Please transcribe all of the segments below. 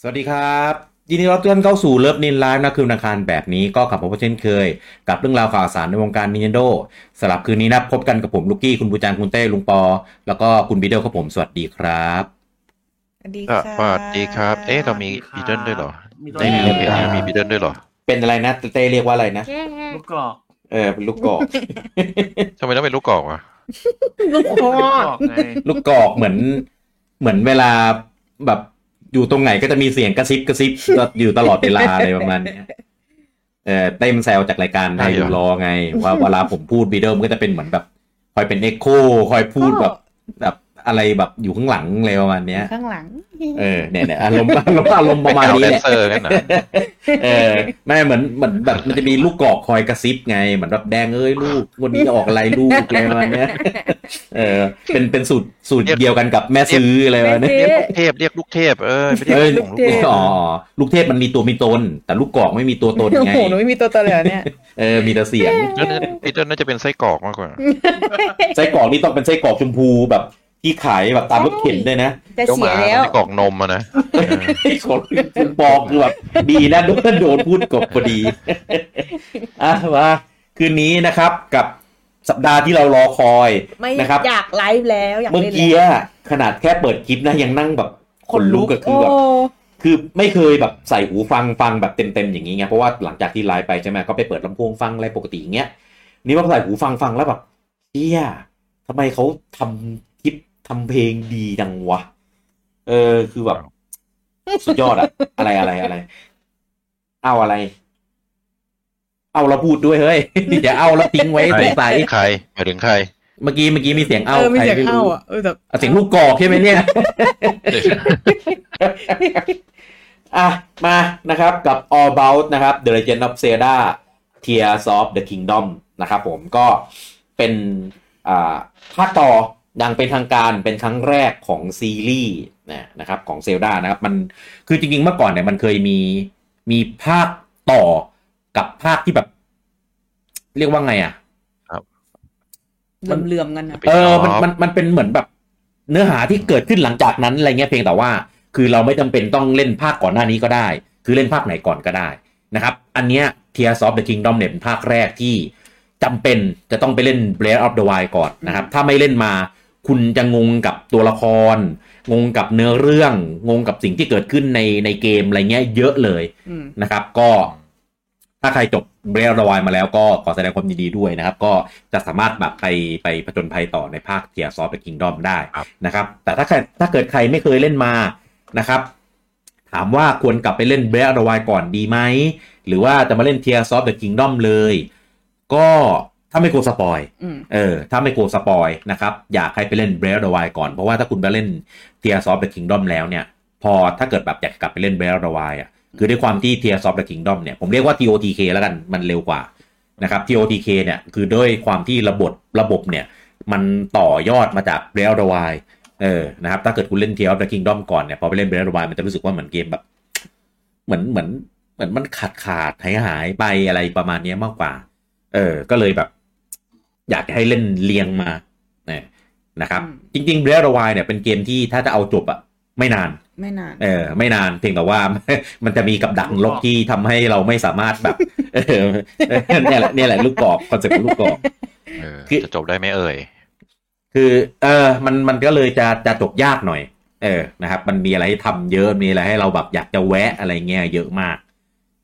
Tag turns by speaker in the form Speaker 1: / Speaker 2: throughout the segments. Speaker 1: สวัสดีครับ ยินดีรับทุกท่านเข้าสู่เลิฟนินไลฟ์นะคืนวันอังคารแบบนี้ก็กลับมาพบเช่นเคย กับเรื่องราวข่าวสารในวงการ Nintendo สำหรับคืนนี้นะพบกันกับผมลูกี้คุณบูจางคุณเต้ลุงปอ แล้วก็คุณบีเดลครับผมสวัสดีครับ
Speaker 2: สวัสดี
Speaker 3: อ่ะ
Speaker 2: ค่ะ
Speaker 3: สวัสดีครับ เอ๊ะ เรามี
Speaker 4: สวัส
Speaker 3: บี
Speaker 4: ดีครับ
Speaker 3: เดิลด้วยเหรอ
Speaker 4: มีด้ว
Speaker 3: ใน
Speaker 4: ย
Speaker 3: มีเพจ
Speaker 1: ครับ
Speaker 3: เนี่ยมีบีเดิลด้วยเหรอ
Speaker 1: เป็นอะไรนะเต้เรียกว่าอะไรนะ
Speaker 4: ลูกกรอก
Speaker 1: เออเป็นลูกกอก
Speaker 3: ทำไมต้องเป็นลูกกรอกวะ
Speaker 2: ลูกค
Speaker 4: ลูก
Speaker 2: อก
Speaker 4: รอกไง
Speaker 1: ลูกกอกเหมือนเหมือนเวลาแบบอยู่ตรงไหนก็จะมีเสียงกระซิบกระซิบอยู่ตลอดเวลาอะไรประมาณเนี้ยเออเต้มแซวจากรายการไทยดูรอไง ว่าเวลาผมพูดบีเดิมนก็จะเป็นเหมือนแบบ คอยเป็นเอ็กโคคอยพูดแบบ แบบอะไรแบบอยู่ข้างหลังอะไรประมาณเนี้ย
Speaker 2: ข้างหลัง
Speaker 1: เออเนี่ยเนี่ยอารมณ์อารมณ์อารมณ์ประมาณ
Speaker 3: เอา
Speaker 1: นี้แห
Speaker 3: แดน
Speaker 1: ละ
Speaker 3: เซอร์กันนะ
Speaker 1: เออไม่เหมือนเหมือนแบบมันจะมีลูกกอกคอยกระซิบไง เหมือนแบบแดงเอ้ยลูกวันนี้จะออกอะไรลูกอะไรประมาณเนี้ยเออ เป็นเป็นสูตรสูตรเดียวกันกับแม่ซื้ออะไรประมาณเนี้ย
Speaker 3: เรียกลูกเทพเรียกลูกเทพเออไม่เรียก
Speaker 1: เอ้ย
Speaker 3: ลูกกรอ
Speaker 1: อ๋
Speaker 3: กลูกกรอ
Speaker 1: อก ลูกเทพมันมีตัวมีตน แต่ลูกกอกไม่มีตัวตน
Speaker 2: โอ้
Speaker 1: ไง
Speaker 2: โหหนูไม่มีตัวตนเลยเหรอเนี่ย
Speaker 1: เออมีแต่เสียง
Speaker 3: นั่นบีเดิลน่าจะเป็นไส้กรอกมากกว่า
Speaker 1: ไส้กรอกนี่ต้องเป็นไส้กรอกชมพูแบบที่ขายแบบตามรถเข็นด้วยนะ
Speaker 2: จะเสียแล้ว
Speaker 3: ไส้กรอกนมอะนะเออ
Speaker 1: ไอ้คนคุณบอกคือแบบดีนะโดนโดนพูดกบพอดี อ่ะมาคืนนี้นะครับกับสัปดาห์ที่เรารอคอย
Speaker 2: ไม่
Speaker 1: นะครับ
Speaker 2: อยากไลฟ์แล้วอยาก
Speaker 1: เมื่อ
Speaker 2: เล่น
Speaker 1: กี้
Speaker 2: แล้ว
Speaker 1: อะขนาดแค่เปิดคลิปนะยังนั่งแบบคนรู้ก็คือ
Speaker 2: โอ้
Speaker 1: แบบคือไม่เคยแบบใส่หูฟังฟังแบบเต็มๆอย่างนี้ไงเพราะว่าหลังจากที่ไลฟ์ไปใช่ไหมก็ไปเปิดลำโพงฟังอะไรปกติอย่างเงี้ยนี่ว่าใส่หูฟังฟังแล้วแบบเฮียทำไมเขาทำคลิปทำเพลงดีดังวะเออคือแบบ สุดยอดอะ อะไรอะไรอะไร เอาอะไร เอาแล้วพูดด้วยเฮ้ย อย่าเอาแล้วทิ้งไว้สงสัย
Speaker 3: ใครหมายถึงใคร
Speaker 1: เมื่อกี้เมื่อกี้มีเสียง
Speaker 2: เอ
Speaker 1: เอา
Speaker 2: อมีเสียง
Speaker 1: ใครไม่
Speaker 2: เข้า
Speaker 1: รู้
Speaker 2: อ่ะเออแต่
Speaker 1: เอาเสียงลูกกอกใช่ไหมเนี่ย อ่ะมานะครับกับ All About นะครับ The Legend of Zelda Tears of the Kingdom นะครับผมก็เป็นอ่าภาคต่อดังเป็นทางการเป็นครั้งแรกของซีรีส์นะนะครับของเซลดานะครับมันคือจริงๆเมื่อก่อนเนี่ยมันเคยมีมีภาคต่อกับภาคที่แบบ เรียกว่าไงอะ
Speaker 2: เหลื่อมๆกันนะ
Speaker 1: เออ มัน มัน มันเป็นเหมือนแบบเนื้อหาที่เกิดขึ้นหลังจากนั้นอะไรเงี้ยเพียงแต่ว่า คือเราไม่จำเป็นต้องเล่นภาคก่อนหน้านี้ก็ได้ คือเล่นภาคไหนก่อนก็ได้นะครับ อันเนี้ย Tears of the Kingdom เนี่ยเป็นภาคแรกที่จำเป็นจะต้องไปเล่น Breath of the Wild ก่อนนะครับ ถ้าไม่เล่นมา คุณจะงงกับตัวละคร งงกับเนื้อเรื่อง งงกับสิ่งที่เกิดขึ้นในในเกมอะไรเงี้ยเยอะเลย
Speaker 2: อืม
Speaker 1: นะครับก็ถ้าใครจบเบรลวายมาแล้วก็ขอแสดงความยินดีด้วยนะครับ ก็จะสามารถแบบไปไปผจญภัยต่อในภาคเทียร์ซอฟต์และคิงดอมได้นะครับ แต่ถ้าใครถ้าเกิดใครไม่เคยเล่นมานะครับ ถามว่าควรกลับไปเล่นเบรลวายก่อนดีไหม หรือว่าจะมาเล่นเทียร์ซอฟต์และคิงดอมเลย ก็ถ้าไม่กลัวสปอย
Speaker 2: อืม
Speaker 1: เออถ้าไม่กลัวสปอยนะครับ อยากให้ไปเล่น Breath of the Wild ก่อน เพราะว่าถ้าคุณไปเล่น Tears of the Kingdom แล้วเนี่ย พอถ้าเกิดแบบอยากกลับไปเล่น Breath of the Wild อ่ะคือด้วยความที่ Tears of the Kingdom เนี่ย ผมเรียกว่า TOTK แล้วกันมันเร็วกว่านะครับ TOTK เนี่ย คือด้วยความที่ระบบระบบเนี่ย มันต่อยอดมาจาก Breath of the Wild เออนะครับถ้าเกิดคุณเล่น Tears of the Kingdom ก่อนเนี่ยพอไปเล่น Breath of the Wild มันจะรู้สึกว่าเหมือนเกมแบบ เหมือนเหมือนเหมือนมันขาดขาดหายหายไปอะไรประมาณเนี้ยมากกว่า เออ ก็เลยแบบ อยากให้เล่นเรียงมานะนะครับ จริงๆ Breath of the Wild เนี่ยเป็นเกมที่ถ้าจะเอาจบอะไม่นาน
Speaker 2: ไม่นาน
Speaker 1: เออ ไม่นานเพียงแต่ว่า มันจะมีกับดักลกที่ทำให้เราไม่สามารถแบบ เออเนี่ยแหละเนี่ยแหละลูกกอกคอนเซ็ปต์ของลูกกอก
Speaker 3: เออ
Speaker 1: คือ
Speaker 3: จะจบได้ไหมเอ่ย
Speaker 1: คือเออมันมันก็เลยจะจะจบยากหน่อย เออนะครับ มันมีอะไรให้ทำเยอะมีอะไรให้เราแบบอยากจะแวะอะไรเงี้ยเยอะมาก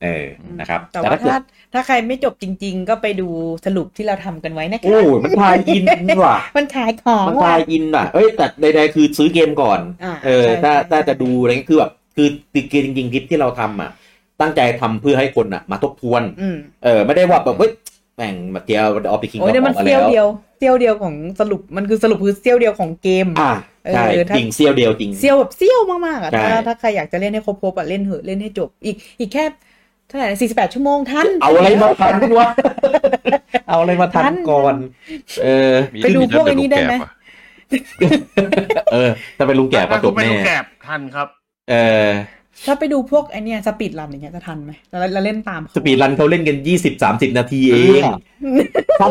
Speaker 1: เออนะครับ
Speaker 2: แต่ว่าถ้าถ้าใครไม่จบจริง ๆ ก็ไปดูสรุปที่เราทำกันไว้นะคะ
Speaker 1: โอ้ยมันพายอินว่ะ
Speaker 2: มันขายของ
Speaker 1: มัน
Speaker 2: ว่ะ
Speaker 1: พายอินอ่ะ เอ้ยแต่ใดๆคือซื้อเกมก่อน
Speaker 2: อ่า
Speaker 1: เออ
Speaker 2: ใช่
Speaker 1: ถ้า
Speaker 2: ใช่
Speaker 1: ถ้าจะดูอะไรก็คือแบบคือคือจริงๆคลิปที่เราทำอ่ะ ตั้งใจทำเพื่อให้คนอ่ะ มาทบทวน
Speaker 2: อืม
Speaker 1: เออ ไม่ได้ว่าแบบเฮ้ยแม่งมาเกียวออฟฟิคิง
Speaker 2: โอ้ยเนี่ยมันเซี่ยวเดียวเซี่ยวเดียวของสรุปมันคือสรุปคือเซี่ยวเดียวของเกม
Speaker 1: อ่าใช่
Speaker 2: เออถ้า
Speaker 1: จริงเซี่ยวเดียวจริง
Speaker 2: เซี่ยวแบบเซี่ยวมากๆอ่ะ
Speaker 1: ใช่
Speaker 2: ถ้าถ้าใครอยากจะเล่นให้ครบครบๆอ่ะเล่นเถอะเล่นให้จบ อีกอีกแค่เท่าไหร่สี่สิบแปดชั่วโมงทัน
Speaker 1: เอาอะไรมาทัน วะ เอาอะไรมาทัน
Speaker 2: ทัน
Speaker 1: ก่อน เออ
Speaker 2: ไปดูพวกไอ้นี่ได้ไหม
Speaker 1: เออจะเป็นลุงแก่ประจบ
Speaker 4: ไม่
Speaker 1: แน่
Speaker 4: ลูกแกบทันครับ
Speaker 1: เออ
Speaker 2: ถ้าไปดูพวกไอเนี่ยสปีดรันอย่างเงี้ยจะทันไหมแล้วแล้วเล่นตามเขา
Speaker 1: สปีดรันเขาเล่นกัน 20-30 นาทีเองสั้น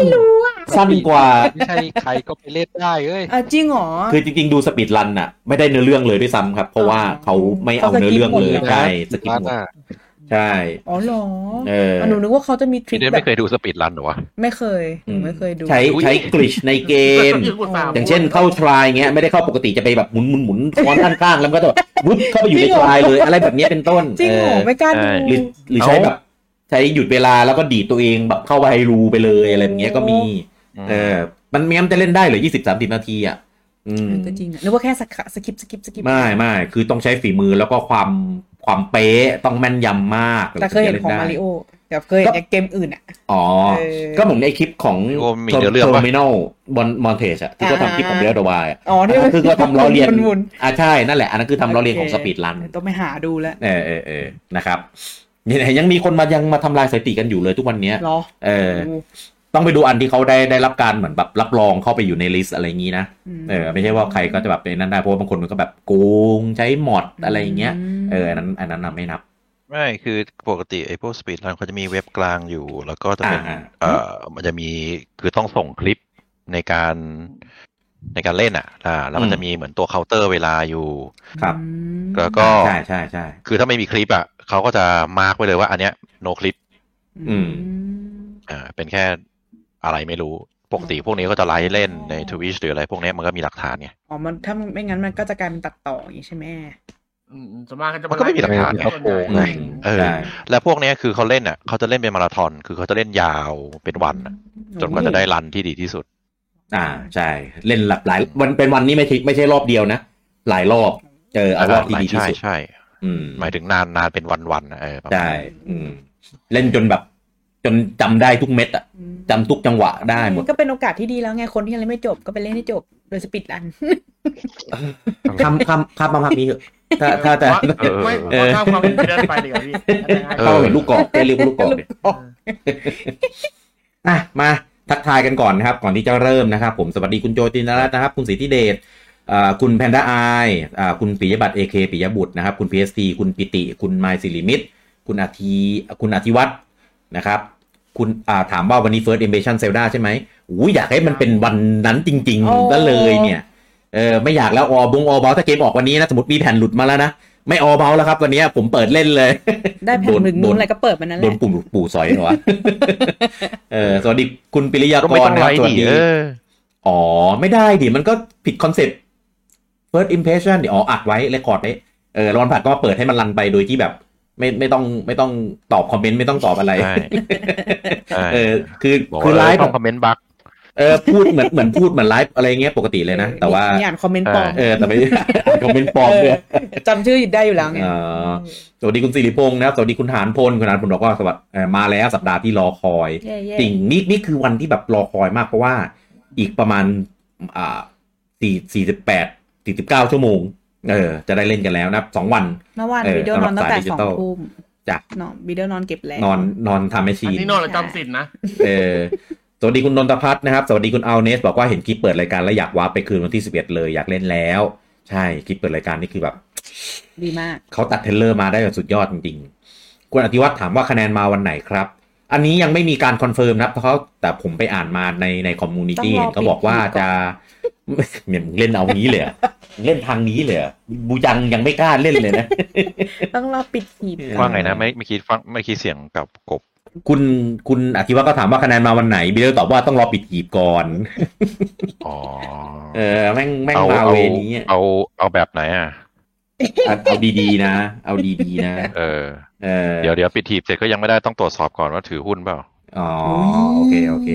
Speaker 1: สั้นกว่า
Speaker 3: ไม่ใช่ใครก็ไปเล่นได้เอ้ย
Speaker 2: อ่ะจริงเหรอ
Speaker 1: คือจริงๆ ดูสปีดรันน่ะไม่ได้เนื้อเรื่องเลยด้วยซ้ำครับ เพราะว่า
Speaker 2: อ๋อ
Speaker 1: เขาไม่เอาเนื้อเรื่องเลย
Speaker 2: เขาสกิปหมดเล
Speaker 1: ใช่สกิ
Speaker 2: ย
Speaker 1: ปหมดใช่
Speaker 2: อ๋อเหรอ
Speaker 1: เออ
Speaker 2: หนูนึกว่าเขาจะมีทริ
Speaker 3: พี่
Speaker 2: ค
Speaker 3: เดน
Speaker 2: แบ
Speaker 3: ไม่
Speaker 2: บ
Speaker 3: เคยดูสปีดรันเหรอวะ
Speaker 2: ไม่เคยห
Speaker 1: อืม
Speaker 2: นูไม่เคยดู
Speaker 1: ใช้
Speaker 3: อุ๊ย
Speaker 1: ใช้กริชในเกม อย่างเช่นเข้าทรายเงี้ยไม่ได้เข้าปกติจะไปแบบหมุนหมุนหมุนค้อนด้านข้างแล้วมันก็จะแบบวุบเข้าไปอยู่ใน
Speaker 2: จริงเหร
Speaker 1: ท
Speaker 2: อ
Speaker 1: รายเลยอะไรแบบนี้เป็นต้น
Speaker 2: จริงเหรอ
Speaker 1: เออ
Speaker 2: ไม่กล้า
Speaker 1: ห
Speaker 2: ดู
Speaker 3: ใช่
Speaker 1: รือหรือใช้แบบ ใช้หยุดเวลาแล้วก็ดีดตัวเองแบบเข้าไปรูไปเลยอะไรแบบเนี้ยก็มี เออ มันไม่งั้นจะเล่นได้เหรือยี่สิบสามสิบนาทีอ่ะอืม
Speaker 2: เออก็จริงอะนึกว่าแค่สกะสกิปสกิปสกิป
Speaker 1: ไม่ไม่คือต้องใช้ฝีมือแล้วก็ความความเป๊ะต้องแม่นยำมาก
Speaker 2: แต่เคยเห็นของมาริโอแบบเคยเห็นในเกมอื่นอ่ะ
Speaker 1: อ๋อ
Speaker 2: เออ
Speaker 1: ก็เหมือนไอคลิปของ
Speaker 3: โอ้มีเนื้อเรื่องปะ
Speaker 1: Terminal บอนมอนเทจอะที่เขาทำคลิปของ
Speaker 2: อ่า
Speaker 1: เรียลดวายอะ
Speaker 2: อ๋อที่
Speaker 1: อันนั้นคือก็ทำล้อเลียน
Speaker 2: วุ่น
Speaker 1: อ่าใช่นั่นแหละ อันนั้นคือ
Speaker 2: ๆ
Speaker 1: ทำล้อเลียนของ
Speaker 2: โ
Speaker 1: สปีดรัน
Speaker 2: เดี๋ยวต้องไปหาดูแล้ว
Speaker 1: เออเออเออนะครับยังยังมีคนมายังมาทำลายสถิติกันอยู่เลยทุกวันเนี้ย
Speaker 2: เหรอ
Speaker 1: เออ ต้องไปดูอันที่เขาได้ได้รับการเหมือนแบบรับรองเข้าไปอยู่ในลิสต์อะไรอย่างนี้นะ
Speaker 2: ม
Speaker 1: เออไม่ใช่ว่าใครก็จะแบบในนั้นได้เพราะว่าบางคนมันก็แบบโกงใช้หมอดอะไรอย่างเงี้ย
Speaker 2: ม
Speaker 1: เอออันนั้นอันนั้นน่ะไม่นับ
Speaker 3: ไม่คือปกติไอ้พวกสปีดรันเขาจะมีเว็บกลางอยู่ แล้วก็จะเป็น
Speaker 1: อ่า
Speaker 3: เอ่อมันจะมีคือต้องส่งคลิปในการในการเล่นอ่ะอ่าแล้วมันจะมีเหมือนตัวเคาน์เตอร์เวลาอยู่
Speaker 1: ครับ
Speaker 2: อืม
Speaker 3: แล้วก็
Speaker 1: ใช่ใช่ใช่
Speaker 3: คือถ้าไม่มีคลิปอ่ะเขาก็จะมาร์กไว้เลยว่าอันเนี้ย no clip
Speaker 1: อืม
Speaker 3: อ่าเป็นแค่อะไรไม่รู้ ปกติพวกนี้ก็จะไลฟ์เล่นในทวิชหรืออะไรพวกเนี้ยมันก็มีหลักฐานไง
Speaker 2: อ๋อมันถ้าไม่งั้นมันก็จะกลายเป็นตัดต่ออย่างนี้ใช่ไหม
Speaker 4: อืมสมมากก็จะ
Speaker 3: มันก็ไม่มีหลักฐาน
Speaker 4: ไง
Speaker 3: เขาโกงไง เออ
Speaker 1: ใช่
Speaker 3: และพวกเนี้ยคือเขาเล่นอ่ะเขาจะเล่นเป็นมาราธอน คือเขาจะเล่นยาวเป็นวันอะจนกว่าจะได้รันที่ดีที่สุด
Speaker 1: อ่าใช่ เล่นหลับหลายวันเป็นวันนี้ไม่ใช่ไม่ใช่รอบเดียวนะ หลายรอบเจอเอารอบที่ดีที่สุด
Speaker 3: ใช่ใช่
Speaker 1: อืม
Speaker 3: หมายถึงนานนานเป็นวันวันๆเออประมาณ
Speaker 1: ใช่อืมเล่นจนแบบ จนจำได้ทุกเม็ดอะ
Speaker 2: อืม
Speaker 1: จำทุกจังหวะได้หมด
Speaker 2: ก็เป็นโอกาสที่ดีแล้วไงคนที่ยังเล่นไม่จบก็ไปเล่นให้จบโดยสปิดรัน
Speaker 1: ข้ามข้ามข้ามมาภาคนี้เถอะถ้าถ้า
Speaker 4: ถ้า
Speaker 1: แต่
Speaker 4: แต่ไม่
Speaker 1: เออ
Speaker 4: ถ้าความเป็นไปได้ไปเลยอะพี่
Speaker 1: เข้าเห็นลูกกอกได้เรียกว่าลูกกอกเนี่ย
Speaker 4: เออ
Speaker 1: อ่ะมาทักทายกันก่อนนะครับ ก่อนที่จะเริ่มนะครับ ผมสวัสดีคุณโจตินรัตน์นะครับ คุณศรีธิเดชอ่าคุณแพนด้าไออ่าคุณปิยบัตรเอเคปิยบุตรนะครับ คุณ PST คุณปิติ คุณไมซิลิมิตรคุณอาทีคุณอาทิวัตรนะครับ คุณอ่าถามว่าวันนี้ First Invasion Zelda ใช่ไหมอู้ยอยากให้มันเป็นวันนั้นจริง
Speaker 2: โอ้
Speaker 1: ๆแล้วเลยเนี่ยเออไม่อยากแล้วออบงออบาถ้าเกมออกวันนี้นะสมมติมีแผ่นหลุดมาแล้วนะ ไม่ออบาแล้วครับ วันนี้ผมเปิดเล่นเลย
Speaker 2: ได้แผ่นหนึ่ง
Speaker 1: โดน
Speaker 2: นู้นอะไรก็เปิดมันนั่นแห
Speaker 1: โดน
Speaker 2: ละ
Speaker 1: ปุ่มปู่สอยเหรอ วะ เออสวัสดีคุณปิริยา
Speaker 3: ก็
Speaker 1: ก
Speaker 3: ไม่
Speaker 1: ร
Speaker 3: ต้อง
Speaker 1: นะค
Speaker 3: ไล
Speaker 1: รับ
Speaker 3: ฟ์
Speaker 1: สวัส
Speaker 3: ดิ
Speaker 1: ดี
Speaker 3: เออ
Speaker 1: อ๋อ ไม่ได้ดิ มันก็ผิดคอนเซ็ปต์ first impression เดี๋ยวอ๋ออัดไว้ เรคคอร์ดไว้เออรอนผ่านก็เปิดให้มันรันไปโดยที่แบบ ไม่ไม่ต้องไม่ต้องตอบคอมเมนต์ ไม่ต้องตอบอะไร
Speaker 3: ใช่ใช่
Speaker 1: เออ คือ
Speaker 3: บอก
Speaker 1: คือ
Speaker 3: ว่า
Speaker 1: ไล
Speaker 3: เออ
Speaker 1: ฟ์แบ
Speaker 3: ต้อง
Speaker 1: บ
Speaker 3: คอมเมนต์บัก
Speaker 1: เออพูดเหมือนเหมือนพูดเหมือนไลฟ์อะไรเงี้ยปกติเลยนะ แต่ว่า
Speaker 2: มีอ่านคอมเมนต์ปลอม
Speaker 1: เออแต่ไม่ อ่านคอมเมนต์ปลอมด้วย
Speaker 2: เออจำชื่อได้อยู่แล้วไง
Speaker 1: อ๋อ สวัสดีคุณสิริพงษ์นะครับ สวัสดีคุณหานพล คุณหานพลบอกว่าสวัสดีเอ่อมาแล้วสัปดาห์ที่รอคอย
Speaker 2: เย่ๆ
Speaker 1: จริงนี่นี่คือวันที่แบบรอคอยมากเพราะว่าอีกประมาณอ่าสี่สี่สิบแปดสี่สิบเก้าชั่วโมง เออ จะได้เล่นกันแล้วนะครับสองวัน
Speaker 2: เมื่อวาน
Speaker 1: เออ
Speaker 2: วิดีโอนอนตั้งแต่สองทุ่ม
Speaker 1: จ้ะ
Speaker 2: นอนวิดีโอนอนเก็บแล้ว
Speaker 1: นอนนอนทำแมชชี
Speaker 4: อัน
Speaker 1: น
Speaker 4: นี้นอนหรือจำสินนะ
Speaker 1: เออสวัสดีคุณนนทพัฒน์นะครับ สวัสดีคุณเอาเนส บอกว่าเห็นคลิปเปิดรายการแล้วอยากว้าร์ปไปคืนวันที่สิบเอ็ดเลยอยากเล่นแล้ว ใช่คลิปเปิดรายการนี่คือแบบ
Speaker 2: ดีมาก
Speaker 1: เขาตัดเทรลเลอร์มาได้แบบสุดยอดจริงๆ คุณอธิวัตรถามว่าคะแนนมาวันไหนครับ อันนี้ยังไม่มีการคอนเฟิร์มนะครับเพราะเขาแต่ผมไปอ่านมาในในคอมมูนิตี้
Speaker 2: ต้อง
Speaker 1: เห็นก็บ
Speaker 2: รอ
Speaker 1: อกว่า
Speaker 2: ปิดทีก่อน
Speaker 1: จะ เหมือนเล่นเอานี้เลยเหรอเล่นทางนี้เลยเหรอบูยังยังไม่กล้าเล่นเลยนะ
Speaker 2: ต้องรอปิดหีบก่อน
Speaker 3: ว่าไงนะไม่ไม่คิดฟังไม่คิดเสียงกับกบ
Speaker 1: คุณคุณอธิวัตรก็ถามว่าคะแนนมาวันไหนบิลเลตอบว่าต้องรอปิดหีบก่อน
Speaker 3: อ๋อ
Speaker 1: เออแม่งแม่ง
Speaker 3: เอา
Speaker 1: มา
Speaker 3: เอา
Speaker 1: เวนี้อะ
Speaker 3: เอาเอาแบบไหนอ่ะ
Speaker 1: เอาเอาดีๆนะ เอาดีๆนะ
Speaker 3: เออ
Speaker 1: เออ
Speaker 3: เดี๋ยวเดี๋ยวปิดทีบเสร็จก็ยังไม่ได้ต้องตรวจสอบก่อนว่าถือหุ้นเปล่า
Speaker 1: อ๋อโอเคโอเค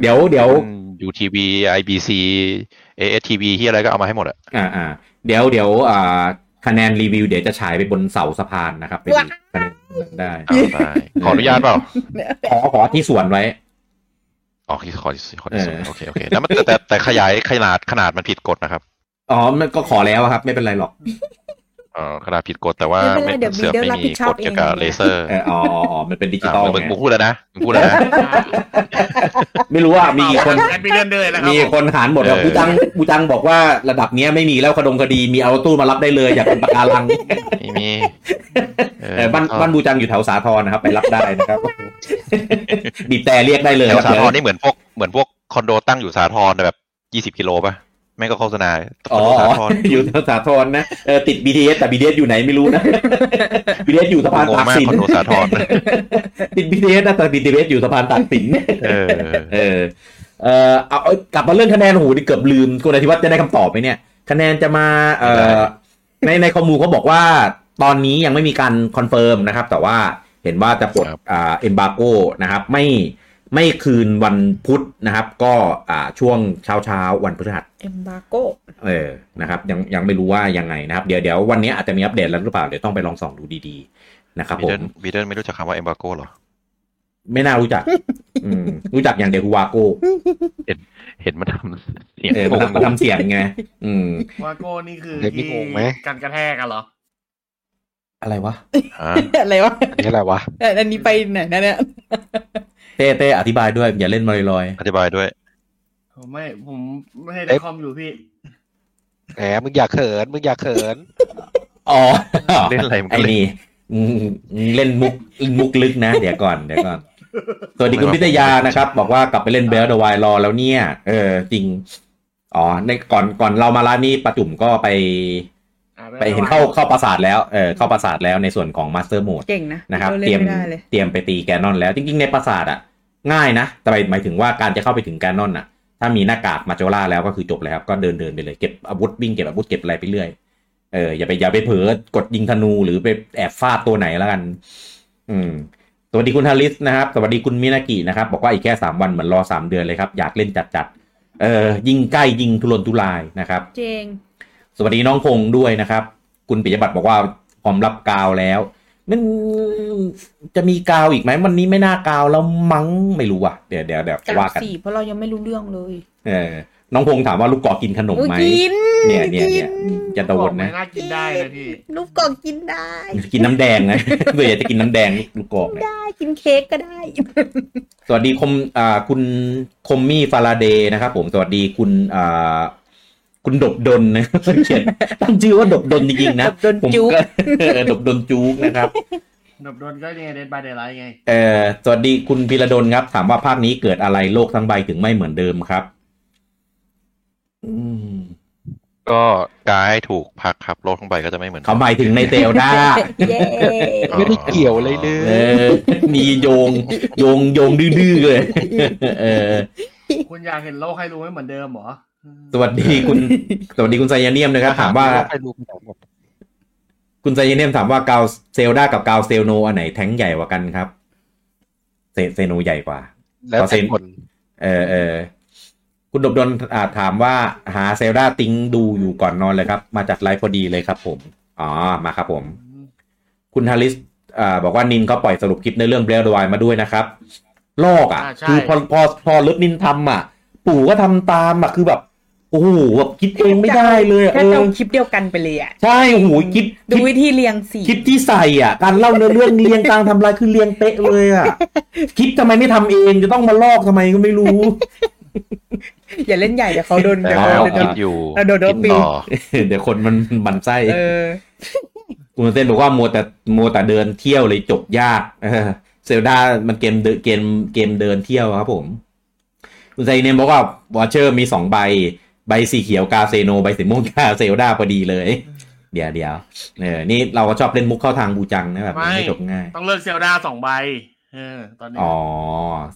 Speaker 1: เดี๋ยวเดี๋ยว
Speaker 3: ยูทีวีไอบีซีเอเอทีวีที่อะไรก็เอามาให้หมดอ่ะ
Speaker 1: อ่าอ่าเดี๋ยวเดี๋ยวอ่าคะแนนรีวิวเดี๋ยวจะฉายไปบนเสาสะพานนะครับไปดู
Speaker 2: ว้าว
Speaker 1: คะแนนได้
Speaker 3: เอาไปขออนุญาตเปล่า
Speaker 1: ขอขอที่สวนไว้
Speaker 3: อ๋อที่ขอที่ขอที่สุด
Speaker 1: เออ
Speaker 3: โอเคโอเคแล้วมันแต่แต่แต่ขยายขนาดขนาดมันผิดกฎนะครับ
Speaker 1: อ๋อมันก็ขอแล้วอะครับ ไม่เป็นไรหรอก
Speaker 3: เอ่อกระดาษผิดกฎแต่ว่า
Speaker 2: ไม่
Speaker 3: ไม่
Speaker 2: เป็นไรเดี๋ยว
Speaker 3: เสือก
Speaker 2: มีเดี๋ยว
Speaker 3: ไม่
Speaker 2: รับผิ
Speaker 3: มี
Speaker 2: ดชอบ
Speaker 3: กฎเกี่ยวกับ
Speaker 2: เองนะ
Speaker 3: เลเซอร์
Speaker 1: เอออ๋ออ๋ออ๋อมันเป็นดิจิ
Speaker 3: อ่ะ
Speaker 1: ตอล
Speaker 3: มึง
Speaker 1: ไง
Speaker 3: มึงพูดแล้วนะมึงพูดแล้วนะ
Speaker 1: ไม่รู้ว่ามีกี่คน
Speaker 4: แอดมิเดนเดยแล้วครับ
Speaker 1: มีคนหารหมดอะ
Speaker 3: เออ
Speaker 1: บูจังบูจังบอกว่าระดับเนี้ยไม่มีแล้วขดงคดีมีเอาตู้มารับได้เลยอยากเป็นปะการัง
Speaker 3: ไม่มีเออ
Speaker 1: เออบ้านบ้านบูจังอยู่แถวสาทรนะครับ ไปรับได้นะครับ บีบแต่เรียกได้เลย
Speaker 3: แถ
Speaker 1: คว รับ
Speaker 3: สา
Speaker 1: เดี๋ย
Speaker 3: ท
Speaker 1: ว
Speaker 3: รนี่เหมือนพวกเหมือนพวกคอนโดตั้งอยู่สาทรแบบยี่สิบ20กิโลป่ะแม่งก็โฆษณาค
Speaker 1: อ๋
Speaker 3: อน
Speaker 1: อ
Speaker 3: โดสาทร
Speaker 1: อยู่แถวสาทรนะเออติด BTS แต่ BTS อยู่ไหนไม่ รู้นะ BTS อยู่สะพาน
Speaker 3: งง
Speaker 1: ตาก
Speaker 3: มาก
Speaker 1: สิน
Speaker 3: คอนโดสาทร
Speaker 1: ติด BTS นะแต่ BTS อยู่สะพานตากสิน
Speaker 3: เออ
Speaker 1: เออเออเอาเอากลับมาเรื่องคะแนนโอ้โหนี่เกือบลืมคุณอาทิวัฒน์จะได้คำตอบไหมเนี่ย คะแนนจะมาเอ
Speaker 3: ได้
Speaker 1: อในในข้อมูลเขาบอกว่าตอนนี้ยังไม่มีการคอนเฟิร์มนะครับ แต่ว่าเห็นว่าจะปลดอ่าเอ็มบาโกนะครับ ไม่ไม่คืนวันพุธนะครับ ก็อ่าช่วงเช้าเช้าๆวันพฤหัส
Speaker 2: เอ็มบาโก
Speaker 1: เออ นะครับ ยังยังไม่รู้ว่ายังไงนะครับ เดี๋ยวเดี๋ยววันนี้อาจจะมีอัปเดตแล้วหรือเปล่า เดี๋ยวต้องไปลองส่องดูดีๆ นะครับ
Speaker 3: วี
Speaker 1: ผ
Speaker 3: เด
Speaker 1: ม
Speaker 3: นวีเดนไม่รู้จักคำว่าเอมบาโกหรอ
Speaker 1: ไม่น่า รู้จัก อืมรู้จักอย่างเดียวคือวาโก
Speaker 3: เห็นมันทำเสียง
Speaker 1: เออมาทำมาทำเสียงไง อืม
Speaker 4: วาโก้นี่คือ
Speaker 5: เด็กนี่
Speaker 4: ที่
Speaker 5: งงไหม
Speaker 4: การกระแทกกันเหรอ
Speaker 1: อะไรวะ
Speaker 3: ฮะ
Speaker 2: อะไรวะ
Speaker 5: อันนี้อะไรวะ
Speaker 2: เอ่ออันนี้ไปไหนนะเนี่ย
Speaker 1: เต้เต้อธิบายด้วย อย่าเล่นมาลอย
Speaker 3: อธิบายด้วย
Speaker 4: ผมไม่ผมไม่ให้
Speaker 5: เอ๊ะ
Speaker 4: คอมอยู่พี่
Speaker 5: แหมมึงอย่าเขิน มึงอย่าเขิน
Speaker 1: ๆอ๋อ
Speaker 3: เล่นอะไรมัน
Speaker 1: ไอ้
Speaker 3: ก็เล่น
Speaker 1: นี่อืมเล่นมุกมุกลึกนะ เดี๋ยวก่อนเดี๋ยวก่อนสวัสดีคุณพิทยานะครับ บอกว่ากลับไปเล่นเบลดวายรอแล้วเนี่ย เออ จริง อ๋อในก่อนก่อนเรามาร้านนี้ประจุ่มก็ไป
Speaker 4: อ่ะ
Speaker 1: ไปเห็นเข้าเข้าปราสาทแล้ว เออเข้าปราสาทแล้วในส่วนของมาสเตอร์โหมด
Speaker 2: เก่งนะ
Speaker 1: นะครับ
Speaker 2: เล่
Speaker 1: เตรีย
Speaker 2: น
Speaker 1: ม
Speaker 2: ไม่ได้เลย
Speaker 1: เตรียมไปตีแกนนอนแล้ว จริงๆในปราสาทอ่ะ ง่ายนะ แต่หมายถึงว่าการจะเข้าไปถึงแกนนอนอ่ะ ถ้ามีหน้ากากมาโจล่าแล้วก็คือจบแล้วก็เดินเดินไปเลยเก็บอาวุธวิ่งเก็บอาวุธเก็บอะไรไปเรื่อย เอออย่าไปอย่าไปเผลอกดยิงธนูหรือไปแอบฟาดตัวไหนแล้วกัน อืม สวัสดีคุณฮาริสนะครับ สวัสดีคุณมินากินะครับ บอกว่าอีกแค่สามวันเหมือนรอสามเดือนเลยครับ อยากเล่นจัดๆ เออยิงใกล้ยิงทุรนทุรายนะครับ
Speaker 2: เจ๋ง
Speaker 1: สวัสดีน้องพงษ์ด้วยนะครับ คุณปิยบัตรบอกว่าพร้อมรับกาวแล้ว มันจะมีกาวอีกไหมวันนี้ไม่น่ากาวแล้วมั้งไม่รู้อ่ะเดี๋ยวเดี๋ยวเดี๋ยว
Speaker 2: กรา
Speaker 1: ว่า
Speaker 2: บ
Speaker 1: กัน
Speaker 2: สี่เพราะเรายังไม่รู้เรื่องเลย
Speaker 1: เออน้องพงษ์ถามว่าลูกกอกกินขนม
Speaker 2: อุ๊ย
Speaker 1: ไหม
Speaker 2: กิน
Speaker 1: เนี่ยเนี่ยเนี่ย
Speaker 2: กิ
Speaker 1: จะ
Speaker 4: บ
Speaker 1: โด
Speaker 4: อน กไม่
Speaker 1: นะ
Speaker 4: น่ากินได้เลยพี่
Speaker 2: ลูกกรอกกินได้
Speaker 1: กินน้ำแดงนะ เบื่ออยากจะกินน้ำแดงลูกกอกเนี่ย
Speaker 2: ได้กินเค้กก็ได้
Speaker 1: สวัสดีคมอ่าคุณคมมี่ฟาราเดย์นะครับผมสวัสดีคุณอ่าคุณดบดลนะ เขียนตั้งชื่อว่าดบดลจริงๆนะ
Speaker 2: ดบดล
Speaker 1: ผม
Speaker 2: จุ๊ก
Speaker 1: เออดบดลจุกนะครับ
Speaker 4: ดบโดนก็ยังไงเดนบายเดย์ไลท์ไง
Speaker 1: เอ่อสวัสดีคุณพิระดลครับ ถามว่าภาคนี้เกิดอะไรโลกทั้งใบถึงไม่เหมือนเดิมครับ อืม
Speaker 3: ก็กายถูกพักครับโลกทั้งใบก็จะไม่เหมือน
Speaker 1: เขาหมายถึงในเตลด้า
Speaker 2: เย้
Speaker 5: ไม่ได้เกี่ยวอะไรเลย
Speaker 1: เออมีโยงโยงโยงดื้อๆเลย เออ
Speaker 4: คุณอยากเห็นโลกให้รู้ไม่เหมือนเดิมเหรอ
Speaker 1: สวัสดีคุณ สวัสดีคุณไซยาเนียมนะครับ ถามว่า
Speaker 5: ไปดูกันหมด
Speaker 1: คุณไซเยเนียมถามว่ากาวเซลดากับกาวเซลโนอันไหนแท้งใหญ่กว่ากันครับเซเซโนใหญ่กว่า
Speaker 5: แล้วแต่คน
Speaker 1: เออเออคุณดบดลอ่าถามว่าหาเซลดาติงดูอยู่ก่อนนอนเลยครับ มาจัดไลฟ์พอดีเลยครับผมอ๋อมาครับผม คุณฮาริสอ่าบอกว่านินเขาปล่อยสรุปคลิปในเรื่องเบลดวายมาด้วยนะครับ ลอกอ่ะ
Speaker 4: อ่าใช่
Speaker 1: คือพอพอพอเลิฟนินทำอ่ะ ปู่ก็ทำตามอ่ะคือแบบโอ้โหแบบคิดเองไม่ได้เลยอะ
Speaker 2: แค่
Speaker 1: เออ
Speaker 2: จะเอาคลิปเดียวกันไปเลยอ่ะ
Speaker 1: ใช่โอ้โหคิด
Speaker 2: ดู
Speaker 1: คิด
Speaker 2: วิธีเรียงสี
Speaker 1: คลิปที่ใส่อ่ะ การเล่าเนื้อเรื่องเรียงกลางทำลายคือเรียงเป๊ะเลยอ่ะ คลิปทำไมไม่ทำเองจะต้องมาลอกทำไมก็ไม่รู้
Speaker 2: อย่าเล่นใหญ่เดี๋ยวเขาโดน
Speaker 3: แล้
Speaker 2: เดี๋ยว
Speaker 3: ว
Speaker 2: เขา
Speaker 1: เอา
Speaker 2: โดน
Speaker 3: คิดอยู่
Speaker 2: เราโดนโด
Speaker 3: คิ
Speaker 2: น
Speaker 3: ด
Speaker 2: ปิว
Speaker 3: ต่อ
Speaker 1: เดี๋ยวคนมันบันไส้
Speaker 2: เออ
Speaker 1: คุณเต้นบอกว่ามัวแต่มัวแต่เดินเที่ยวเลยจบยาก เออเซลดามันเกมเดินเกมเกมเดินเที่ยวครับผม คุณไซเนมบอกว่าวอเชอร์มีสองใบ ใบสีเขียวกาเซโน ใบสีม่วง กาเซลดาพอดีเลย เดี๋ยวเดี๋ยวเออนี่เราก็ชอบเล่นมุกเข้าทางบูจังนะแบบมัน
Speaker 4: ไม่
Speaker 1: ไม่จบง่าย
Speaker 4: ต้องเลือกเซลดาสองใบ เออ ตอนนี้
Speaker 1: อ๋อ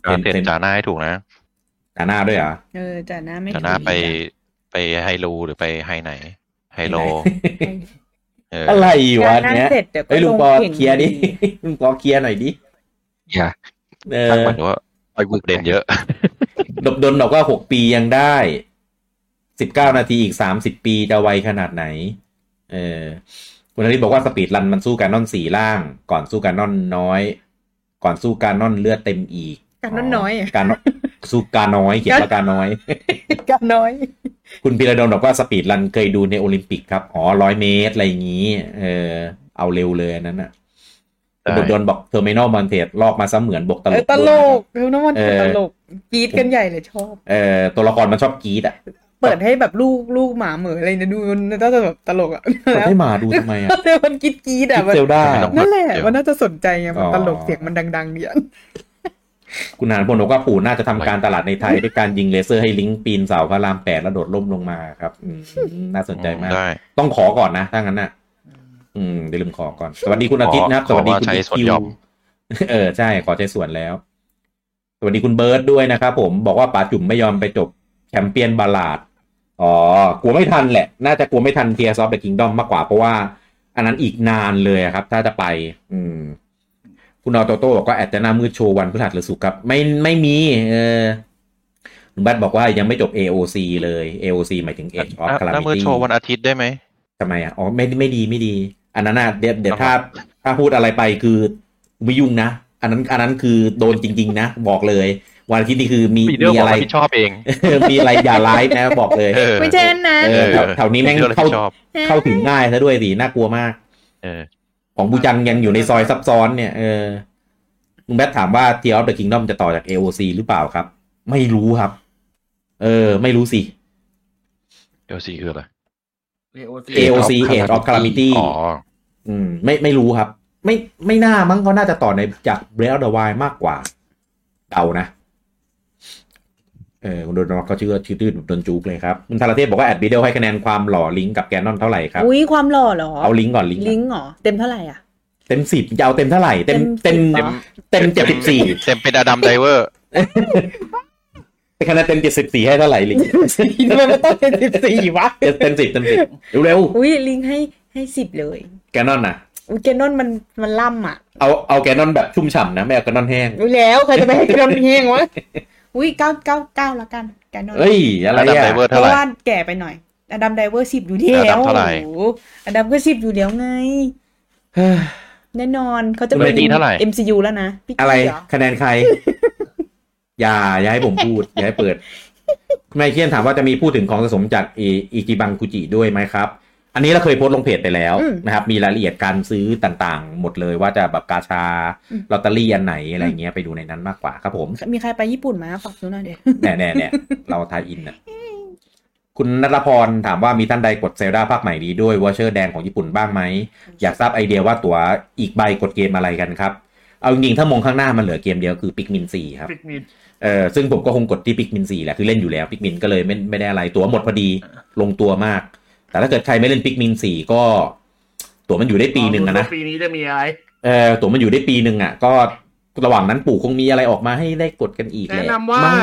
Speaker 3: เอ
Speaker 1: เซ็
Speaker 3: อน เซ็น
Speaker 1: เซ็น
Speaker 3: จาหน้าให้ถูกนะ
Speaker 1: จาหน้าด้วยเหรอ
Speaker 2: เออจ่าหน้าไม่
Speaker 3: จาหน้า
Speaker 2: ถูก
Speaker 3: ไปไปไฮโลหรือไปไฮไหน ไฮโลเออ
Speaker 1: อะไรอยู่วะ
Speaker 2: จ่าห
Speaker 1: เนี้
Speaker 2: น้าย เสร็จเดี๋ยวก็
Speaker 1: เฮ้ยลุงปอ
Speaker 2: ข่
Speaker 1: เคลียร์ดิ ลุงปอเคลียร์หน่อยดิ
Speaker 5: อย่า
Speaker 1: เออ
Speaker 3: ทักเหมือนว่า
Speaker 5: ไปบุก
Speaker 3: เด่นเยอะ
Speaker 1: ดบดนบอกว่าหกปียังได้ สิบเก้านาทีอีกสามสิบปีจะไวขนาดไหน เออคุณนริศบอกว่าสปีดรันมันสู้การนอนสี่ล่าง ก่อนสู้การนอนน้อย ก่อนสู้การนอนเลือดเต็มอีก
Speaker 2: กันน้อยๆอะ
Speaker 1: การนอน สุกา น้อยเขียนว่ากาน้อย
Speaker 2: กันน้อย
Speaker 1: คุณพีระดลบอกว่าสปีดรันเคยดูในโอลิมปิกครับ อ๋อร้อยเมตร อะไรอย่างนี้ เออ เอาเร็วเลยอันนั้นอ่ะ
Speaker 3: ใช่
Speaker 1: บุตรดนบอกเทอร์มินอลมอนเทสลอกมาซะเหมือนบกตล
Speaker 2: เออก ตล
Speaker 1: ด้วยนะครับ
Speaker 2: กคือน้ำมัน
Speaker 1: เออ
Speaker 2: ตลกกรีดกันใหญ่เลยชอบ
Speaker 1: เออตัวละครมันชอบกรีดอ่ะ
Speaker 2: เปิดให้แบบลูกลูกหมาเหมืออะไรเนี่ยดูมันน่าจะแบบตลกอ่ะ
Speaker 1: เปิดให้หมาดูทำไมอ่ะ
Speaker 2: แต่มันกรีดกรีดๆอ่ะ
Speaker 1: คิด
Speaker 2: มัน
Speaker 1: เซลดา
Speaker 3: ไม่ต้อง
Speaker 2: นั่นแหละ
Speaker 3: เดี๋ยว
Speaker 2: มันน่าจะสนใจไงมัน
Speaker 1: อ๋อ
Speaker 2: ตลกเสียงมันดังๆเนี่ย
Speaker 1: คุณหานพลบอกว่าปู่น่าจะทำการตลาดในไทย ด้วยการยิงเลเซอร์ให้ลิงก์ปีนเสาพระรามแปดแล้วโดดล่มลงมาครับอืมน่าสนใจมาก
Speaker 3: ได้
Speaker 1: ต้องขอก่อนนะ ถ้างั้นน่ะ อืมเดี๋ยวลืมขอก่อน สวัสดีคุณ
Speaker 3: ขอ
Speaker 1: อาทิตย์นะครับ สวัสดี
Speaker 3: ขอว่า
Speaker 1: คุณ
Speaker 3: ใช้
Speaker 1: อี
Speaker 3: ส่วน
Speaker 1: คิ
Speaker 3: ยว อม
Speaker 1: เออ ใช่ ขอใช้ส่วนแล้ว สวัสดีคุณเบิร์ดด้วยนะครับผม บอกว่าป๋าจุ๋มไม่ยอมไปจบแชมเปี้ยนบาลาด อ๋อ กลัวไม่ทันแหละ น่าจะกลัวไม่ทันเทียร์ซอฟต์เดอะคิงดอมมากกว่า เพราะว่า อันนั้นอีกนานเลยอะครับ ถ้าจะไป อืม คุณออโตโต้บอกว่าแอดจะหน้ามืดโชว์วันพฤหัสหรือสุกร์ครับ ไม่ไม่มี เออคุณบัตบอกว่ายังไม่จบ AOC เลย AOC หมายถึง Age of
Speaker 3: ห
Speaker 1: Calamity
Speaker 3: น้ามือโชว์วันอาทิตย์ได้ไหม
Speaker 1: ทำไมอ่ะ อ๋อ ไม่ ไม่ดี ไม่ดี อันนั้นอ่ะ เดี๋ยว เดี๋ยว ถ้า
Speaker 3: ครับ
Speaker 1: ถ้าพูดอะไรไปคือไม่ยุ่งนะ อันนั้น อันนั้นคือโดนจริง ๆ นะ บอกเลย วันอาทิตย์นี่คือมี
Speaker 3: ปีเดอร์
Speaker 1: มี
Speaker 3: บอ
Speaker 1: อะ
Speaker 3: ก
Speaker 1: ไร
Speaker 3: รับผิดชอบเอง
Speaker 1: มีอะไรอย่าไลฟ์นะ บอกเลย
Speaker 3: เออ
Speaker 2: ไม่ใช่อันนั้น
Speaker 1: เออแถวแถวนี้แม่ง
Speaker 3: ปีดอร์รับ
Speaker 1: เข้า
Speaker 3: ผิดชอบ
Speaker 1: เข้าถึงง่ายซะด้วยสิ น่ากลัวมาก
Speaker 3: เออ
Speaker 1: ของบูจังยังอยู่ในซอยซับซ้อนเนี่ย เออลุงแบทถามว่า t ทียร์เดอะคิงดอมจะต่อจาก AOC หรือเปล่าครับ ไม่รู้ครับ เออ ไม่รู้สิ
Speaker 3: AOC คืออะไร
Speaker 4: AOC
Speaker 1: AOC Age of Calamity
Speaker 3: อ๋อ
Speaker 1: อืมไม่ไม่รู้ครับ ไม่ไม่น่ามั้งเขาน่าจะต่อในจากเบรลเดอะไวมากกว่าเดานะ เออคุณโดนนเขาชื่อชื่อตื้อโดนจูกเลยครับคุณธารเทพบอกว่า แอดบิเดลให้คะแนนความหล่อลิงก์กับแกนนอนเท่าไหร่ครับ
Speaker 2: อุ้ยความหล่อเหรอ
Speaker 1: เอาลิงก์ก่อนลิงก์ก่
Speaker 2: ลิ
Speaker 1: อน
Speaker 2: งก์เหรอเต็มเท่าไหร่อ่ะ
Speaker 1: เต็มสิบจะเอาเต็มเท่าไหร่ เต็ม
Speaker 2: เต็
Speaker 1: เต็ม
Speaker 2: ม
Speaker 1: เต็มเจ็ดสิบสี่
Speaker 3: เต็มเป็นอดัมไดเวอร์
Speaker 1: แต่คะแนนเต็มเจ็ดสิบสี่ให้เท่าไหร่ ลิงก์
Speaker 2: ทำไมมันต้องเป็นสิบสี่วะ
Speaker 1: เต็มสิบเต็มสิบเร็ว
Speaker 2: อุ้ยลิงก์ให้ให้สิบเลย
Speaker 1: ๆแกนนอนนะ
Speaker 2: อุ้ยแกนนอนมันมันล่ำอ่ะ
Speaker 1: เอาเอาแกนนอนแบบชุ่มฉ่ำนะไม่เอาแกนนอนแห้ง
Speaker 2: รู้แล้วใครจะไปให้แกนอนเฮงวะ อุ้ยเก้าเก้าเก้าละกันแกนอน
Speaker 1: เอ้ยอะไร
Speaker 3: อดัม
Speaker 1: อ่ะ
Speaker 3: ไดเวอร์
Speaker 2: เพ
Speaker 3: เท่าไห
Speaker 2: ราะ
Speaker 3: ร่
Speaker 2: ว่าแก่ไปหน่อย อดัมไดเวอร์สิบอยู่แล้ว
Speaker 3: อดัมเท่าไหร่
Speaker 2: โอ้โอดัมก็สิบอยู่แล้ว ไง
Speaker 1: เฮ้ย
Speaker 2: แน่นอนเขาจะ
Speaker 1: คุณ
Speaker 2: เป็น
Speaker 1: เบนนี่เท่าไหร่
Speaker 2: MCU แล้วนะพี่
Speaker 1: อะไร
Speaker 2: กี้เห
Speaker 1: คะแนนใคร อย่าอย่าให้ผมพูด อย่าให้เปิดคุณไมเคียนถามว่าจะมีพูดถึงของสะสมจากอีอีจิบังคุจิด้วยไหมครับ อันนี้เราเคยโพสต์ลงเพจไปแล้วนะครับ มีรายละเอียดการซื้อต่างๆ หมดเลยว่าจะแบบกาชาลอตเตอรี่อันไหนอะไรเงี้ยไปดูในนั้นมากกว่าครับผม
Speaker 2: มีใครไปญี่ปุ่นมาฝากดูหน่อยเดี๋ยว
Speaker 1: แน่แน่แน่เราทายอินน่ะคุณนัทพรถามว่ามีท่านใดกดเซลดาภาคใหม่นี้ด้วยวอเชอร์แดงของญี่ปุ่นบ้างไหม อยากทราบไอเดียว่าตั๋วอีกใบกดเกมอะไรกันครับ เอาจริงๆถ้ามองข้างหน้ามันเหลือเกมเดียวคือปิกมินสี่ครับ
Speaker 4: ปิกนิด
Speaker 1: เออซึ่งผมก็คงกดที่ปิกมินสี่แหละ คือเล่นอยู่แล้วปิกมินก็เลยไม่ไม่ได้อะไร ตั๋วหมดพอดีลงตัวมาก แต่ถ้าเกิดใครไม่เล่นปิกมินสี่ก็ ตั๋วมันอยู่ได้ปีหนึ่งอะนะ
Speaker 4: ปีนี้จะมีอะไร
Speaker 1: เออตั๋วมันอยู่ได้ปีหนึ่งอ่ะ ก็ระหว่างนั้นปู่คงมีอะไรออกมาให้ได้กดกันอีกแหละ
Speaker 4: แนะนำว่า
Speaker 1: มั้ง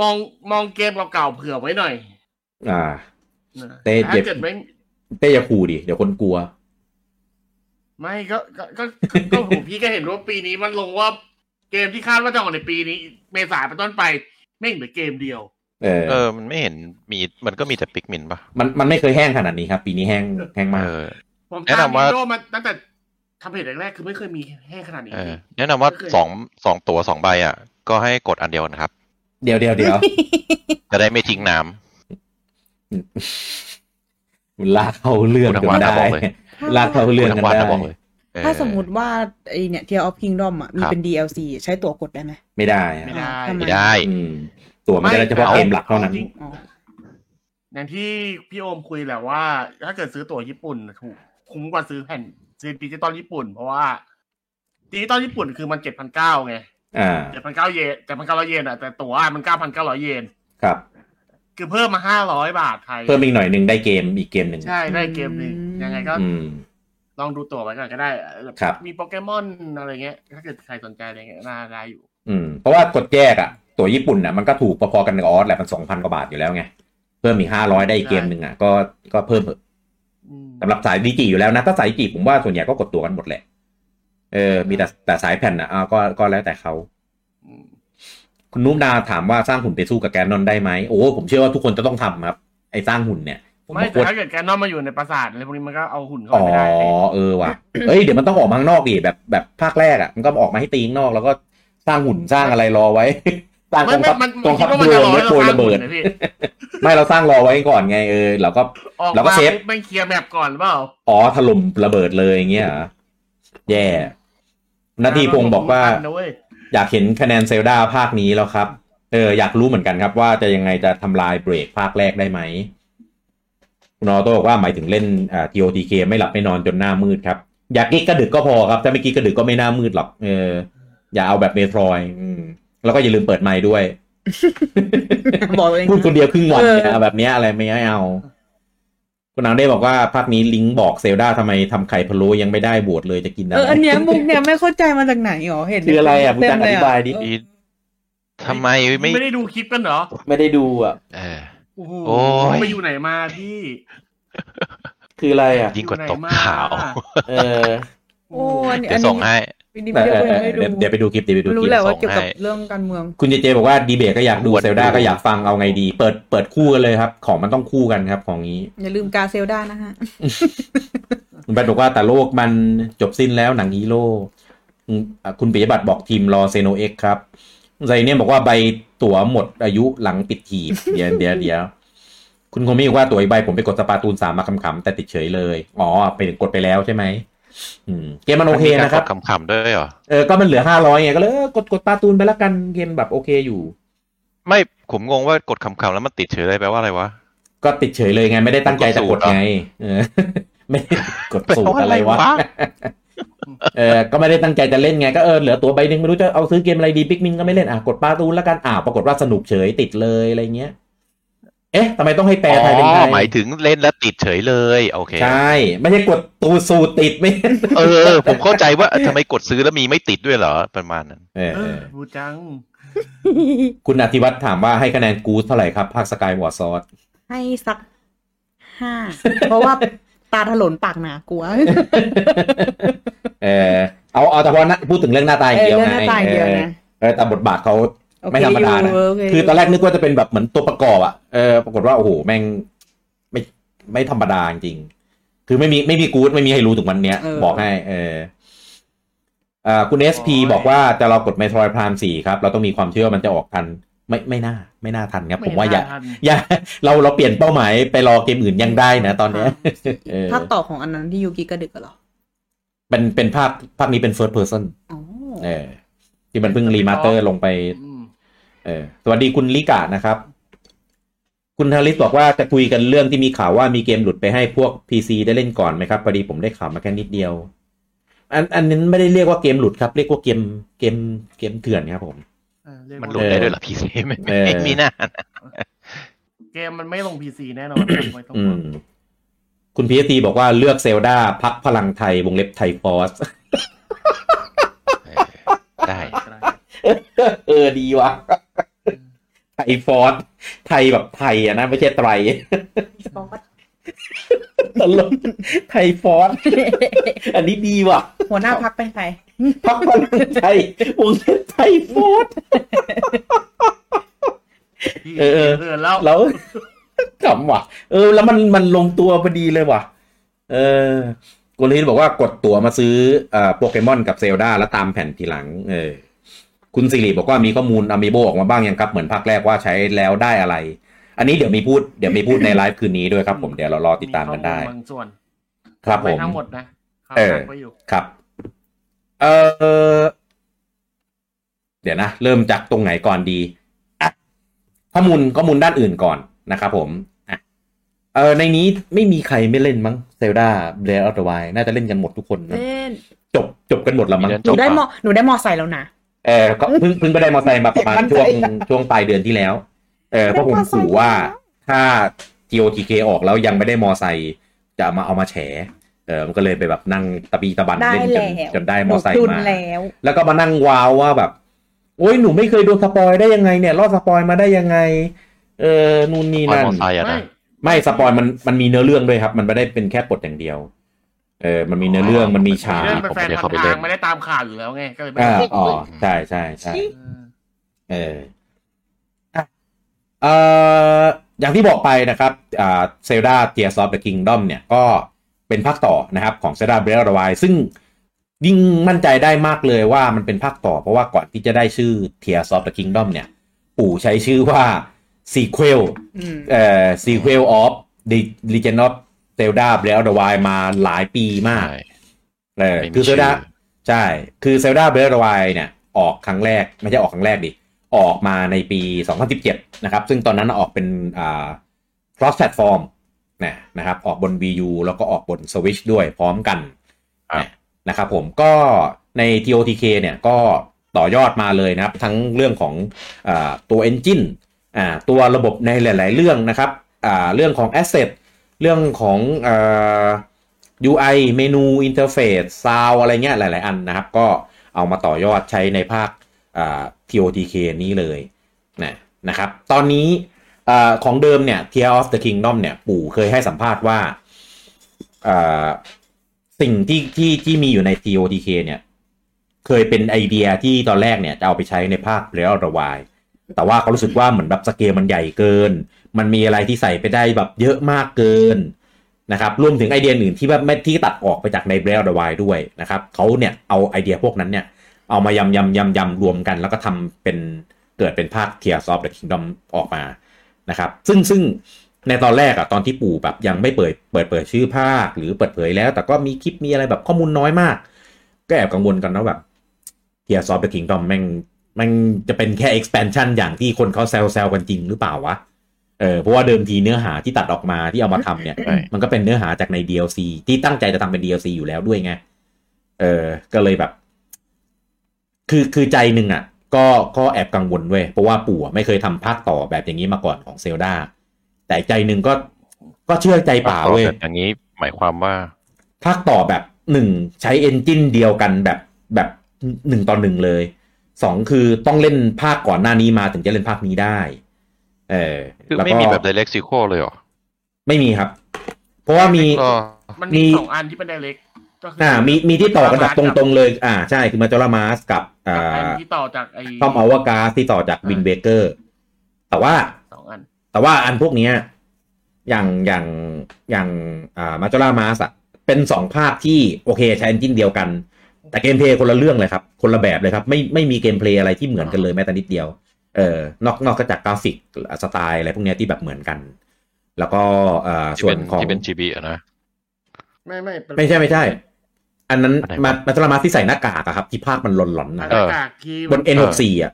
Speaker 4: มองมองเกมเก่าๆเผื่อไว้หน่อย
Speaker 1: อ่า
Speaker 4: นะ
Speaker 1: แต่
Speaker 4: ถ้า
Speaker 1: เดี๋ยว
Speaker 4: เกิดไม่
Speaker 1: เต้อยาคูดิเดี๋ยวคนกลัว
Speaker 4: ไม่ก็ก็ก็ก็ก็ผมพี่ก็เห็นว่าปีนี้มันลงว่าเกมที่คาดว่าจะออกในปีนี้ เมษาเป็นต้นไปไม่งเหลือเกมเดียว
Speaker 1: เออ
Speaker 3: เออ มันไม่เห็นมี มันก็มีแต่ปิกมินปะ
Speaker 1: มันมันไม่เคยแห้งขนาดนี้ครับ ปีนี้แห้งแห้งมาก
Speaker 3: เออ
Speaker 4: ผม
Speaker 3: แนะ
Speaker 4: ตาม
Speaker 3: นำว่า
Speaker 4: นิโดมาตั้งแต่ทำเพจแรกๆคือไม่เคยมีแห้งขนาดนี้
Speaker 3: เออ แนะนำว่า
Speaker 4: ก็คือ
Speaker 3: สองสองตั๋วสองใบอ่ะ ก็ให้กดอันเดียวนะครับ
Speaker 1: เดี๋ยวเดี๋ยวเดี๋ยว
Speaker 3: จะได้ไม่ทิ้งน้
Speaker 1: ลากเข้าเรื่องกันได้
Speaker 3: คุณทางวาดนะบอกเลย
Speaker 1: ลากเข้า
Speaker 3: ำ
Speaker 1: เรื่อง
Speaker 3: ทั้
Speaker 1: กัน
Speaker 3: งวัน
Speaker 1: ได้
Speaker 3: นะบอกเลยเออ
Speaker 2: ถ้าสมมติว่าไอเนี่ย Tear of Kingdom อ่ะมี
Speaker 3: ครับ
Speaker 2: เป็น DLC ใช้ตั๋วกดได้ไหม
Speaker 1: ไม่ได้อะ
Speaker 4: ไม่ได้
Speaker 2: อ่าทำ
Speaker 3: ไม่ได้
Speaker 1: อืมตัวมันจะได้เฉพาะเกมหลักเท่านั้น
Speaker 4: อจริง
Speaker 2: อ๋อ
Speaker 4: อย่างที่พี่โอมคุยแหละว่า ถ้าเกิดซื้อตั๋วญี่ปุ่นถูกคุ้มกว่าซื้อแผ่นซีดิจิตอลญี่ปุ่น เพราะว่าดิจิตอลญี่ปุ่นคือมันเจ็ดพันเก้าไง
Speaker 1: อ่า
Speaker 4: เจ็ดพันเก้าเยนเจ็ดพันเก้าร้อยเยนอ่ะแต่ตั๋วอะมันเก้าพันเก้าร้อยเยน
Speaker 1: ครับ
Speaker 4: คือเพิ่มมาห้าร้อยบาทไทย
Speaker 1: เพิ่มอีกหน่อยหนึ่งได้เกมอีกเกมหนึ่ง
Speaker 4: ใช่ได้เกมหนึ่ง
Speaker 2: อืม
Speaker 4: ยังไงก็
Speaker 1: อืม
Speaker 4: ลองดูตั๋วไว้ก่อนก็ได้เอ่อ
Speaker 1: ครับ
Speaker 4: มีโปเกมอนอะไรเงี้ย ถ้าเกิดใครสนใจอะไรเงี้ยน่าได้อยู่
Speaker 1: อืม เพราะว่ากดแยกอะตัวญี่ปุ่นอะมันก็ถูกพอๆกันกับออสแหละมันสองพันกว่าบาทอยู่แล้วไง เพิ่มอีกห้าร้อยได้อีกเกมหนึ่งอะก็ก็เพิ่มเถอะ
Speaker 4: อืม
Speaker 1: สำหรับสายดิจิอยู่แล้วนะถ้าสายดิจิผมว่าส่วนใหญ่ก็กดตัวกันหมดแหละเออมีแต่แต่สายแผ่นนะอ้าวก็ก็แล้วแต่เขา
Speaker 4: อืม
Speaker 1: คุณนุ่มนาถามว่าสร้างหุ่นไปสู้กับแกนนอนได้ไหมโอ้ผมเชื่อว่าทุกคนจะต้องทำครับ ไอ้สร้างหุ่นเนี่ยผม
Speaker 4: ไม่
Speaker 1: ว่าโค
Speaker 4: แต่
Speaker 1: ตร
Speaker 4: ถ้าเกิดแกนนอนมาอยู่ในปราสาทอะไรพวกนี้มันก็เอาหุ่นเข้า
Speaker 1: อ๋อ
Speaker 4: ไปไม่ได้เลย
Speaker 1: เออว่ะเอ้ยเดี๋ยวมันต้องออกมาข้างนอกดิแบบแบบภาคแรกอ่ะมันก็ออกมาให้ตีข้างนอกแล้วก็สร้างหุ่นสร้างอะไรรอไว้ สร้างก
Speaker 4: ไม่
Speaker 1: อง
Speaker 4: ไม่
Speaker 1: ทัพ
Speaker 4: มัน
Speaker 1: กองทัพ
Speaker 4: คิดว่ามั
Speaker 1: เรื
Speaker 4: น
Speaker 1: อ
Speaker 4: จะรอ
Speaker 1: ไม่
Speaker 4: ให้เรา
Speaker 1: โปรย
Speaker 4: สร้าง
Speaker 1: ระเบิด
Speaker 4: หมื่นนะพี่
Speaker 1: ไม่เราสร้างรอไว้ก่อนไงเออเราก็
Speaker 4: ออก
Speaker 1: เราก็
Speaker 4: มา
Speaker 1: เซฟ
Speaker 4: ปุ๊บไม่เคลียร์แมปก่อนหรือเปล่า
Speaker 1: อ๋อถล่มระเบิดเลยอย่างเงี้ยเหรอแย่นาทีพงศ์บอกว่า
Speaker 4: เรต้องรู้ทันนะเว้ย
Speaker 1: อยากเห็นคะแนนเซลดาภาคนี้แล้วครับ เอออยากรู้เหมือนกันครับว่าจะยังไงจะทำลายเบรกภาคแรกได้ไหมคุณออโต้บอกว่าหมายถึงเล่นอ่า TOTK ไม่หลับไม่นอนจนหน้ามืดครับ อยากกิ๊กกระดึกก็พอครับ ถ้าไม่กิ๊กกระดึกก็ไม่หน้ามืดหรอกเอออย่าเอาแบบเมโทรยอืมแล้วก็อย่าลืมเปิดไมค์ด้วย
Speaker 2: บอกเลย
Speaker 1: พูดคน
Speaker 2: นะ
Speaker 1: เดียวครึ่งวันเนี่ย
Speaker 2: เออ
Speaker 1: แบบเนี้ยอะไรไม่เอา คุณนังได้บอกว่าภาคนี้ลิงก์บอกเซลดาทำไมทำไข่พะโล้ยังไม่ได้บวชเลยจะกินอะ
Speaker 2: เออ
Speaker 1: ไร
Speaker 2: อันเนี้ยมุกเนี้ยไม่เข้าใจมาจากไหนหรอเห็น
Speaker 1: คืออะไรอ่ะ
Speaker 2: เต็ม
Speaker 1: มึงจะอธิบายดิ
Speaker 2: เล
Speaker 3: อี
Speaker 2: อะ
Speaker 3: ทำไมไม่
Speaker 4: ไม่ได้ดูคลิปกันเหรอ
Speaker 1: ไม่ได้ดูอ่ะ
Speaker 3: เออ
Speaker 4: โอ้โห
Speaker 3: โอ้ย
Speaker 4: ไปอยู่ไหนมาพี่
Speaker 1: คืออะไรอ่ะ
Speaker 3: ยิ่งกว่าตกข่าว
Speaker 1: เออ
Speaker 2: โอ้อันนี้
Speaker 3: เดี๋ยวส่งให้
Speaker 2: อันนี้เดียวก็ยังไม่ดู
Speaker 1: เดี๋ยวเดี๋ยวไปดูคลิปเดี๋ยวไปดูค
Speaker 2: รู้
Speaker 1: ลิป
Speaker 2: แหละ
Speaker 3: ส่ง
Speaker 2: ว่าเกี่ยวกับ
Speaker 3: ให้
Speaker 2: เรื่องการเมือง
Speaker 1: คุณเจเจบอกว่าดีเบตก็อยากดู
Speaker 3: บวช
Speaker 1: เซลดา
Speaker 3: ดู
Speaker 1: ก็อยากฟังเอาไงดี เปิดเปิดคู่กันเลยครับ ของมันต้องคู่กันครับ ของนี้
Speaker 2: อย่าลืมกาเซลด้านะฮะ
Speaker 1: คุณแบทบอกว่าแต่โลกมันจบสิ้นแล้วหนังฮีโร่อืมอ่ะคุณปิยบัตรบอกทีมรอเซโนเอ็กครับไซเนี่ยบอกว่าใบตั๋วหมดอายุหลังปิดหีบ เดี๋ยวเดี๋ยวเดี๋ยวคุณคงไม่บอกว่าตั๋วอีกใบผมไปกดสปาตูนสามมาขำๆแต่ติดเฉยเลยอ๋อไปกดไปแล้วใช่ไหมอืมเกมมันโอเคนะครับ
Speaker 3: มีกากดขำๆด้วยเหรอ
Speaker 1: เออก็มันเหลือห้าร้อยไงก็เลยเออกดกดปาตูนไปละกันเกมแบบโอเคอยู่
Speaker 3: ไม่ผมงงว่ากดขำๆแล้วมันติดเฉยเลยแปลว่าอะไรวะ
Speaker 1: ก็ติดเฉยเลยไง ไม่ได้ตั้งใจจะกดไงเอ อไม่ได้กดสูตรอะไรวะ
Speaker 3: แปลว่าอะไร
Speaker 1: เออก็ไม่ได้ตั้งใจจะเล่นไงก็เออเหลือตัวใบหนึ่งไม่รู้จะเอาซื้อเกมอะไรดีปิกมินก็ไม่เล่นอ่ะกดปาตูนแล้วกันอ่าวปรากฏว่าสนุกเฉยติดเลยอะไรเงี้ย เอ๊ะทำไมต้องให้แปลไทยเป็นไท
Speaker 3: หมาย ยถึงเล่นแล้วติดเฉยเลย โอเค
Speaker 1: ใช่ไม่ใช่กดตูสูตรติดไม่
Speaker 3: เออ ผมเข้าใจว่าทำไมกดซื้อแล้วมีไม่ติดด้วยเหรอประมาณนั้น
Speaker 1: เออ
Speaker 4: เอ
Speaker 1: เอ
Speaker 4: อ
Speaker 1: อ
Speaker 4: บูจัง
Speaker 1: คุณอธิวัฒน์ถามว่าให้คะแนนกูสเท่าไหร่ครับภาคสกายวอร์ซอส
Speaker 2: ให้สักห้า เพราะว่าตาถลนปากหนากลั ว
Speaker 1: เออเอาเอาเฉพาะหน้าพูดถึงเรื่องหน้าตาอย่างเดียว
Speaker 2: เออ
Speaker 1: นะ
Speaker 2: เรื่องหน้าตาอย่างเดียวนะ
Speaker 1: เออแต่บทบาทเขา
Speaker 2: โอเค
Speaker 1: ไม่ธรรมดานะ
Speaker 2: ยู่โเ
Speaker 1: คือตอนแรกนึกว่าจะเป็นแบบเหมือนตัวประกอบอะเออปรากฏว่าโอ้โหแม่งไม่ไม่ธรรมดาจริงๆคือไม่มีไม่มีกู๊ดไม่มีให้รู้ถึงวันเนี้ย
Speaker 2: เออ
Speaker 1: บอกให้ เอออ่าคุณเอสพี
Speaker 4: โอ้ย
Speaker 1: บอกว่าจะเรากด Metroid Prime 4 ครับ เราต้องมีความเชื่อว่ามันจะออกทัน ไม่ไม่น่า ไม่น่าทันครับ ผมว่าอย่า
Speaker 4: ไน่ทัน
Speaker 1: อย่า เราเราเปลี่ยนเป้าหมายไปรอเกมอื่นยังได้นะตอนเนี้ยเออ
Speaker 2: ภาคต่อของอันนั้นที่ยูกิกระดึกอะเหรอ
Speaker 1: เป็นเป็นภาคภาคนี้เป็น first person
Speaker 2: อ๋อ
Speaker 1: เออ ที่มันเพิ่งรีมาสเตอร์ลงไป
Speaker 4: อืม
Speaker 1: เออสวัสดีคุณลิกะนะครับ คุณฮาริสบอกว่าจะคุยกันเรื่องที่มีข่าวว่ามีเกมหลุดไปให้พวก PC ได้เล่นก่อนไหมครับพอดีผมได้ข่าวมาแค่นิดเดียว อันอันนั้นไม่ได้เรียกว่าเกมหลุดครับ เรียกว่าเกมเกมเกมเถื่อนครับผม
Speaker 4: เออเรียกว่า
Speaker 3: มันหลุดได้ด้วยเหรอพีซีไม่
Speaker 1: เออ
Speaker 3: ไม่มีหน้า
Speaker 4: เกมมันไม่ลงพีซีแน่นอนไม่ต้อง
Speaker 1: อื
Speaker 4: ห่วง
Speaker 1: ม คุณพีเอตีบอกว่าเลือกเซลดาพักพลังไทยวงเล็บไทยฟอส
Speaker 3: ได้
Speaker 4: ก็ได้
Speaker 1: เออดีวะไทยฟอสไทยแบบไทยอะนะ ไม่ใช่ไตร
Speaker 2: ฟอส
Speaker 1: ตลกไทยฟอสอันนี้ดีว่ะ
Speaker 2: หัวหน้าพักเป็นใคร
Speaker 1: พักพลังใจวงเล็บไทยฟอส
Speaker 4: พี่
Speaker 1: เออเออ
Speaker 4: เออแล้ว
Speaker 1: แล้วขำว่ะ เออ แล้วมันมันลงตัวพอดีเลยว่ะ เออกุลฮิตบอกว่ากดตั๋วมาซื้อเอ่อโปเกมอนกับเซลดาแล้วตามแผ่นทีหลัง เออ คุณสิริบอกว่ามีข้อมูลอ m ม i โบออกมาบ้างยังครับ เหมือนภาคแรกว่าใช้แล้วได้อะไร อันนี้เดี๋ยวมีพูดเดี๋ยวมีพูดในไลฟ์คืนนี้ด้วยครับผมเดี๋ยวเรารอติดตามกันได้
Speaker 4: ข้อมูลบางส่วน
Speaker 1: ครับผม
Speaker 4: ไทั้งหมดนะ
Speaker 1: เออ
Speaker 4: ไปอยู่
Speaker 1: ครับ เออเดี๋ยวนะ เริ่มจากตรงไหนก่อนดีอ่ะข้อมูลข้อมูลด้านอื่นก่อนนะครับผมอ่ะเออในนี้ไม่มีใครไม่เล่นมั้งเซลดาเบรออตไวน่าจะเล่นกันหมดทุกคนนะ
Speaker 2: เล่น
Speaker 1: จบจบกันหมดแล้วมั้ง
Speaker 3: มีเล่น
Speaker 2: ห
Speaker 3: จ
Speaker 2: นู
Speaker 3: บ
Speaker 2: ได้มอหนูได้มอไซค์แล้วนะ
Speaker 1: เออก็เพิ่งเพิ่งไปได้มอเตอร์ไซค์มาประมาณ
Speaker 2: เด็กมัน
Speaker 1: ช่วง
Speaker 2: ใจ
Speaker 1: ช่วงปลายเดือนที่แล้ว เออเพราะผมขู่ว่าถ้า GOTK ออกแล้วยังไม่ได้มอไซค์จะเอามาเอามาแฉเออมันก็เลยไปแบบนั่งตะบีตะบันเล่นจน
Speaker 2: ได้แล้ว
Speaker 1: จนได้มอไซ
Speaker 2: หนู
Speaker 1: ค์
Speaker 2: น
Speaker 1: มา
Speaker 2: แล้ว
Speaker 1: แล้วก็มานั่งว้าวว่าแบบ โอ้ยหนูไม่เคยโดนสปอยได้ยังไงเนี่ยรอดสปอยมาได้ยังไง เออนู่นนี่
Speaker 3: ปล่อย
Speaker 1: นั่น
Speaker 3: มอไซค์อะ
Speaker 4: ไม่
Speaker 3: นะ
Speaker 1: ไม่สปอยมันมันมีเนื้อเรื่องด้วยครับ มันไม่ได้เป็นแค่ปลดอย่างเดียว เออ มันมีเนื้อเรื่องมันมีฉาก
Speaker 4: เล่นเป็
Speaker 3: ผ
Speaker 4: น
Speaker 3: ม
Speaker 4: แฟ
Speaker 3: ไม่
Speaker 4: น
Speaker 3: ได้
Speaker 4: พั
Speaker 3: เข้าน ไปเล่
Speaker 4: ธุ์ทาน งไม่ได้ตามข่าวอยู่แล้วไงก็เลยไม่
Speaker 1: อ่า
Speaker 4: ได้
Speaker 1: อ๋อใช่ใช่ใช่
Speaker 4: เออ
Speaker 1: เออ เอ่ออย่างที่บอกไปนะครับเซลดาเทียร์ซอฟต์เดอะคิงดอมเนี่ยก็เป็นภาคต่อนะครับของเซลดาเบรลวายซึ่งยิ่งมั่นใจได้มากเลยว่ามันเป็นภาคต่อ เพราะว่าก่อนที่จะได้ชื่อเทียร์ซอฟต์เดอะคิงดอมเนี่ย ปู่ใช้ชื่อว่า Sequel
Speaker 2: อืม
Speaker 1: เอ่อ Sequel of the Legend of Zelda Breath of the Wild มาหลายปีมาก
Speaker 3: ใช่
Speaker 1: เออ
Speaker 3: ไม่มี
Speaker 1: คือเซลดา
Speaker 3: ชื่อ
Speaker 1: ใช่ คือเซลดาเบลร์วายเนี่ย ออกครั้งแรก ไม่ใช่ออกครั้งแรกดิ ออกมาในปี 2017 นะครับ ซึ่งตอนนั้นออกเป็นอ่า cross platform นะนะครับ ออกบน Wii U แล้วก็ออกบน Switch ด้วยพร้อมกัน
Speaker 3: ครับ
Speaker 1: นะครับผมก็ใน TOTK เนี่ยก็ต่อยอดมาเลยนะครับ ทั้งเรื่องของอาตัว Engine อ่าตัวระบบในหลาย ๆ เรื่องนะครับอ่าเรื่องของ Asset เรื่องของเอ่อ UI เมนู Interface Sound อะไรเงี้ยหลาย ๆ อันนะครับ ก็เอามาต่อยอดใช้ในภาคอ่า TOTK นี้เลยนะนะครับ ตอนนี้อ่าของเดิมเนี่ย Tear of the Kingdom เนี่ย ปู่เคยให้สัมภาษณ์ว่าอ่าสิ่งที่ที่ที่มีอยู่ใน TOTK เนี่ย เคยเป็นไอเดียที่ตอนแรกเนี่ย จะเอาไปใช้ในภาค Real r e w i l แต่ว่าเขารู้สึกว่าเหมือนแบบสเกลมันใหญ่เกิน มันมีอะไรที่ใส่ไปได้แบบเยอะมากเกินนะครับรวมถึงไอเดียอื่นที่แบบไม่ที่ตัดออกไปจากในเบรลดวายด้วยนะครับเขาเนี่ยเอาไอเดียพวกนั้นเนี่ย เอามายำยำยำยำรวมกัน แล้วก็ทำเป็นเกิดเป็นภาคเทียร์ซอฟต์เดอะคิงดอมออกมานะครับซึ่งซึ่งในตอนแรกอะตอนที่ปู่แบบยังไม่เปิดเปิดเปิดชื่อภาค หรือเปิดเผยแล้ว แต่ก็มีคลิปมีอะไรแบบข้อมูลน้อยมาก ก็แอบกังวลกันนะแบบเทียร์ซอฟต์เดอะคิงดอมแม่ง มันจะเป็นแค่ expansion อย่างที่คนเขาแซวๆกันจริงหรือเปล่าวะ เออเพราะว่าเดิมทีเนื้อหาที่ตัดออกมาที่เอามาทำเนี่ย
Speaker 3: ใช่
Speaker 1: มันก็เป็นเนื้อหาจากใน DLC ที่ตั้งใจจะทำเป็น DLC อยู่แล้วด้วยไง เออ ก็เลยแบบ คือคือใจหนึ่งอ่ะ ก็ก็แอบกังวลเว้ย เพราะว่าปู่อะไม่เคยทำภาคต่อแบบอย่างนี้มาก่อนของเซลดา แต่ใจหนึ่งก็ก็เชื่อใจป่า
Speaker 3: ต่อ
Speaker 1: เว้ย
Speaker 3: แบบอย่างนี้หมายความว่า
Speaker 1: ภาคต่อแบบหนึ่งใช้เอนจินเดียวกันแบบแบบหนึ่งต่อหนึ่งเลยสองคือต้องเล่นภาคก่อนหน้านี้มาถึงจะเล่นภาคนี้ได้ เออ
Speaker 3: คือ
Speaker 1: ล้วก็
Speaker 3: ไม่มีแบบ direct sequel เลยเหรอ
Speaker 1: ไม่มีครับ เพราะว่ามี
Speaker 3: ก็
Speaker 4: มัน
Speaker 1: มี
Speaker 4: มีสองอันที่เป็นไดเรกก็คื
Speaker 1: อ่ามีมีที่ต่อกันแบบตรงๆเลย อ่าใช่คือมาจอรามาสกับอ่
Speaker 4: กับอันา ที่ต่อจากไอ้
Speaker 1: ทอมอวกาสที่ต่อจากวินเบเกอร์ แต่ว่า
Speaker 4: สองอัน
Speaker 1: แต่ว่าอันพวกเนี้ยอย่างอย่างอย่างอ่ามาจอรามาสอะเป็นสองภาคที่โอเคใช้เอนจินเดียวกัน แต่เกมเพลย์คนละเรื่องเลยครับ คนละแบบเลยครับ ไม่ไม่มีเกมเพลย์อะไรที่เหมือนกันเลยแม้แต่นิดเดียว เออนอกนอกจากกราฟิกสไตล์อะไรพวกเนี้ยที่แบบเหมือนกัน แล้วก็เอ่อ
Speaker 3: ที่
Speaker 1: ส่ว
Speaker 3: เป็น น
Speaker 1: ของ
Speaker 3: ที่เป็น GB อะนะ
Speaker 4: ไม่ไม่เป็น
Speaker 1: ไม่ใช่ไม่ใช่ อันนั้น
Speaker 3: อันไหน
Speaker 1: มาว
Speaker 3: ะ
Speaker 1: มาจอรามาสที่ใส่หน้ากากอะครับ ที่ภาคมันหลอนๆนะ
Speaker 4: ห
Speaker 3: เอ
Speaker 4: น้า
Speaker 3: อ
Speaker 4: กากที่
Speaker 1: บน N64 อ่ะ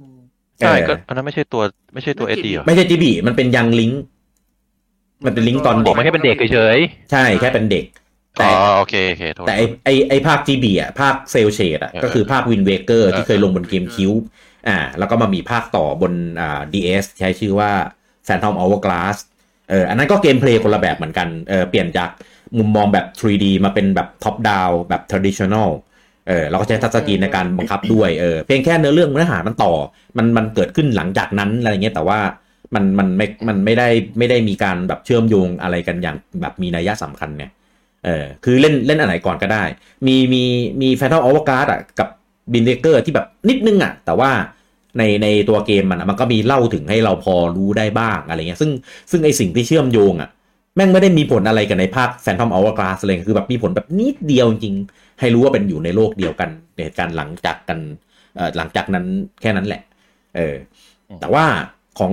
Speaker 4: อืม
Speaker 3: ใช่
Speaker 1: เออ
Speaker 3: ก็อันนั้นไม่ใช่ตัวไม่ใช่ตัว
Speaker 4: ไม่
Speaker 3: SD เหรอ
Speaker 1: ไม่ใช่จีบีมันเป็นยังลิงก์มันเป็นลิงก์ตอน
Speaker 3: บอ
Speaker 1: เด็
Speaker 3: ก
Speaker 1: ก
Speaker 3: มันแค่เป็นเด็กเฉย
Speaker 1: ใช่แค่เป็นเด็ก
Speaker 3: ๆอ๋อโอเคโอเคโทษ
Speaker 1: แต่ไอไอไอภาคจีบีอ่ะภาคเซลเชดอ่ะ
Speaker 3: เออ
Speaker 1: ก็คือภาควินเวเกอร์
Speaker 3: เออ
Speaker 1: ที่เคยลงบนเกมคิวบ์อ่า แล้วก็มามีภาคต่อบนอ่าดีเอสใช้ชื่อว่าแฟนทอมอเวอร์กลาสเอออันนั้นก็เกมเพลย์คนละแบบเหมือนกันเออเปลี่ยนจากมุมมองแบบ 3D มาเป็นแบบท็อปดาวแบบ traditional เออเราก็ใช้ทัชสกรีนในการบังคับด้วยเออเพียงแค่เนื้อเรื่องเนื้อหามันต่อ มันมันเกิดขึ้นหลังจากนั้นอะไรเงี้ยแต่ว่ามันมันไม่มันไม่ได้ไม่ได้มีการแบบเชื่อมโยงอะไรกันอย่างแบบมีนัยสำคัญเนี่ย เออคือเล่นเล่นอันไหนก่อนก็ได้ มีมีมีแฟนทอมอวกาศอ่ะกับบินเดเกอร์ที่แบบนิดนึงอ่ะ แต่ว่าในในตัวเกมมันอะมันก็มีเล่าถึงให้เราพอรู้ได้บ้างอะไรเงี้ยซึ่งซึ่งไอสิ่งที่เชื่อมโยงอ่ะ แม่งไม่ได้มีผลอะไรกันในภาคแฟนทอมอวกาศเลยคือแบบมีผลแบบนิดเดียวจริง ให้รู้ว่าเป็นอยู่ในโลกเดียวกันในเหตุการณ์หลังจากกันเอ่อหลังจากนั้นแค่นั้นแหละ เออ
Speaker 3: อืม
Speaker 1: แต่ว่าของ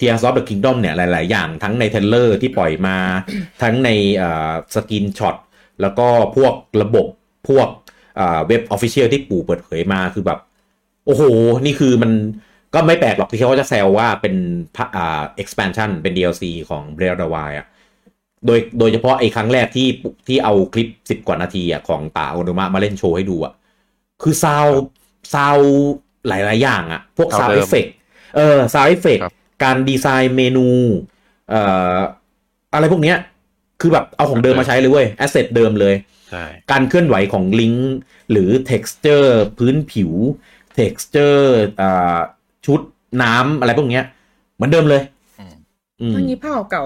Speaker 1: Tears of the Kingdom เนี่ย หลาย ๆ อย่างทั้งในเทรลเลอร์ที่ปล่อยมา ทั้งในสกินช็อตแล้วก็พวกระบบพวกเว็บออฟฟิเชียลที่ปู่เปิดเผยมาคือแบบ โอ้โห นี่คือมันก็ไม่แปลกหรอกที่เขาจะแซวว่าเป็นพะอ่า expansion เป็น DLC ของ b r e a t h of the Wild อะโดยโดยเฉพาะไอ้ครั้งแรกที่ปุที่เอาคลิป 10 กว่านาทีอะของตาโอโนมะมาเล่นโชว์ให้ดูอะคือซาวซาวหลาย ๆ อย่างอะพวกซาวเอฟเฟกเออซาวเอฟเฟก
Speaker 3: ครับ
Speaker 1: การดีไซน์เมนูเอ่ออะไรพวกเนี้ย คือแบบเอาของเดิมมาใช้เลยเว้ยแอสเซทเดิมเลย
Speaker 3: ใช่
Speaker 1: การเคลื่อนไหวของลิงก์หรือ texture พื้นผิว texture อ่าชุดน้ำอะไรพวกเนี้ย เหมือนเดิมเลย
Speaker 3: อืม
Speaker 1: อืม
Speaker 2: ทั้งนี้ภาคเก่า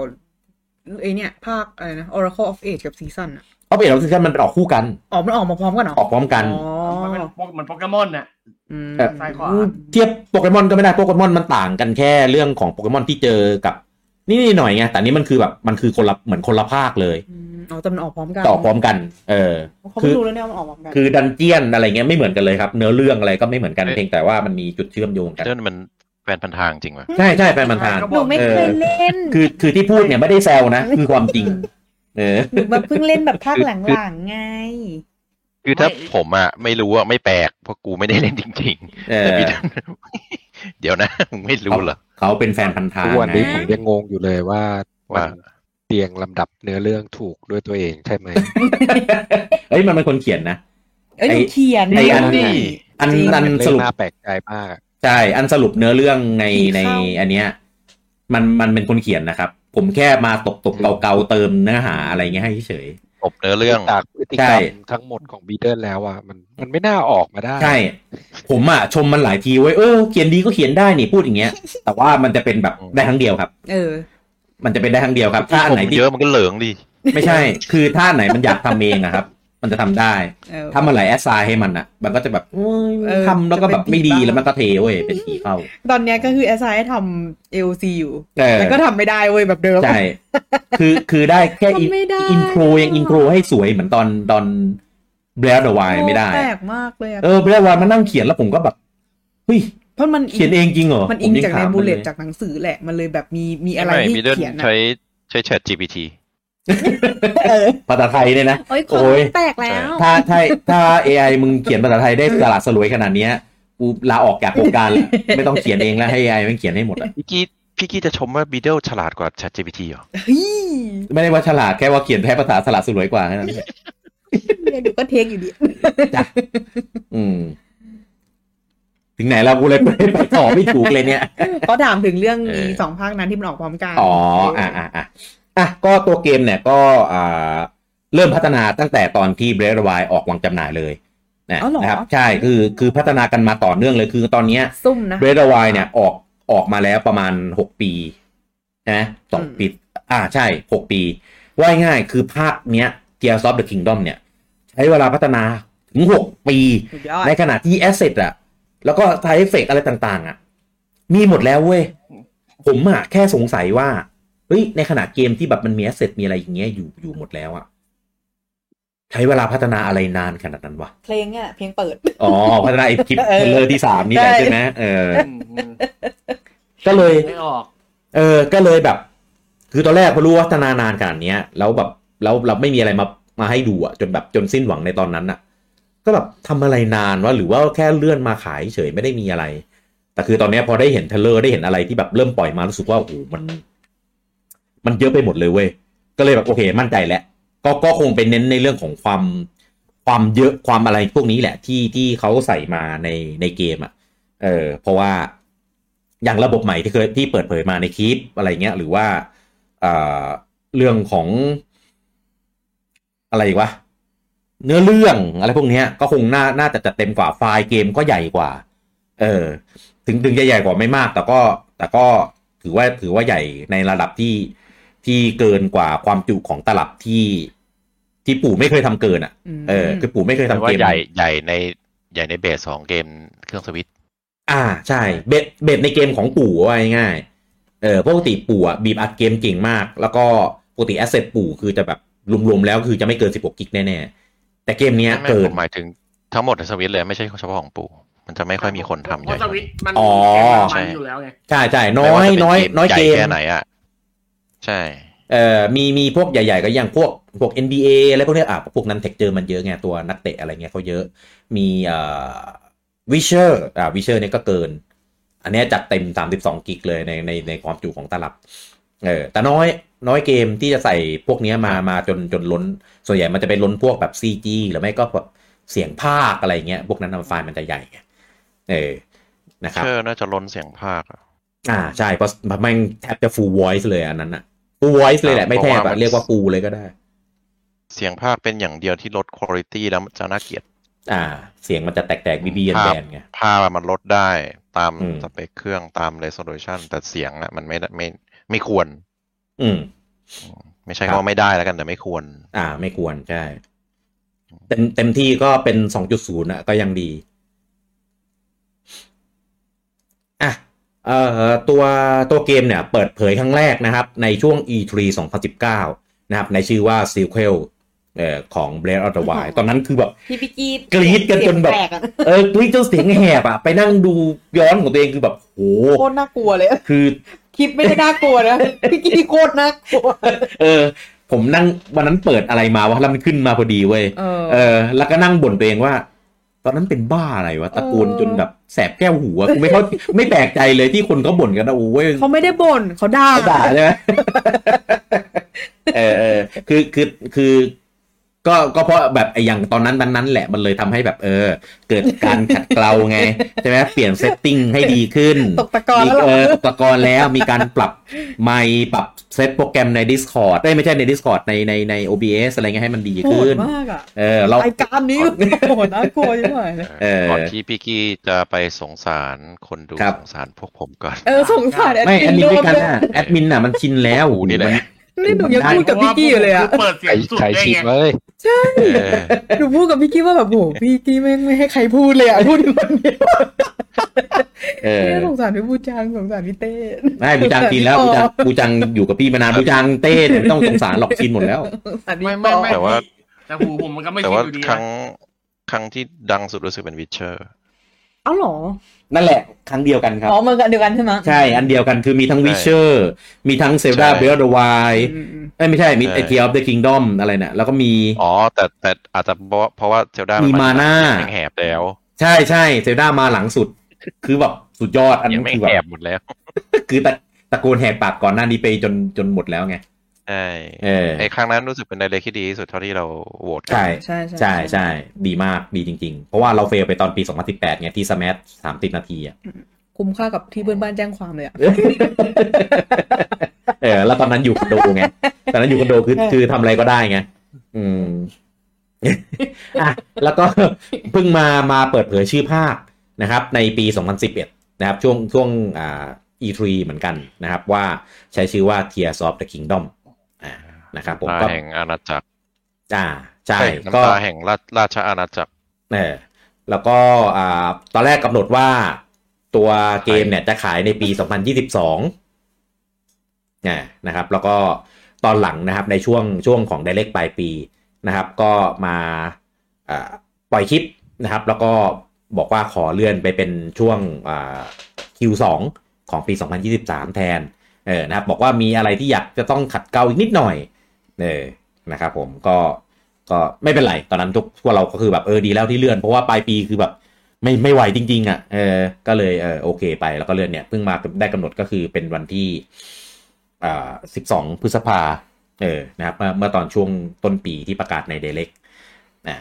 Speaker 2: ไอเนี่ยภาคอะไรนะ Oracle of Age กับ Season อะ
Speaker 1: เอาเป็นเอาซีซั่นมันออกคู่กัน
Speaker 2: อ๋อมันออกมาพร้อมกันเหรอ
Speaker 1: ออกพร้อมกัน
Speaker 2: อ๋อ
Speaker 4: มันเป็นพวกเหมือนโปเกมอนน่ะ
Speaker 2: อืม
Speaker 1: เอ่อ
Speaker 4: ซ้ายขวา
Speaker 1: เทียบโปเกมอนก็ไม่ได้โปเกมอนมันต่างกันแค่เรื่องของโปเกมอนที่เจอกับ นี่หน่อยไงแต่อันนี้มันคือแบบมันคือคนละเหมือนคนละภาคเลย
Speaker 2: อืมอ๋อแต่มันออกพร้อมกัน
Speaker 1: ต่อพร้อมกัน เออ
Speaker 2: เขาไม่รู้แล้วเนี่ยว่ามันออกพร้อมกัน
Speaker 1: คือดันเจียนอะไรเงี้ยไม่เหมือนกันเลยครับ เนื้อเรื่องอะไรก็ไม่เหมือนกัน
Speaker 3: เอ๊ะ
Speaker 1: เพียงแต่ว่ามันมีจุดเชื่อมโยงกัน
Speaker 3: เจ้ามัน ฟนพันทางจริงป่ะ
Speaker 1: ใช่ใช่แฟนมันทาง
Speaker 4: ก็
Speaker 2: ห
Speaker 4: บ
Speaker 2: นู
Speaker 4: อก
Speaker 2: ไม่เคยเล่น
Speaker 1: คือคือที่พูดเนี่ยไม่ได้แซว นะ คือความจริง เออ
Speaker 2: หนูแบบเพิ่งเล่นแบบภาค
Speaker 3: คือ
Speaker 2: หลังๆไง
Speaker 3: คือถ้า
Speaker 4: ไม่
Speaker 3: ผมอ่ะไม่รู้อ่ะไม่แปลกเพราะกูไม่ได้เล่นจริง
Speaker 1: เอ
Speaker 3: ๆแต่
Speaker 1: อ
Speaker 3: พี่ ดันเดี๋ยวนะมึงไม่รู้เหรอ
Speaker 1: เขาเป็นแฟนพันธทา
Speaker 5: ทุ
Speaker 1: ง
Speaker 5: กวันนี้
Speaker 1: ไง
Speaker 5: ผมยังงงอยู่เลยว่า
Speaker 3: ว่า
Speaker 5: ว่าเรียงลำดับเนื้อเรื่องถูกด้วยตัวเองใช่ไหม
Speaker 1: เอ้ยมันเป็นคนเขียนนะ
Speaker 2: เอ้ยหนู
Speaker 1: ไอ้
Speaker 2: เขียน
Speaker 1: ไอ้อัน
Speaker 2: หนู
Speaker 1: นี้ อันอัน
Speaker 5: เป็เรื่
Speaker 1: ส
Speaker 5: อง
Speaker 1: รุป
Speaker 5: น่าแปลกใจมาก
Speaker 1: ใช่ อันสรุปเนื้อเรื่องใน
Speaker 2: ผี
Speaker 1: ใน
Speaker 2: เข้า
Speaker 1: อันเนี้ยมันมันเป็นคนเขียนนะครับ ผมแค่มาตกตกเกาเกาๆเติมเนื้อหาอะไรเงี้ยให้เฉย
Speaker 3: จบเนื้อเรื่อง
Speaker 5: จากพฤติกรรมทั้งหมดของบีเดิลแล้วอ่ะมันมันไม่น่าออกมาได้
Speaker 1: ใช่ ผมอ่ะชมมันหลายทีไว้ยเออเขียนดีก็เขียนได้นี่พูดอย่างเงี้ย แต่ว่ามันจะเป็นแบบได้ครั้งเดียวครับ
Speaker 2: เออ
Speaker 1: มันจะเป็นได้ครั้งเดียวครับ ถ้าอันไหน
Speaker 3: ผม
Speaker 1: ที่
Speaker 3: เยอะมันก็เหลืองดิ
Speaker 1: ไม่ใช่ คือถ้าอันไหนมันอยากทำเองอะครับ มันจะทำได้
Speaker 2: เออ
Speaker 1: ถ้ามันไหลแอสไซน์ให้มันอ่ะ มันก็จะแบบโอ้ย
Speaker 2: เออ
Speaker 1: ทำแล้วก็แบบไม่ดี
Speaker 2: จะเป็นผีบ้าง
Speaker 1: แล้วมันก็เทเว้ยเป็นผีเข้า
Speaker 2: ตอนเนี้ยก็คือแอสไซน์ทำเอลซีอยู่
Speaker 1: เออ
Speaker 2: แต่ก็ทำไม่ได้เว้ยแบบเดิม
Speaker 1: ใช่คือคือได้แค่
Speaker 2: ทำไม่ได้
Speaker 1: อินโทรยังอินโทรให้สวยเหมือนตอนตอนแบรดวายไม่ได้
Speaker 2: โอ้แปลกมากเลยอะ
Speaker 1: เออแบรดวายมานั่งเขียนแล้วผมก็แบบเฮ้ย
Speaker 2: เพราะมัน
Speaker 1: เขียนเองจริงเหรอ
Speaker 2: มันอิง
Speaker 1: ผยั
Speaker 2: จากใน
Speaker 1: ถ
Speaker 2: บูลเลต
Speaker 1: ย
Speaker 2: จากหนังสือแหละมันเลยแบบมีมีอะไร
Speaker 3: ม่
Speaker 2: ที่
Speaker 3: มีเดิน
Speaker 2: เขียนอะ
Speaker 3: ใช้ใช้ Chat GPT
Speaker 2: เออ
Speaker 1: ภาษาไทยเนี่ยนะ
Speaker 2: โอ้ยค
Speaker 1: โอ้
Speaker 2: น
Speaker 1: ย
Speaker 2: แตกแล้ว
Speaker 1: ถ้าถ้าถ้า AI มึงเขียนภาษาไทยได้สละสลวยขนาดเนี้ยกูลาออกจากวงการแล้ว ไม่ต้องเขียนเองแล้วให้ AI มันเขียนให้หมดอะ
Speaker 3: พี่กี้พี่กี้จะชมว่าบีเดิลฉลาดกว่า Chat GPT เหรอ
Speaker 2: เฮ้ย
Speaker 1: ไม่ได้ว่าฉลาดแค่ว่าเขียนแพ้ภาษาสละสลวยกว่าแค่นั้นเอง
Speaker 2: เนี่ยหนูก็เทคอยู่ดี
Speaker 1: อืม ถึงไหนแล้วกูเลย ไปไปต่อไม่ถูกเลยเนี่ย
Speaker 2: ก็ถามถึงเรื่อง
Speaker 1: เออ
Speaker 2: อีสองภาคนั้นที่มันออกพร้อมกัน
Speaker 1: อ๋ออ่ะอ่ะอ่ะอ่ะก็ตัวเกมเนี่ยก็อ่าเริ่มพัฒนาตั้งแต่ตอนที่ b r e a t h of the Wild ออกวางจำหน่ายเลยนะ
Speaker 2: อ๋อเหรอ
Speaker 1: นะครับ ใช่คือคือพัฒนากันมาต่อเนื่องเลยคือตอนเนี้ย
Speaker 2: ซุ่มนะ
Speaker 1: เบรดวายเนี่ยออกออกมาแล้วประมาณหกปีนะสอง
Speaker 2: อืม
Speaker 1: ปี อ่าใช่หกปี ว่าง่ายๆคือภาคเนี้ย Tears of the Kingdom เนี่ย ใช้เวลาพัฒนาถึงหกปี
Speaker 2: สุดยอด
Speaker 1: ในขณะที่แอสเซทอะแล้วก็ไทเฟกอะไรต่างๆอะมีหมดแล้วเว้ย ผมอะแค่สงสัยว่า เฮ้ย ในขณะเกมที่แบบมันมีแอสเซทมีอะไรอย่างเงี้ยอยู่อยู่หมดแล้วอะใช้เวลาพัฒนาอะไรนานขนาดนั้นวะ
Speaker 2: เพลงเนี่ยเพลงเปิด
Speaker 1: อ๋อ พัฒนาไอ้คลิป
Speaker 2: เออ
Speaker 1: เทรลเลอร์ที่สามนี่แหละ
Speaker 2: ใช่
Speaker 1: ใช่ไหมเออ
Speaker 4: อืมอืม
Speaker 1: ก็เลย
Speaker 4: ไม่ออก
Speaker 1: เออ ก็เลยแบบ คือตอนแรกพอรู้ว่าพัฒนานานขนาดเนี้ย แล้วแบบ แล้วเราไม่มีอะไรมา มาให้ดูอะจนแบบ จนสิ้นหวังในตอนนั้นอะก็แบบทำอะไรนานวะ หรือว่าแค่เลื่อนมาขายเฉยไม่ได้มีอะไร แต่คือตอนเนี้ยพอได้เห็นเทรลเลอร์ได้เห็นอะไรที่แบบเริ่มปล่อยมา รู้สึกว่า โอ้โหมัน มันเยอะไปหมดเลยเว้ย ก็เลยแบบโอเค มั่นใจแล้ว ก็ก็คงเป็นเน้นในเรื่องของความ ความเยอะ ความอะไรพวกนี้แหละ ที่ ที่เขาใส่มาใน ในเกมอะ เออเพราะว่าอย่างระบบใหม่ที่เคยที่เปิดเผยมาในคลิปอะไรเงี้ย หรือว่าเอ่อเรื่องของอะไรอีกวะเนื้อเรื่องอะไรพวกเนี้ยก็คงน่าน่าจะจัดเต็มกว่าไฟล์เกมก็ใหญ่กว่า เออ ถึงถึงจะใหญ่กว่าไม่มาก แต่ก็แต่ก็ถือว่าถือว่าใหญ่ในระดับที่ที่เกินกว่าความจุของตลับที่ที่ปู่ไม่เคยทำเกินอ่ะ
Speaker 2: ม
Speaker 1: เออคือปู่ไม่เคย
Speaker 3: แต่
Speaker 1: ทำ
Speaker 3: ว่า
Speaker 1: เกม
Speaker 3: ใหญ่ใหญ่ในใหญ่ในเบสของเกมเครื่องสวิตช์
Speaker 1: อ่าใช่เบ็ดเบ็ดในเกมของปู่ว่าง่ายๆเออปกติปู่อ่ะบีบอัดเกมเก่งมาก แล้วก็ปกติแอสเซทปู่คือจะแบบรวมๆแล้วคือจะไม่เกิน 16 กิกแน่ๆ แต่เกมเนี้ย
Speaker 3: ไม่
Speaker 1: เกิ
Speaker 3: ผ
Speaker 1: น
Speaker 3: มหมายถึงทั้งหมดในสวิตช์เลยไม่ใช่เฉพาะของปู่ มันจะไม่ค่อยมีคนทำให
Speaker 4: เพ
Speaker 3: ญ่
Speaker 4: ราะสวิตช์มัน
Speaker 1: อ๋อ
Speaker 4: แข่งกับมันอยู่แล้วไง
Speaker 1: ใช่ใช่น้
Speaker 3: ไม่
Speaker 1: อ
Speaker 3: ว่าย จะเป็
Speaker 1: น้อย
Speaker 3: เกม
Speaker 1: น้อยเกม
Speaker 3: ใหญ่แค่ไหนอ่ะใช่
Speaker 1: เอ่อมีมีพวกใหญ่ๆ ก็อย่างพวกพวก NBA อะไรพวกเนี้ยอ่ะพวกนั้นเทคเจอร์มันเยอะไงตัวนักเตะอะไรเงี้ยเขาเยอะ มีเอ่อวิเชอร์อ่าวิเชอร์เนี่ยก็เกิน อันเนี้ยจัดเต็ม 32 กิกเลยในในในความจุของตลับ เออแต่น้อยน้อยเกมที่จะใส่พวกเนี้ยมามาจนจนล้น ส่วนใหญ่มันจะเป็นล้นพวกแบบ CG หรือไม่ก็แบบเสียงภาคอะไรเงี้ยพวกนั้นนะไฟล์มันจะใหญ่ไงเออนะครับ
Speaker 3: เชื่อน่าจะล้นเสียงภาคอะ
Speaker 1: อ่าใช่เพราะมันแทบจะ full voice เลยอันนั้นอะ full voice เลยแหละไม่แทบ
Speaker 3: เพราะว่ามั
Speaker 1: อะ
Speaker 3: น
Speaker 1: เรียกว่า full เลยก็ได้
Speaker 3: เสียงภาคเป็นอย่างเดียวที่ลดคุณภาพแล้วมันจะน่าเกลียด
Speaker 1: อ่า เสียงมันจะแตกแตกบีบี
Speaker 3: ค
Speaker 1: แบ
Speaker 3: รับ
Speaker 1: นไง
Speaker 3: ภาพอะมันลดได้ตาม
Speaker 1: อืม
Speaker 3: สเปคเครื่องตามเรสโซลูชันแต่เสียงอะมันไม่ได้ไม่ไม่ควร
Speaker 1: อืม
Speaker 3: ไม่ใช่
Speaker 1: ครับ
Speaker 3: คำว่าไม่ได้แล้วกันแต่ไม่ควร
Speaker 1: อ่า ไม่ควรใช่เต็มเต็มที่ก็เป็นสองจุดศูนย์ะก็ยังดี อ่ะเอ่อตัวตัวเกมเนี่ย เปิดเผยครั้งแรกนะครับ ในช่วง E3 2019 นะครับ ในชื่อว่า s e q u e l เอ่อของ Breath of the Wild ตอนนั้นคือแบบ
Speaker 6: พี่พิกี้
Speaker 1: กรี๊ดกันจนแบบ
Speaker 6: เสียงปลกอะ
Speaker 1: เออกรี๊ดจนเสียงแหบอ่ะ ไปนั่งดูย้อนของตัวเองคือแบบโห
Speaker 2: โคตรน่ากลัวเลย
Speaker 1: คือ
Speaker 2: คลิปไม่ได้น่ากลัวนะ พี่กี้โคตรน่ากลัว
Speaker 1: เออ ผมนั่งวันนั้นเปิดอะไรมาวะแล้วมันขึ้นมาพอดีเว้ย
Speaker 2: เออ
Speaker 1: เออ แล้วก็นั่งบ่นตัวเองว่า ตอนนั้นเป็นบ้าอะไรวะ ตะโกน
Speaker 2: เออ
Speaker 1: จนแบบแสบแก้วหูอะกูไม่เข้า ไม่แปลกใจเลยที่คนเขาบ่นกันนะโอ้ย
Speaker 2: เขาไม่ได้บ่นเขาด่า
Speaker 1: เขาด่าใช่ไหม เออเออคือคือคือ ก็ก็เพราะแบบไอ้อย่างตอนนั้นนั้นนั้นแหละมันเลยทำให้แบบเออ เกิดการขัดเกลาไงใช่ไหมเปลี่ยนเซตติ้งให้ดีขึ้น
Speaker 2: ตกตะกอนแล้วเหรอ
Speaker 1: มีเอออุปกรณ์แล้วมีการปรับไมค์ปรับเซตโปรแกรมใน Discord เอ้ยไม่ใช่ใน Discord ในในใน OBS อะไรเงี้ยให้มันดี
Speaker 2: โห
Speaker 1: ขึ้
Speaker 2: ด
Speaker 1: น
Speaker 2: มากอ่ะ
Speaker 1: เออเรา
Speaker 2: รายการนี้โหดน่ากลัวจังเลย
Speaker 1: เออ
Speaker 3: ก่อนที่พี่กี้จะไปสงสารคนดู
Speaker 1: ครับ
Speaker 3: สงสารพวกผมก่อน
Speaker 2: เออสงสารแอด
Speaker 1: ไม่
Speaker 2: มิ
Speaker 1: แอด
Speaker 2: น
Speaker 1: มิ
Speaker 2: โด
Speaker 1: นด้วน ยกัน
Speaker 2: ด้วย
Speaker 1: น่ะแอดมินน่ะมันชินแล้ว
Speaker 3: โอ้โหนี่แหละ
Speaker 2: นี่หนูยังพูดกับพี่กี้อยู่เลยอ่ะ
Speaker 4: พราว่าพวกผมคืเปิดเสีย
Speaker 5: ไข่
Speaker 4: งสุด
Speaker 5: ไข่
Speaker 4: ได้
Speaker 5: ฉีก
Speaker 4: ไง
Speaker 5: เลย
Speaker 3: เออ
Speaker 2: หนูพูดกับพี่กี้ว่าแบบโหพี่กี้ไม่ไม่ให้ใครพูดเลยอ่ะพูดอยู่คนเดียว
Speaker 1: เออ
Speaker 2: เนี่ยสงสารพี่บูจังสงสารพี่เต้
Speaker 1: ไม่บูจังชินแล้วบูจังบูจังอยู่กับพี่มานานบูจังเต้เนี่ยไม่ต้องสงสารหรอกชินหมดแล้ว
Speaker 4: ไม่ไม่ไม่
Speaker 3: แต่ว่า
Speaker 4: แต่หูผมมันก็ไม่
Speaker 3: แต่
Speaker 4: ชิน
Speaker 3: ว่า
Speaker 4: อยู่ดี
Speaker 3: ครั้
Speaker 4: นะ
Speaker 3: งครั้งที่ดังสุดรู้สึกเป็นวิเชอร์
Speaker 2: เอาเหรอ
Speaker 1: นั่นแหละครั้งเดียวกันครับ
Speaker 2: อ๋อมันกันเดียวกันใช่ไหม
Speaker 1: ใช่อันเดียวกันคือมีทั้งวิเชอร์มีทั้งเซลดา
Speaker 3: ใช่
Speaker 1: เบลดวาย
Speaker 2: อืมอืม
Speaker 1: เอ้ยไม่ใช่มี
Speaker 3: ใช่
Speaker 1: ไอเทียฟเดอะคิงดอมอะไรเนี่ยแล้วก็มี
Speaker 3: อ๋อ แต่แต่อาจจะเพราะว่าเพราะว่าเซลดา
Speaker 1: มี
Speaker 3: มี
Speaker 1: มาหน้า
Speaker 3: แม่งแหบแล้ว
Speaker 1: ใช่ใช่เซลดามาหลังสุด คือแบบสุดยอดอัน
Speaker 3: ยั
Speaker 1: นี้
Speaker 3: งไม่
Speaker 1: คือ
Speaker 3: แห
Speaker 1: แบบ
Speaker 3: บหมดแล้ว
Speaker 1: คือตะตะโกนแหกปากก่อนหน้านี้ไปจนจนหมดแล้วไง
Speaker 3: ใช่
Speaker 1: เออ
Speaker 3: ไอครั้งนั้นรู้สึกเป็นไดเรกที่ดีที่สุดเท่าที่เราโหวตกั
Speaker 1: ใช่
Speaker 2: ใช่ใช่
Speaker 1: ใช่ใช่ดีมากดีจริง ๆ เพราะว่าเราเฟลไปตอนปี 2018ไงที่สมัทสามสิบนาทีอ่ะ
Speaker 2: คุ้มค่ากับที่เพื่อนบ้านแจ้งความเลยอ่ะ
Speaker 1: เออแล้วตอนนั้นอยู่คอนโดไงตอนนั้นอยู่คอนโดคือ
Speaker 2: เออ
Speaker 1: คือทำอะไรก็ได้ไงอืม อ่ะแล้วก็ เพิ่งมามาเปิดเผยชื่อภาคนะครับ ในปี 2011 นะครับ ช่วงช่วงอ่า E3 เหมือนกันนะครับ ว่าใช้ชื่อว่า Tears of the Kingdom อ่านะครับผม
Speaker 3: ตา
Speaker 1: ก็
Speaker 3: แห่งอาณาจักร
Speaker 1: อ่าใช่
Speaker 3: เอ้ย
Speaker 1: ก็
Speaker 3: น้ำตาแห่งราชราชอาณาจักร
Speaker 1: เออแล้วก็อ่าตอนแรกกำหนดว่าตัวเกมเนี่ยจะขายในปี 2022นะนะครับ แล้วก็ตอนหลังนะครับในช่วงช่วงของ Direct ปลายปีนะครับ ก็มาอ่าปล่อยคลิปนะครับ แล้วก็บอกว่าขอเลื่อนไปเป็นช่วงอ่า Q2 ของปี 2023 แทนเออนะครับ บอกว่ามีอะไรที่อยากจะต้องขัดเกลาอีกนิดหน่อย เออ นะครับผมก็ก็ไม่เป็นไร ตอนนั้นทุกพวกเราก็คือแบบเออดีแล้วที่เลื่อน เพราะว่าปลายปีคือแบบไม่ไม่ไหวจริง ๆ อ่ะ เออ ก็เลยเออโอเคไปแล้วก็เลื่อนเนี่ยเพิ่งมาได้กำหนดก็คือเป็นวันที่อ่าสิบสองพฤษภาเออนะครับเมื่อเมื่อตอนช่วงต้นปีที่ประกาศในเดเล็กนะ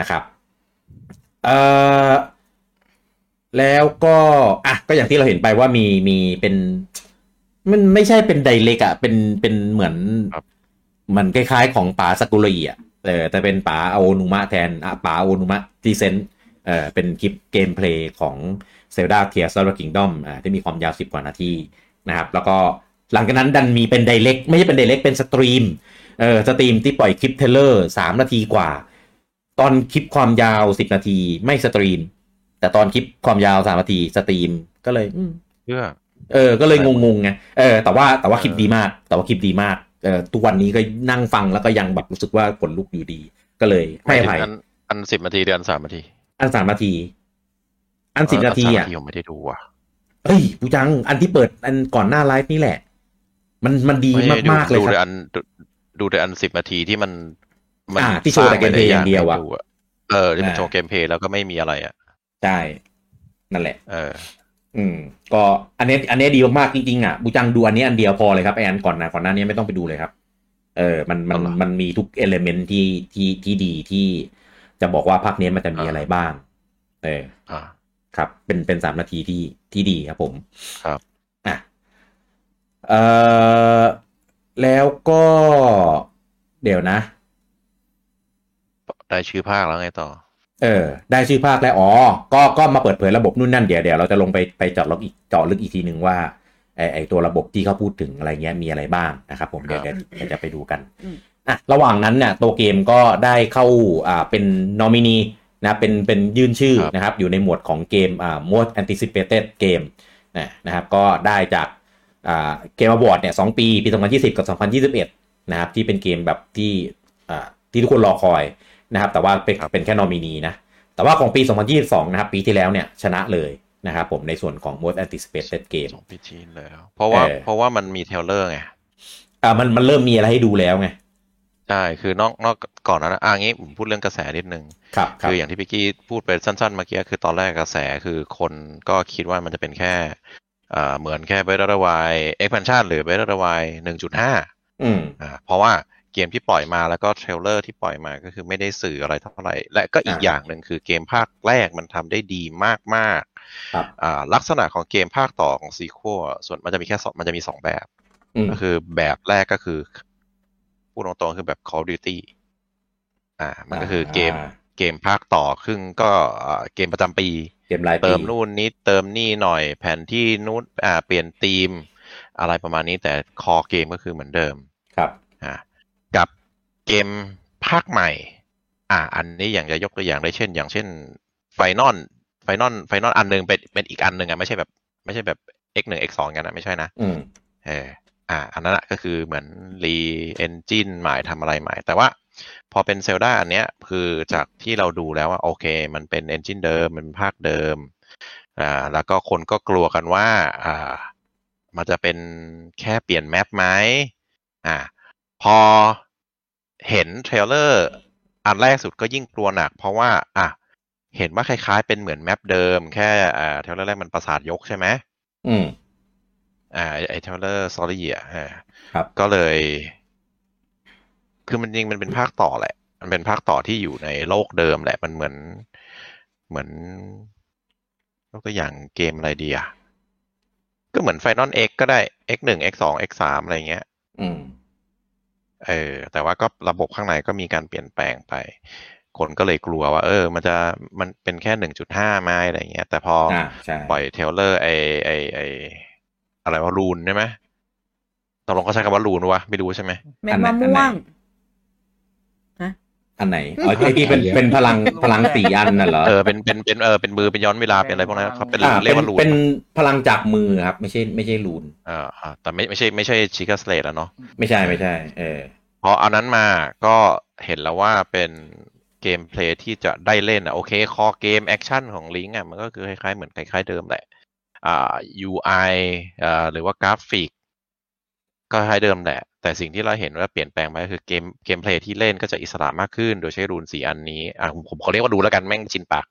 Speaker 1: นะครับเออแล้วก็อ่ะก็อย่างที่เราเห็นไปว่ามีมีเป็น มันไม่ใช่เป็นไดเล็กอะเป็นเป็นเหมือน
Speaker 3: ครับ
Speaker 1: มันคล้ายๆของป๋าสกุลีอ่ะเออแต่เป็นป๋าอาโอนุมะแทนอ่ะป๋าอาโอนุมะดีเซนเออเป็นคลิปเกมเพลย์ของ Zelda Tears of the Kingdom อ่าที่มีความยาว 10 กว่านาทีนะครับ แล้วก็หลังจากนั้นดันมีเป็นไดเล็กไม่ใช่เป็นไดเล็กเป็นสตรีมเออสตรีมที่ปล่อยคลิปเทรลเลอร์ 3 นาทีกว่า ตอนคลิปความยาว 10 นาทีไม่สตรีม แต่ตอนคลิปความยาว 3 นาทีสตรีมก็เลยอืม
Speaker 3: เพื่อ
Speaker 1: เออ ก็เลยงงๆไง เออ แต่ว่าแต่ว่าคลิปดีมาก แต่ว่าคลิปดีมาก เออ ทุกวันนี้ก็นั่งฟังแล้วก็ยังแบบรู้สึกว่าขนลุกอยู่ดี ก็เลยให้อภัย
Speaker 3: อันอันสิบนาทีเดือนสามนาที
Speaker 1: อันสามนาที อันสิบนาทีอ่ะ
Speaker 3: เ10ผมไม่ได้ดูอ่ะ
Speaker 1: เฮ้ยผู้จัง อันที่เปิดอันก่อนหน้าไลฟ์นี่แหละ มันมันดี
Speaker 3: ไม่ได้ดู
Speaker 1: มากๆเลย
Speaker 3: ดู
Speaker 1: ค
Speaker 3: แต่
Speaker 1: รับ
Speaker 3: อันดูดูแต่อันสิบนาทีที่มันมัน
Speaker 1: อ่าที่โชว์แต่เกมเพลย์อย่างเดียวอะ
Speaker 3: สร้ไม่ไกเออที่มันโชว์เกมเพลย์แล้วก็ไม่มีอะไรอ่ะ
Speaker 1: ใช่ นั่นแหละ
Speaker 3: เออ
Speaker 1: อืม ก็อันเนี้ยอันเนี้ยดีมากๆจริงๆอ่ะบูจังดูอันเนี้ยอันเดียวพอเลยครับไออันก่อนนะก่อนหน้านี้ไม่ต้องไปดูเลยครับ เออ มันมัน
Speaker 3: เอาเหรอ
Speaker 1: มันมีทุกเอลเมนที่ที่ที่ดีที่จะบอกว่าภาคเนี้ยมันจะมี
Speaker 3: อ่า
Speaker 1: อะไรบ้าง เออ
Speaker 3: อ่า
Speaker 1: ครับ เป็นเป็นสามนาทีที่ที่ดีครับผม
Speaker 3: ครับ
Speaker 1: อ่ะเอ่อแล้วก็เดี๋ยวนะ
Speaker 3: ได้ชื่อภาคแล้วไงต่อ
Speaker 1: เออ ได้ชื่อภาคแล้วอ๋อ ก็ก็มาเปิดเผยระบบนู่นนั่นเดี๋ยวเดี๋ยวเราจะลงไปไปเจาะลึกอีกเจาะลึกอีกทีหนึ่งว่าไอไอตัวระบบที่เขาพูดถึงอะไรเงี้ยมีอะไรบ้างนะครับผมเดี๋ยว
Speaker 3: ครั
Speaker 1: เดี๋ยว
Speaker 3: บ
Speaker 1: เดี๋ยวจะไปดูกัน
Speaker 2: อืม
Speaker 1: อ่ะระหว่างนั้นเนี่ยตัวเกมก็ได้เข้าอ่าเป็นนอมินีนะเป็นเป็นยื่นชื่อนะครับ อยู่ในหมวดของเกมอ่า most anticipated game นะนะครับก็ได้จากอ่าเกมอวอร์ดเนี่ยสองปี ปี 2020 กับ 2021 นะครับที่เป็นเกมแบบที่อ่า ที่ทุกคนรอคอยนะครับ แต่ว่าเป็น
Speaker 3: ครับ
Speaker 1: เป็นแค่นอมินีนะ แต่ว่าของปี 2022 นะครับ ปีที่แล้วเนี่ยชนะเลยนะครับผมในส่วนของ most anticipated game
Speaker 3: สองปีจีนแล้ว เพราะว่า
Speaker 1: เออ
Speaker 3: เพราะว่ามันมีเทรลเลอร์ไง
Speaker 1: อ่ามันมันเริ่มมีอะไรให้ดูแล้วไง
Speaker 3: ใช่ คือนอกนอกก่อนนั้นนะอ่ะงี้ผมพูดเรื่องกระแสนิดนึง
Speaker 1: ครับครับ
Speaker 3: คืออย่างที่พี่กี้พูดไปสั้นๆเมื่อกี้คือตอนแรกกระแสคือคนก็คิดว่ามันจะเป็นแค่เอ่อเหมือนแค่เบรดวายเอ็ก a พนชันหรือเบรดวายหนึ่งจุดห้า
Speaker 1: อืม
Speaker 3: อ่าเพราะว่าเกมที่ปล่อยมาแล้วก็เทรลเลอร์ที่ปล่อยมาก็คือไม่ได้สื่ออะไรเท่าไหร่ และก็อีก
Speaker 1: อ่า
Speaker 3: อย่างหนึ่งคือเกมภาคแรกมันทำได้ดีมาก
Speaker 1: ครับ
Speaker 3: ๆอ่าลักษณะของเกมภาคต่อของซีควส่วนมันจะมีแค่สองมันจะมีสองแบบ
Speaker 1: อืม
Speaker 3: ก็คือแบบแรกก็คือพูดตรงๆคือแบบ Call of Duty อ่า มันก็คือเกมเกมภาคต่อครึ่งก็เอ่อเกมประจำปี
Speaker 1: เกมรายปี
Speaker 3: เติมนู่นนิดเติมนี่หน่อยแผนที่นู้นอ่าเปลี่ยนธีม อะไรประมาณนี้แต่คอเกมก็คือเหมือนเดิม
Speaker 1: ครับ
Speaker 3: อ่ากับเกมภาคใหม่ อ่า อันนี้อย่างจะยกตัวอย่างได้เช่น อย่างเช่นไฟนอลไฟนอลไฟนอลอันหนึงเป็นเป็นอีกอันหนึ่งอ่ะไม่ใช่แบบ ไม่ใช่แบบ x หนึ่ง x สองกันนะไม่ใช่นะ
Speaker 1: อืม
Speaker 3: เอออ่า อันนั้นอะก็คือเหมือนรีเอนจินใหม่ทำอะไรใหม่ แต่ว่าพอเป็นเซลดาอันเนี้ย คือจากที่เราดูแล้วว่าโอเค มันเป็นเอนจินเดิม มันเป็นภาคเดิม อ่า แล้วก็คนก็กลัวกันว่า อ่า มันจะเป็นแค่เปลี่ยนแมปไหมอ่า พอเห็นเทรลเลอร์อันแรกสุดก็ยิ่งกลัวหนัก เพราะว่า อ่ะ เห็นว่าคล้ายๆ เป็นเหมือนแมปเดิม แค่อ่าเทรลเลอร์แรกมันประสาทยกใช่ไหม
Speaker 1: อืม
Speaker 3: อ่าไอ้ไอเทเลอร์ซอรี่อ่ะอ่า
Speaker 1: ครับ
Speaker 3: ก็เลย คือมันจริงมันเป็นภาคต่อแหละ มันเป็นภาคต่อที่อยู่ในโลกเดิมแหละ มันเหมือน เหมือนยกตัวอย่างเกมอะไรดีอ่ะ ก็เหมือนไฟนอลเอ็กก็ได้ X หนึ่ง X สอง X สามอะไรเงี้ย
Speaker 1: อืม
Speaker 3: เออแต่ว่าก็ระบบข้างในก็มีการเปลี่ยนแปลงไป คนก็เลยกลัวว่า เออ มันจะมันเป็นแค่หนึ่งจุดห้าไม้อะไรเงี้ย แต่พออา
Speaker 1: ใช่
Speaker 3: ปล่อยเทรลเลอร์ไอไอไออะไรว่ารูนใช่ไหมตกลงเขาใช้คำว่ารูนวะไม่รู้ใช่ไหม
Speaker 2: แมง
Speaker 1: อันไหนอันไหน
Speaker 2: มะม่วง
Speaker 1: อันไหนอ๋อไอที่เป็นเป็นพลังพลังสี่อันน่ะเหรอ
Speaker 3: เออเป็นเป็นเป็นเออเป็นมือเป็นย้อนเวลาเป็นอะไรพวกนั้นเขาเป็น
Speaker 1: อ่า
Speaker 3: เรียก
Speaker 1: เป็
Speaker 3: ว่าน รูน
Speaker 1: เป็นพลังจากมือครับ ไม่ใช่ไม่ใช่รูน
Speaker 3: เอออ่าแต่ไม่ไม่ใช่ไม่ใช่ชิคาสเลตอะเนาะ
Speaker 1: ไม่ใช่ไม่ใช่ เออ
Speaker 3: พอเอานั้นมาก็เห็นแล้วว่าเป็นเกมเพลย์ที่จะได้เล่นอะโอเค คอเกมแอคชั่นของลิงอะมันก็คือคล้ายๆเหมือนคล้ายๆเดิมแหละ อ่า UI อ่าหรือว่ากราฟิก ก็คล้ายเดิมแหละ แต่สิ่งที่เราเห็นว่าเปลี่ยนแปลงไปก็คือเกมเกมเพลย์ที่เล่นก็จะอิสระมากขึ้น โดยใช้รูนสี่อันนี้อ่าผมผมขอเรียกว่ารูนแล้วกันแม่งชินปาก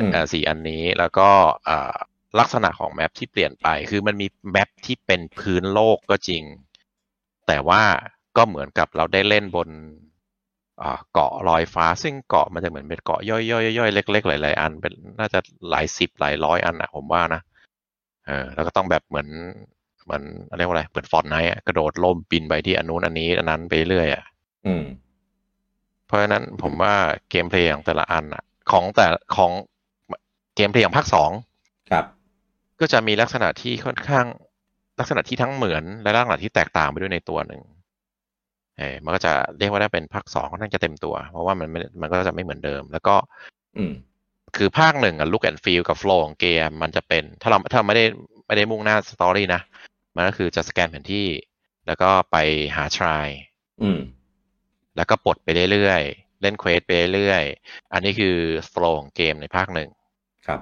Speaker 1: อืม
Speaker 3: อ่าสี่อันนี้แล้วก็อ่าลักษณะของแมปที่เปลี่ยนไป คือมันมีแมปที่เป็นพื้นโลกก็จริง แต่ว่าก็เหมือนกับเราได้เล่นบนอ่าเกาะลอยฟ้า ซึ่งเกาะมันจะเหมือนเป็นเกาะย่อยๆย่อยๆเล็ก ๆ หลายๆอันเป็นน่าจะหลายสิบหลายร้อยอันนะผมว่านะ เออแล้วก็ต้องแบบเหมือนเหมือนเรียกว่าอะไรเปิดฟอนไนท์กระโดดล่มบินไปที่อันนู้นอันนี้อันนั้นไปเรื่อยอ่ะ
Speaker 1: อืม
Speaker 3: เพราะฉะนั้นผมว่าเกมเพลย์ของแต่ละอันอ่ะ ของแต่ของเกมเพลย์ของภาคสอง
Speaker 1: ครับ
Speaker 3: ก็จะมีลักษณะที่ค่อนข้างลักษณะที่ทั้งเหมือนและลักษณะที่แตกต่างไปด้วยในตัวหนึ่งเออมันก็จะเรียกว่าได้เป็นภาคสองค่อนข้างจะเต็มตัว เพราะว่ามันไม่มันก็จะไม่เหมือนเดิม แล้วก็
Speaker 1: อืม
Speaker 3: คือภาคหนึ่งอะ look and feel กับ flow ของเกม มันจะเป็นถ้าเราถ้าเราไม่ได้ไม่ได้มุ่งหน้าสตอรี่นะ มันก็คือจะสแกนแผนที่ แล้วก็ไปหาทราย
Speaker 1: อืม
Speaker 3: แล้วก็ปลดไปเรื่อยๆ เล่นเควสไปเรื่อยๆ อันนี้คือ flow ของเกมในภาคหนึ่ง
Speaker 1: ครับ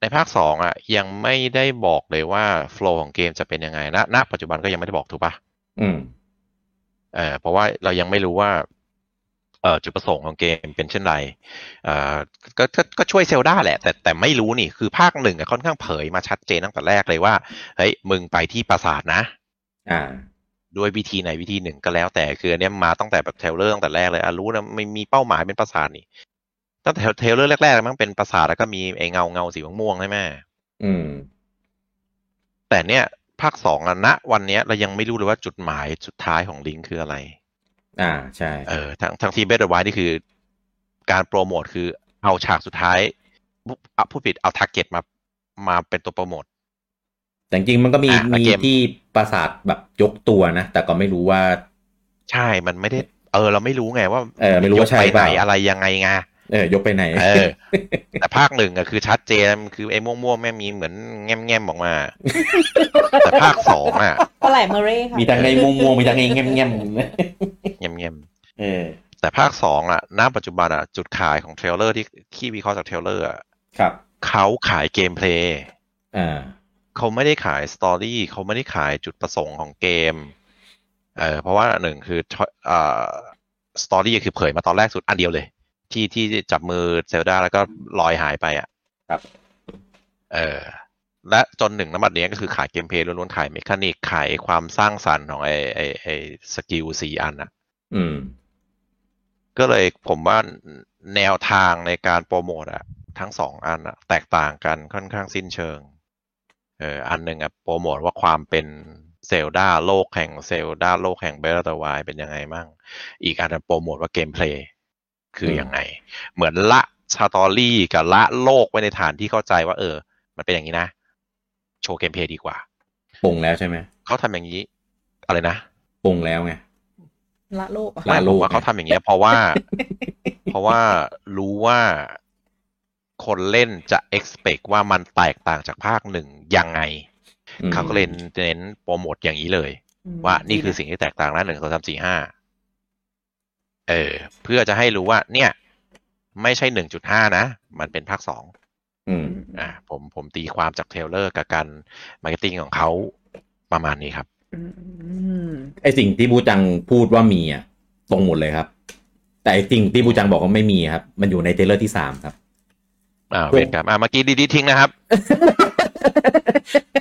Speaker 3: ในภาคสองอะยังไม่ได้บอกเลยว่า flow ของเกมจะเป็นยังไงณณปัจจุบันก็ยังไม่ได้บอกถูกปะ
Speaker 1: อืม
Speaker 3: เอ่อเพราะว่าเรายังไม่รู้ว่าเอ่อจุดประสงค์ของเกมเป็นเช่นไรเอ่อก็ก็ก็ช่วยเซลดาแหละ แต่แต่ไม่รู้นี่คือภาคหนึ่งอะค่อนข้างเผยมาชัดเจนตั้งแต่แรกเลยว่าเฮ้ยมึงไปที่ปราสาทนะ
Speaker 1: อ่า
Speaker 3: ด้วยวิธีไหนวิธีหนึ่งก็แล้วแต่คืออันเนี้ยมาตั้งแต่แบบเทรลเลอร์ตั้งแต่แรกเลยอ่ะรู้นะไม่มีเป้าหมายเป็นปราสาทนี่ตั้งแต่เทรลเลอร์แรกๆเลยมั้งเป็นปราสาทแล้วก็มีไอ้เงาเงาสีม่วงๆใช่ไหม
Speaker 1: อืม
Speaker 3: แต่เนี่ยภาคสองอะณวันเนี้ยเรายังไม่รู้เลยว่าจุดหมายสุดท้ายของลิงค์คืออะไร
Speaker 1: อ่า ใช่
Speaker 3: เออทั้งทั้งทีมเบสไวท์นี่คือ การโปรโมทคือเอาฉากสุดท้ายปุ๊บอ่ะผู้ผิดเอาทาร์เก็ตมามาเป็นตัวโปรโมท
Speaker 1: แต่จริงๆมันก็มี
Speaker 3: อ่ะแล้ว
Speaker 1: มี
Speaker 3: เกม
Speaker 1: ที่ปราสาทแบบยกตัวนะ แต่ก็ไม่รู้ว่า
Speaker 3: ใช่มันไม่ได้ เออ เราไม่รู้ไงว่า
Speaker 1: เออไม่รู้ว่าใช่
Speaker 3: ยกไปไหน
Speaker 1: เปล่า
Speaker 3: อะไรยังไงไง
Speaker 1: เออ ยกไปไหน
Speaker 3: เอ อ แต่ภาคหนึ่งอะคือชัดเจนคือไอ้ม่วงๆแม่งมีเหมือนแง่มๆ ออกมา แต่ภาคสองอะ
Speaker 2: ปลาไหลเมอเร่ค่ะ
Speaker 1: มีทั้งไอ้ม่วงๆมีทั้งไอ้แง่มๆ
Speaker 3: เงียบ
Speaker 1: เออ
Speaker 3: แต่ภาคสองอ่ะณปัจจุบันอ่ะจุดขายของเทรลเลอร์ที่ที่วิเคราะห์จากเทรลเลอร์อะ
Speaker 1: ครับ
Speaker 3: เขาขายเกมเพลย์
Speaker 1: อ่า
Speaker 3: เขาไม่ได้ขายสตอรี่เขาไม่ได้ขายจุดประสงค์ของเกมเออเพราะว่าหนึ่งคืออ่าสตอรี่คือเผยมาตอนแรกสุดอันเดียวเลย ที่ที่จับมือเซลดาแล้วก็ลอยหายไปอ่ะ
Speaker 1: ครับ
Speaker 3: เออและจนหนึ่งน้ำบัดเนี้ยก็คือขายเกมเพลย์ล้วนๆขายเมคานิกขายความสร้างสรรค์ของไอไอไอสกิลสี่อันน่ะ
Speaker 1: อืม
Speaker 3: ก็เลยผมว่าแนวทางในการโปรโมทอะทั้งสองอันอะแตกต่างกันค่อนข้างสิ้นเชิงเอออันหนึ่งอะโปรโมทว่าความเป็นเซลดาโลกแห่งเซลดาโลกแห่งเบลตาวายเป็นยังไงมั่งอีกอันอะโปรโมทว่าเกมเพลย์คือยังไง เหมือนละสตอรี่กับละโลกไว้ในฐานที่เข้าใจว่า เออ มันเป็นอย่างนี้นะ โชว์เกมเพลย์ดีกว่า
Speaker 1: ปลงแล้วใช่ไหม
Speaker 3: เขาทำอย่างนี้ อะไรนะ
Speaker 1: ปลงแล้วไง
Speaker 2: ละโลกอะ
Speaker 1: ละ
Speaker 3: ไม่
Speaker 1: โล
Speaker 3: ผ
Speaker 1: ก
Speaker 3: มว่า
Speaker 1: ไง
Speaker 3: เขาทำอย่างเงี้ยเพราะ ว่า เพราะว่ารู้ว่าคนเล่นจะ expect ว่ามันแตกต่างจากภาคหนึ่งยังไง
Speaker 1: อืม
Speaker 3: เขาก็เลยเน้นโปรโมทอย่างนี้เลย
Speaker 2: ม
Speaker 3: ว่านี่คือ
Speaker 2: ดีะ
Speaker 3: สิ่งที่แตกต่างนะหนึ่งสองสามสี่ห้าเออ เพื่อจะให้รู้ว่า เนี่ย ไม่ใช่หนึ่งจุดห้านะ มันเป็นภาคสอง
Speaker 1: อืม
Speaker 2: อืม
Speaker 3: อ่าผมผมตีความจากเทรลเลอร์กับการมาร์เก็ตติ้งของเขาประมาณนี้ครับ
Speaker 2: อืม
Speaker 1: ไอสิ่งที่บูจังพูดว่ามีอ่ะตรงหมดเลยครับ แต่ไอสิ่งที่บูจังบอกว่าไม่มีครับ มันอยู่ในเทรลเลอร์ที่สามครับ
Speaker 3: อ่าเวรกรรมอ่าเมื่อกี้ดีดีทิ้งนะครับ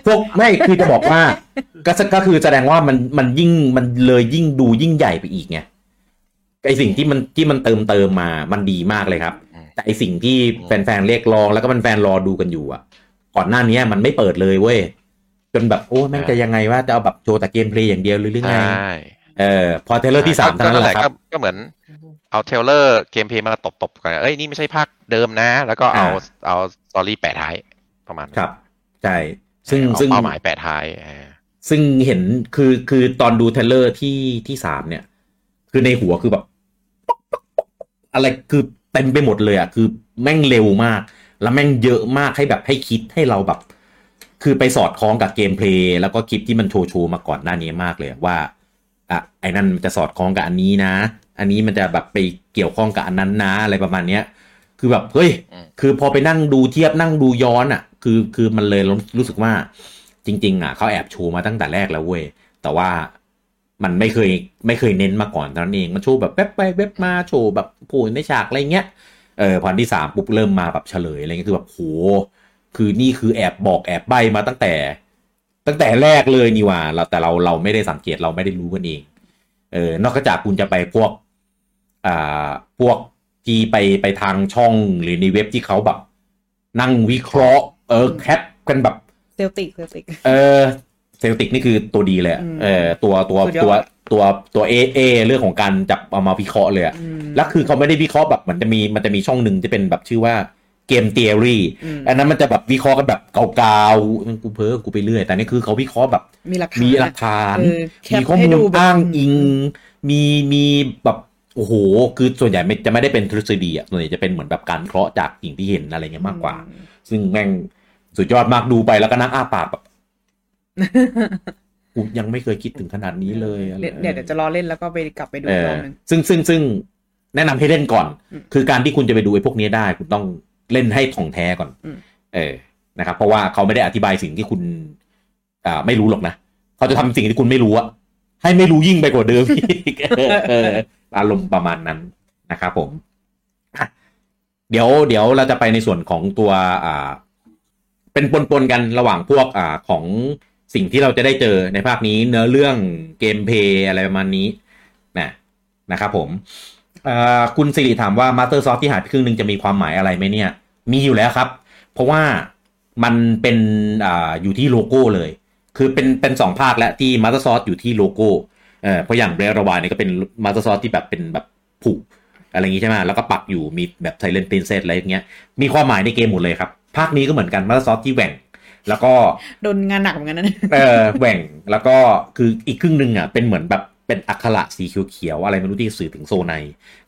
Speaker 1: พวกไม่คือจะบอกว่าก็สก็คือแสดงว่ามันมันยิ่งมันเลยยิ่งดูยิ่งใหญ่ไปอีกไงไอสิ่งที่มันที่มันเติมเติมมามันดีมากเลยครับ
Speaker 3: อืม
Speaker 1: แต่ไอสิ่งที่แฟนๆเรียกร้องแล้วก็แฟนๆรอดูกันอยู่อ่ะ ก่อนหน้านี้มันไม่เปิดเลยเว้ยจนแบบโอ้แม่งจะยังไงว่าจะเอาแบบโชว์แต่เกมเพลย์อย่างเดียวหรือหรือ
Speaker 3: ใช
Speaker 1: ไง่ เออพอเทรลเลอร์ที่สาม
Speaker 3: ก็
Speaker 1: เท่านั้นแหละค
Speaker 3: ก็
Speaker 1: รับ
Speaker 3: ก็เหมือนเอาเทรลเลอร์เกมเพลย์มาตบตบๆกันเอ้ยนี่ไม่ใช่ภาคเดิมนะ แล้วก็เอา
Speaker 1: อ่า
Speaker 3: เอาสตอรี่แปะท้ายประมาณ
Speaker 1: ครับใช่ซึ่ง
Speaker 3: เอา
Speaker 1: ซึ่ง
Speaker 3: เป้าหมายแปะท้ายเออ
Speaker 1: ซึ่งเห็นคือคือตอนดูเทรลเลอร์ที่ที่สามเนี่ย คือในหัวคือแบบ อะไรคือเต็มไปหมดเลยอ่ะ คือแม่งเร็วมาก แล้วแม่งเยอะมากให้แบบให้คิดให้เราแบบ คือไปสอดคล้องกับเกมเพลย์แล้วก็คลิปที่มันโชว์โชว์มาก่อนหน้านี้มากเลยว่าอ่ะไอ้นั่นมันจะสอดคล้องกับอันนี้นะ อันนี้มันจะแบบไปเกี่ยวข้องกับอันนั้นนะ อะไรประมาณเนี้ย คือแบบเฮ้ย คือพอไปนั่งดูเทียบนั่งดูย้อนอ่ะ คือคือมันเลยรู้สึกว่า จริง ๆ อ่ะเขาแอบโชว์มาตั้งแต่แรกแล้วเว้ย แต่ว่ามันไม่เคยไม่เคยเน้นมาก่อนเท่านั้นเอง มันโชว์แบบแวบไปแวบมาโชว์แบบโผล่ในฉากอะไรเงี้ย เออพออันที่สามปุ๊บเริ่มมาแบบเฉลยอะไรเงี้ยคือแบบโห คือนี่คือแอบบอกแอบใบมาตั้งแต่ ตั้งแต่แรกเลยนี่หว่าเราแต่เราเราไม่ได้สังเกตเราไม่ได้รู้กันเอง เออนอกจากคุณจะไปพวก อ่าพวกที่ไปไปทางช่องหรือในเว็บที่เขาแบบ นั่งวิเคราะห์ เออแคปกันแบบ
Speaker 2: เซลติกเซลติก
Speaker 1: เออเซลติกนี่คือตัวดีเลยอะ
Speaker 2: อืม
Speaker 1: เออตัวตัว
Speaker 2: สุดยอด
Speaker 1: ตัวตัวตัวเอเอเรื่องของการจับเอามาวิเคราะห์เลยอะ
Speaker 2: อืม
Speaker 1: แล้วคือเขาไม่ได้วิเคราะห์แบบเหมือนจะมีมันจะมีช่องหนึ่งที่เป็นแบบชื่อว่าเกมเทอรี่
Speaker 2: อืม
Speaker 1: อันนั้นมันจะแบบวิเคราะห์กันแบบเก่าๆกูเพ้อกูไปเรื่อย แต่นี่คือเขาวิเคราะห์แบบ
Speaker 2: มีหลักฐาน
Speaker 1: มีหลักฐาน
Speaker 2: เออแค
Speaker 1: มี
Speaker 2: ป
Speaker 1: ข้อ
Speaker 2: ให้
Speaker 1: มูล
Speaker 2: ดูแบบ
Speaker 1: อ้างอิง มีมีแบบโอ้โห คือส่วนใหญ่ไม่จะไม่ได้เป็นทฤษฎีอ่ะส่วนใหญ่จะเป็นเหมือนแบบการเคราะห์จากสิ่งที่เห็นอะไรเงี้ยมากกว่า ซึ่งแม่งสุดยอดมากดูไปแล้วก็นั่งอ้าปากแบบ กูยังไม่เคยคิดถึงขนาดนี้เลยอะไร
Speaker 2: เดี๋ยวเดี๋ยวจะรอเล่นแล้วก็ไปกลับไปดู
Speaker 1: เอ
Speaker 2: อีกร
Speaker 1: อ
Speaker 2: อบนึง
Speaker 1: ซึ่งซึ่งซึ่งแนะนำให้เล่นก่อน
Speaker 2: อืม
Speaker 1: คือการที่คุณจะไปดูไอ้พวกนี้ได้ คุณต้องเล่นให้ถ่องแท้ก่อน
Speaker 2: อืม
Speaker 1: เออนะครับ เพราะว่าเขาไม่ได้อธิบายสิ่งที่คุณอ่าไม่รู้หรอกนะเขาจะทำสิ่งที่คุณไม่รู้อะให้ไม่รู้ยิ่งไปกว่าเดิมอีก เออเอออารมณ์ประมาณนั้นนะครับผมอ่ะเดี๋ยวเดี๋ยวเราจะไปในส่วนของตัวอ่า เป็นปนๆกันระหว่างพวกอ่าของสิ่งที่เราจะได้เจอในภาคนี้ เนื้อเรื่องเกมเพลย์อะไรประมาณนี้นะนะครับผมเอ่อคุณสิริถามว่า Master Soft ที่หายไปครึ่งหนึ่งจะมีความหมายอะไรไหมเนี่ย มีอยู่แล้วครับ เพราะว่ามันเป็นอ่าอยู่ที่โลโก้เลย คือเป็นเป็นสองภาคแล้วที่ Master Source อยู่ที่โลโก้เออเพราะอย่างเรลวายเนี่ยก็เป็น Master Source ที่แบบเป็นแบบผูกอะไรอย่างงี้ใช่ไหมแล้วก็ปักอยู่มีแบบ Silent Princess อะไรอย่างเงี้ย มีความหมายในเกมหมดเลยครับ ภาคนี้ก็เหมือนกันมาซอฟที่แหว่ง แล้วก็
Speaker 2: โดนงานหนักเหมือนกันนะเนี่ย
Speaker 1: เออแหว่งแล้วก็คืออีกครึ่งหนึ่งอ่ะเป็นเหมือนแบบเป็นอักขระสีเขียวๆอะไรไม่รู้ที่สื่อถึงโซใน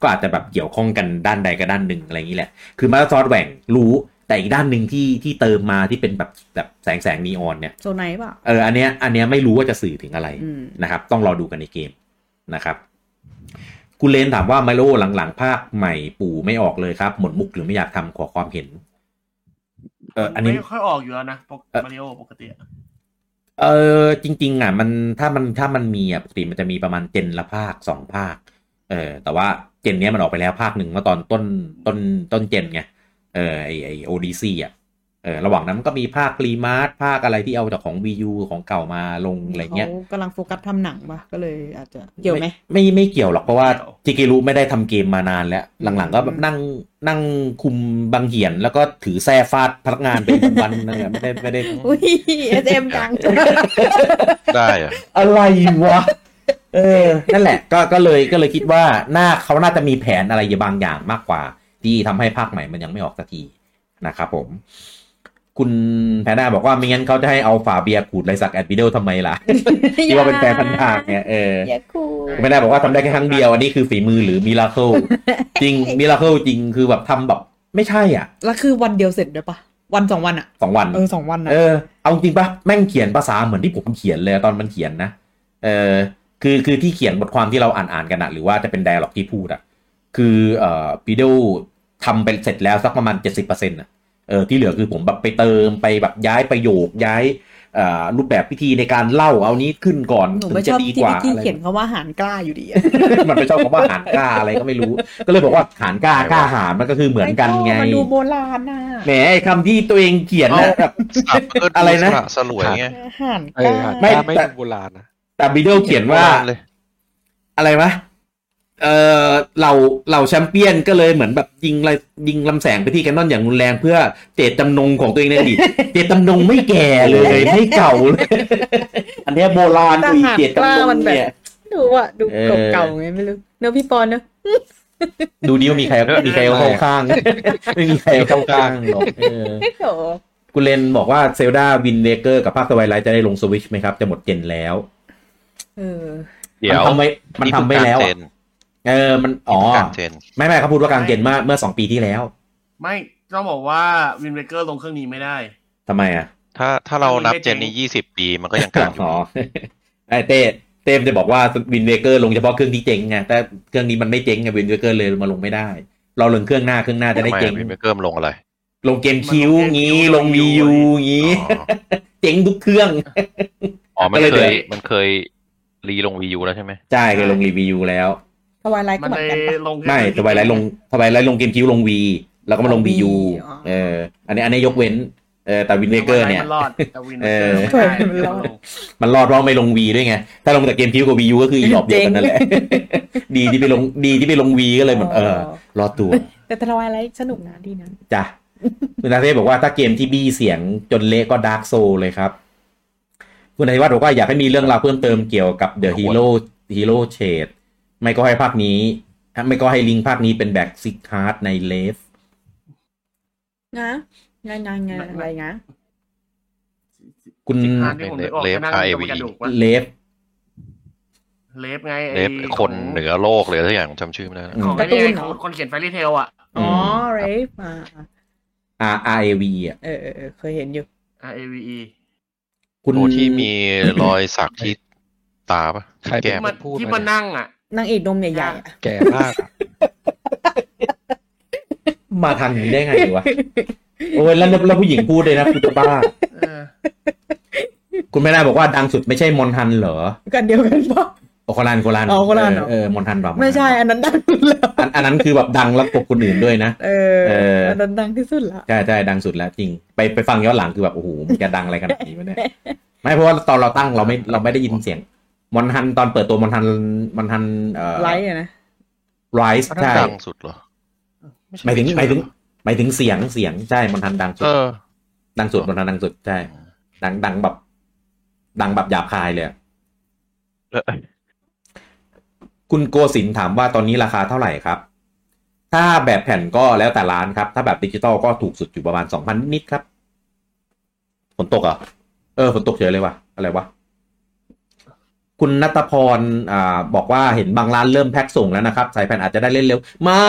Speaker 1: ก็อาจจะแบบเกี่ยวข้องกันด้านใดกับด้านหนึ่งอะไรอย่างนี้แหละ คือมาซอสแหว่งรู้แต่อีกด้านหนึ่งที่ที่เติมมาที่เป็นแบบแบบแสงแสงนีออนเนี่ย
Speaker 2: โซนไหนเปล่า
Speaker 1: เอออันเนี้ยอันเนี้ยไม่รู้ว่าจะสื่อถึงอะไร
Speaker 2: อืม
Speaker 1: นะครับต้องรอดูกันในเกมนะครับ คุณเลนถามว่าไมโลหลังๆ ภาคใหม่ปู่ไม่ออกเลยครับ หมดมุกหรือไม่อยากทำขอความเห็น เอออันนี้
Speaker 4: ไม่ค่อยออกอยู่แล้วนะปก
Speaker 1: เอ่อ
Speaker 4: มาริโอปกติอะ
Speaker 1: เออจริง ๆ อ่ะ มันถ้ามันถ้ามันมีอ่ะปกติมันจะมีประมาณเจนละภาคสองภาค เออ แต่ว่าเจนเนี้ยมันออกไปแล้วภาคหนึ่งเมื่อตอนต้นต้นต้นเจนไงเออไอไอโอดีซีอ่ะเออระหว่างนั้นมันก็มีภาครีมาร์ภาคอะไรที่เอาจากของ VU ของเก่ามาลงอะไรเงี้ย
Speaker 2: ขากำลังโฟกัสทำหนังปะก็เลยอาจจะเกี่ยวไหม
Speaker 1: ไม่ไม่เกี่ยวหรอกเพราะว่าจิกิรุไม่ได้ทำเกมมานานแล้ว หลังๆก็แบบนั่งนั่งคุมบางเหียน แล้วก็ถือแส้ฟาดพนักงานเป็นวันๆนั่นแหละไม่ได้ไม่ได้
Speaker 2: อุ้ยเอสเอ็มจัง
Speaker 3: ได้เหรอ
Speaker 1: อะไรวะ เออ นั่นแหละ ก็ ก็เลย ก็เลยคิดว่า หน้าเขาน่าจะมีแผนอะไรบางอย่างมากกว่า ที่ทำให้ภาคใหม่มันยังไม่ออกสักทีนะครับผม คุณแพนด้าบอกว่าไม่งั้นเขาจะให้เอาฝาเบียร์ขูดไรสักแอดวิดีโอทำไมล่ะ ที่ว่าเป็นแฟนพันธากเนี่ยเออ
Speaker 2: อย่าคู
Speaker 1: แพนด้าบอกว่าทำได้แค่ครั้งเดียว อันนี้คือฝีมือหรือมิราเคิลจริง มิราเคิลจริงคือแบบทำแบบ ไม่ใช่อ่ะ
Speaker 2: แล้วคือวันเดียวเสร็จด้วยปะวันสองวันอะ
Speaker 1: สองวัน
Speaker 2: เออสองวันอะ
Speaker 1: เออ เอาจริงปะแม่งเขียนภาษาเหมือนที่ผมเขียนเลยตอนมันเขียนนะ เออ คือ คือที่เขียนบทความที่เราอ่านอ่านกันอะหรือว่าจะเป็นไดอะล็อกที่พูดอะคือ เอ่อปีโดทำไปเสร็จแล้วสักประมาณเจ็ดสิบเปอร์เซ็นต์อะเออ ที่เหลือคือผมแบบไปเติมไปแบบย้ายประโยคย้ายเอ่อรูปแบบพิธีในการเล่าเอานี้ขึ้นก่อน
Speaker 2: หนู
Speaker 1: ถึ
Speaker 2: ไม่
Speaker 1: ง
Speaker 2: ช
Speaker 1: จะ
Speaker 2: อบ
Speaker 1: ดี
Speaker 2: ที่
Speaker 1: กว่า
Speaker 2: ที่
Speaker 1: อะไร
Speaker 2: เขียน เขาว่าหารกล้าอยู่ดีอะ
Speaker 1: มันไปชอบคำว่าหานกล้าอะไรก็ไม่รู้ ก็เลยบอกว่าหานกล้ากล้าหารมันก็คือเหมือนกันไง
Speaker 2: มันดูโบราณน่ะ
Speaker 1: แหมไอ้คำที่ตัวเองเขียนนะแบบ
Speaker 3: สับก็ดู
Speaker 1: อะไรนะ
Speaker 3: สสลวยไง
Speaker 2: หาร
Speaker 5: เอก
Speaker 2: ล้า
Speaker 5: อหา
Speaker 1: ไม่
Speaker 5: ไม่ไม่ดูโบราณนะ
Speaker 1: แต่บีเดลเขียนว่า
Speaker 3: เลย
Speaker 1: อะไรวะ เออเราเราแชมเปี้ยนก็เลยเหมือนแบบยิงไรยิงลำแสงไปที่แคนนอนอย่างรุนแรงเพื่อเจตจำนงของตัวเองในอ ดีต เจตจำนงไม่แก่เลย ไม่เก่าเลย อันเนี้ยโบราณ
Speaker 2: แต่
Speaker 1: กูอีก
Speaker 2: หาร
Speaker 1: เจต
Speaker 2: กล้า
Speaker 1: จำนง
Speaker 2: มันแบ
Speaker 1: เนี่ย
Speaker 2: บดูอะดู
Speaker 1: เออ
Speaker 2: เก่าๆไงไม่รู้เนอะพี่ปอนเนอะ
Speaker 1: ดูดิวามีใครมีใครเข้าข้าง ไม่มีใครเข้าข้างหรอกเออ
Speaker 2: โอ้โห
Speaker 1: คุณเลนบอกว่าเซลดาวินเลเกอร์กับภาคสวายไลท์จะได้ลงสวิชไหมครับ จะหมดเจนแล้ว
Speaker 2: เออ
Speaker 3: เดี๋ยว
Speaker 1: มันทำไว้มันทำไว้แล้ว
Speaker 3: นี่
Speaker 1: อะเออมันอ๋อ
Speaker 3: คือการเจนนี่คือการเจน
Speaker 1: ไม่ไม่เขาพูดว่ากลางเจนเมื่อเมื่อสองปีที่แล้ว
Speaker 4: ไม่ต้องบอกว่าวินเวเกอร์ลงเครื่องนี้ไม่ได้
Speaker 1: ทำไมอ่ะ
Speaker 3: ถ้าถ้าเรานับเจนนี้ยี่สิบปีมันก็ยังกลางอยู่
Speaker 1: อ๋อ ไอเต้เต้มนจะบอกว่าวินเวเกอร์ลงเฉพาะเครื่องที่เจ๊งไงแต่เครื่องนี้มันไม่เจ๊งไงวินเวเกอร์เลยมาลงไม่ได้ เราลงเครื่องหน้าเครื่องหน้าจะได้
Speaker 3: ทำไม
Speaker 1: เจ๊ง
Speaker 3: วินเบเกอร์มนลงอะไร
Speaker 1: ลงเกมคิว
Speaker 4: มันลงเกมคิว
Speaker 1: งี้
Speaker 4: ล
Speaker 1: ล
Speaker 4: ง
Speaker 1: ง
Speaker 4: Wii
Speaker 1: วียู
Speaker 4: U
Speaker 1: งี้
Speaker 3: อ๋อ
Speaker 1: เจ๊งทุกเครื่อง
Speaker 3: อ๋อมัน
Speaker 1: ก็เลย
Speaker 3: เค
Speaker 1: เดือด
Speaker 3: ยมันเคยรีลงวียูแล้วใช่ไหม
Speaker 1: ใช่เคยลงรีวิวแล้ว
Speaker 2: ทวายไลท์ก็
Speaker 4: มัน
Speaker 2: เหมือ
Speaker 4: เล
Speaker 2: น
Speaker 4: ย
Speaker 2: กันปะ
Speaker 4: ลงแค่
Speaker 1: ไม่ทวายไลท์ลงทวายไลท์ลงเกมคิวลงวีแล้วก็มาลงวียู
Speaker 2: Wii อ๋อ
Speaker 1: เออ อันนี้อันนี้ยกเว้นเออแต่วินเวเกอร์เนี่ย
Speaker 4: มัรอดแต่วินเวเกอร์
Speaker 2: เออ
Speaker 4: ไม่ได้ลง
Speaker 1: มันรอดเพราะไม่ลงวีด้วยไง ถ้าลงแต่เกมพิวกับวียูก็คืออีหลอบเดียวกันนั่นแหละ ดีที่ไปลงดีที่ไปลงวีก็เลยเหมือนเออ รอดตัว
Speaker 2: แต่ทวายไลท์สนุกนะดีนะ
Speaker 1: จ้ะ คุณอาเทพบอกว่าถ้าเกมที่บี้เสียงจนเละก็ดาร์กโซเลยครับ คุณอาทิวัฒน์บอกว่าอยากให้มีเรื่องราวเพิ่มเติมเกี่ยวกับเดอะฮีโร่ฮีโร่เชดไม่ก็ให้ภาคนี้ ไม่ก็ให้ลิงภาคนี้เป็นแบ็กซิกฮาร์ดในเลฟ
Speaker 2: นะงานงานงานอะไรนะ
Speaker 1: คุณ
Speaker 4: สิบห้าที่ผมนึกออก
Speaker 3: เลฟ
Speaker 4: ก็นั่งดู
Speaker 3: RAV
Speaker 4: กระดูกวะ
Speaker 1: เลฟ
Speaker 4: เลฟไง
Speaker 3: เล
Speaker 4: ไอ้
Speaker 3: ฟคนเหนือโลกเลยทุกอย่างผมจำชื่อไม่ได้แล้ว
Speaker 4: ของไอ้นี่ไงของคนเขียนแฟรี่เทลอ่ะ
Speaker 2: อ๋อ
Speaker 1: ม
Speaker 2: เรฟอ่า
Speaker 1: R R A V อ่ะ
Speaker 2: เออเออเออเคยเห็นอยู่
Speaker 4: R A V E
Speaker 1: คุณ
Speaker 3: ตัวที่มีรอยสักที่ตาปะ
Speaker 5: ใคร
Speaker 3: แก้
Speaker 4: ที่
Speaker 3: ม
Speaker 4: มัน
Speaker 5: พูด
Speaker 4: ที่
Speaker 5: มา
Speaker 4: มันนั่งอ่ะ
Speaker 2: นางเอกนมใหญ่ๆอะ
Speaker 5: แก่มากอะ
Speaker 1: มาทางนี้ได้ไงวะ โอ้ยแล้วแล้วผู้หญิงพูดเลยนะคุณจะบ้า
Speaker 4: เออ
Speaker 1: คุณแม่นาบอกว่าดังสุดไม่ใช่มอนทันเหรอ
Speaker 2: กันเดียวกันปะ
Speaker 1: โอโคลานโคลาน
Speaker 2: อ๋อโคลานเหรอ
Speaker 1: เออมอนทันเปล่าอนทัน
Speaker 2: ไม่ใช่อันนั้นดังสุดแล้ว
Speaker 1: อันอันนั้นคือแบบดังแล้วกบคนอื่นด้วยนะ
Speaker 2: เออ
Speaker 1: เอออั
Speaker 2: อันนั้นดังที่สุดละ
Speaker 1: ใช่ใช่ดังสุดแล้วจริง ไปไปฟังย้อนหลังคือแบบโอ้โหมันจะดังอะไรขนาดนี้วะเนี่ยไม่เพราะว่าตอนเราตั้งเราไม่เราไม่ได้ยินเสียง มอนทันตอนเปิดตัวมอนทันมอนทันเอ่อ
Speaker 2: ไลท์อะนะ
Speaker 1: ไรส์ใช่
Speaker 3: ดังสุดเหรอ
Speaker 1: หมายถึงหมายถึงหมายถึงเสียงเสียงใช่มอนทันดังสุด
Speaker 3: เออ
Speaker 1: ดังสุดบนนั้นดังสุดใช่ ดังดังแบบ ดังแบบหยาบคายเลยอะ
Speaker 3: เออ
Speaker 1: คุณโกสินถามว่าตอนนี้ราคาเท่าไหร่ครับ ถ้าแบบแผ่นก็แล้วแต่ร้านครับ ถ้าแบบดิจิตอลก็ถูกสุดอยู่ประมาณสองพันนิดๆครับฝนตกเหรอเออฝนตกเฉยเลยว่ะอะไรวะ คุณนัตพรอ่าบอกว่าเห็นบางร้านเริ่มแพ็คส่งแล้วนะครับ สายแผ่นอาจจะได้เล่นเร็ว ไม่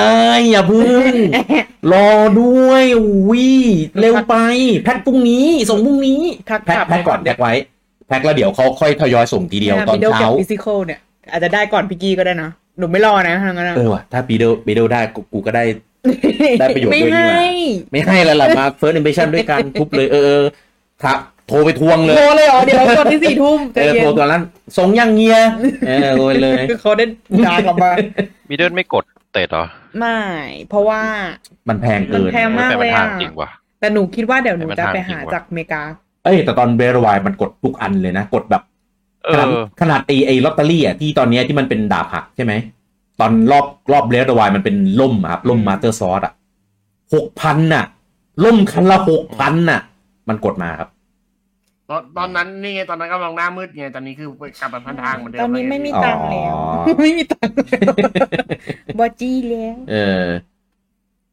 Speaker 1: อย่าพึ่ ง รอด้วยวิเร็วไป แพ็คพรุ่งนี้ ส่งพรุ่งนี้
Speaker 2: ทัก
Speaker 1: แพ็ค
Speaker 2: ถาม
Speaker 1: แพ็คก่อน
Speaker 2: ก่อน
Speaker 1: แพ็คไว้ แพ็คแล้วเดี๋ยวเขาค่อยทอยอยส่งทีเดียวตอน
Speaker 2: วิดีโอ
Speaker 1: เช้า
Speaker 2: ฟิสิกอลเนี่ย อาจจะได้ก่อนพี่กี้ก็ได้นะ หนูไม่รอนะทางนั้นอะ
Speaker 1: เออว่ะถ้าปีเดลปีเดลได้กูกูก็ได้ ได้ประโยชน์
Speaker 2: ไม่
Speaker 1: ด้วยนี่หว่า
Speaker 2: ให้
Speaker 1: ไม่ให้แล้วล่ะมาเฟิร์สอิมเพรสชั่นด้วยกันทุบเลยเออเออครับโทรไปทวงเลย
Speaker 2: โทรเลยเหรอเดี๋ยวเราจนที่สี่ทุ่มใจ
Speaker 1: เออ
Speaker 2: เย็
Speaker 1: โทร
Speaker 2: น
Speaker 1: ตอนนั้นส่งยังเงียเออโทรไปเลย
Speaker 2: เขาได้ด่ากลับมา
Speaker 3: มิดเดิลไม่กดเตะเหรอ
Speaker 2: ไม่ เพราะว่า
Speaker 1: มันแพงเกิน
Speaker 2: มันแพงมาก
Speaker 3: แต่มัน
Speaker 2: เลยอะ
Speaker 3: ทางจริงว่ะ
Speaker 2: แต่หนูคิดว่าเดี๋ยวหนู
Speaker 3: มัน
Speaker 2: จะ
Speaker 3: ทาง
Speaker 2: ไป
Speaker 3: จริง
Speaker 2: หาว
Speaker 3: ะ
Speaker 2: จากอเมริกา
Speaker 1: เอ้ยแต่ตอนเบรวายมันกดทุกอันเลยนะ กดแบบ
Speaker 3: เอ
Speaker 1: ขนาด
Speaker 3: อ
Speaker 1: ขนาดไอ้ไอ้ลอตเตอรี่อ่ะที่ตอนเนี้ยที่มันเป็นดาบหักใช่ไหม ตอนรอบรอบเบรวายมันเป็นล่มอะครับล่ม
Speaker 2: อืม
Speaker 1: มาสเตอร์ซอสอ่ะหกพันน่ะ ล่มคันละหกพันน่ะ มันกดมาครับ
Speaker 4: ตอนตอนนั้นนี่ไงตอนนั้นกำลังหน้ามืดไงตอนนี้คือกลับไปพันทางเหมือนเดิม
Speaker 2: ตอนนี้ไม่มี
Speaker 1: อ๋อ
Speaker 2: ตังค์แล้ว ไม่มีตังค์ แล้วบอจี้แล้ว
Speaker 1: เออ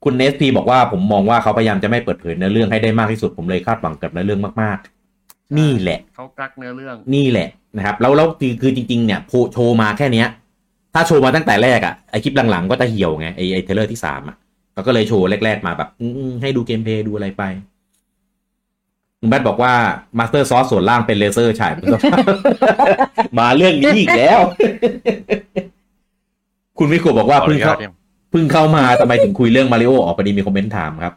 Speaker 1: คุณเนสพีบอกว่าผมมองว่าเขาพยายามจะไม่เปิดเผยเนื้อเรื่องให้ได้มากที่สุดผมเลยคาดหวังกับเนื้อเรื่องมากๆ นี่แหละ
Speaker 4: เขากักเนื้อเรื่อง
Speaker 1: นี่แหละนะครับแล้วแล้วคือคือจริง ๆ เนี่ยโพโชว์มาแค่เนี้ย ถ้าโชว์มาตั้งแต่แรกอะไอคลิปหลังๆ ก็จะเหี่ยวไงไอไอเทรลเลอร์ที่สามอะเขาก็เลยโชว์แรก ๆ มาแบบอืมๆให้ดูเกมเพลย์ดูอะไรไปคุณแบทบอกว่ามาสเตอร์ซอสส่วนล่างเป็นเลเซอร์ฉาย มาเรื่องนี้อีกแล้ว คุณวิโกบอกว่าเพิ่งเข้า เพิ่งเข้ามาทำไมถึงคุยเรื่องมาริโอออกพอดีมีคอมเมนต์ถามครับ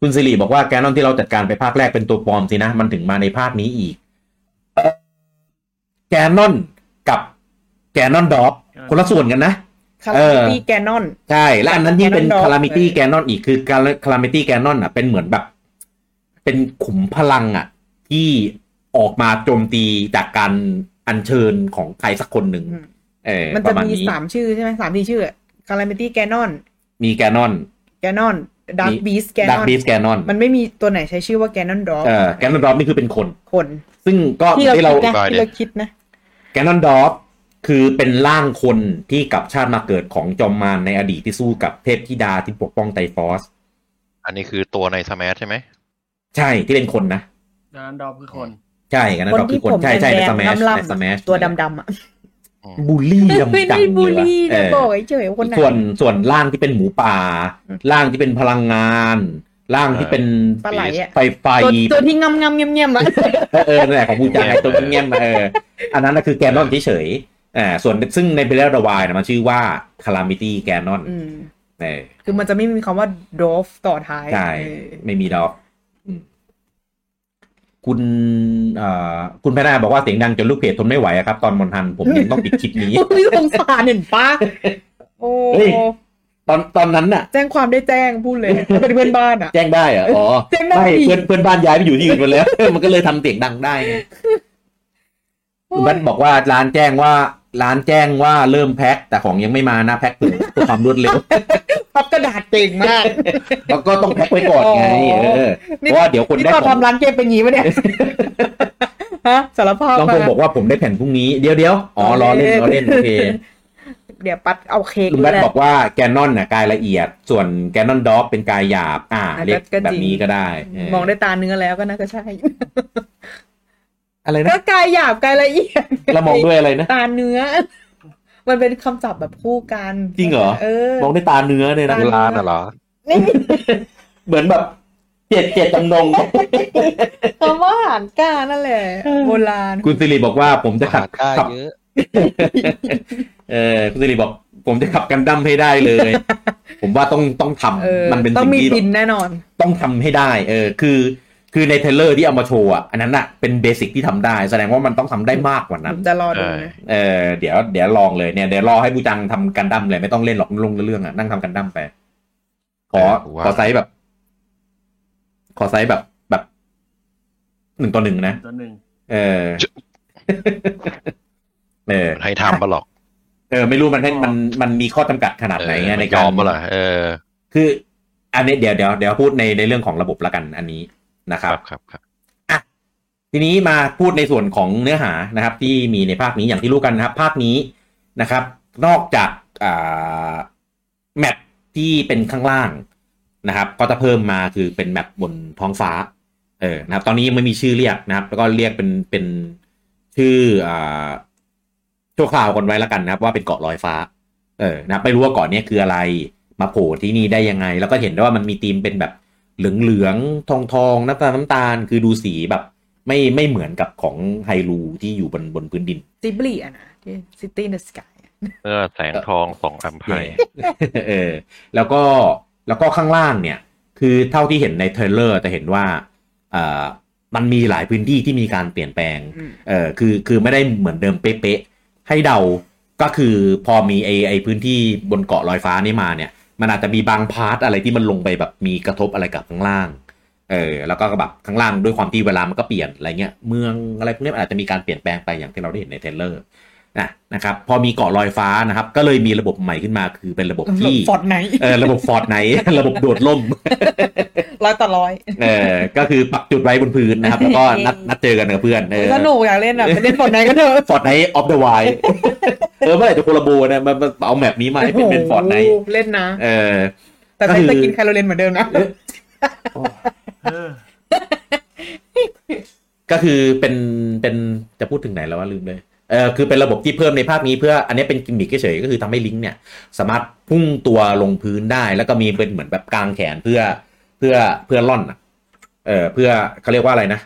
Speaker 1: คุณสิริบอกว่าแกนนอนที่เราจัดการไปภาคแรกเป็นตัวปลอมสินะ มันถึงมาในภาคนี้อีกเอ่อแกนนอนกับแกนนอนดอปคนละส่วนกันนะ
Speaker 2: คา
Speaker 1: เอ
Speaker 2: รา
Speaker 1: อ
Speaker 2: ตี้แกนอน
Speaker 1: ใช่ และอันนั้นยิ่งเป็น
Speaker 2: Canon Dog
Speaker 1: คา a ามิตี้
Speaker 2: เออ
Speaker 1: แกนนอนอีกคือคา a ามิตี้แกนนอนอ่ะเป็นเหมือนแบบ เป็นขุมพลังอ่ะ ที่ออกมาโจมตีจากการอัญเชิญของใครสักคนหนึ่งเออ
Speaker 2: มัน
Speaker 1: ป
Speaker 2: จะ
Speaker 1: ระมาณ
Speaker 2: มี
Speaker 1: นี้
Speaker 2: สามชื่อใช่ไหมสามที่ชื่อคาราเมตี้แกนอน
Speaker 1: มีแกนนอน
Speaker 2: แกนอนดาร์
Speaker 1: มี
Speaker 2: กบีสแกน
Speaker 1: ดัก
Speaker 2: อน
Speaker 1: บีสแกนนอน
Speaker 2: มันไม่มีตัวไหนใช้ชื่อว่าแกนอนดอก
Speaker 1: เออแกนนอนดอปนี่คือเป็นคน
Speaker 2: คน
Speaker 1: ซึ่งก็
Speaker 2: ที่เรา
Speaker 1: ที่เรา
Speaker 2: คิดนะที่
Speaker 3: ได้
Speaker 2: เราคิดนะ
Speaker 1: แกนนอนดอฟคือเป็นร่างคนที่กลับชาติมาเกิดของจอมมารในอดีตที่สู้กับเทพธิดาที่ปกป้องไตรฟอส
Speaker 3: อันนี้คือตัวในสมาร์ทใช่ไหม
Speaker 1: ใช่ที่เป็นคนนะ
Speaker 4: ดังนั้นดอปคือคน
Speaker 1: ใช่แกนนอน
Speaker 2: คน
Speaker 1: ดอฟคือ
Speaker 2: ที่
Speaker 1: คน
Speaker 2: ผม
Speaker 1: ใช่ใช่ใน
Speaker 2: แดง
Speaker 1: สมช
Speaker 2: ๆล่ำ
Speaker 1: ใน
Speaker 2: ๆ
Speaker 1: สมช
Speaker 2: ตัวดำๆอ่ะ
Speaker 1: บูลลี่ดำ
Speaker 2: ไม่
Speaker 1: จัง
Speaker 2: ได้บูลลี่
Speaker 1: เล
Speaker 2: นะ
Speaker 1: ย
Speaker 2: บอ
Speaker 1: วะ
Speaker 2: กเฉยๆว่าคนไหน
Speaker 1: ส่วนส่วนร่างที่เป็นหมูป่า
Speaker 2: อืม
Speaker 1: ร่างที่เป็นพลังงาน ร่างที่เป็น
Speaker 2: ปลาไหลอ่ะ
Speaker 1: ไฟไฟ
Speaker 2: ตัวตัวที่งำงำเงียบเงียบๆอะ
Speaker 1: เออเออนั่นแหละของบู จังไอ้ตัวเงี้ยมๆเอออันนั้นน่ะคือแกนนอนเฉยๆอ่าส่วนซึ่งในเบลล์ดวายนะมันชื่อว่าคารามิตี้แกนนอน
Speaker 2: อืม
Speaker 1: เออ
Speaker 2: คือมันจะไม่มีคำว่าดอฟต่อท้าย
Speaker 1: ใช่
Speaker 2: เออ
Speaker 1: ไม่มีดอกอืมคุณเอ่อคุณพนาบอกว่าเสียงดังจนลูกเพจทนไม่ไหวอะครับ ตอนมอนทันผมยังต้องปิดคลิปนี้
Speaker 2: อุ๊ยสงสารเห็นปะโอ้
Speaker 1: เฮ้ย ตอนตอนนั้นน่ะ
Speaker 2: แจ้งความได้แจ้งพูดเลยเป็นเพื่อนบ้านอ่ะ
Speaker 1: แจ้งได้เหรออ๋อ
Speaker 2: แจ้งได้
Speaker 1: ไม่
Speaker 2: ดิ
Speaker 1: เพื่อนเพื่อนบ้านย้ายไปอยู่ที่อื่นหมดแล้ว มันก็เลยทำเสียงดังได้ไง คุณบันบอกว่าร้านแจ้งว่า ร้านแจ้งว่าเริ่มแพ็คแต่ของยังไม่มานะแพ็คเพื่อความรวดเร็ว
Speaker 2: พับกระดาษเก่งมาก
Speaker 1: แล้วก็ต้องแพ็คไว้ก่อนไงเออเพ
Speaker 2: นี่
Speaker 1: ราะว่าเดี๋ยวคน
Speaker 2: นี่
Speaker 1: ได้
Speaker 2: ตอน
Speaker 1: ของ
Speaker 2: ทำร้านเกมเป็นอย่างงี้ปะเนี่ย ฮะสารภาพ
Speaker 1: ต้องคง
Speaker 2: มา
Speaker 1: บอกว่าผมได้แผ่นพรุ่งนี้เดี๋ยวเดี๋ยวอ๋อล้อเล่นล้อเล่นโอเค
Speaker 2: เดี๋ยวปัดเอาเค้ก
Speaker 1: ลุงแบท
Speaker 2: ล้ว
Speaker 1: บอกว่าแกนนอนน่ะกายละเอียด ส่วนแกนนอนด็อกเป็นกายหยาบ อ่า
Speaker 2: อ่ะ
Speaker 1: เรียก
Speaker 2: ก็จริง
Speaker 1: แบบนี้ก็ได้เ
Speaker 2: มองได้ตาเนื้อแล้วก็น่าจะใช่
Speaker 1: อะไร
Speaker 2: ก็
Speaker 1: นะ
Speaker 2: กายหยาบกายละเอียด
Speaker 1: เรามองด้วย อะไรนะ
Speaker 2: ตาเนื้อ มันเป็นคำจับแบบคู่กัน
Speaker 1: จริงเหรอ
Speaker 2: เออ
Speaker 1: มองด้วยตาเนื้อเนี่ยนะ
Speaker 2: ตาเนื้อ
Speaker 5: ลานน่ะเหรอ
Speaker 2: นี่
Speaker 1: เหมือนแบบเจ็ดเจ็ดจำนง
Speaker 2: คำว่าอาหารกานั่นแหละ โบราณ
Speaker 1: คุณสิริบอกว่าผมจะขับ
Speaker 5: หา
Speaker 1: ขับ
Speaker 5: เยอะ
Speaker 1: เออคุณสิริบอก ผมจะขับกันดั้มให้ได้เลย ผมว่าต้องต้องทำ
Speaker 2: เออ
Speaker 1: มันเป็น
Speaker 2: ต้อง
Speaker 1: สิ่ง
Speaker 2: มี
Speaker 1: ที่
Speaker 2: บินแน่นอน
Speaker 1: ต้องทำให้ได้ เออ คือ คือในเทรลเลอร์ที่เอามาโชว์อ่ะอันนั้นอ่ะเป็นเบสิกที่ทำได้ แสดงว่ามันต้องทำได้มากกว่า
Speaker 2: ผ
Speaker 1: นั้น
Speaker 2: มจะรอดู
Speaker 3: เออ
Speaker 2: นะ
Speaker 1: เออเดี๋ยวเดี๋ยวลองเลยเนี่ยเดี๋ยวรอให้บูจังทำกันดั้มเลยไม่ต้องเล่นหรอกลงเรื่องอ่ะนั่งทำกันดั้มไป ขอ
Speaker 3: เออผมว่า
Speaker 1: ขอไซส์แบบ ขอไซส์แบบแบบหนึ่งต่อหนึ่งนะ
Speaker 4: ตัวหนึ่ง
Speaker 1: เอ อ เออ
Speaker 3: ให้ทำปะหรอก
Speaker 1: เออ ไม่รู้มันให้มันมันมีข้อจำกัดขนาดไหนไงใน
Speaker 3: ย
Speaker 1: การ
Speaker 3: อมปะล่ะเออ
Speaker 1: คือ อันนี้เดี๋ยวเดี๋ยวเดี๋ยวพูดในในเรื่องของระบบละกันอันนี้นะค
Speaker 3: ค
Speaker 1: รั
Speaker 3: รับ บครับครับ
Speaker 1: ทีนี้มาพูดในส่วนของเนื้อหานะครับ ที่มีในภาคนี้อย่างที่รู้กันนะครับ ภาคนี้นะครับ นอกจากอ่าแมปที่เป็นข้างล่างนะครับ ก็จะเพิ่มมาคือเป็นแมปบนท้องฟ้า เออนะครับ ตอนนี้ยังไม่มีชื่อเรียกนะครับ แล้วก็เรียกเป็นเป็นชื่ออ่าชั่วคราวกันไว้แล้วกันนะครับ ว่าเป็นเกาะลอยฟ้า เออนะครับไม่รู้ว่าเกาะเนี้ยคืออะไรมาโผล่ที่นี่ได้ยังไง แล้วก็เห็นได้ว่ามันมีธีมเป็นแบบเหลืองเหลืองทองทองๆน้ำตาลน้ำตาล คือดูสีแบบ ไม่ไม่เหมือนกับของไฮรูที่อยู่บนบนพื้นดิน
Speaker 2: ซิบลีอ่ะนะที่ซิตี้เดอะสกาย
Speaker 3: เมื่อแสงทองสองอัมไพ
Speaker 1: เย่เอ อแล้วก็แล้วก็ข้างล่างเนี่ย คือเท่าที่เห็นในเทรลเลอร์จะเห็นว่าเอ่อมันมีหลายพื้นที่ที่มีการเปลี่ยนแปลง
Speaker 2: อืม
Speaker 1: เออคือคือไม่ได้เหมือนเดิมเป๊ะๆให้เดาก็คือพอมีไอไอพื้นที่บนเกาะลอยฟ้านี่มาเนี่ย มันอาจจะมีบางพาร์ทอะไรที่มันลงไปแบบมีกระทบอะไรกับข้างล่างเออแล้วก็แบบข้างล่างด้วยความที่เวลามันก็เปลี่ยนอะไรเงี้ยเมืองอะไรพวกเนี้ยมันอาจจะมีการเปลี่ยนแปลงไปอย่างที่เราได้เห็นในเทรลเลอร์นะนะครับพอมีเกาะลอยฟ้านะครับ ก็เลยมีระบบใหม่ขึ้นมาคือเป็นระบบที่
Speaker 2: ฟอดไหน
Speaker 1: เออระบบฟอร์ดไน ระบบโดดล่ม
Speaker 2: ร้อยต่อร้อย
Speaker 1: เออก็คือปักจุดไว้บนพื้นนะครับ แล้วก็นัดนัดเจอกันกับเพื่อนเออ
Speaker 2: สนุกอยากเล่นอ่ะไปเล่นฟอดไหนกันเถอะ
Speaker 1: ฟอร์ดไนออฟเดอะไว เออเมื่อไหร่จะโคลาโบนะมันมันเอาแมปนี้มาให้เป็นเป็นฟอร์ดไน
Speaker 2: โโหเล่นนะ
Speaker 1: เออ
Speaker 2: แต่
Speaker 1: ก็
Speaker 2: ใช้
Speaker 1: คือ
Speaker 2: สกินแคโรเลนเหมือนเดิมนะ
Speaker 4: เออ
Speaker 1: ก็คือเป็นเป็นจะพูดถึงไหนแล้วว่าลืมเลยเออคือเป็นระบบที่เพิ่มในภาคนี้เพื่ออันนี้เป็นกิมมิคเฉยๆก็คือทำให้ลิงก์เนี่ย สามารถพุ่งตัวลงพื้นได้ แล้วก็มีเป็นเหมือนแบบกลางแขนเพื่อเพื่อเพื่อล่อนอ่ะเออเพื่อเขาเรียกว่าอะไรนะ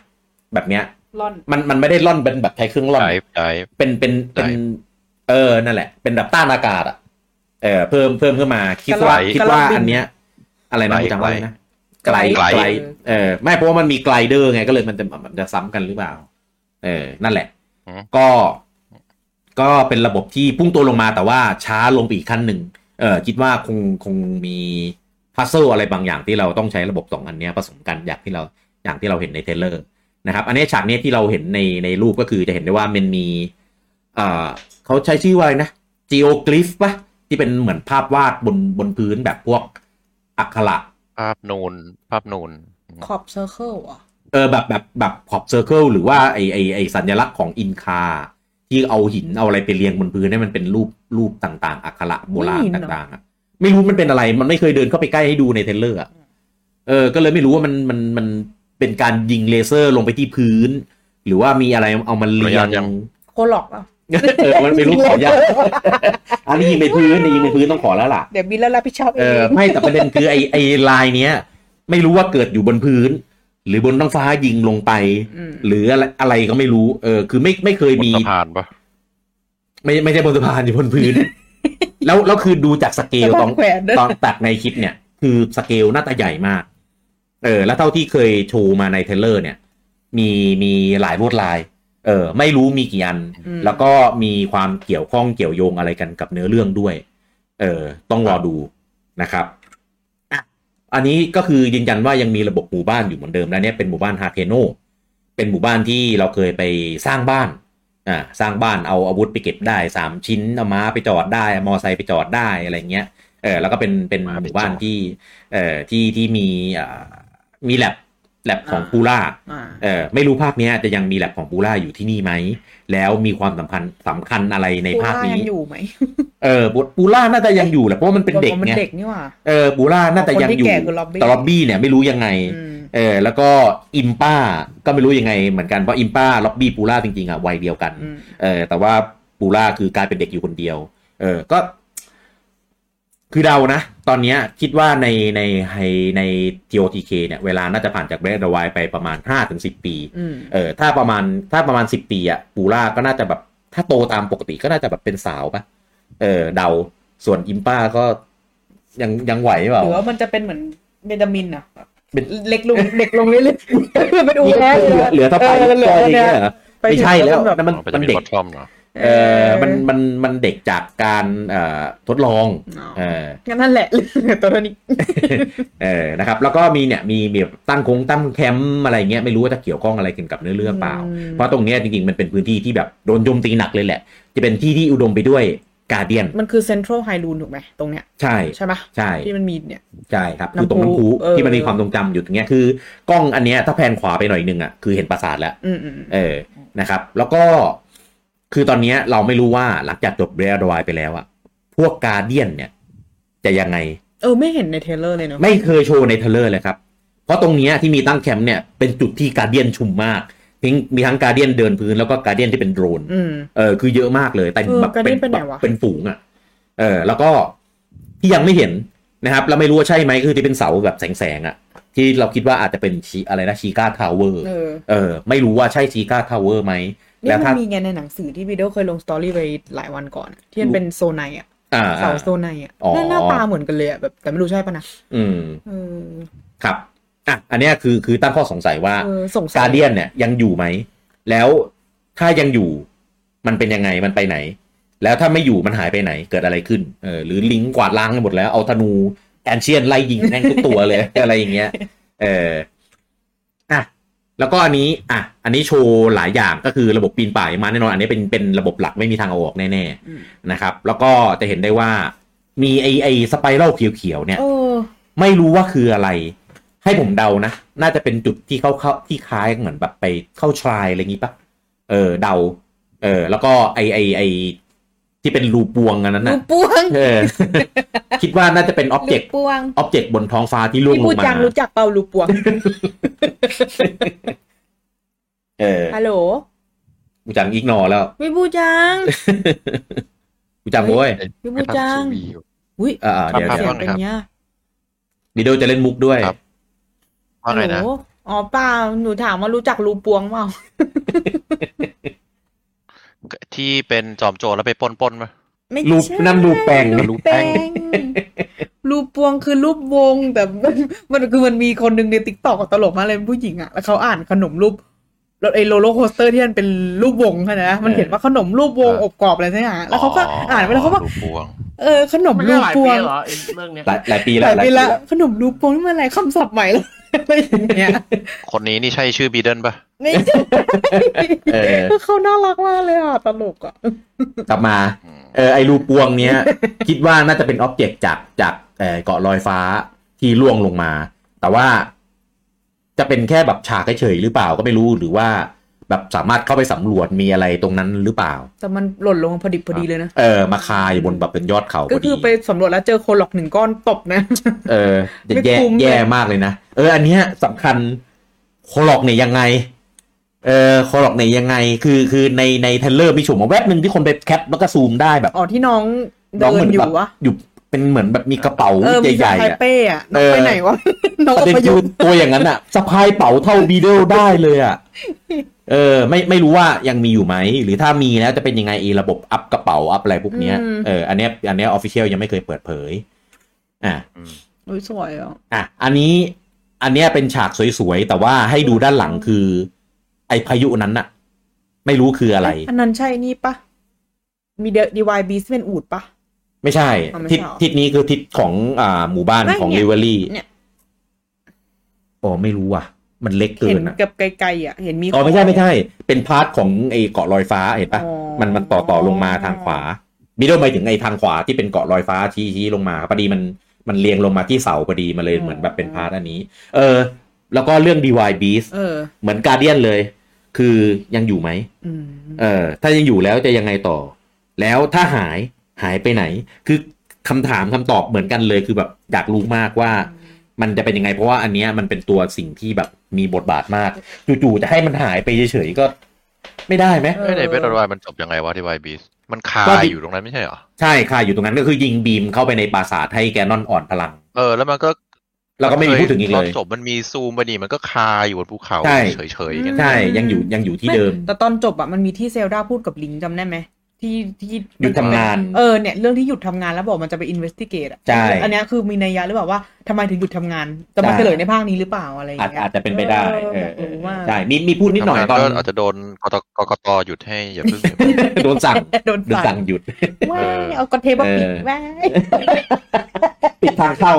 Speaker 1: แบบเนี้ย
Speaker 2: ร่อน
Speaker 1: มันมันไม่ได้ล่อนเป็นแบบใช้เครื่องล่อน
Speaker 3: ไดฟ์ไดฟ์
Speaker 1: เป็นเป็นเป็น
Speaker 3: ได้
Speaker 1: เออนั่นแหละ เป็นแบบต้านอากาศอ่ะเออเพิ่มเพิ่มขึ้นมาคิดว่าก
Speaker 2: ระรอก
Speaker 1: คิด
Speaker 2: กระรอก
Speaker 1: ว่า
Speaker 2: บิน
Speaker 1: อันเนี้ย อะไรนะ
Speaker 3: ไกล
Speaker 1: ผมจำไว้นะไก
Speaker 2: ไก
Speaker 1: ล
Speaker 2: ล
Speaker 1: ไกล
Speaker 2: ไกล
Speaker 1: เออไม่เพราะว่ามันมีไกลเดอร์ไงก็เลยมันจะมันจะซ้ำกันหรือเปล่า เออ นั่นแหละ
Speaker 3: อืม
Speaker 1: ก็ ก็เป็นระบบที่พุ่งตัวลงมาแต่ว่าช้าลงไปอีกขั้นหนึ่งเออคิดว่าคงคงมีพัซเซิลอะไรบางอย่างที่เราต้องใช้ระบบสองอันเนี้ยผสมกันอย่างที่เราอย่างที่เราเห็นในเทรลเลอร์ นะครับอันนี้ฉากเนี้ยที่เราเห็นในในรูปก็คือจะเห็นได้ว่ามันมีเอ่อเขาใช้ชื่อว่าอะไรนะ geoglyph ปะที่เป็นเหมือนภาพวาดบนบนพื้นแบบพวกอักขระ
Speaker 3: ภาพนูน ภาพนูน
Speaker 2: ขอบเซอร์เคิลอ่ะ
Speaker 1: เออแบบแบบแบบขอบเซอร์เคิลหรือว่าไอไอไอสัญลักษณ์ของอินคา ที่เอาหินเอาอะไรไปเรียงบนพื้นให้มันเป็นรูปรูปต่างๆ อักขระโบราณต่างๆอะไม่รู้มันเป็นอะไรมันไม่เคยเดินเข้าไปใกล้ให้ดูในเทรลเลอร์อะเออ ก็เลยไม่รู้ว่ามันมันมันเป็นการยิงเลเซอร์ลงไปที่พื้น หรือว่ามีอะไรเอามันเรีย
Speaker 3: ยัง ง
Speaker 2: โคล็อกอ่ะ
Speaker 1: เออมันไม่รู้ข อยากอันนี้ยิงไปพื้นนี่ยิงไปพื้นต้องขอแล้วล่ะ
Speaker 2: เดี๋ยวบินแล้วรับผิดชอบเอ
Speaker 1: เออง ไม่แต่ประเด็นคือไอไอลายเนี้ย ไม่รู้ว่าเกิดอยู่บนพื้น หรือบนท้องฟ้ายิงลงไป
Speaker 2: ม
Speaker 1: หรืออะไรอะไรก็ไม่รู้ เออ คือไม่ไม่เคย
Speaker 3: บน
Speaker 1: มี
Speaker 3: สะพานปะ
Speaker 1: ไม่ไม่ใช่บนสะพานอยู่บน พื้น แล้วแล้วคือดูจากสเกล
Speaker 2: แต่
Speaker 1: ต
Speaker 2: ต้
Speaker 1: อ
Speaker 2: อง งแขวนด้วย
Speaker 1: ตอนตัดในคลิปเนี่ย คือสเกลน่าจะใหญ่มาก เออ แล้วเท่าที่เคยโชว์มาในเทรลเลอร์เนี่ย มีมีหลายลวดลาย เออ ไม่รู้มีกี่อัน
Speaker 2: อืม
Speaker 1: แล้วก็มีความเกี่ยวข้องเกี่ยวโยงอะไรกันกับเนื้อเรื่องด้วย เออ ต้องรอดูนะครับอ่ะอันนี้ก็คือยืนยันว่ายังมีระบบหมู่บ้านอยู่เหมือนเดิมและเนี่ยเป็นหมู่บ้านฮาเทโน เป็นหมู่บ้านที่เราเคยไปสร้างบ้าน อ่า สร้างบ้านเอาอาวุธไปเก็บได้สามชิ้น เอาม้าไปจอดได้เอามอไซค์ไปจอดได้อะไรเงี้ย เออ แล้วก็เป็นเป็น
Speaker 3: ม้า
Speaker 1: ห
Speaker 3: ไป
Speaker 1: มู่บ้าน
Speaker 3: จอด
Speaker 1: ที่ เอ่อ ที่ที่มีอ่ามีแลบแลบของปูล่า
Speaker 2: อ่า
Speaker 1: เออไม่รู้ภาคเนี้ยจะยังมีแลบของปูล่าอยู่ที่นี่ไหม แล้วมีความสัมพันธ์สำคัญอะไรในภาค
Speaker 2: ปูล่
Speaker 1: นี้
Speaker 2: ยังอยู่ไหม
Speaker 1: เออปูล่าน่าจะยังอยู่แหละเพราะว่ามันเป็นเด็ก
Speaker 2: มัน
Speaker 1: ไง
Speaker 2: เด็กนี่หว่า
Speaker 1: เออปูล่าน่าจะยังอยู่
Speaker 2: คนที่แก่คือล็อบบี้
Speaker 1: แต่ล็อบบี้เนี่ยไม่รู้ยังไง
Speaker 2: อืม
Speaker 1: เออแล้วก็อิมป้าก็ไม่รู้ยังไงเหมือนกันเพราะอิมป้าล็อบบี้ปูล่าจริงๆอ่ะวัยเดียวกัน
Speaker 2: อืม
Speaker 1: เออแต่ว่าปูล่าคือกลายเป็นเด็กอยู่คนเดียว เออก็ คือเดานะ ตอนเนี้ยคิดว่าในในในใน TOTK เนี่ยเวลาน่าจะผ่านจากเบรดเดอร์ไวไปประมาณ5-10 ปี
Speaker 2: อืม
Speaker 1: เออถ้าประมาณถ้าประมาณสิบปีอะปูล่าก็น่าจะแบบ ถ้าโตตามปกติก็น่าจะแบบเป็นสาวปะเออเดาส่วนอิมป้าก็ยังยังไหวเปล่า
Speaker 2: หรือว่ามันจะเป็นเหมือนเบนจามินอ่ะ
Speaker 1: เป็น
Speaker 2: เล็ก ลงเด็กลงเรื่อยๆเป็นอู
Speaker 1: เหลื
Speaker 2: แล้
Speaker 1: อ
Speaker 2: ว
Speaker 1: เหลือเหลือถ้าไป
Speaker 2: เออเหลือ
Speaker 1: ก็
Speaker 2: เท่า
Speaker 1: อย่าง
Speaker 2: เนี้
Speaker 1: เงี้
Speaker 2: ย
Speaker 1: ยเหรอ
Speaker 2: ป
Speaker 1: ไม่
Speaker 2: ถึง
Speaker 1: ใช่แล้ว
Speaker 2: บบ
Speaker 1: นั่นมัน
Speaker 3: มันจะ
Speaker 1: มัน
Speaker 3: มี
Speaker 1: เด็ก
Speaker 3: บอททอมเนาะ
Speaker 1: เออมันมันมันเด็กจากการเอ่อทดลอง
Speaker 2: อ๋อ
Speaker 1: เออ
Speaker 2: งั้นนั่นแหละ ตัวนี้
Speaker 1: เออ นะครับ แล้วก็มีเนี่ย มีมีแบบตั้งคงตั้งแคมป์อะไรเงี้ย ไม่รู้ว่าจะเกี่ยวข้องอะไรกันกับเนื้อเรื่องเปล่า
Speaker 2: อืม
Speaker 1: เพราะตรงเนี้ยจริงๆ มันเป็นพื้นที่ที่แบบโดนโจมตีหนักเลยแหละ จะเป็นที่ที่อุดมไปด้วยกาเดียน
Speaker 2: มันคือเซ็นทรัลไฮรูนถูกไหมตรงเนี้ย
Speaker 1: ใช่
Speaker 2: ใช่ไหม
Speaker 1: ใช่
Speaker 2: ที่มันมีเนี่ย
Speaker 1: ใช่ครับ คือตรงน้ำ
Speaker 2: น้ำพุ
Speaker 1: พุ
Speaker 2: เออ
Speaker 1: ที่มันมีความทรงจำอยู่ตรงเนี้ย คือกล้องอันเนี้ยถ้าแพนขวาไปหน่อยนึงอ่ะ คือเห็นปราสาทแล้ว
Speaker 2: อืมอืม
Speaker 1: เออ นะครับ แล้วก็ คือตอนเนี้ยเราไม่รู้ว่าหลังจากจบเรียดวายไปแล้วอ่ะ พวกกาเดียนเนี่ย จะยังไง
Speaker 2: เออไม่เห็นในเทรลเลอร์เลยเนอะ
Speaker 1: ไม่เคยโชว์ในเทรลเลอร์เลยครับ เพราะตรงเนี้ยที่มีตั้งแคมป์เนี่ยเป็นจุดที่การเดียนชุมมากมีมีทั้งการเดียนเดินพื้นแล้วก็การเดียนที่เป็นโดรน
Speaker 2: อืม
Speaker 1: เออคือเยอะมากเลยแต่
Speaker 2: เออ
Speaker 1: แบบ
Speaker 2: Guardian เป็นไหนวะ
Speaker 1: เป็นฝูงอ่ะ เออ แล้วก็ที่ยังไม่เห็นนะครับเราไม่รู้ว่าใช่ไหมคือที่เป็นเสาแบบแสงๆอ่ะ ที่เราคิดว่าอาจจะเป็นชีอะไรนะชีกาทาวเวอร์
Speaker 2: เออ
Speaker 1: เออไม่รู้ว่าใช่ชีกาทาวเวอร์ไหม
Speaker 2: นี่
Speaker 1: แล้ว
Speaker 2: มั
Speaker 1: ถ้า
Speaker 2: นมีไงในหนังสือที่วิดีโอเคยลงสตอรี่ไปหลายวันก่อนอะที่มันเป็นโซนในอะ
Speaker 1: อ่า
Speaker 2: เสาโซนในอะ
Speaker 1: อ๋อ
Speaker 2: หน้าหน้าตาเหมือนกันเลยอะแบบแต่ไม่รู้ใช่ปะนะ
Speaker 1: อืม
Speaker 2: เออ
Speaker 1: ครับ อ่ะ อันเนี้ยคือคือตั้งข้อสงสัยว่า
Speaker 2: เออสงสัย
Speaker 1: การเดียนเนี่ยยังอยู่ไหม แล้วถ้ายังอยู่มันเป็นยังไงมันไปไหน แล้วถ้าไม่อยู่มันหายไปไหนเกิดอะไรขึ้นเออหรือลิงกวาดล้างกันหมดแล้วเอาธนูแอนเชียนไล่ยิงแม่งทุกตัวเลย อะไรอย่างเงี้ยเอออ่ะแล้วก็อันนี้อ่ะอันนี้โชว์หลายอย่างก็คือระบบปีนป่ายงมาแน่นอนอันนี้เป็นเป็นระบบหลักไม่มีทางเอาออกแน่
Speaker 2: อืม
Speaker 1: ๆนะครับ แล้วก็จะเห็นได้ว่ามีไอไอสไปรัลเขียวๆเนี่ย
Speaker 2: เออ
Speaker 1: ไม่รู้ว่าคืออะไร ให้ผมเดานะ น่าจะเป็นจุดที่เข้าเข้าที่คล้ายเหมือนแบบไปเข้าทรายอะไรอย่างนี้ปะเออ เดา เออ แล้วก็ไอไอไอที่เป็นรูปวงอันนั้น
Speaker 2: รู
Speaker 1: นะ
Speaker 2: ปปวง
Speaker 1: เออ คิดว่าน่าจะเป็นอ็อบเจ
Speaker 2: รู
Speaker 1: ก
Speaker 2: ป
Speaker 1: ต์
Speaker 2: ปวง
Speaker 1: อ็อบเจกต์บนท้องฟ้าที่ล่วง
Speaker 2: พี่
Speaker 1: ล
Speaker 2: พูด
Speaker 1: งมา
Speaker 2: จังรู้จักเปล่ารูป ปวง
Speaker 1: เออ
Speaker 2: ฮัลโหล
Speaker 1: กูจังอีกนอแล้ว
Speaker 2: พี่พูดจัง
Speaker 1: กูจังโว้ย
Speaker 2: พี่
Speaker 5: ไป
Speaker 2: พูดจั
Speaker 5: ทำ
Speaker 2: ง
Speaker 5: ทีวีอยู่
Speaker 2: อุ้ย
Speaker 1: เออเดี๋ยว
Speaker 3: ครับ
Speaker 1: เดี๋ยว
Speaker 2: เสียงเป็นเงี้ย
Speaker 1: ดิโดจะเล่นมุกด้วย
Speaker 3: ครับ ว่าไง
Speaker 2: ฮั
Speaker 3: นะ
Speaker 2: ลโหลอ๋อเปล่าหนูถามว่ารู้จักรูปปวงเปล่า
Speaker 3: ที่เป็นจอมโจรแล้วไปปล้นปล้นๆปะ
Speaker 2: ไม่
Speaker 1: รูป
Speaker 2: ใช่
Speaker 1: นั่นรูปแป้ง
Speaker 2: รูปแป้ง รูปปวงคือรูปวงแต่มันมันคือมันมีคนหนึ่งในติ๊กต็อกตลกมากเลยเป็นผู้หญิงอ่ะแล้วเขาอ่านขนมรูปรถไอ้โรลโลโคสเตอร์ที่มันเป็นรูปวงค่ะนะมันเห็นว่าขนมรูปวง
Speaker 3: เออ
Speaker 2: อบกรอบอะไรสักอย่างแล้วเขาก็อ่านไปแล้วเขาบอก
Speaker 3: รูปพวง
Speaker 2: เออขนม
Speaker 4: มัน
Speaker 2: รูป
Speaker 4: ได้หลาย
Speaker 2: ป
Speaker 4: ปี
Speaker 2: วง
Speaker 4: เหรอไอ้เรื่องเนี้ย
Speaker 1: หลายหลายปี
Speaker 2: ห
Speaker 1: แล้ว
Speaker 2: ลายไปละขนมรูปวงนี่มันอะไรคำศัพท์ใหม่เลยอะไรอย่างเงี้ย
Speaker 3: คนนี้นี่ใช่ชื่อบีเดนปะ
Speaker 2: ไม่ใช่
Speaker 1: เออ
Speaker 2: เขาน่ารักมากเลยอ่ะตลกอ่ะ
Speaker 1: กลับมา
Speaker 3: อืม
Speaker 1: เออไอรูปวงเนี้ย คิดว่าน่าจะเป็นอ็อบเจกต์จากจากเออเกาะลอยฟ้าที่ล่วงลงมา แต่ว่าจะเป็นแค่แบบฉากเฉยๆหรือเปล่าก็ไม่รู้หรือว่าแบบสามารถเข้าไปสำรวจมีอะไรตรงนั้นหรือเปล่า
Speaker 2: แต่มันหล่นลงมาพอดิบพอดีเลยนะ
Speaker 1: เออ มาคาอยู่บนแบบเป็นยอดเขา
Speaker 2: ก็
Speaker 1: พอดี
Speaker 2: คือไปสำรวจแล้วเจอโคนหลอกหนึ่งก้อนตบนะ
Speaker 1: เออจะ
Speaker 2: ไม่
Speaker 1: แย่
Speaker 2: คุ้มเลย
Speaker 1: แย่มากเลยนะเออ อันเนี้ยสำคัญโคลอกเนี่ยยังไง เออโคลอกเนี่ยยังไง คือคือในในเทรลเลอร์มีฉมมาแวบหนึ่งที่คนไปแคปแล้วก็ซูมได้แบบ
Speaker 2: อ๋อที่น้องเดิ
Speaker 1: น้องเหมื
Speaker 2: น
Speaker 1: อน
Speaker 2: อ
Speaker 1: แบ
Speaker 2: ยู่
Speaker 1: บ
Speaker 2: วะ
Speaker 1: อยู่เป็นเหมือนแบบมีกระเป๋า
Speaker 2: เออมี
Speaker 1: ให
Speaker 2: สะ
Speaker 1: ญ่
Speaker 2: พา
Speaker 1: ๆ
Speaker 2: ย
Speaker 1: อะ
Speaker 2: เป้อะ
Speaker 1: เอ
Speaker 2: น้อง
Speaker 1: อ
Speaker 2: ไปไหนวะ น้อง
Speaker 1: ประเด็น
Speaker 2: ไปอ
Speaker 1: คื
Speaker 2: ยู่
Speaker 1: อตัวอย่างนั้นอะสะพายเป๋าเท่าบีเดลได้เลยอะเออ ไม่ไม่รู้ว่ายังมีอยู่ไหม หรือถ้ามีแล้วจะเป็นยังไงไอีระบบอัพกระเป๋าอัพอะไรพวกเนี้ยเอออันเนี้ยอันเนี้ยออฟฟิเชียลยังไม่เคยเปิดเผย อ่ะ
Speaker 3: อืม
Speaker 2: โอ้ยสวยอ่ะ
Speaker 1: อ่ะ อันนี้ อันเนี้ยเป็นฉากสวยๆ แต่ว่าให้ดูด้านหลังคือ ไอพายุนั้นน่ะ ไม่รู้คืออะไร
Speaker 2: เยอันนั้นใช่นี่ปะมีเดดีวายบีสเป็นอูดปะ
Speaker 1: ไม่ใช่
Speaker 2: อ๋อไม่
Speaker 1: ทิ
Speaker 2: ใช่
Speaker 1: ศ
Speaker 2: หรอ
Speaker 1: ทิศนี้คือทิศของอ่าหมู่บ้าน
Speaker 2: ไม่
Speaker 1: ของ
Speaker 2: เนี่ย
Speaker 1: ลิเวอรี่
Speaker 2: เนี่ย
Speaker 1: อ๋อไม่รู้ว่ะ มันเล็กเกิ
Speaker 2: เห็
Speaker 1: น
Speaker 2: น
Speaker 1: อะ
Speaker 2: กับไกลๆอ่ะ เห็นมี
Speaker 1: อ๋อไม่ใช่ไม่ใช่ เป็นพาร์ทของไอ้เกาะลอยฟ้าเห็นปะ
Speaker 2: อ๋อ
Speaker 1: มันมันต่อต่อลงมาทางขวามิโดไปถึงไอ้ทางขวาที่เป็นเกาะลอยฟ้าชี้ชี้ลงมาพอดีมันมันเรียงลงมาที่เสาพอดีมาเลยเหมือนแบบเป็นพาร์ทอันนี้ เออ แล้วก็เรื่อง d y Beast
Speaker 2: เออ
Speaker 1: เหมือนการเดียนเลย คือยังอยู่ไหม
Speaker 2: อืม
Speaker 1: เออ ถ้ายังอยู่แล้วจะยังไงต่อ แล้วถ้าหายหายไปไหน คือคำถามคำตอบเหมือนกันเลย คือแบบอยากรู้มากว่า มันจะเป็นยังไง เพราะว่าอันเนี้ยมันเป็นตัวสิ่งที่แบบมีบทบาทมาก จู่ๆจะให้มันหายไปเฉยๆก็ไม่ได้ไหม
Speaker 3: เอ้ยในเบสออนไลน์มันจบยังไงวะที่ไวบีมันคา
Speaker 1: ก็ดิ
Speaker 3: อยู่ตรงนั้นไม่ใช่เหรอ
Speaker 1: ใช่ค่ะอยู่ตรงนั้นก็คือยิงบีมเข้าไปในปราสาทให้แกนอนอ่อนพลัง
Speaker 3: เออ แล้วมันก็
Speaker 1: แล้วก็ไม่มีพูดถึงอีก
Speaker 3: ต
Speaker 1: เล
Speaker 3: อน
Speaker 1: ย
Speaker 3: จบมันมีซูมไปนี่มันก็คาอยู่บนภูเขา
Speaker 1: ใช่
Speaker 3: เฉยๆอย่างเงี้ย
Speaker 1: ใช่ยังอยู่ยังอยู่ที่เดิม
Speaker 2: ไแต่ตอนจบอ่ะมันมีที่เซลดาพูดกับลิงจำได้ไหมที่ที่
Speaker 1: หยุดทำงาน
Speaker 2: เออเนี่ยเรื่องที่หยุดทำงานแล้วบอกมันจะไปอินเวสติเกตอ่ะ
Speaker 1: ใช่
Speaker 2: อันเนี้ยคือมีนัยยะหรือเปล่าว่าทำไมถึงหยุดทำงาน จะมา
Speaker 1: ใช่
Speaker 2: เฉลยในภาคนี้หรือเปล่าอะไรอย่า
Speaker 1: อาจ
Speaker 2: งเงี้ย
Speaker 1: อาจจะเป็นไปได้ เออ
Speaker 2: เออว่า
Speaker 1: ใช่มีมีพูดนิดหน่อย
Speaker 3: ทำงา
Speaker 1: ตอน
Speaker 3: ก็อาจจะโดนกตกกตหยุดให้อย่าเพิ่ง
Speaker 1: โดนสั่ง
Speaker 2: โดน
Speaker 1: โดนสั่
Speaker 2: สั่
Speaker 1: ง
Speaker 2: ง
Speaker 1: หยุด
Speaker 2: ว้ายเอากระเทปมาปิด
Speaker 1: เออ
Speaker 2: ว้าย
Speaker 1: ปิดทางเข้า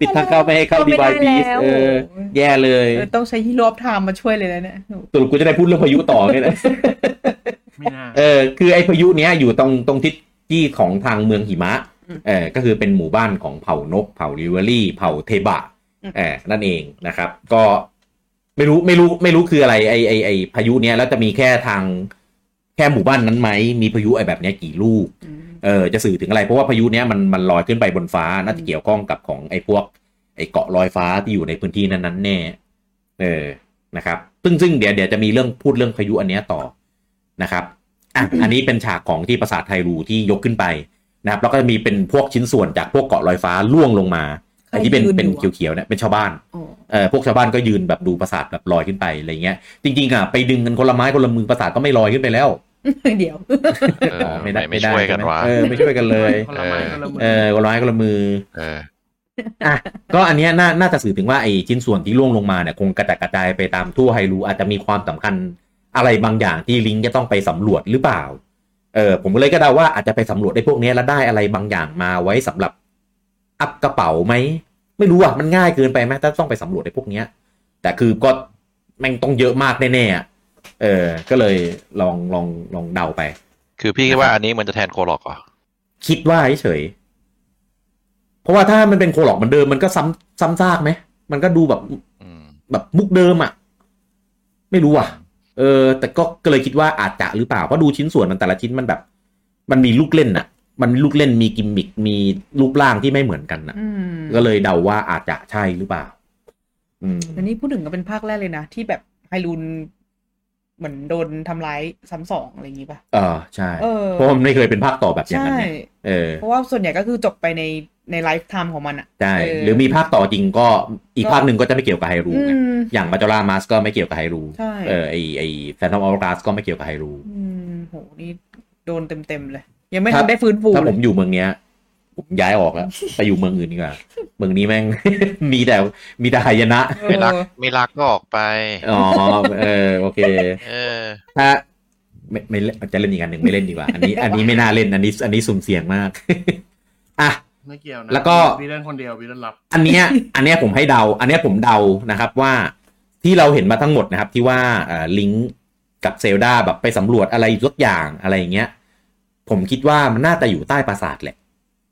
Speaker 1: ปิดทางเข้าไม่ให้เข้า
Speaker 2: เข้า
Speaker 1: ดี
Speaker 2: ไม่
Speaker 1: บาย
Speaker 2: ได้
Speaker 1: บีส
Speaker 2: แล้ว
Speaker 1: เออ แย่เลย
Speaker 2: เออต้องใช้ฮีโร่ไทม์มาช่วยเลยนะเนี่ย
Speaker 1: สรุปกูจะได้พูดเรื่องพายุต่อไงนะ
Speaker 4: ไม่น่า
Speaker 1: เออ คือไอ้พายุเนี้ยอยู่ตรงตรงทิศที่ของทางเมืองหิมะ เออ ก็คือเป็นหมู่บ้านของเผ่านก เผ่าริเวอรี่ เผ่าเทบะเออนั่นเองนะครับ ก็ไม่รู้ไม่รู้ไม่รู้คืออะไรไอไอไอพายุเนี้ยแล้วจะมีแค่ทางแค่หมู่บ้านนั้นไหม มีพายุไอแบบเนี้ยกี่ลูก
Speaker 2: อืม
Speaker 1: เออจะสื่อถึงอะไรเพราะว่าพายุเนี้ยมันมันลอยขึ้นไปบนฟ้าน่าจะเกี่ยวข้องกับของไอ้พวก ไอ้เกาะลอยฟ้าที่อยู่ในพื้นที่นั้นๆแน่เออนะครับ ซึ่งซึ่งเดี๋ยวเดี๋ยวจะมีเรื่องพูดเรื่องพายุอันเนี้ยต่อนะครับอ่ะ อันนี้เป็นฉากของที่ปราสาทไทรูที่ยกขึ้นไปนะครับแล้วก็จะมีเป็นพวกชิ้นส่วนจากพวกเกาะลอยฟ้าล่วงลงมา ไอ้ที่เป็น
Speaker 2: ใครยืน
Speaker 1: เป็น
Speaker 2: อยู่อะ
Speaker 1: เขียวๆเนี่ยเป็นชาวบ้าน
Speaker 2: อ๋อ
Speaker 1: เออพวกชาวบ้านก็ยืนแบบดูปราสาทแบบลอยขึ้นไปอะไรเงี้ยจริงๆอ่ะไปดึงกันคนละไม้คนละมือปราสาทก็ไม่ลอยขึ้นไปแล้ว
Speaker 2: เดี๋ยว
Speaker 3: เออไม่ช่วยกันวะ
Speaker 1: เออไม่ช่วยกันเลย
Speaker 4: คนละไม้คนละมือ
Speaker 1: เออคนละไม้คนละมือ
Speaker 3: เออ
Speaker 1: อ่ะก็อันเนี้ยน่าน่าจะสื่อถึงว่าไอ้ชิ้นส่วนที่ร่วงลงมาเนี่ยคงกระจัดกระจายไปตามทั่วไฮรูอาจจะมีความสำคัญอะไรบางอย่างที่ลิงก์จะต้องไปสำรวจหรือเปล่า เออผมก็เลยก็เดาว่าอาจจะไปสำรวจได้พวกเนี้ยแล้วได้อะไรบางอย่างมาไว้สำหรับอัพกระเป๋าไหมไม่รู้อ่ะมันง่ายเกินไปไหมถ้าต้องไปสำรวจไอ้พวกเนี้ย แต่คือก็แม่งต้องเยอะมากแน่ๆอ่ะเออ ก็เลยลองลองลองเดาไป
Speaker 3: คือพี่คิดว่าอันนี้มันจะแทนโคลอกเหรอ
Speaker 1: คิดว่าเฉยๆเพราะว่าถ้ามันเป็นโคหลอกเหมือนเดิมมันก็ซ้ำซ้ำซากไหมมันก็ดูแบบ
Speaker 3: อืม
Speaker 1: แบบมุกเดิมอะ่ะ ไม่รู้อ่ะ เออ แต่ก็ก็เลยคิดว่าอาจจะหรือเปล่าเพราะดูชิ้นส่วนมันแต่ละชิ้นมันแบบ มันมีลูกเล่นอะ่ะ มันมีลูกเล่นมีกิมมิคมีรูปร่างที่ไม่เหมือนกันอ่ะ
Speaker 2: อืม
Speaker 1: ก็เลยเดาว่าอาจจะใช่หรือเปล่า อืม
Speaker 2: อันนี้พูดถึงก็เป็นภาคแรกเลยนะ ที่แบบไฮรูนเหมือนโดนทำร้ายซ้ำสองอะไรอย่างงี้ป่ะ
Speaker 1: เออใช่
Speaker 2: เออ
Speaker 1: เพราะมันไม่เคยเป็นภาคต่อแบบอย่าง
Speaker 2: ใช่
Speaker 1: นั้นเนี่ยเออ
Speaker 2: เพราะว่าส่วนใหญ่ก็คือจบไปในในไลฟ์ไทม์ของมันอ่ะ
Speaker 1: ใช่
Speaker 2: เออ
Speaker 1: หรือมีภาคต่อจริงก็อีกภาคหนึ่งก็จะไม่เกี่ยวกับไฮรู
Speaker 2: อื
Speaker 1: ไง
Speaker 2: ม
Speaker 1: อย่างมาจอรามาสก็ไม่เกี่ยวกับไฮรู
Speaker 2: ใช่
Speaker 1: เออไอไอแฟนทอมออร์กัสก็ไม่เกี่ยวกับไฮรู
Speaker 2: อืมโหนี่โดนเต็มๆเลย ยังไม่
Speaker 1: ครั
Speaker 2: ทั
Speaker 1: บ
Speaker 2: นได้ฟื้นฟู
Speaker 1: ถ้า
Speaker 2: เล
Speaker 1: ผ
Speaker 2: ย
Speaker 1: มอยู่เมืองเนี้ย ผมย้ายออกแล้ว ไปอยู่เมืองอื่นดีกว่า เมืองนี้แม่ง มีแต่มีแต่หายนะ
Speaker 2: เอ
Speaker 3: ไม่รัก
Speaker 2: อ
Speaker 3: ไม่รักก็ออกไป
Speaker 1: อ๋อเออโอเค
Speaker 3: เออ
Speaker 1: ถ้าไม่ไม่เล่นจะเล่นอีกอันหนึ่งไม่เล่นดีกว่า อันนี้ อันนี้ไม่น่าเล่นอันนี้ อันนี้สุ่มเสี่ยงมาก อ่ะ
Speaker 4: ไม่เกี่ยวนะ
Speaker 1: แล้วก็
Speaker 4: วีเดนคนเดียววีเดนรับ
Speaker 1: อันเนี้ย อันเนี้ยผมให้เดา อันเนี้ยผมเดานะครับว่าที่เราเห็นมาทั้งหมดนะครับ ที่ว่าเอ่อลิงก์กับเซลดาแบบไปสำรวจอะไรยกอย่างอะไรอย่างเงี้ย ผมคิดว่ามันน่าจะอยู่ใต้ปราสาทแหละ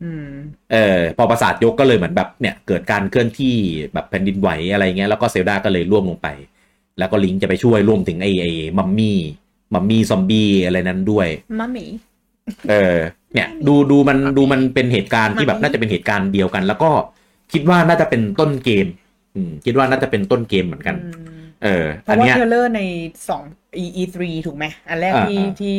Speaker 2: อืม
Speaker 1: เออพอปราสาทยกก็เลยเหมือนแบบเนี่ยเกิดการเคลื่อนที่แบบแผ่นดินไหวอะไรเงี้ยแล้วก็เซลดาก็เลยร่วมลงไป แล้วก็ลิงก์จะไปช่วยร่วมถึงไอ้ไอ้มัมมี่มัมมี่ซอมบี้อะไรนั้นด้วย
Speaker 2: มัมมี่
Speaker 1: เออเนี่ยดูดูมันดูมันเป็นเหตุการณ์ที่แบบน่าจะเป็นเหตุการณ์เดียวกัน แล้วก็คิดว่าน่าจะเป็นต้นเกมอืมคิดว่าน่าจะเป็นต้นเกมเหมือนกัน เออ
Speaker 2: เพ
Speaker 1: อัน
Speaker 2: ราะว่า
Speaker 1: เนี้ย
Speaker 2: เทรลเลอร์ในสอง e e 3ถูกไหม อันแรก
Speaker 1: อ่า
Speaker 2: ที่
Speaker 1: อ่า
Speaker 2: ที่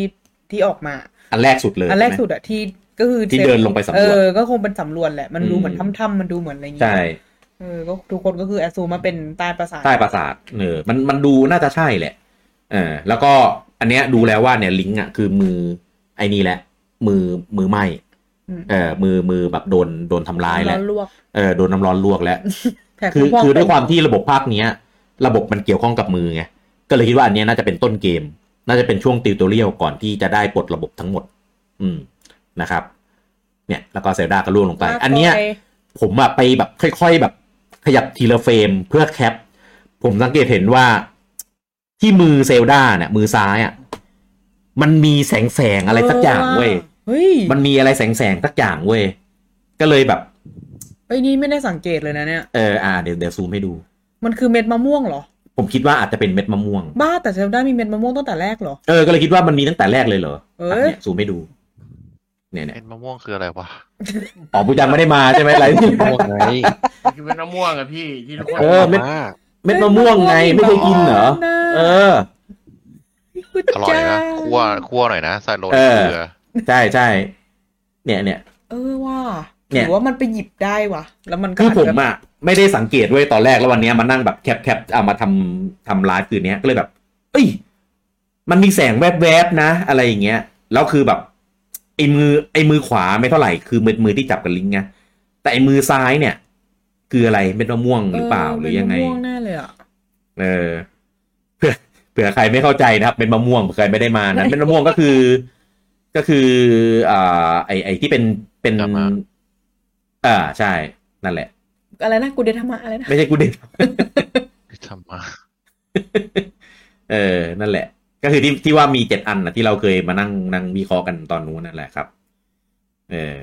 Speaker 2: ที่ออกมา
Speaker 1: อันแรกสุดเลย
Speaker 2: อันแรก
Speaker 1: ใช่ไหม
Speaker 2: สุดอะที่ก็คือ
Speaker 1: ที่เดินลงไปสำรวจ
Speaker 2: เออ ก็คงเป็นสำรวจแหละ มันดู
Speaker 1: อืม
Speaker 2: เหมือนถ้ำๆมันดูเหมือนอะไรอย่างเงี้
Speaker 1: ใช่
Speaker 2: ยเออก็ทุกคนก็คือแอซูมาเป็นใต้ปราสาท
Speaker 1: ใต้ปราสาทเออมันมันดูน่าจะใช่แหละเออแล้วก็อันเนี้ยดูแล้วว่าเนี่ยลิงก์อ่ะคือมือไอ้นี่แหละ มือมือไหม
Speaker 2: อืม
Speaker 1: เออมือมือแบบโดนโดนทำร้ายแล้ว
Speaker 2: ร้อนลวก
Speaker 1: เออโดนน้ำร้อนลวกแล้ว
Speaker 2: แผ่
Speaker 1: คือ
Speaker 2: พก
Speaker 1: คือด้วยความที่ระบบภาคเนี้ย ระบบมันเกี่ยวข้องกับมือไงก็เลยคิดว่าอันเนี้ยน่าจะเป็นต้นเกม น่าจะเป็นช่วงติวตัวเรียวก่อนที่จะได้ปลดระบบทั้งหมด อืมนะครับ เนี่ย แล้วก็เซลดาก็ล่วงลงไป
Speaker 2: มาก
Speaker 1: อันเนี้ย
Speaker 2: ไป
Speaker 1: ผมอะไปแบบค่อยๆแบบขยับทีละเฟรมเพื่อแคป ผมสังเกตเห็นว่าที่มือเซลดาเนี่ย มือซ้ายอะมันมีแสงแสงๆอะไรสักอย่างเว้ย
Speaker 2: เฮ้ย
Speaker 1: มันมีอะไรแสงแสงๆสักอย่างเว้ย ก็เลยแบบ
Speaker 2: เอ้ยนี่ไม่ได้สังเกตเลยนะเนี่ย
Speaker 1: เอออ่าเดี๋ยวเดี๋ยวซูมให้ดู
Speaker 2: มันคือเม็ดมะม่วงเหรอ
Speaker 1: ผมคิดว่าอาจจะเป็นเม็ดมะม่วง
Speaker 2: บ้าแต่เซลด้ามีเม็ดมะม่วงตั้งแต่แรกเหรอ
Speaker 1: เออ ก็เลยคิดว่ามันมีตั้งแต่แรกเลยเหรอ
Speaker 2: เอ้
Speaker 1: อ่ะ
Speaker 2: ย
Speaker 1: เนี่ยซูมให้ดู เนี่ยเนี่ย
Speaker 3: เป็นมะม่วงคืออะไรวะ
Speaker 1: อ๋อปูจันไม่ได้มาใช่ไหมไรที่
Speaker 5: มะม่วงไง
Speaker 4: คือเป็นน้ำม่วงอะพี่ที่ทุกคน
Speaker 1: เออเม็ด
Speaker 5: า
Speaker 1: เม็ดมะม่วงไงไม่เคยกินเหรอ เออ
Speaker 3: อร่อยนะคั่วคั่วหน่อยนะ ใส่โรย
Speaker 1: เออ
Speaker 3: เกลือ
Speaker 1: ใช่ใช่เนี่ยเนี่ย
Speaker 2: เออว่า
Speaker 1: เนี่
Speaker 2: ห
Speaker 1: ย
Speaker 2: รือว่ามันไปหยิบได้ว่ะ แล้วมันก็
Speaker 1: คือผม
Speaker 2: อาจจะ
Speaker 1: อ่ะไม่ได้สังเกตไว้ยตอนแรกแล้ววันเนี้ยมานั่งแบบแคปแคปเอามาทำทำไลฟ์คืนเนี้ยก็เลยแบบ เอ้ย มันมีแสงแวบๆนะ อะไรอย่างเงี้ยแล้วคือแบบไอ้มือไอ้มือขวาไม่เท่าไหร่คือมือมือที่จับกับลิงก์ไงแต่ไอ้มือซ้ายเนี่ย คืออะไรเม็ดมะม่วงหรือเปล่าหรือยังไง
Speaker 2: เม็ดมะม่วงแน่เลยอ่ะ
Speaker 1: เออเผื่อเผื่อใครไม่เข้าใจนะครับ เป็นมะม่วงเผื่อใครไม่ได้มา นะเป็นมะม่วงก็คือ ก็คืออ่าไอไอที่เป็นเป็น
Speaker 3: กามา
Speaker 1: อ่าใช่นั่นแหละ
Speaker 2: อะไรนะกูเดทามะอะไรนะ
Speaker 1: ไม่ใช่กูเด็ก
Speaker 3: ทำมา
Speaker 1: เออ นั่นแหละ ก็คือที่ที่ว่ามีเจ็ดอันนะที่เราเคยมานั่งนั่งวิเคราะห์กันตอนนู้นนั่นแหละครับ เออ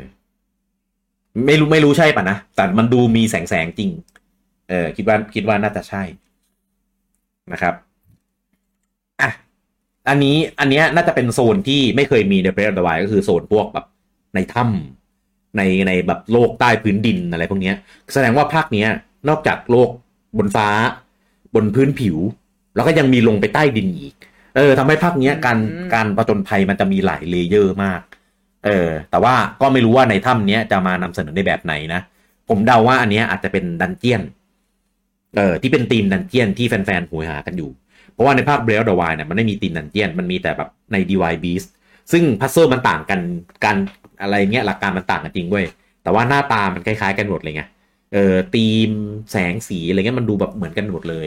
Speaker 1: ไม่รู้ไม่รู้ใช่ป่ะนะ แต่มันดูมีแสงแสงจริง เออ คิดว่าคิดว่าน่าจะใช่นะครับ อ่ะ อันนี้อันเนี้ยน่าจะเป็นโซนที่ไม่เคยมีในเบรดไวก็คือโซนพวกแบบในถ้ำในในแบบโลกใต้พื้นดินอะไรพวกเนี้ย แสดงว่าภาคเนี้ย นอกจากโลกบนฟ้า บนพื้นผิว แล้วก็ยังมีลงไปใต้ดินอีก เออทำให้ภาคเนี้ยการการประจนภัยมันจะมีหลายเลเยอร์มาก เออ แต่ว่าก็ไม่รู้ว่าในถ้ำเนี้ยจะมานำเสนอในแบบไหนนะ ผ ผมเดาว่าอันเนี้ยอาจจะเป็นดันเจียน เออที่เป็นธีมดันเจียนที่แฟนๆโหยหากันอยู่ เพราะว่าในภาคเบรลดวายเนี่ยมันไม่มีธีมดันเจียน มันมีแต่แบบใน d y Beast ซึ่งพัซเซิลมันต่างกันการอะไรเงี้ยหลักการมันต่างกันจริงเว้ย แต่ว่าหน้าตามันคล้ายๆกันหมดเลยไง เออธีมแสงสีอะไรเงี้ยมันดูแบบเหมือนกันหมดเลย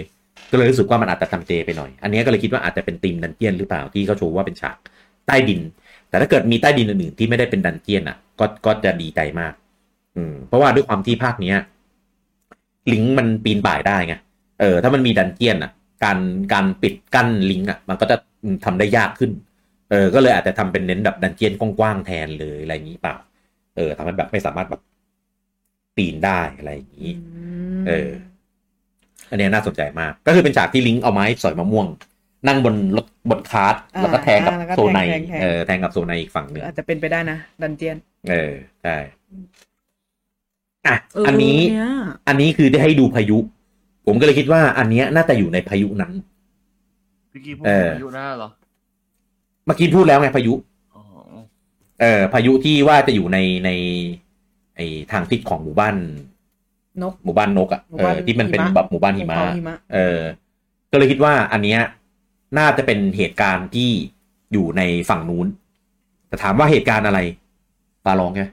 Speaker 1: ก็เลยรู้สึกว่ามันอาจจะทำเจไปหน่อย อันเนี้ยก็เลยคิดว่าอาจจะเป็นธีมดันเจียนหรือเปล่าที่เขาโชว์ว่าเป็นฉากใต้ดิน แต่ถ้าเกิดมีใต้ดินอื่นๆที่ไม่ได้เป็นดันเจียนอ่ะ ก็ก็จะดีใจมาก อืม เพราะว่าด้วยความที่ภาคเนี้ย ลิงก์มันปีนป่ายได้ไง เออ ถ้ามันมีดันเจียนอ่ะ การการปิดกั้นลิงก์อ่ะ มันก็จะทำได้ยากขึ้น เออ ก็เลยอาจจะทำเป็นเน้นแบบดันเจียนกว้างๆแทนเลยอะไรอย่างนี้เปล่า เออทำให้แบบไม่สามารถแบบปีนได้อะไรอย่างนี้ เออ อันเนี้ยน่าสนใจมาก ก็คือเป็นฉากที่ลิงก์เอาไม้สอยมะม่วง นั่งบนรถบนคาร์ท
Speaker 2: อ่า
Speaker 1: แล้วก็แทงกับ
Speaker 2: อ่าแล้วก็
Speaker 1: โซไน
Speaker 2: แทงแทงแทง
Speaker 1: เออแทงกับโซไนอีกฝั่งห
Speaker 2: หรื
Speaker 1: นึ่
Speaker 2: อง อาจจะเป็นไปได้นะดันเจียน
Speaker 1: เออใช่อ่ะอันนี้
Speaker 2: เนี่ย
Speaker 1: อันนี้คือได้ให้ดูพายุ ผมก็เลยคิดว่าอันเนี้ยน่าจะอยู่ในพายุนั้น
Speaker 4: พี่กี้พูด
Speaker 1: เออ
Speaker 4: อายุหน้าเหรอ
Speaker 1: เมื่อกี้พูดแล้วไงพายุ
Speaker 4: อ๋อ
Speaker 1: เออพายุที่ว่าจะอยู่ในในไอทางทิศของหมู่บ้าน
Speaker 2: นก
Speaker 1: หมู่บ้านนกอะ
Speaker 2: หมู่
Speaker 1: เอ
Speaker 2: บ้าน
Speaker 1: อที่มันเป็น
Speaker 2: หิมะ
Speaker 1: แบบหมู่บ้านหิมะ
Speaker 2: ภูเขาหิมะ
Speaker 1: เออ ก็เลยคิดว่าอันเนี้ยน่าจะเป็นเหตุการณ์ที่อยู่ในฝั่งนู้น แต่ถามว่าเหตุการณ์อะไรปาลองใช่ไหม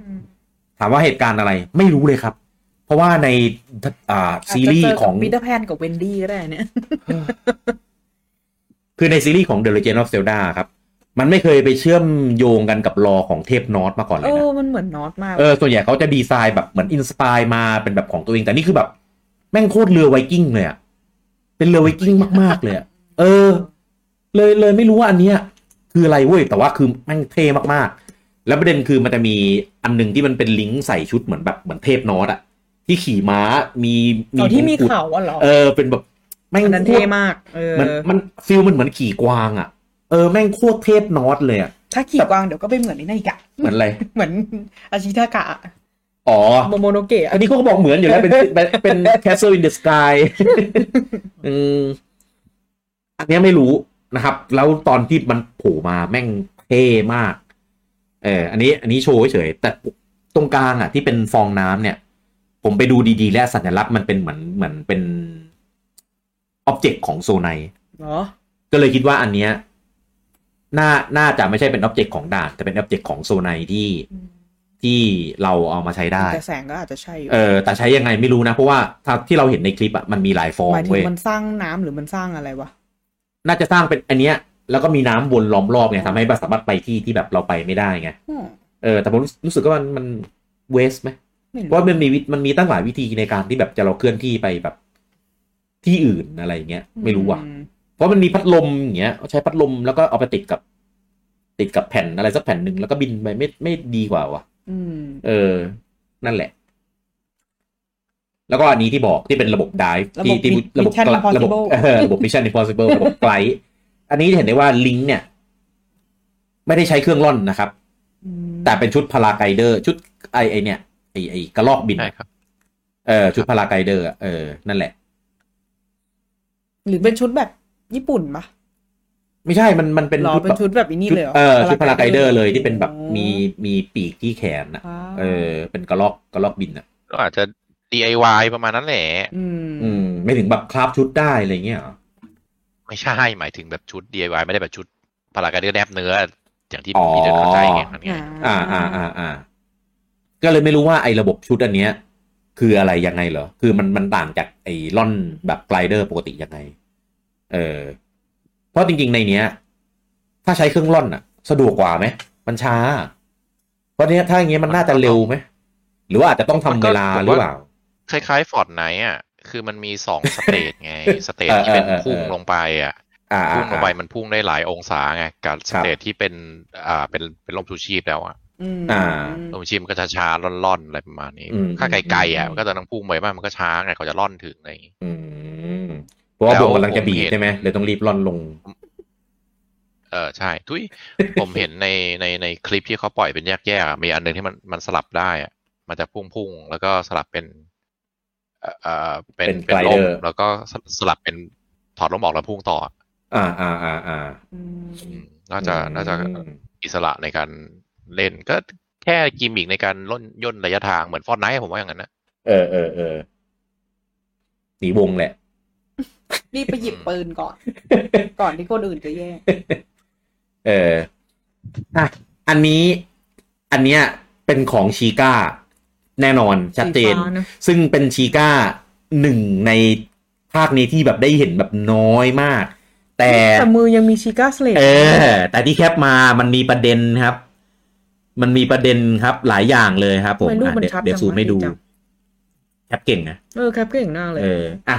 Speaker 1: ถามว่าเหตุการณ์อะไร ไม่รู้เลยครับ เพราะว่าในอ่าซีรีส์ของ
Speaker 2: ปีเตอร์แพนกับเวนดี้ก็ได้เนี่ย
Speaker 1: คือในซีรีส์ของ The Legend of Zelda ครับ มันไม่เคยไปเชื่อมโยงกันกับลอของเทพนอตมาก่อนเล
Speaker 2: โอ้
Speaker 1: ยนะ
Speaker 2: มันเหมือนนอตมาก
Speaker 1: เออ ส่วนใหญ่เขาจะดีไซน์แบบเหมือนอินสปายมาเป็นแบบของตัวเอง แต่นี่คือแบบ แม่งโคตรเรือไวกิ้งเลยอะเป็นเรือไวกิ้งมาก ๆ เลยอะเออ เลยเลยไม่รู้ว่าอันเนี้ย คืออะไรเว้ย แต่ว่าคือแม่งเท่มากๆ แล้วประเด็นคือมันจะมีอันหนึ่งที่มันเป็นลิงก์ใส่ชุดเหมือนแบบเหมือนเทพนอตอะที่ขี่ม้ามี
Speaker 2: เอาที่มี
Speaker 1: งกุฎ
Speaker 2: เขาอ่ะเหรอ
Speaker 1: เออ เป็นแบบแม่ง
Speaker 2: อันนั้น
Speaker 1: โค
Speaker 2: เท่
Speaker 1: ตร
Speaker 2: มาก เออ
Speaker 1: มันมันฟิลมันเหมือนขี่กวางอ่ะ เออแม่งโคตรเทพนอตเลยอ่ะ
Speaker 2: ถ้าขี่กวางเดี๋ยวก็ไปเหมือนในนาฬิกะ
Speaker 1: เหมือนอะไร
Speaker 2: เหมือนอาชิทากะ
Speaker 1: อ๋อ
Speaker 2: โมโมโนเกะ
Speaker 1: อันนี้เขาก็บอกเหมือนอยู่แล้ว เป็นเป็นเป็น Castle in the Sky อืมอันเนี้ยไม่รู้นะครับ แล้วตอนที่มันโผล่มาแม่งเท่มาก เอออันนี้ อันนี้โชว์เฉยๆแต่ตรงกลางอ่ะ ที่เป็นฟองน้ำเนี่ย ผมไปดูดีๆ และสัญลักษณ์มันเป็นเหมือนเหมือนเป็นอ็อบเจกต์ของโซไน
Speaker 2: เหรอ
Speaker 1: ก็เลยคิดว่าอันเนี้ยน่าน่าจะไม่ใช่เป็นอ็อบเจกต์ของด่าน แต่เป็นอ็อบเจกต์ของโซไนที่
Speaker 2: อืม
Speaker 1: ที่เราเอามาใช้ได้
Speaker 2: แต่แสงก็อาจจะใช่อยู่
Speaker 1: เออ แต่ใช้ยังไงไม่รู้นะ เพราะว่าถ้าที่เราเห็นในคลิปอ่ะมันมีหลายฟอง
Speaker 2: หมายถึง
Speaker 1: เว้ย
Speaker 2: มันสร้างน้ำหรือมันสร้างอะไรวะ
Speaker 1: น่าจะสร้างเป็นอันเนี้ย แล้วก็มีน้ำวนล้อมรอบไงทำให้เราสามารถไปที่ที่แบบเราไปไม่ได้ไง
Speaker 2: อืม
Speaker 1: เออแต่ผมรู้รู้สึกว่ามันมันเวสไหม
Speaker 2: ไม่
Speaker 1: เพ
Speaker 2: รู้
Speaker 1: ราะว่ามันมีวิมันมีตั้งหลายวิธีในการที่แบบจะเราเคลื่อนที่ไปแบบ ที่อื่นอะไรอย่างเงี้ยไม่รู้อ่ะ
Speaker 2: อืม
Speaker 1: เพราะมันมีพัดลมอย่างเงี้ยเอาใช้พัดลมแล้วก็เอาไปติดกับ ติดกับแผ่นอะไรสักแผ่นหนึ่งแล้วก็บินไปไม่ไม่ดีกว่าวะ
Speaker 2: อืม
Speaker 1: เออ นั่นแหละ แล้วก็อันนี้ที่บอกที่เป็นระบบดิฟ
Speaker 2: ระบ
Speaker 1: ที่
Speaker 2: บ
Speaker 1: ที่ระบบ
Speaker 2: ชั่นพอ
Speaker 1: ระบ
Speaker 2: สิ
Speaker 1: บ
Speaker 2: เบิล
Speaker 1: เอ อระบบมิชชั่นอิมพอสิเบิลระบบไกลอันนี้เห็นได้ว่าลิงก์เนี่ย ไม่ได้ใช้เครื่องร่อนนะครับ แต่เป็นชุดพลาไกเดอร์ ชุดไอไอเนี่ยไอไอกระลอกบิน
Speaker 3: ใช่ครับ
Speaker 1: เออชุดพลาไกเดอร์อะเออนั่นแหละ
Speaker 2: หรือเป็นชุดแบบญี่ปุ่นปะ
Speaker 1: ไม่ใช่มันมันเป็น
Speaker 2: หรอ
Speaker 1: ชุด
Speaker 2: เป็น
Speaker 1: แบบ
Speaker 2: ชุดแบบอีนี่เลยหร
Speaker 1: เออชุดพาราไกเดอร์เลยที่เป็นแบบมี
Speaker 2: อ๋
Speaker 1: มีปีกที่แขนนะ
Speaker 2: อว้าว
Speaker 1: เออ เป็นกระลอกกระลอกบินอ่ะ
Speaker 3: ก็อาจจะ DIY ประมาณนั้นแหละ
Speaker 2: ม
Speaker 1: อืม ไม่ถึงแบบคราบชุดได้อะไรเงี้ยเหรอ
Speaker 3: ไม่ใช่ หมายถึงแบบชุด DIY ไม่ได้แบบชุดพารากาเดอร์แนบเนื้อ อย่างที่มีเดินเข้าใจไงนั่นไง
Speaker 1: อ่าอ่าอ่าอ่าก็เลยไม่รู้ว่าไอ้ระบบชุดอันเนี้ย คืออะไรยังไงเหรอ คือมันมันต่างจากไอ้ล่อนแบบไกลเดอร์ปกติยังไง เออ เพราะจริงๆในเนี้ย ถ้าใช้เครื่องล่อนอ่ะ สะดวกกว่าไหมมันช้า เพราะเนี้ยถ้าอย่างเงี้ยมันน่าจะเร็วไหมหรือว่าอาจจะต้องทำเวลาหรือเปล่า
Speaker 3: คล้ายๆฟอร์ดไนอ่ะ คือมันมีสอง สเตจไง สเตจที่เป็น
Speaker 1: เออเออเออ
Speaker 3: พุ่งลงไปอ่ะ
Speaker 1: อ่าอ่า
Speaker 3: พุ่งลงไป
Speaker 1: อ่า
Speaker 3: มันพุ่งได้หลายองศาไง กับสเตจที่เป็น อ่า เป็นเป็นลมชูชีพแล้วอ่ะ
Speaker 2: อืม
Speaker 1: อ่า
Speaker 3: ลมชูชีพมันก็จะช้าๆร่อนๆอะไรประมาณนี้
Speaker 1: อืม
Speaker 3: ถ้าไกลๆอ่ะมันก็จะต้องพุ่งไปมากมันก็ช้าไงเขาจะร่อนถึงอะไรอย่างงี้
Speaker 1: อืมเพราะว่า
Speaker 3: แล้
Speaker 1: บ
Speaker 3: ว
Speaker 1: วกกำลังจะบีบ
Speaker 3: ผมเห็น
Speaker 1: ใช่ไหมเลยต้องรีบร่อนลง
Speaker 3: เออใช่ ทุย ผมเห็นในในในคลิปที่เขาปล่อยเป็นแยกๆอะมีอันหนึ่งที่มันมันสลับได้อะมันจะพุ่งพุ่งๆแล้วก็สลับเป็นเอ่อเอ่อเป็น
Speaker 1: เป็น
Speaker 3: เป็นล่ม
Speaker 1: glider
Speaker 3: แล้วก็สสลับเป็นถอดล่มออกแล้วพุ่งต่ออะ
Speaker 1: อ่าอ่าอ่าอ่า
Speaker 2: อืม
Speaker 3: อืมน่าจะน่าจะ
Speaker 1: อืม
Speaker 3: อิสระในการเล่น ก็แค่กิมมิกในการล่นย่นระยะทางเหมือนฟอนไนผมว่าอย่างนั้นนะ
Speaker 1: เออเออเออหนีวงแหละ
Speaker 2: รีบไปหยิบปืนก่อน ก่อนที่คนอื่นจะแย่ง
Speaker 1: เอออ่ะอันนี้อันเนี้ยเป็นของชีก้า แน่นอนชัดเจน
Speaker 2: สีฟ้าะ
Speaker 1: ซึ่งเป็นชีก้าหนึ่งในภาคนี้ที่แบบได้เห็นแบบน้อยมาก แต่
Speaker 2: แต่มือยังมีชิก้าสเลด
Speaker 1: เออ แต่ที่แคปมามันมีประเด็นครับ มันมีประเด็นครับ หลายอย่างเลยครับ ผม
Speaker 2: ทำไรูป
Speaker 1: อ่ะ
Speaker 2: มัน
Speaker 1: เดี๋ยว
Speaker 2: ชัด
Speaker 1: เดี๋ยวซูมให้ดู
Speaker 2: จั
Speaker 1: แค
Speaker 2: ง
Speaker 1: ปเก่งนะ
Speaker 2: เออแคปเก่งหน้าเลย
Speaker 1: เอออ่ะ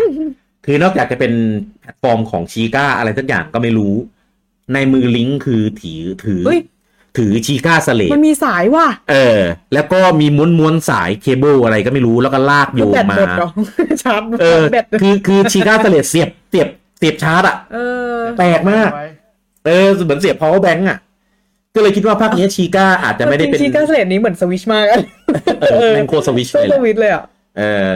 Speaker 1: คือนอกจากจะเป็นแพลตฟอร์มของชีก้าอะไรสักอย่างก็ไม่รู้ ในมือลิงก์คือถือถือ
Speaker 2: เฮ้ย
Speaker 1: ถือชีก้าสเล
Speaker 2: มั
Speaker 1: ด
Speaker 2: นมีสายว่ะ
Speaker 1: เออ แล้วก็มีม้วนม้วนๆสายเคเบิลอะไรก็ไม่รู้แล้วก็ลากโยง
Speaker 2: แบต
Speaker 1: มา
Speaker 2: หมดเหรอ ชาร์จ
Speaker 1: เออ
Speaker 2: แบต
Speaker 1: คือคือชีก้าสเลดเสียบเสียบเสียบชาร์จอะ
Speaker 2: เออ
Speaker 1: แปลกมาก เออเหมือนเสียบ power bank อ่ะ ก็เลยคิดว่าภาคเนี้ยชีก้าอาจจะไม่ได้เป็น
Speaker 2: ชีก้าสเลดนี้เหมือนสวิชมากอะ
Speaker 1: เออแม่งโคตรสวิชเล
Speaker 2: ต้อง
Speaker 1: ย
Speaker 2: ส
Speaker 1: แหละ
Speaker 2: วิชเลยอ่ะ
Speaker 1: เออ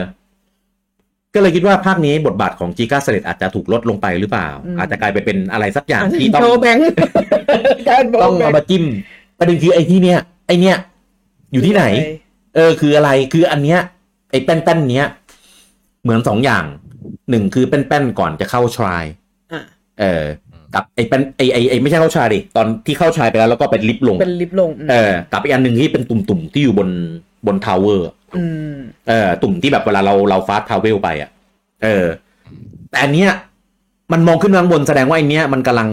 Speaker 1: ก็เลยคิดว่าภาคนี้บทบาทของจีก้าสเลตอาจจะถูกลดลงไปหรือเปล่า
Speaker 2: อืม
Speaker 1: อาจจะกลายไปเป็นอะไรสักอย่างที่
Speaker 2: โช
Speaker 1: ต้อง
Speaker 2: ว์แบงค์ การบอ
Speaker 1: ต้
Speaker 2: ก
Speaker 1: อง
Speaker 2: แบ
Speaker 1: เอา
Speaker 2: งค์
Speaker 1: มาจิ้มประเด็นคือไอ้ที่เนี้ยไอ้เนี้ยอยู่ที่ไหน เออ คืออะไรคืออันเนี้ย ไอ้แป้นแป้นๆเนี้ยเหมือนสองอย่างหนึ่งคือแป้นแป้นๆก่อนจะเข้าทราย
Speaker 2: อ่ะ
Speaker 1: เออ กับไอ้แป้นไอ้ไอ้ไอ้ไม่ใช่เข้าทรายดิตอนที่เข้าทรายไปแล้วแล้วก็เป็นลิฟต์ลง
Speaker 2: เป็นลิฟต์ลงอืม
Speaker 1: เออกับอีกอันหนึ่งที่เป็นตุ่มๆที่อยู่บนบนทาวเวอร์
Speaker 2: อืม
Speaker 1: เออตุ่มที่แบบเวลาเราเราฟาสต์ทาวเวลไปอ่ะ เออ แต่อันเนี้ยมันมองขึ้นมาข้างบนแสดงว่าไอเนี้ยมันกำลัง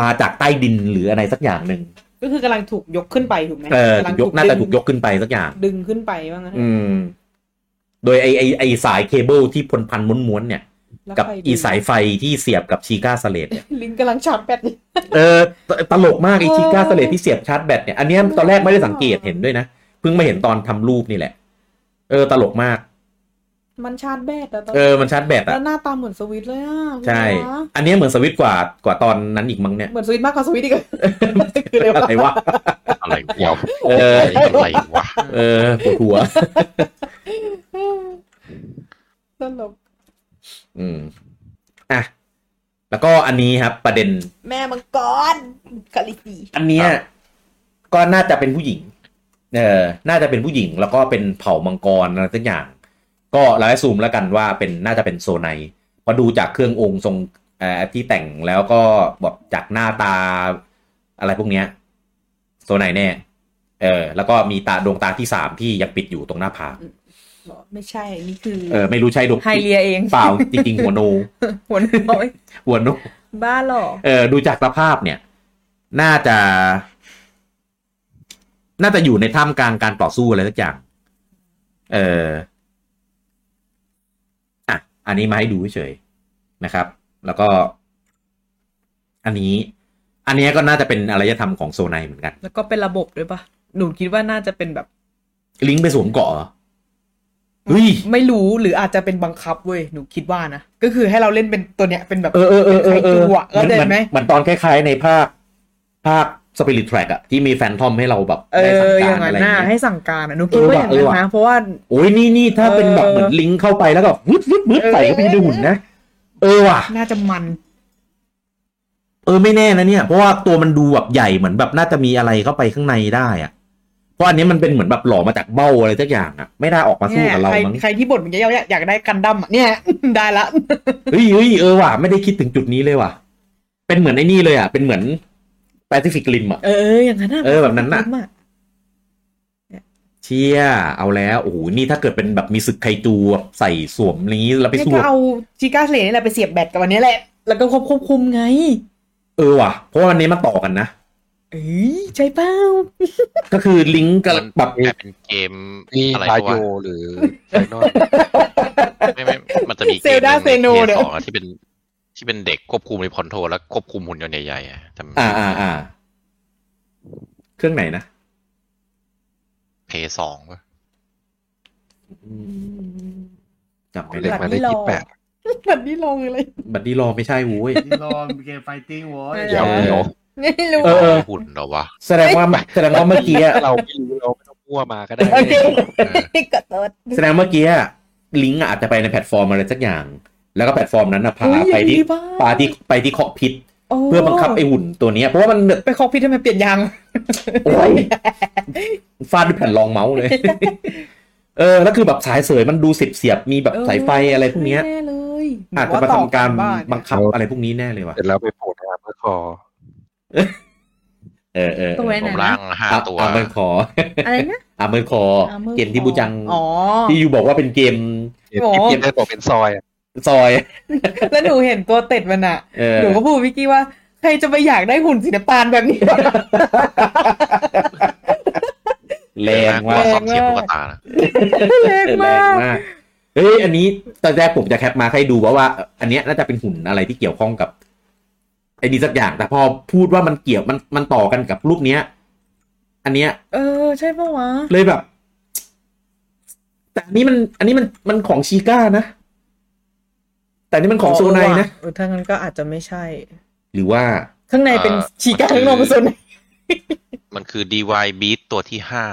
Speaker 1: มาจากใต้ดินหรืออะไรสักอย่างหนึ่ง
Speaker 2: ก็คือกำลังถูกยกขึ้นไปถูกไหม
Speaker 1: เออ
Speaker 2: ำลัง
Speaker 1: ยกน่าจะถูก
Speaker 2: ดึ
Speaker 1: ยกขึ้นไปสักอย่าง
Speaker 2: งดึงขึ้นไปว่างั้น
Speaker 1: อืม โดยไอไอไอสายเคเบิลที่พันพันๆม้วนๆเนี่ย
Speaker 2: แล้ว
Speaker 1: กับ
Speaker 2: ใครดึง
Speaker 1: อีสายไฟที่เสียบกับชีก้าสเลด เนี่ย
Speaker 2: ลิงก์กำลังชาร์จแบต
Speaker 1: เออตตลกมากไอ
Speaker 2: เออ
Speaker 1: ชีก้าสเลดที่เสียบชาร์จแบตเนี่ยอันเนี้ยตอนแรกไม่ได้สังเกตเห็นด้วยนะเพิ่งมาเห็นตอนทำรูปนี่แหละ เออ ตลกมาก
Speaker 2: มันชาร์จแบตแต่ตอน
Speaker 1: เออมันชาร์จแบตอะ
Speaker 2: แล้วหน้าตาเหมือนสวิตช์เลยอ่ะ
Speaker 1: ใช่
Speaker 2: หัว
Speaker 1: อันเนี้ยเหมือนสวิตช์กว่ากว่าตอนนั้นอีกมั้งเนี่ย
Speaker 2: เหมือนสวิตช์มากกว่าสวิตช์อีกอะคือเลย
Speaker 1: อะ
Speaker 2: ว่า
Speaker 1: ไรวะ
Speaker 3: อะไร
Speaker 5: เดี๋ยว
Speaker 3: วะ
Speaker 1: เออ
Speaker 3: อะไรวะ
Speaker 1: เออปวดหัว
Speaker 2: ตลก
Speaker 1: อืม อ่ะ แล้วก็อันนี้ครับ ประเด็น
Speaker 2: แม่มังกรกาลิซี
Speaker 1: อันเนี้ยก็น่าจะเป็นผู้หญิง เออ น่าจะเป็นผู้หญิง แล้วก็เป็นเผ่ามังกรอะไรสักอย่าง ก็เราให้ซูมแล้วกันว่าเป็นน่าจะเป็นโซไนเพราะดูจากเครื่ององค์ทรงเอ่อที่แต่งแล้วก็แบบจากหน้าตาอะไรพวกเนี้ยโซไนแน่ เออ แล้วก็มีตาดวงตาที่สามที่ยังปิดอยู่ตรงหน้าผาก
Speaker 2: บอกไม่ใช่นี่คือ
Speaker 1: เออไม่รู้ใช่ดวง
Speaker 2: ไฮเลียเอง
Speaker 1: เปล่าจริงๆ หัวโน
Speaker 2: หัวน้อย
Speaker 1: หัวโน
Speaker 2: บ้าหรอ
Speaker 1: เออดูจากสภาพเนี่ย น่าจะ น่าจะอยู่ในท่ามกลางการต่อสู้อะไรสักอย่าง เอออ่ะอันนี้มาให้ดูเฉยๆนะครับ แล้วก็ อันนี้ อันเนี้ยก็น่าจะเป็นอารยธรรมของโซไนเหมือนกัน
Speaker 2: แล้วก็เป็นระบบด้วยปะหนูคิดว่าน่าจะเป็นแบบ
Speaker 1: ลิงก์ไปสวมเกาะเหรอเฮ้ย
Speaker 2: ไม่รู้หรืออาจจะเป็นบังคับเว้ย หนูคิดว่านะ ก็คือให้เราเล่นเป็นตัวเนี้ยเป็นแบบ
Speaker 1: เออเออเออเออเออ
Speaker 2: ไข่จั่วเข้าใจไหม
Speaker 1: เหมือนตอนคล้ายๆในภาค ภาคสปิริตแทร็กอะที่มีแฟนทอมให้เราแบบ
Speaker 2: เอ
Speaker 1: ได้สั่ง
Speaker 2: อ
Speaker 1: การ
Speaker 2: ย่างนั้
Speaker 1: อะ
Speaker 2: น
Speaker 1: ไรอ
Speaker 2: นะ
Speaker 1: ย่าง
Speaker 2: ให้
Speaker 1: เงี้ย
Speaker 2: สั่งการนะหนูคิดว่าอย่าง
Speaker 1: เออว่ะเอ
Speaker 2: นั้
Speaker 1: อว่ะ
Speaker 2: นนะ เพราะว่า
Speaker 1: โอ้ยนี่นี่ถ้าเป็นแบบ
Speaker 2: เออ
Speaker 1: เหมือนลิงก์เข้าไปแล้วก็วึดวึดวึด
Speaker 2: เออ
Speaker 1: ใส่เข้าไปในหุ่นนะ เออว่ะ
Speaker 2: น่าจะมัน
Speaker 1: เออไม่แน่นะเนี่ย เพราะว่าตัวมันดูแบบใหญ่เหมือนแบบน่าจะมีอะไรเข้าไปข้างในได้อะเพราะอันนี้มันเป็นเหมือนแบบหล่อมาจากเบ้าอะไรสักอย่างอะไม่น่าออกมาสู้กับเรา
Speaker 2: ใคร
Speaker 1: มั้ง
Speaker 2: ใครที่บ่นมันจะอยากอยากได้กันดั้มอะเนี่ย ได้ละ
Speaker 1: เฮ้ยเฮ้ยเออว่ะไม่ได้คิดถึงจุดนี้เลยว่ะ เป็นเหมือนไอ้นี่เลยอะเป็นเหมือนแปซิฟิกริมอะ
Speaker 2: เอออย่างนั้นนะ
Speaker 1: เออแบบนั้นน่ะ
Speaker 2: มาก
Speaker 1: เชี่ยเอาแล้วโอ้โหนี่ถ้าเกิดเป็นแบบมีศึกไคจูแบบใส่สวมนี้แล้วไป
Speaker 2: เนี่ย
Speaker 1: สู้
Speaker 2: ก็
Speaker 1: กับ
Speaker 2: เอาจิก้าเสลนี่แหละไปเสียบแบตกับวันนี้แหละ แล้วก็ควบควบคุมไง
Speaker 1: เออว่ะเพราะว่าวันนี้มันต่อกันนะ
Speaker 2: เอ้ยใช่เปล่า
Speaker 1: ก็คือลิงก์กับ
Speaker 3: มัน
Speaker 1: แบ
Speaker 3: แบบ บกลายเป็นเกม
Speaker 5: มี
Speaker 3: อะไร
Speaker 5: มา
Speaker 3: ตั
Speaker 5: โยว
Speaker 3: ะ
Speaker 5: หรือไฟนอล
Speaker 3: ไม่ไม่มันจะมีกม
Speaker 2: เซลดา
Speaker 3: หง
Speaker 2: เซโนเนี่ย
Speaker 3: สองอะที่เป็นที่เป็นเด็กควบคุมรีพอนโทรแล้วควบคุมหุ่นยนต์ใหญ่ๆอะจำ
Speaker 1: อ่าอ่าอ่าเครื่องไหนนะ
Speaker 3: เพย์สองปะ
Speaker 1: จำไม่
Speaker 5: เด็ก
Speaker 1: ได้
Speaker 5: มาได้ยี่สิบแปด
Speaker 2: แบบนี้ลองอะไร
Speaker 1: บัดดี้รอไม่ใช่โว้ย
Speaker 4: รอมเกมไฟติ้งวอร์
Speaker 2: เดี๋ยว
Speaker 1: เออ
Speaker 2: ไม่รู้
Speaker 1: เออ
Speaker 3: หุ่นเหรอวะ
Speaker 1: แสดงว่าแสดงว่าเมื่อกี้อะ
Speaker 5: เราไม่รู้เราไม่ต้องมั่วมาก็ได้
Speaker 2: ก็เติร์ด
Speaker 1: แสดงเมื่อกี้อะลิงก์อะอาจจะไปในแพลตฟอร์มอะไรสักอย่าง แล้วก็แพลตฟอร์มนั้นอะพา
Speaker 2: เฮ้ย
Speaker 1: ไปที่
Speaker 2: อย่างนี้บ้าง
Speaker 1: พาที่ไปที่คอกพิษเพื่อบังคับไอหุ่นตัวเนี้ยเพราะว่ามันแบบ
Speaker 2: ไปคอกพิษทำไมเปลี่ยนยาง
Speaker 1: โอ้ยฟาดด้วยแผ่นรองเมาส์เลย เออแล้วคือแบบสายเสยมันดูเสียบเสียบๆมีแบบ
Speaker 2: เออ
Speaker 1: สายไฟอะไรพวกเนี้ย
Speaker 2: แน่ๆเลย
Speaker 1: อาจจะมาทำการ
Speaker 2: หอว่ต่อบ้นเนี่ย
Speaker 1: บังคับอะไรพวกนี้แน่เลยว่ะ
Speaker 5: เสร็จแล้วไปโผล่ในอาร์เมอร์คอร์
Speaker 1: เออเออเอ
Speaker 2: ตัว
Speaker 1: อ
Speaker 2: ไหน
Speaker 3: ผม
Speaker 2: นะ
Speaker 3: ล่างห้า
Speaker 1: อา
Speaker 3: ตัว
Speaker 1: อาเมอร์คอร์
Speaker 2: อะไรนะ
Speaker 1: อาเมอร์คอร์เกมที่บูจัง
Speaker 2: อ๋อ
Speaker 1: ที่อยู่บอกว่าเป็นเกม
Speaker 5: เห็น
Speaker 2: โอ้
Speaker 5: ที่เพียงได้บอกเป็นซอยอะ
Speaker 1: ซอย
Speaker 2: แล้วหนูเห็นตัวเต็ดมันอะ
Speaker 1: เออ
Speaker 2: หนูก็พูดกับวิกกี้ว่า ใครจะไปอยากได้หุ่นสีน้ำตาลแบบนี้
Speaker 1: แรง
Speaker 3: ว่าม
Speaker 1: าก
Speaker 3: ซอมเทียบตุ๊กตานะ
Speaker 2: แรงมาก
Speaker 1: เอ้ย อันนี้ตอนแรกผมจะแคปมาให้ดูเพราะว่า อันเนี้ยน่าจะเป็นหุ่นอะไรที่เกี่ยวข้องกับไอ้นี่สักอย่าง แต่พอพูดว่ามันเกี่ยวมันมันต่อกันกับรูปเนี้ย อันเนี้ย
Speaker 2: เออ ใช่ปะวะ
Speaker 1: เลยแบบ แต่อันนี้มัน อันนี้มันมันของชีก้านะ แต่อันนี้มันของโซไนนะ
Speaker 2: เออถ้างั้นก็อาจจะไม่ใช่
Speaker 1: หรือว่า
Speaker 2: ข้างในเป็นชีกาข้างนอกเป็นโซน
Speaker 3: มันคือ DY Beat ตัวที่ห้า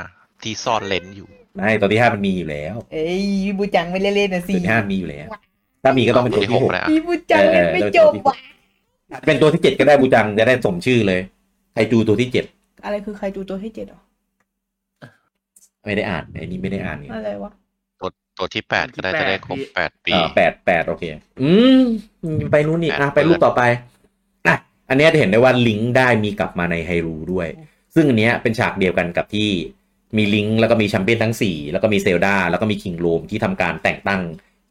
Speaker 3: ที่ซ่อนเลนส์อยู่
Speaker 1: ไม่ตัวที่ห้ามันมีอยู่แล้ว
Speaker 2: เอ้ยบูจังไม่เล่นๆนะสิ
Speaker 1: ตัวที่ห้ามีอยู่แล้ว ถ้ามีก็ต้องเป็นตัวที่หก
Speaker 3: แล้ว
Speaker 2: พี่บูจังยังไม่จบ
Speaker 1: เออเออ
Speaker 2: ว่ะ
Speaker 1: อาจจะเป็นตัวที่เจ็ดก็ได้บูจังจะได้สมชื่อเลยไคจูตัวที่เจ็ด
Speaker 2: อะไรคือใครดูตัวให้เจ็ดเหรอ
Speaker 1: ไม่ได้อ่านไอ้นี่ไม่ได้อ่านเนี่ย
Speaker 2: อะไรวะ
Speaker 3: ตัวตัวที่แปดก็ได้จะได้ครบแปดปี
Speaker 1: อ่าแปดแปดโอเค อืม ไปนู้นนี่
Speaker 3: แปด
Speaker 1: อ่ะไป
Speaker 3: เปิด
Speaker 1: รูปต่อไปอ่ะอันเนี้ยจะเห็นได้ว่าลิงก์ได้มีกลับมาในไฮรูด้วย ซึ่งอันเนี้ยเป็นฉากเดียวกันกับที่มีลิงก์แล้วก็มีแชมเปี้ยนทั้ง 4 แล้วก็มีเซลดาแล้วก็มีคิงโรมที่ทำการแต่งตั้ง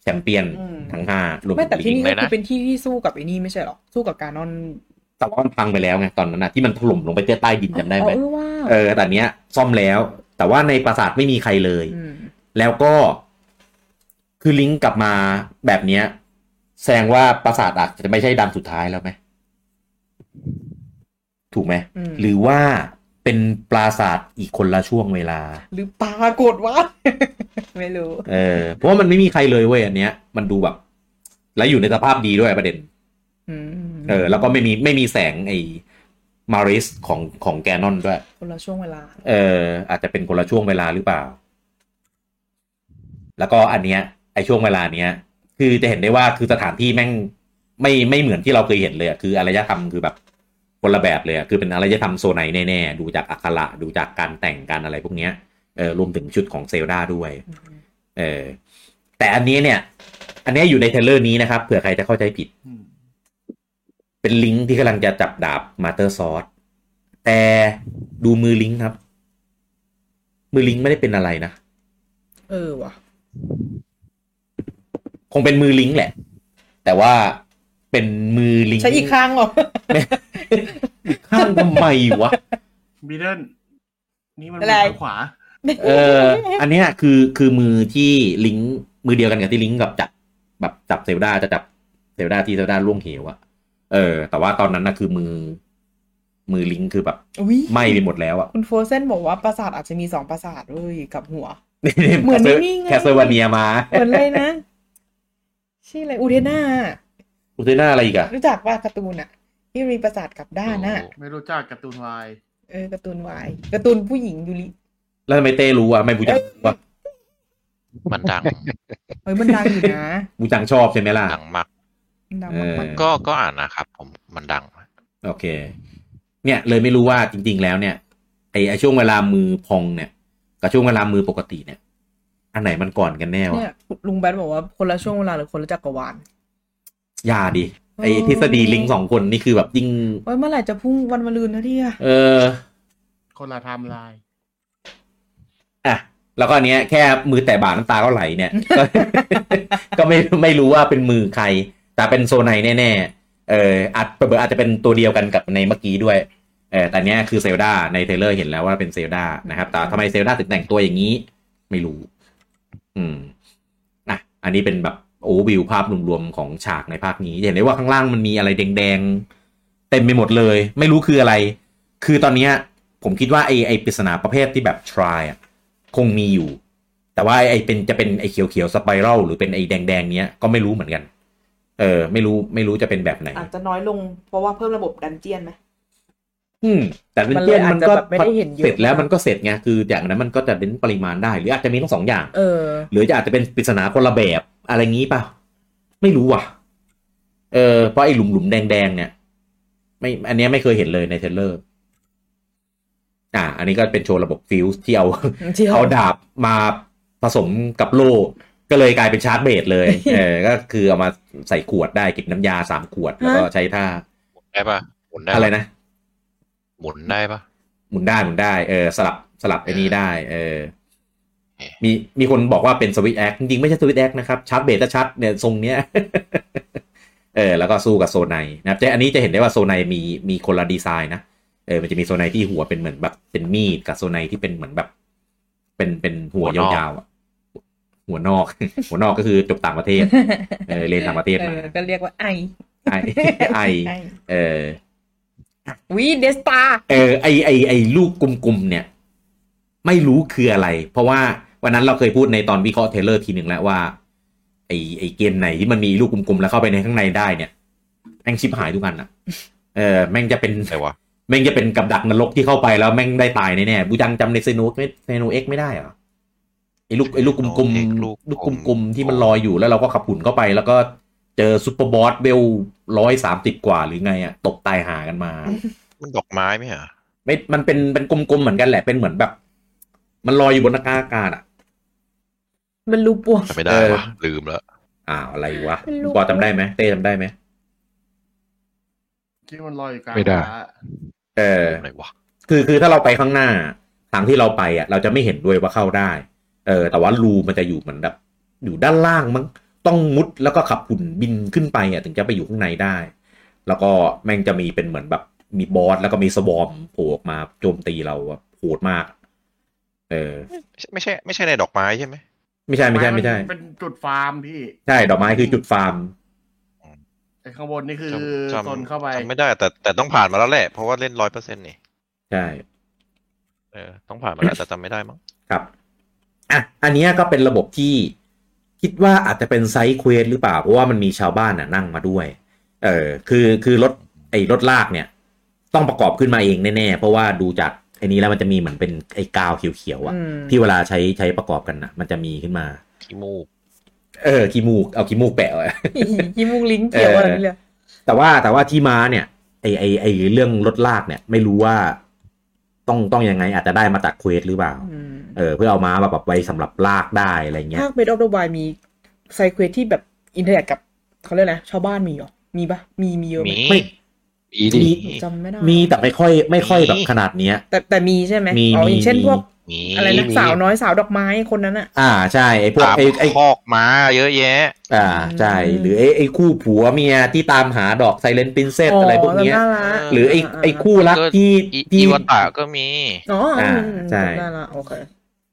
Speaker 1: แชมเปี้ยน
Speaker 2: อืม
Speaker 1: ทั้ง5รวม
Speaker 2: ไม่แต่
Speaker 1: ถึง
Speaker 2: ที่
Speaker 1: ลิง
Speaker 2: นี่
Speaker 1: ก์
Speaker 2: ก็คือเป็นที่ที่สู้กับไอ้นี่ไม่ใช่เหรอ สู้กับการนอน
Speaker 1: แต่ว่ามันพังไปแล้วไงตอนนั้นนะที่มันถล่มลงไปใต้ดินจำได้ไหม
Speaker 2: อ๋อเออว่า
Speaker 1: เออแต่อันเนี้ยซ่อมแล้ว แต่ว่าในปราสาทไม่มีใครเลย
Speaker 2: ม
Speaker 1: แล้วก็คือลิงก์กลับมาแบบเนี้ย แสดงว่าปราสาทอาจจะไม่ใช่ดันสุดท้ายแล้วไหม ถูกไหม
Speaker 2: อืม
Speaker 1: หรือว่าเป็นปราสาทอีกคนละช่วงเวลา
Speaker 2: หรือปรากฏว่า ไม่รู้
Speaker 1: เออ เพราะว่ามันไม่มีใครเลยเว้ยอันเนี้ย มันดูแบบ แล้วอยู่ในสภาพดีด้วยประเด็น
Speaker 2: อืม
Speaker 1: เออ แล้วก็ไม่มีไม่มีแสงไอ้มาริสของของแกนอนด้วย
Speaker 2: คนละช่วงเวลา
Speaker 1: เอออาจจะเป็นคนละช่วงเวลาหรือเปล่า แล้วก็อันเนี้ยไอช่วงเวลาเนี้ย คือจะเห็นได้ว่าคือสถานที่แม่งไม่ไม่เหมือนที่เราเคยเห็นเลยอะคืออารยธรรมคือแบบคนละแบบเลยอะคือเป็นอารยธรรมโซนไหนแน่ๆดูจากอักขระดูจากการแต่งการอะไรพวกเนี้ยเออรวมถึงชุดของเซลดาด้วย เออ แต่อันนี้เนี่ย อันนี้อยู่ในเทรลเลอร์นี้นะครับเผื่อใครจะเข้าใจผิด
Speaker 4: อืม
Speaker 1: เป็นลิงก์ที่กำลังจะจับดาบมาเตอร์ซอสแต่ดูมือลิงก์ครับ มือลิงก์ไม่ได้เป็นอะไรนะ
Speaker 2: เออว่ะ
Speaker 1: คงเป็นมือลิงก์แหละ แต่ว่าเป็นมือลิงก์
Speaker 2: ใช้อีกครั้งเหรอ
Speaker 1: ข้างทำไมวะ
Speaker 4: มิดเดิลนี่มันมื
Speaker 2: อะไร
Speaker 4: อข้างขวา
Speaker 1: เออ อันเนี้ยคือคือมือที่ลิงก์มือเดียวกันกับที่ลิงก์กับจับแบบจับเซลดาจะจับเซลดาที่เซลดาล่วงเหวอะเออ แต่ว่าตอนนั้นนะคือมือ มือลิงก์คือแบบ
Speaker 2: อุ๊ย
Speaker 1: ไหม้ไปหมดแล้วอะ
Speaker 2: คุณโฟเซนบอกว่าปราสาทอาจจะมีสองปราสาทเว้ยกับหัว
Speaker 1: เห
Speaker 2: เหมือนในนี่ไง
Speaker 1: แคสเซอร์วาเนียมา
Speaker 2: เหมือนเลยนะ ชื่ออะไรอูเทน่า
Speaker 1: อุเทน่าอะไรอีกอะ
Speaker 2: รู้จักว่าการ์ตูนอะที่มีปราสาทกลับด้านน่ะ
Speaker 4: ไม่รู้จักการ์ตูนวาย
Speaker 2: เออการ์ตูนวายการ์ตูนผู้หญิงยูริ
Speaker 1: แล้วทำไมเต้รู้อ่ะไม่บูจังรู้ว่า
Speaker 3: มันดัง
Speaker 2: เฮ้ยมันดังอยู่นะ
Speaker 1: บูจังชอบใช่ไหมล่ะ
Speaker 3: ดังมาก
Speaker 2: มันดัง
Speaker 1: เออ
Speaker 2: มาก
Speaker 3: ก็ก็อ่านนะครับ ผมมันดัง
Speaker 1: โอเค เนี่ยเลยไม่รู้ว่าจริง ๆ แล้วเนี่ยไอไอช่วงเวลามือพองเนี่ย กับช่วงเวลามือปกติเนี่ย อันไหนมันก่อนกันแน่
Speaker 2: ๆ
Speaker 1: วะ
Speaker 2: เนี่ยลุงแบทบอกว่าคนละช่วงเวลาหรือคนละจักรวาล
Speaker 1: อย่าดิไอ
Speaker 2: เออ
Speaker 1: ทฤษฎีลิงก์สองคนนี่คือแบบยิ่ง
Speaker 2: เฮ้ยเมื่อไหร่จะพุ่งวันมะรืนนะที่อะ
Speaker 1: เออ
Speaker 4: คนละไทม์ไลน์
Speaker 1: อ่ะแล้วก็อันเนี้ยแค่มือแต่บาน้ำตาก็ไหลเนี่ย ก็ก็ไม่ไม่รู้ว่าเป็นมือใคร แต่เป็นโซไนแน่ๆเอออาจเปิดอาจจะเป็นตัวเดียวกันกับในเมื่อกี้ด้วยเออแต่เนี้ยคือเซลดาในเทรลเลอร์เห็นแล้วว่าเป็นเซลดานะครับ แต่ทำไมเซลดาถึงแต่งตัวอย่างนี้ ไม่รู้ อืมอ่ะอันนี้เป็นแบบโอวิวภาพรวมๆของฉากในภาคนี้จะเห็นได้ว่าข้างล่างมันมีอะไรแดงๆ เต็มไปหมดเลย ไม่รู้คืออะไร คือตอนเนี้ยผมคิดว่าไอไอปริศนาประเภทที่แบบ try อะคงมีอยู่ แต่ว่าไอ้ไอเป็นจะเป็นไอเขียวๆสไปรัลหรือเป็นไอแดงๆเนี้ยก็ไม่รู้เหมือนกัน เออ ไม่รู้ไม่รู้จะเป็นแบบไหน
Speaker 2: อาจจะน้อยลงเพราะว่าเพิ่มระบบดันเจียนไหม
Speaker 1: อืม แต่
Speaker 2: มันเลย
Speaker 1: เพื่อน
Speaker 2: อาจ
Speaker 1: มัน
Speaker 2: จะ
Speaker 1: ก็
Speaker 2: แบบไม่ได้เห็นเยอะ
Speaker 1: เสร็จแล้วมันก็เสร็จไงคืออย่างนั้นมันก็จะเน้นปริมาณได้ หรืออาจจะมีทั้งสองอย่าง
Speaker 2: เออ
Speaker 1: หรือจะอาจจะเป็นปริศนาคนละแบบ อะไรงี้ป่ะ ไม่รู้ว่ะ เออเพราะไอ้หลุมหลุมๆแดงๆเนี่ย ไม่ อันเนี้ยไม่เคยเห็นเลยในเทรลเลอร์ อ่า อันนี้ก็เป็นโชว์ระบบฟิวส์ที่เอา
Speaker 2: ที่เขา
Speaker 1: เอาดาบมา ผสมกับโลก็เลยกลายเป็นชาร์จเบสเลยเออก็คือเอามาใส่ขวดได้เก็บน้ำยาสามขวด แล้วก็ใช้ท่า
Speaker 3: หมุนได้ปะหมุนได้ป
Speaker 1: อะไรนะ
Speaker 3: หมุนได้ปะ
Speaker 1: หมุนได้หมุนได้เออสลับสลับไอ้นี่ได้เออ
Speaker 3: เอ๊ะ
Speaker 1: มีมีคนบอกว่าเป็นสวิตแอคจริงๆ ไม่ใช่สวิตแอคนะครับชาร์จเบต้าชาร์จเนี่ยทรงเนี้ย เออแล้วก็สู้กับโซไนนะครับจะอันนี้จะเห็นได้ว่าโซไนมีมีคนละดีไซน์นะเออมันจะมีโซไนที่หัวเป็นเหมือนแบบเป็นมีดกับโซไนที่เป็นเหมือนแบบ เป็นเป็นหัวยาวๆอะหัวนอก หัวนอกก็คือจบต่างประเท ศเออเรียนต่างประเทศ
Speaker 2: เอ
Speaker 1: มา
Speaker 2: อก็เรียกว่าไอ
Speaker 1: ไอไอเออ
Speaker 2: วีเดสตา
Speaker 1: เออไอไอไอลูกกลมๆเนี่ย ไม่รู้คืออะไร เพราะว่าวันนั้นเราเคยพูดในตอนวิเคราะห์เทรลเลอร์ทีหนึ่งแล้วว่า ไอไอเกมไหนที่มันมีลูกกลมๆแล้วเข้าไปในข้างในได้เนี่ยแม่งชิบหายทุกอันอ่ะ เออแม่งจะเป็น
Speaker 3: อะไรวะ
Speaker 1: แม่งจะเป็นกับดักนรกที่เข้าไปแล้วแม่งได้ตายแน่ๆบูจังจำในเซนูไม่เซนูเอ็กไม่ได้เหรอไอลูกไอลูกกลมๆลูกกลมๆที่มันลอยอยู่แล้วเราก็ขับหุ่นเข้าไป แล้วก็เจอซูเปอร์บอสเวลร้อยสามสิบกว่าหรือไงอ่ะตกตายหากันมา
Speaker 3: มันดอกไม้ไหมเหรอ
Speaker 1: ไม่มันเป็นเป็นกลมๆเหมือนกันแหละ เป็นเหมือนแบบ มันลอยอยู่บนอากาศอ่ะ
Speaker 2: มันรูปวง
Speaker 3: จำไม่ได้
Speaker 1: เออ
Speaker 3: วะลืมแล้ว
Speaker 1: อ้าวอะไรวะ
Speaker 2: เป็นรูป
Speaker 1: ปอจำได้ไหมเต้จำได้ไหม
Speaker 4: ที่มันลอยอยู่กลาง
Speaker 5: ไม่ได้
Speaker 4: ฟ้า
Speaker 1: เออ
Speaker 3: อะไรวะ
Speaker 1: คือคือถ้าเราไปข้างหน้า ทางที่เราไปอ่ะ เราจะไม่เห็นด้วยว่าเข้าได้ เออ แต่ว่ารูมันจะอยู่เหมือนแบบ อยู่ด้านล่างมั้งต้องมุดแล้วก็ขับหุ่นบินขึ้นไปอ่ะถึงจะไปอยู่ข้างในได้ แล้วก็แม่งจะมีเป็นเหมือนแบบมีบอสแล้วก็มีสวอมโผล่ออกมาโจมตีเราแบบโหดมาก เออ
Speaker 3: ไม่ใช่ไม่ใช่ไม่ใช่ในดอกไม้ใช่ไหม
Speaker 1: ไม่ใช่ไม่ใช่ไม่ใช่
Speaker 4: นเป็นจุดฟาร์มพี่
Speaker 1: ใช่ดอกไม้คือจุดฟาร์ม
Speaker 4: ไอ้ข้างบนนี่คือ
Speaker 3: จำจำ
Speaker 4: โซนเข้าไป
Speaker 3: จำไม่ได้แต่แต่ต้องผ่านมาแล้วแหละเพราะว่าเล่นร้อยเปอร์เซ็นต์นี่
Speaker 1: ใช่
Speaker 3: เออต้องผ่านมาแล้วแต่จำไม่ได้มั้ง
Speaker 1: ครับ อ่ะ อันเนี้ยก็เป็นระบบที่คิดว่าอาจจะเป็นไซส์เควสหรือเปล่า เพราะว่ามันมีชาวบ้านน่ะนั่งมาด้วย เออ คือคือรถไอ้รถลากเนี่ย ต้องประกอบขึ้นมาเองแน่ๆ เพราะว่าดูจากไอ้นี้แล้วมันจะมีเหมือนเป็นไอ้กาวเขียวๆอะ
Speaker 2: อืม
Speaker 1: ที่เวลาใช้ใช้ประกอบกันน่ะ มันจะมีขึ้นมา
Speaker 3: ขี้มูก
Speaker 1: เออขี้มูกเอาขี้มูกแปะไว้
Speaker 2: ยี่มุงลิงเกี่ยวอะไรนี่เลย
Speaker 1: แต่ว่าแต่ว่าที่มาเนี่ยไอไอไอเรื่องรถลากเนี่ย ไม่รู้ว่าต้องต้องยังไงอาจจะได้มาจากเควสหรือเปล่า เออ เพื่อเอามาแบบไว้สำหรับลากได้อะไรเงี้ย
Speaker 2: ภาคเบดออฟเดอะไวมีไซเควสที่แบบอินเทอร์แอคกับเขาเรียกนะไรชาวบ้านมีเหรอ มีปะมีมีเยอะไห
Speaker 3: มี
Speaker 1: ไม่
Speaker 5: อีดี
Speaker 1: มี
Speaker 2: หนูจำไม่ได้
Speaker 1: มีแต่ไม่ค่อยไม่ค่อย
Speaker 3: มี
Speaker 1: แบบขนาดเนี้ย
Speaker 2: แต่แต่มีใช่ไหม
Speaker 1: มี
Speaker 2: อ๋อ
Speaker 1: มี
Speaker 2: อย่างเช่น
Speaker 1: มี
Speaker 2: พวก
Speaker 3: มี
Speaker 2: อะไรนะสาวน้อยสาวดอกไม้คนนั้นอะ
Speaker 1: อ่าใช่ไอ้พวก
Speaker 3: ตาม
Speaker 1: ไอ้ไอ้
Speaker 3: คอกม้าเยอะแยะ
Speaker 1: อ่าใช่หรือไอ้ไอ้คู่ผัวเมียที่ตามหาดอกไซเลนปรินเซสอะไรพวกเนี้ย
Speaker 2: จำได้ละ
Speaker 3: เออ
Speaker 1: หรือไอ้ไอ้คู่รักที่
Speaker 3: อีอี
Speaker 1: ที่
Speaker 3: วตาก็มี
Speaker 2: อ๋ออืม
Speaker 1: ใช่
Speaker 2: จำได้ละโอเค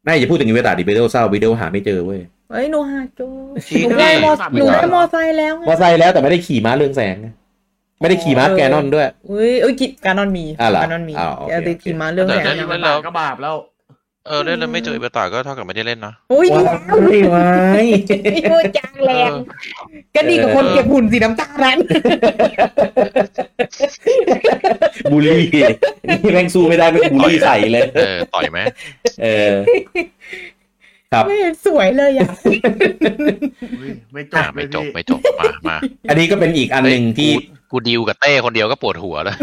Speaker 1: ไม่อย่าพูดถึงอีเวตาดิเบโดเศร้าวิดีโอหาไม่เจอเว้ย
Speaker 2: เอ้ยหนูหาโจ
Speaker 3: ชี้
Speaker 2: หนู
Speaker 3: ได้
Speaker 2: ได้มอ
Speaker 4: สาม
Speaker 2: หนูได้มอไซค์แล้วไง
Speaker 1: มอไซค์แล้วแต่ไม่ได้ขี่ม้าเรืองแสง ไม่ได้ขี่ม้า
Speaker 2: อ๋อเออ
Speaker 1: แกนนอนด้วย
Speaker 2: อุ้ยเอ้ยกิจการนอนมี
Speaker 1: อ่ะเหรอ
Speaker 2: การนอนมี
Speaker 1: อ่าโอเค
Speaker 2: เอติขี่มาเรื่อง
Speaker 3: แต่
Speaker 2: ไหน
Speaker 3: ได้
Speaker 2: อะ
Speaker 4: แต่ที่มัน
Speaker 3: แล้ว
Speaker 4: ก็บาปแล้ว
Speaker 3: เออเล่นแล้วไม่เจออีวตาก็เท่ากับไม่ได้เล่นนะ
Speaker 2: โอ้ยดี
Speaker 1: ว้าวไม่ไหว
Speaker 2: พูดจางแรง
Speaker 3: เออ
Speaker 2: ก็ดีกว่าคนเก็บหุ่นสีน้ำตาลนั้น
Speaker 1: บูลลี่นี่แม่งสู้ไม่ได้เป็นบูลลี่ใส่เลย
Speaker 3: เออต่อยไหม
Speaker 1: เออ ครับ
Speaker 2: ไม่เห็นสวยเลยอ่ะ
Speaker 4: อุ๊ยไม่จ
Speaker 3: อ่ะ
Speaker 4: บเล
Speaker 3: ไม่
Speaker 4: ย
Speaker 3: จบ
Speaker 4: พี่
Speaker 3: ไม่จบมามา
Speaker 1: อันนี้ก็เป็นอีกอันหนึ่งที่
Speaker 3: เฮ้ยกูกูดิวกับเต้คนเดียวก็ปวดหัวแล้ว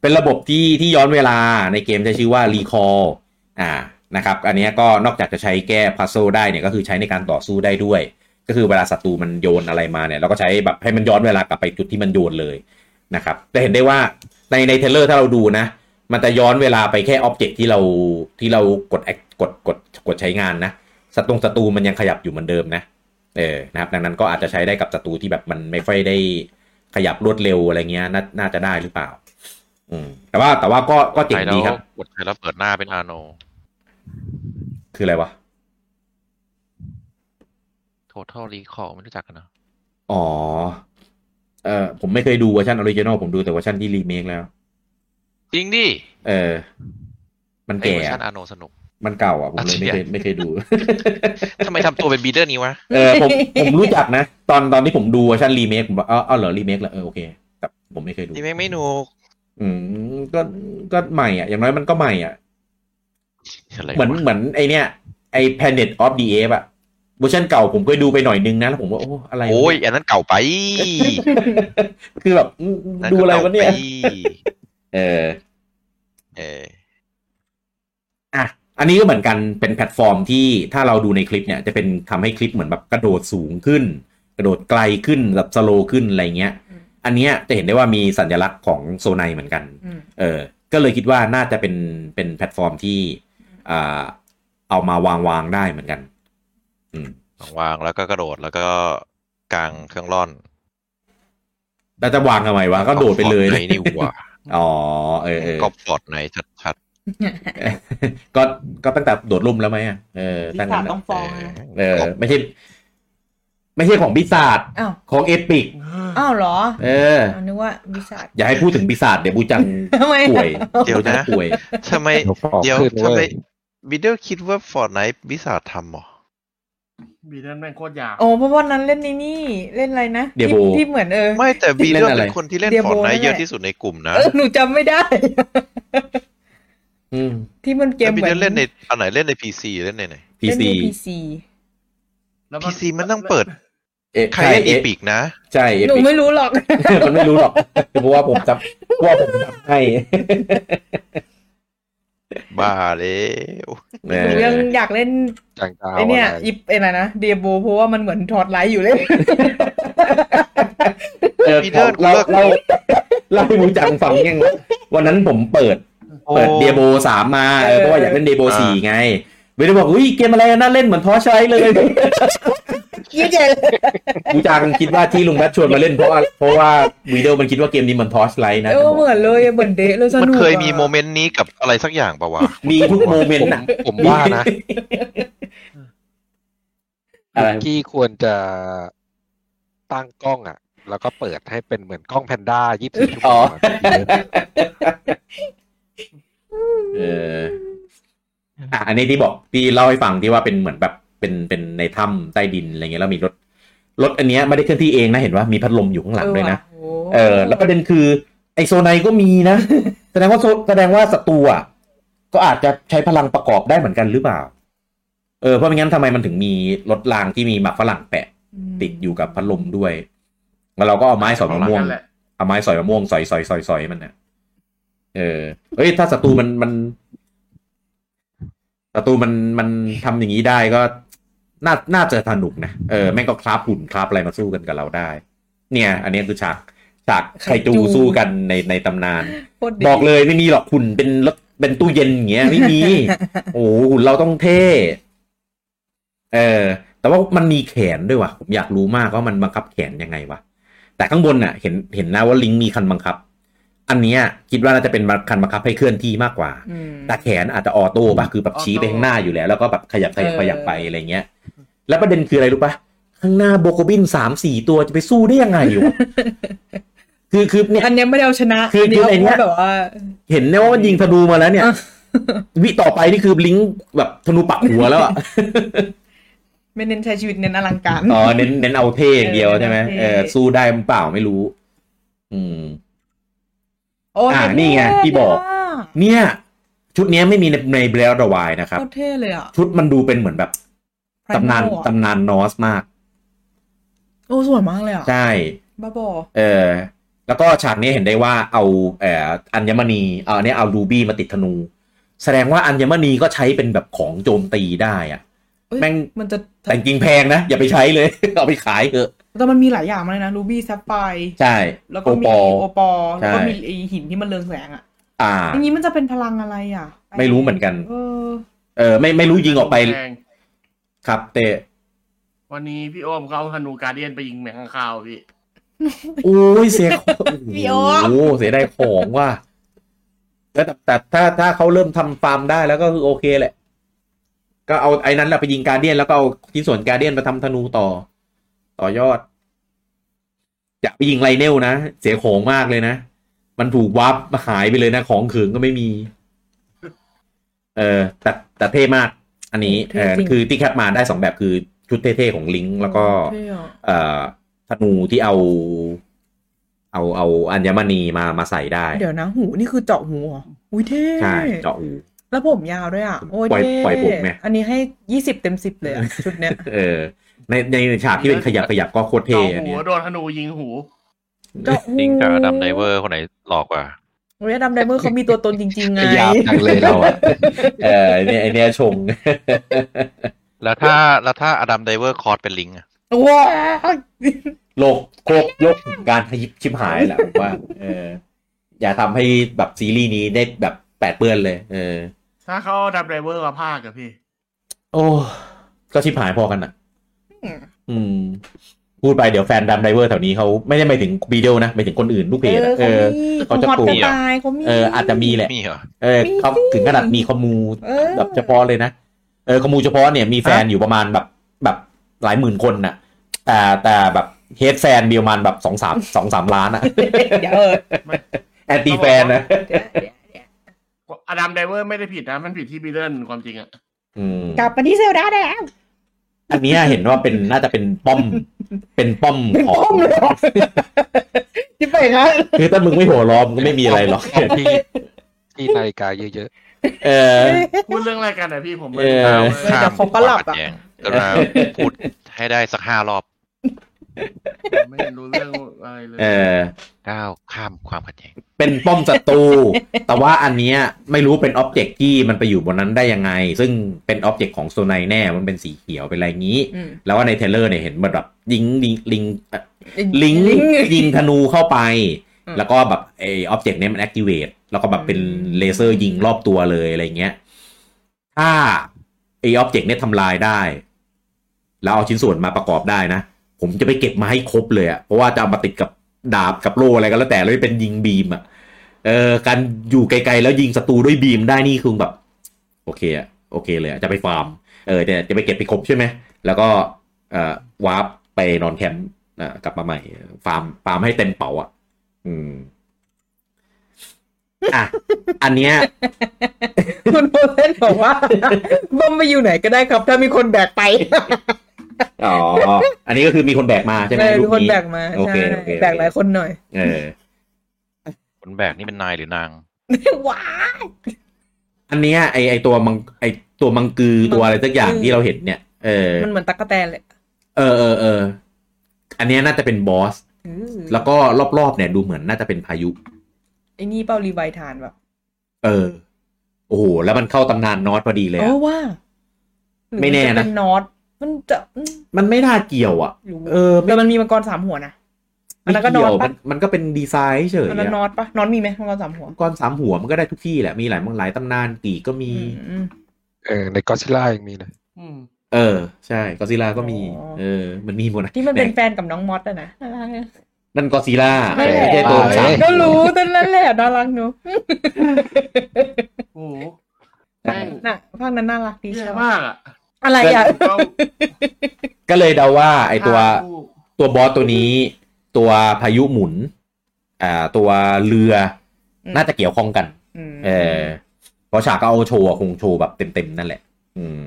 Speaker 1: เป็นระบบที่ที่ย้อนเวลาในเกมจะชื่อว่า Recall อ่านะครับ อันเนี้ยก็นอกจากจะใช้แก้พัซโซได้เนี่ยก็คือใช้ในการต่อสู้ได้ด้วย ก็คือเวลาศัตรูมันโยนอะไรมาเนี่ยเราก็ใช้แบบให้มันย้อนเวลากลับไปจุดที่มันโยนเลยนะครับจะเห็นได้ว่าในในเทรลเลอร์ถ้าเราดูนะ มันจะย้อนเวลาไปแค่อ็อบเจกต์ที่เราที่เรากด act- กดกดกดใช้งานนะศัตรูศัตรูมันยังขยับอยู่เหมือนเดิมนะเออนะครับดังนั้นก็อาจจะใช้ได้กับศัตรูที่แบบมันไม่ค่อยได้ขยับรวดเร็วอะไรเงี้ยน่าน่าจะได้หรือเปล่า อืมแต่ว่าแต่ว่าก็ก็เจ๋
Speaker 3: ไป
Speaker 1: ง
Speaker 3: แล้ว
Speaker 1: ดีครับ
Speaker 3: กดไปแล้วเปิดหน้าเป็นอาโน
Speaker 1: คืออะไรวะ
Speaker 3: Total Recall ไม่รู้จักกันเนอะ
Speaker 1: อ๋อ เออผมไม่เคยดูเวอร์ชันออริจินอลผมดูแต่เวอร์ชันที่รีเมคแล้ว
Speaker 3: จริงดิ
Speaker 1: เออ มัน
Speaker 3: ไอ้
Speaker 1: แก่
Speaker 3: เวอร์ชั
Speaker 1: อะ
Speaker 3: นอาโนสนุก
Speaker 1: มันเก่า อ่ะ ผมเลยไม่เคยไม่เคยดู
Speaker 3: ทำไมทำตัวเป็นบีเดอร์นี้วะ
Speaker 1: เออผมผมรู้จักนะ ตอนตอนที่ผมดูเวอร์ชันรีเมคผมบอกเอ้าเอ้าเหรอรีเมคเหรอเออโอเคแต่ผมไม่เคยดู
Speaker 3: นี่ไม่งไม่หนุก
Speaker 1: อืมก็ก็ใหม่อ่ะ อย่างน้อยมันก็ใหม่อ่ะ
Speaker 3: อะไร
Speaker 1: เหมือน
Speaker 3: วะ
Speaker 1: เหมือนไอเนี้ยไอ Planet of the Apes อ่ะเวอร์ชันเก่าผมเคยดูไปหน่อยนึงนะแล้วผมว่าโอ้อะไรวะ
Speaker 3: โอ้ย
Speaker 1: เนี่
Speaker 3: อันนั้นเก่าไป
Speaker 1: คือแบบอืมดูอะไรวะเนี่ย
Speaker 3: ก่าไป
Speaker 1: เออ
Speaker 3: เออ
Speaker 1: อ่ะ อันนี้ก็เหมือนกันเป็นแพลตฟอร์มที่ถ้าเราดูในคลิปเนี่ยจะเป็นทำให้คลิปเหมือนแบบกระโดดสูงขึ้น กระโดดไกลขึ้นแบบสโลขึ้นอะไรเงี้ย
Speaker 2: อืม
Speaker 1: อันเนี้ยจะเห็นได้ว่ามีสัญลักษณ์ของโซไนเหมือนกัน
Speaker 2: อืม
Speaker 1: เออ ก็เลยคิดว่าน่าจะเป็นเป็นแพลตฟอร์มที่อ่าเอามาวางวางๆได้เหมือนกัน อืม
Speaker 3: วางแล้วก็กระโดดแล้วก็กางเครื่องร่อน
Speaker 1: แล้วจะวางทำไมวะก็โดดไปเลย
Speaker 3: ฟอร์ตนท์นี่หว่า
Speaker 1: อ๋อ เออเออ
Speaker 3: ก็ฟอร์ดในท์ชัด
Speaker 1: ก็ก็ตั้งแต่โดดร่มแล้วไหมอ่ะเออตั้งแต่
Speaker 6: ต้อง
Speaker 3: ๆ
Speaker 6: ฟอง
Speaker 3: เออ
Speaker 1: เออ ไม่ใช่ ไม่ใช่ของปีศาจ
Speaker 2: อ้าว
Speaker 1: ของเอปิก
Speaker 2: อ้าวเหรอ
Speaker 1: เออ
Speaker 2: เอานึกว่าวิชา
Speaker 1: อย่าให้พูดถึงปีศาจเดี๋ยวบูจัง
Speaker 2: ทำไม
Speaker 1: ป่วย
Speaker 3: เดี๋ยวนะ
Speaker 1: ป่วย
Speaker 3: ทำไม
Speaker 5: เดี๋ยว
Speaker 3: เดี๋ยว
Speaker 5: ของขึ้น
Speaker 3: ทำ
Speaker 5: เว้
Speaker 3: ไม
Speaker 5: ย
Speaker 3: วิดเดิลคิดว่าฟอร์ดไนท์วิสาทำเหรอ
Speaker 4: บีนั่นแม่งโคตรยาว
Speaker 2: โอ้เพราะว่านั้นเล่นในนี่เล่นอะไรนะ
Speaker 1: เดี๋ยว
Speaker 2: ที่
Speaker 1: โบ
Speaker 2: ที่เหมือนเออ
Speaker 3: ไม่แต่บี
Speaker 1: เล่น
Speaker 3: เดล
Speaker 1: อะไร
Speaker 3: เป็นคนที่เล่น
Speaker 2: เดีย
Speaker 3: ฟ
Speaker 2: โบ
Speaker 3: อร์ดไน
Speaker 2: นั่นแห
Speaker 3: ท์
Speaker 2: ละ
Speaker 3: เยอะที่สุดในกลุ่มนะ
Speaker 2: เออหนูจำไม่ได้
Speaker 1: อืม
Speaker 2: ที่มันเก
Speaker 3: แต่
Speaker 2: ม
Speaker 3: บี
Speaker 2: เหมื
Speaker 3: เด
Speaker 2: อ
Speaker 3: ล
Speaker 2: น
Speaker 3: เล่นในอันไหนเล่นในพีซีเล่นในไหน
Speaker 1: พี
Speaker 2: เล่น
Speaker 1: ซี
Speaker 2: ใน PC
Speaker 4: แล้ว
Speaker 3: พีซีมันต้องเปิด
Speaker 1: เอ๊ะ
Speaker 3: ใครเล่นอี
Speaker 1: เอ๊ะ
Speaker 3: พิกนะ
Speaker 1: ใช่เอ
Speaker 2: หนู
Speaker 1: ปิก
Speaker 2: ไม่รู้หรอก
Speaker 1: มันไม่รู้หรอกเพราะว่าผมจำเพราะว่าผมจำให้
Speaker 3: บ้าเลย
Speaker 1: เอ
Speaker 2: หนูยัง
Speaker 1: อ
Speaker 2: อยากเล่น
Speaker 5: จางดาว
Speaker 2: ไอเนี่ย
Speaker 5: ะไร
Speaker 2: อีไออะไรนะเดียโบเพราะว่ามันเหมือนถอดไลท์อยู่เลย
Speaker 1: เออเราเราเราให้มูจังฟังยังวันนั้นผมเปิด
Speaker 3: โอ้
Speaker 1: เปิดเดโบสามมาเออเพราะว่าอยากเล่นเดโบสี่ไงไม่ได้บอกอุ้ยเกมอะไรน่าเล่นเหมือนท้อใช้ เลย
Speaker 2: ยี่เจน
Speaker 1: มูจังคิดว่าที่ลุงแบทชวนมาเล่นเพราะว่าเพราะว่าวีดีโอมันคิดว่าเกมนี้เหมันท้อชไลท์นะ
Speaker 2: เออเหมือนเลยเหมือนเดะเลยสนุก
Speaker 3: มันเคยมี
Speaker 2: อะ
Speaker 3: โมเมนต์นี้กับอะไรสักอย่างปะวะ
Speaker 1: มีทุกโมเมนต์นะ
Speaker 5: ผมว่านะ
Speaker 1: อะไร
Speaker 5: กี้ควรจะตั้งกล้องอ่ะ แล้วก็เปิดให้เป็นเหมือนกล้องแพนด้ายี่สิบชั่วโมงอะ
Speaker 1: เอออ่ะอันนี้ที่บอกที่เล่าให้ฟังที่ว่าเป็นเหมือนแบบเป็นเป็นในถ้ำใต้ดินอะไรเงี้ยแล้วมีรถรถอันเนี้ยไม่ได้เคลื่อนที่เองนะเห็นว่ามีพัดลมอยู่ข้างหลังด้วยนะ
Speaker 2: เออว่ะโห
Speaker 1: เออแล้วประเด็นคือไอโซไนก็มีนะ แสดงว่าโซแสดงว่าศัตรูอ่ะก็อาจจะใช้พลังประกอบได้เหมือนกันหรือเปล่า เออเพราะไม่งั้นทำไมมันถึงมีรถรางที่มีหมากฝรั่งแปะ ติดอยู่กับพัดลมด้วย แล้วเราก็เอาไม้สอยมะม่วง
Speaker 4: นั่นแหละ
Speaker 1: เอาไม้สอยมะม่วงสอยสอยสอยสอยมันน่ะเออเฮ้ยถ้าศัตรูมันมันศัตรูมันมันทำอย่างนี้ได้ก็น่าน่าจะสนุกนะเออแม่งก็คราบหุ่นคราบอะไรมาสู้กันกับเราได้ เนี่ย อันนี้คือฉากฉากไคจูสู้กันในในตำนาน
Speaker 2: โคตรดี
Speaker 1: บอกเลยไม่มีหรอกหุ่นเป็นรถเป็นตู้เย็นอย่างเงี้ยไม่มี โอ้โหหุ่นเราต้องเท่ เออ แต่ว่ามันมีแขนด้วยว่ะผมอยากรู้มากว่ามันบังคับแขนยังไงวะแต่ข้างบนน่ะ เห็นเห็นนะว่าลิงก์มีคันบังคับ อันเนี้ยคิดว่าน่าจะเป็นคันบังคับให้เคลื่อนที่มากกว่า
Speaker 2: อืม
Speaker 1: แต่แขนอาจจะออโต้ป่ะคือแบบชี้ไปข้างหน้าอยู่แล้ว แล้วก็แบบขยับขยับ
Speaker 2: เออ
Speaker 1: ขยับไปอะไรเงี้ย แล้วประเด็นคืออะไรรู้ป่ะข้างหน้าโบโกบินสามสี่ตัวจะไปสู้ได้ยังไงอยู่ คือคือเนี่ย
Speaker 2: อันเนี้ยไม่ได้เอาชนะ
Speaker 1: คือคือ
Speaker 2: เา
Speaker 1: ไอ้เนี้ย
Speaker 2: แบบว่า
Speaker 1: เห็นนะว่ามันยิงธนูมาแล้วเนี่ย
Speaker 2: อ่ะ
Speaker 1: วิต่อไปนี่คือลิงก์แบบธนูปักหัวแล้วอ่ะ
Speaker 2: ไม่เน้นใช้ชีวิตเน้นอลังการ
Speaker 1: อ๋อเน้นเน้นเอาเท่อย่างเดียวใช่ไหม
Speaker 2: เออเน้
Speaker 1: เออ
Speaker 2: นเอาเท่
Speaker 1: สู้ได้หรือเปล่าไม่รู้ อืม
Speaker 2: โอ้
Speaker 1: อ่ะ
Speaker 2: เท่
Speaker 1: นี่ไงที่บอก เนี่ย ชุดเนี้ยไม่มีในในเบลล์ระวายนะครับ
Speaker 2: โคตรเท่เลยอ่ะ
Speaker 1: ชุดมันดูเป็นเหมือนแบบตำนาน
Speaker 2: ไพรโม่อะ
Speaker 1: ตำนานนอสมาก
Speaker 2: โอ้สวยมากเลยอ่ะ
Speaker 1: ใช่
Speaker 2: บ้าบอ
Speaker 1: เออ แล้วก็ฉากนี้เห็นได้ว่าเอาเอ่ออัญมณีเอาเนี่ยเอารูบี้มาติดธนู แสดงว่าอัญมณีก็ใช้เป็นแบบของโจมตีได้อะ
Speaker 2: เอ้ย
Speaker 1: แม่ง
Speaker 2: มันจะ
Speaker 1: แต่จริงๆแพงนะ อย่าไปใช้เลย เอาไปขายเถอะ
Speaker 2: แต่มันมีหลายอย่างมากเลยนะรูบี้ซับไฟ
Speaker 1: ใช่
Speaker 2: แล้วก็มี
Speaker 1: โอปอ
Speaker 2: โอปอล์แล้วก็
Speaker 1: ใช่
Speaker 2: มีไอหินที่มันเรืองแสงอ่ะ
Speaker 1: อ่า
Speaker 2: อย่างนี้มันจะเป็นพลังอะไรอ่ะ
Speaker 1: ไม่รู้เหมือนกัน
Speaker 2: เออ
Speaker 1: เออไม่ไม่รู้ยิงออกไป
Speaker 4: แม่ง
Speaker 1: ครับ เตะ
Speaker 4: วันนี้พี่โอมเขาเอาธนูการเดียนไปยิงแมงข้างคาวพี่
Speaker 1: โอ้ยเสียของ
Speaker 2: พี่โอ๊ค
Speaker 1: โอ้โหเสียได้ของว่ะแต่แต่ถ้าถ้าเขาเริ่มทำฟาร์มได้แล้วก็คือโอเคแหละ ก็เอาไอ้นั้นแหละไปยิงการเดียนแล้วก็เอาที่ส่วนการเดียนมาทำธนูต่อ ต่อยอด อยากไปยิงไรเนลนะ เสียของมากเลยนะ มันถูกวับหายไปเลยนะ ของเขิงก็ไม่มี เออแต่แต่เท่มาก อันนี้
Speaker 2: เท่
Speaker 1: เออ
Speaker 2: จริง
Speaker 1: คือที่แคปมาได้สองแบบคือชุดเท่ๆของลิงก์แล้วก็
Speaker 2: เท่อะ
Speaker 1: เอ่อธนูที่เอา เอาเอาอัญมณีมามาใส่ได้
Speaker 2: เดี๋ยวนะหูนี่คือเจาะหูเหรออุ้ยเท่
Speaker 1: ใช่เจาะหู
Speaker 2: แล้วผมยาวด้วยอ่ะโอ้ย
Speaker 1: ปล่อย
Speaker 2: เท่
Speaker 1: ปล่อยผมไง
Speaker 2: อันนี้ให้ยี่สิบเต็มสิบเลยอะชุดเนี้ย
Speaker 1: เออ ในในฉากที่เป็นขยับขยับก็โคตรเท่
Speaker 4: เจาะ
Speaker 1: อัน
Speaker 4: หู
Speaker 1: เนี้ย
Speaker 4: โดนธนูยิงหู
Speaker 2: เจาะหู
Speaker 3: ลิงก์กับอดัมไดเวอร์คนไหนหลอกกว่า
Speaker 2: เฮ้ยอดัมไดเมอร์เขามีตัวตนจริงๆไง
Speaker 5: ยาวจังเลยเราอะ
Speaker 1: เออเนี่ยไอเนี่ยชง
Speaker 3: แล้วถ้าแล้วถ้าอดัมไดเวอร์คอร์ดเป็นลิงอะ
Speaker 2: ว้า
Speaker 1: โลกโคกโลกการยิบชิบหายแหละผมว่า เออ อย่าทำให้แบบซีรีส์นี้ได้แบบแปดเปื้อนเลย เออ
Speaker 4: ถ้าเขาเอาดับไดเวอร์มาพากย์อะพี่
Speaker 1: โอ้ ก็ชิบหายพอกันอ่ะ อืม พูดไปเดี๋ยวแฟนดัมไดเวอร์แถวนี้เขาไม่ได้ไปถึงบีเดลนะไปถึงคนอื่นลูกเพจอะเออ
Speaker 2: เขา
Speaker 1: เขาจะป
Speaker 2: มีเขาฮอต
Speaker 1: ลูก
Speaker 2: จะตายเขามี
Speaker 1: เอออาจจะมีแหละ
Speaker 3: มีเหรอ
Speaker 1: เออเขาถึงขนาดมีข้อมูล
Speaker 2: เออ
Speaker 1: แบบเฉพาะเลยนะ เออข้อมูลเฉพาะเนี่ยมีแฟนอยู่ประมาณแบบแบบหลายหมื่นคนน่ะ แต่แต่แบบเฮดแฟนมีประมาณแบบสองสามสองสาม ล้านอะ
Speaker 2: เดี๋ยวเออ
Speaker 1: แอนตี้แฟนนะ
Speaker 2: เดี๋ยวเดี๋ยวเดี๋ยว
Speaker 4: อดัมไดเวอร์ไม่ได้ผิดนะ มันผิดที่บีเดิลความจริงอะ
Speaker 1: อืม
Speaker 2: กลับมาที่เซลดาได้แล้ว
Speaker 1: อันเนี้ยเห็นว่าเป็นน่าจะเป็นป้ อม เป็นป้อม
Speaker 2: เป็น
Speaker 1: ขอ
Speaker 2: ป้
Speaker 1: ง
Speaker 2: อมเลยเหรอที่ไปนะ
Speaker 1: คือถ้ามึงไม่หัวล้อมก็ไม่มีอะไรหร อก
Speaker 5: ที่ที่นาฬิกาเยอะ
Speaker 1: เออ
Speaker 4: พูดเรื่องอะไรกันนะพี่ผมไม่
Speaker 1: เออ
Speaker 4: รู้
Speaker 3: เอา
Speaker 4: เลย
Speaker 3: ข้าม
Speaker 2: เขาก็หลับ
Speaker 3: ควา
Speaker 2: อ่ะ
Speaker 3: มขัดแย้งกรุณาพูดให้ได้สักห้ารอบ
Speaker 4: ผมไม่รู้เรื่องอะไรเลย
Speaker 1: เออ
Speaker 3: ก้าวข้ามความขัดแย้ง
Speaker 1: เป็นป้อมศัต รู แต่ว่าอันเนี้ยไม่รู้เป็นอ็อบเจกต์ที่มันไปอยู่บนนั้นได้ยังไง ซึ่งเป็นอ็อบเจกต์ของโซไนแน่ มันเป็นสีเขียวเป็นอะไรงี้
Speaker 2: อืม
Speaker 1: แล้วว่าในเทรลเลอร์เนี่ยเห็นเหมันแบบยิงลิงลิงเอ่อลิงยิงธนูเข้าไป
Speaker 2: อืม
Speaker 1: แล้วก็แบบไอ้ออบเจกต์เนี้ยมันแอคทีเวตแล้วก็แบบเป็น
Speaker 2: อืม
Speaker 1: เลเซอร์ยิงรอบตัวเลยอะไรเงี้ย ถ้าไอ้ออบเจกต์เนี้ยทำลายได้ แล้วเอาชิ้นส่วนมาประกอบได้นะ ผมจะไปเก็บมาให้ครบเลยอะเพราะว่าจะเอามาติดกับดาบกับโล่อะไรก็แล้วแต่แล้วเป็นยิงบีมอะเออการอยู่ไกลๆแล้วยิงศัตรูด้วยบีมได้นี่คือแบบ โอเคอะโอเคเลยอะจะไปฟาร์ม เออเนี่ยจะไปเก็บไปครบใช่ไหม แล้วก็เอ่อวาร์ปไปนอนแคมป์อ่ะกลับมาใหม่ ฟาร์มฟาร์มให้เต็มเป๋าอ่ะ อืม อ่ะ อันเนี้ย
Speaker 2: คุณโพเซนบอกว่าบอมไปอยู่ไหนก็ได้ครับ ถ้ามีคนแบกไป
Speaker 1: อ๋อ อันนี้ก็คือมีคนแบกมาใช่ไหม
Speaker 2: เออ
Speaker 1: รู
Speaker 2: มี
Speaker 1: ป
Speaker 2: คน
Speaker 1: นี้
Speaker 2: แบกมา
Speaker 1: โอ
Speaker 2: ใช่
Speaker 1: เคโอเค
Speaker 2: แบกหลายคนหน่อย
Speaker 1: เออ
Speaker 3: คนแบกนี่เป็นนายหรือนาง
Speaker 2: ว้าย
Speaker 1: อันเนี้ยไอไอตัวมังไอตัวมังกือตัวอะไรสักอย่างที่เราเห็นเนี่ย เออ
Speaker 2: มันเหมือนตั๊กแตนเลย
Speaker 1: เออเออเออ อันเนี้ยน่าจะเป็นบอส
Speaker 2: อืม
Speaker 1: แล้วก็รอบๆเนี่ยดูเหมือนน่าจะเป็นพายุ
Speaker 2: ไอ้นี่เป้ารีไวทานแบบ
Speaker 1: เออ โอ้โห แล้วมันเข้าตำนานนอตพอดีเลย
Speaker 2: เอ
Speaker 1: อะ
Speaker 2: อว่าหรือ
Speaker 1: ไม่แน่นะ
Speaker 2: จเป็นนอตมันจะอืม
Speaker 1: มันไม่น่าเกี่ยวอ่ะ
Speaker 2: หรือ
Speaker 1: เออไม่
Speaker 2: แต่มันมีมังกรสามหัวนะ อันนั้นก็นอนปะ
Speaker 1: มัมันก็เป็นดีไซน์เฉย
Speaker 2: อัน
Speaker 1: ๆ
Speaker 2: นั้นน
Speaker 1: อะ
Speaker 2: อตปะนอตมีไหมมังกรสามหัว
Speaker 1: มังกรสามหัวมันก็ได้ทุกที่แหละ มีหลายมังหลายตำนานกี่ก็มี
Speaker 2: อืม
Speaker 5: ๆเออในก็ซิล่ายังมีเลย
Speaker 4: อืม
Speaker 1: เออ ใช่ก็ซิล่าก็มี
Speaker 2: อ๋อ
Speaker 1: เออ มันมีหมดะ
Speaker 2: ที่มันเป็น
Speaker 1: แห
Speaker 2: แฟนกับน้องมอสอะนะน่ารักอะ
Speaker 1: นั่นก็ซิล่า
Speaker 2: ไม่แหละ
Speaker 1: ไม่ใช่ตัวสาม
Speaker 5: เอ๊ะ
Speaker 2: ก็รู้แต่นั้นแหละน่ารักเนอะ
Speaker 4: โอ้โหแม่ง
Speaker 2: น่ะภาคนั้นน่ารักดี
Speaker 4: เย
Speaker 2: ใช่
Speaker 4: อะ
Speaker 2: ไหม
Speaker 4: มากอะ
Speaker 2: อะไรอ่ะ
Speaker 4: ก็
Speaker 1: ก็เลยเดาว่า ไอตัวตัวบอสตัวนี้ ตัวพายุหมุน อ่า ตัวเรืออ
Speaker 2: ม
Speaker 1: น่าจะเกี่ยวข้องกัน
Speaker 2: ม
Speaker 1: เออเพราะฉากก็เอาโชว์อะคงโชว์แบบเต็มๆ นั่นแหละ อืม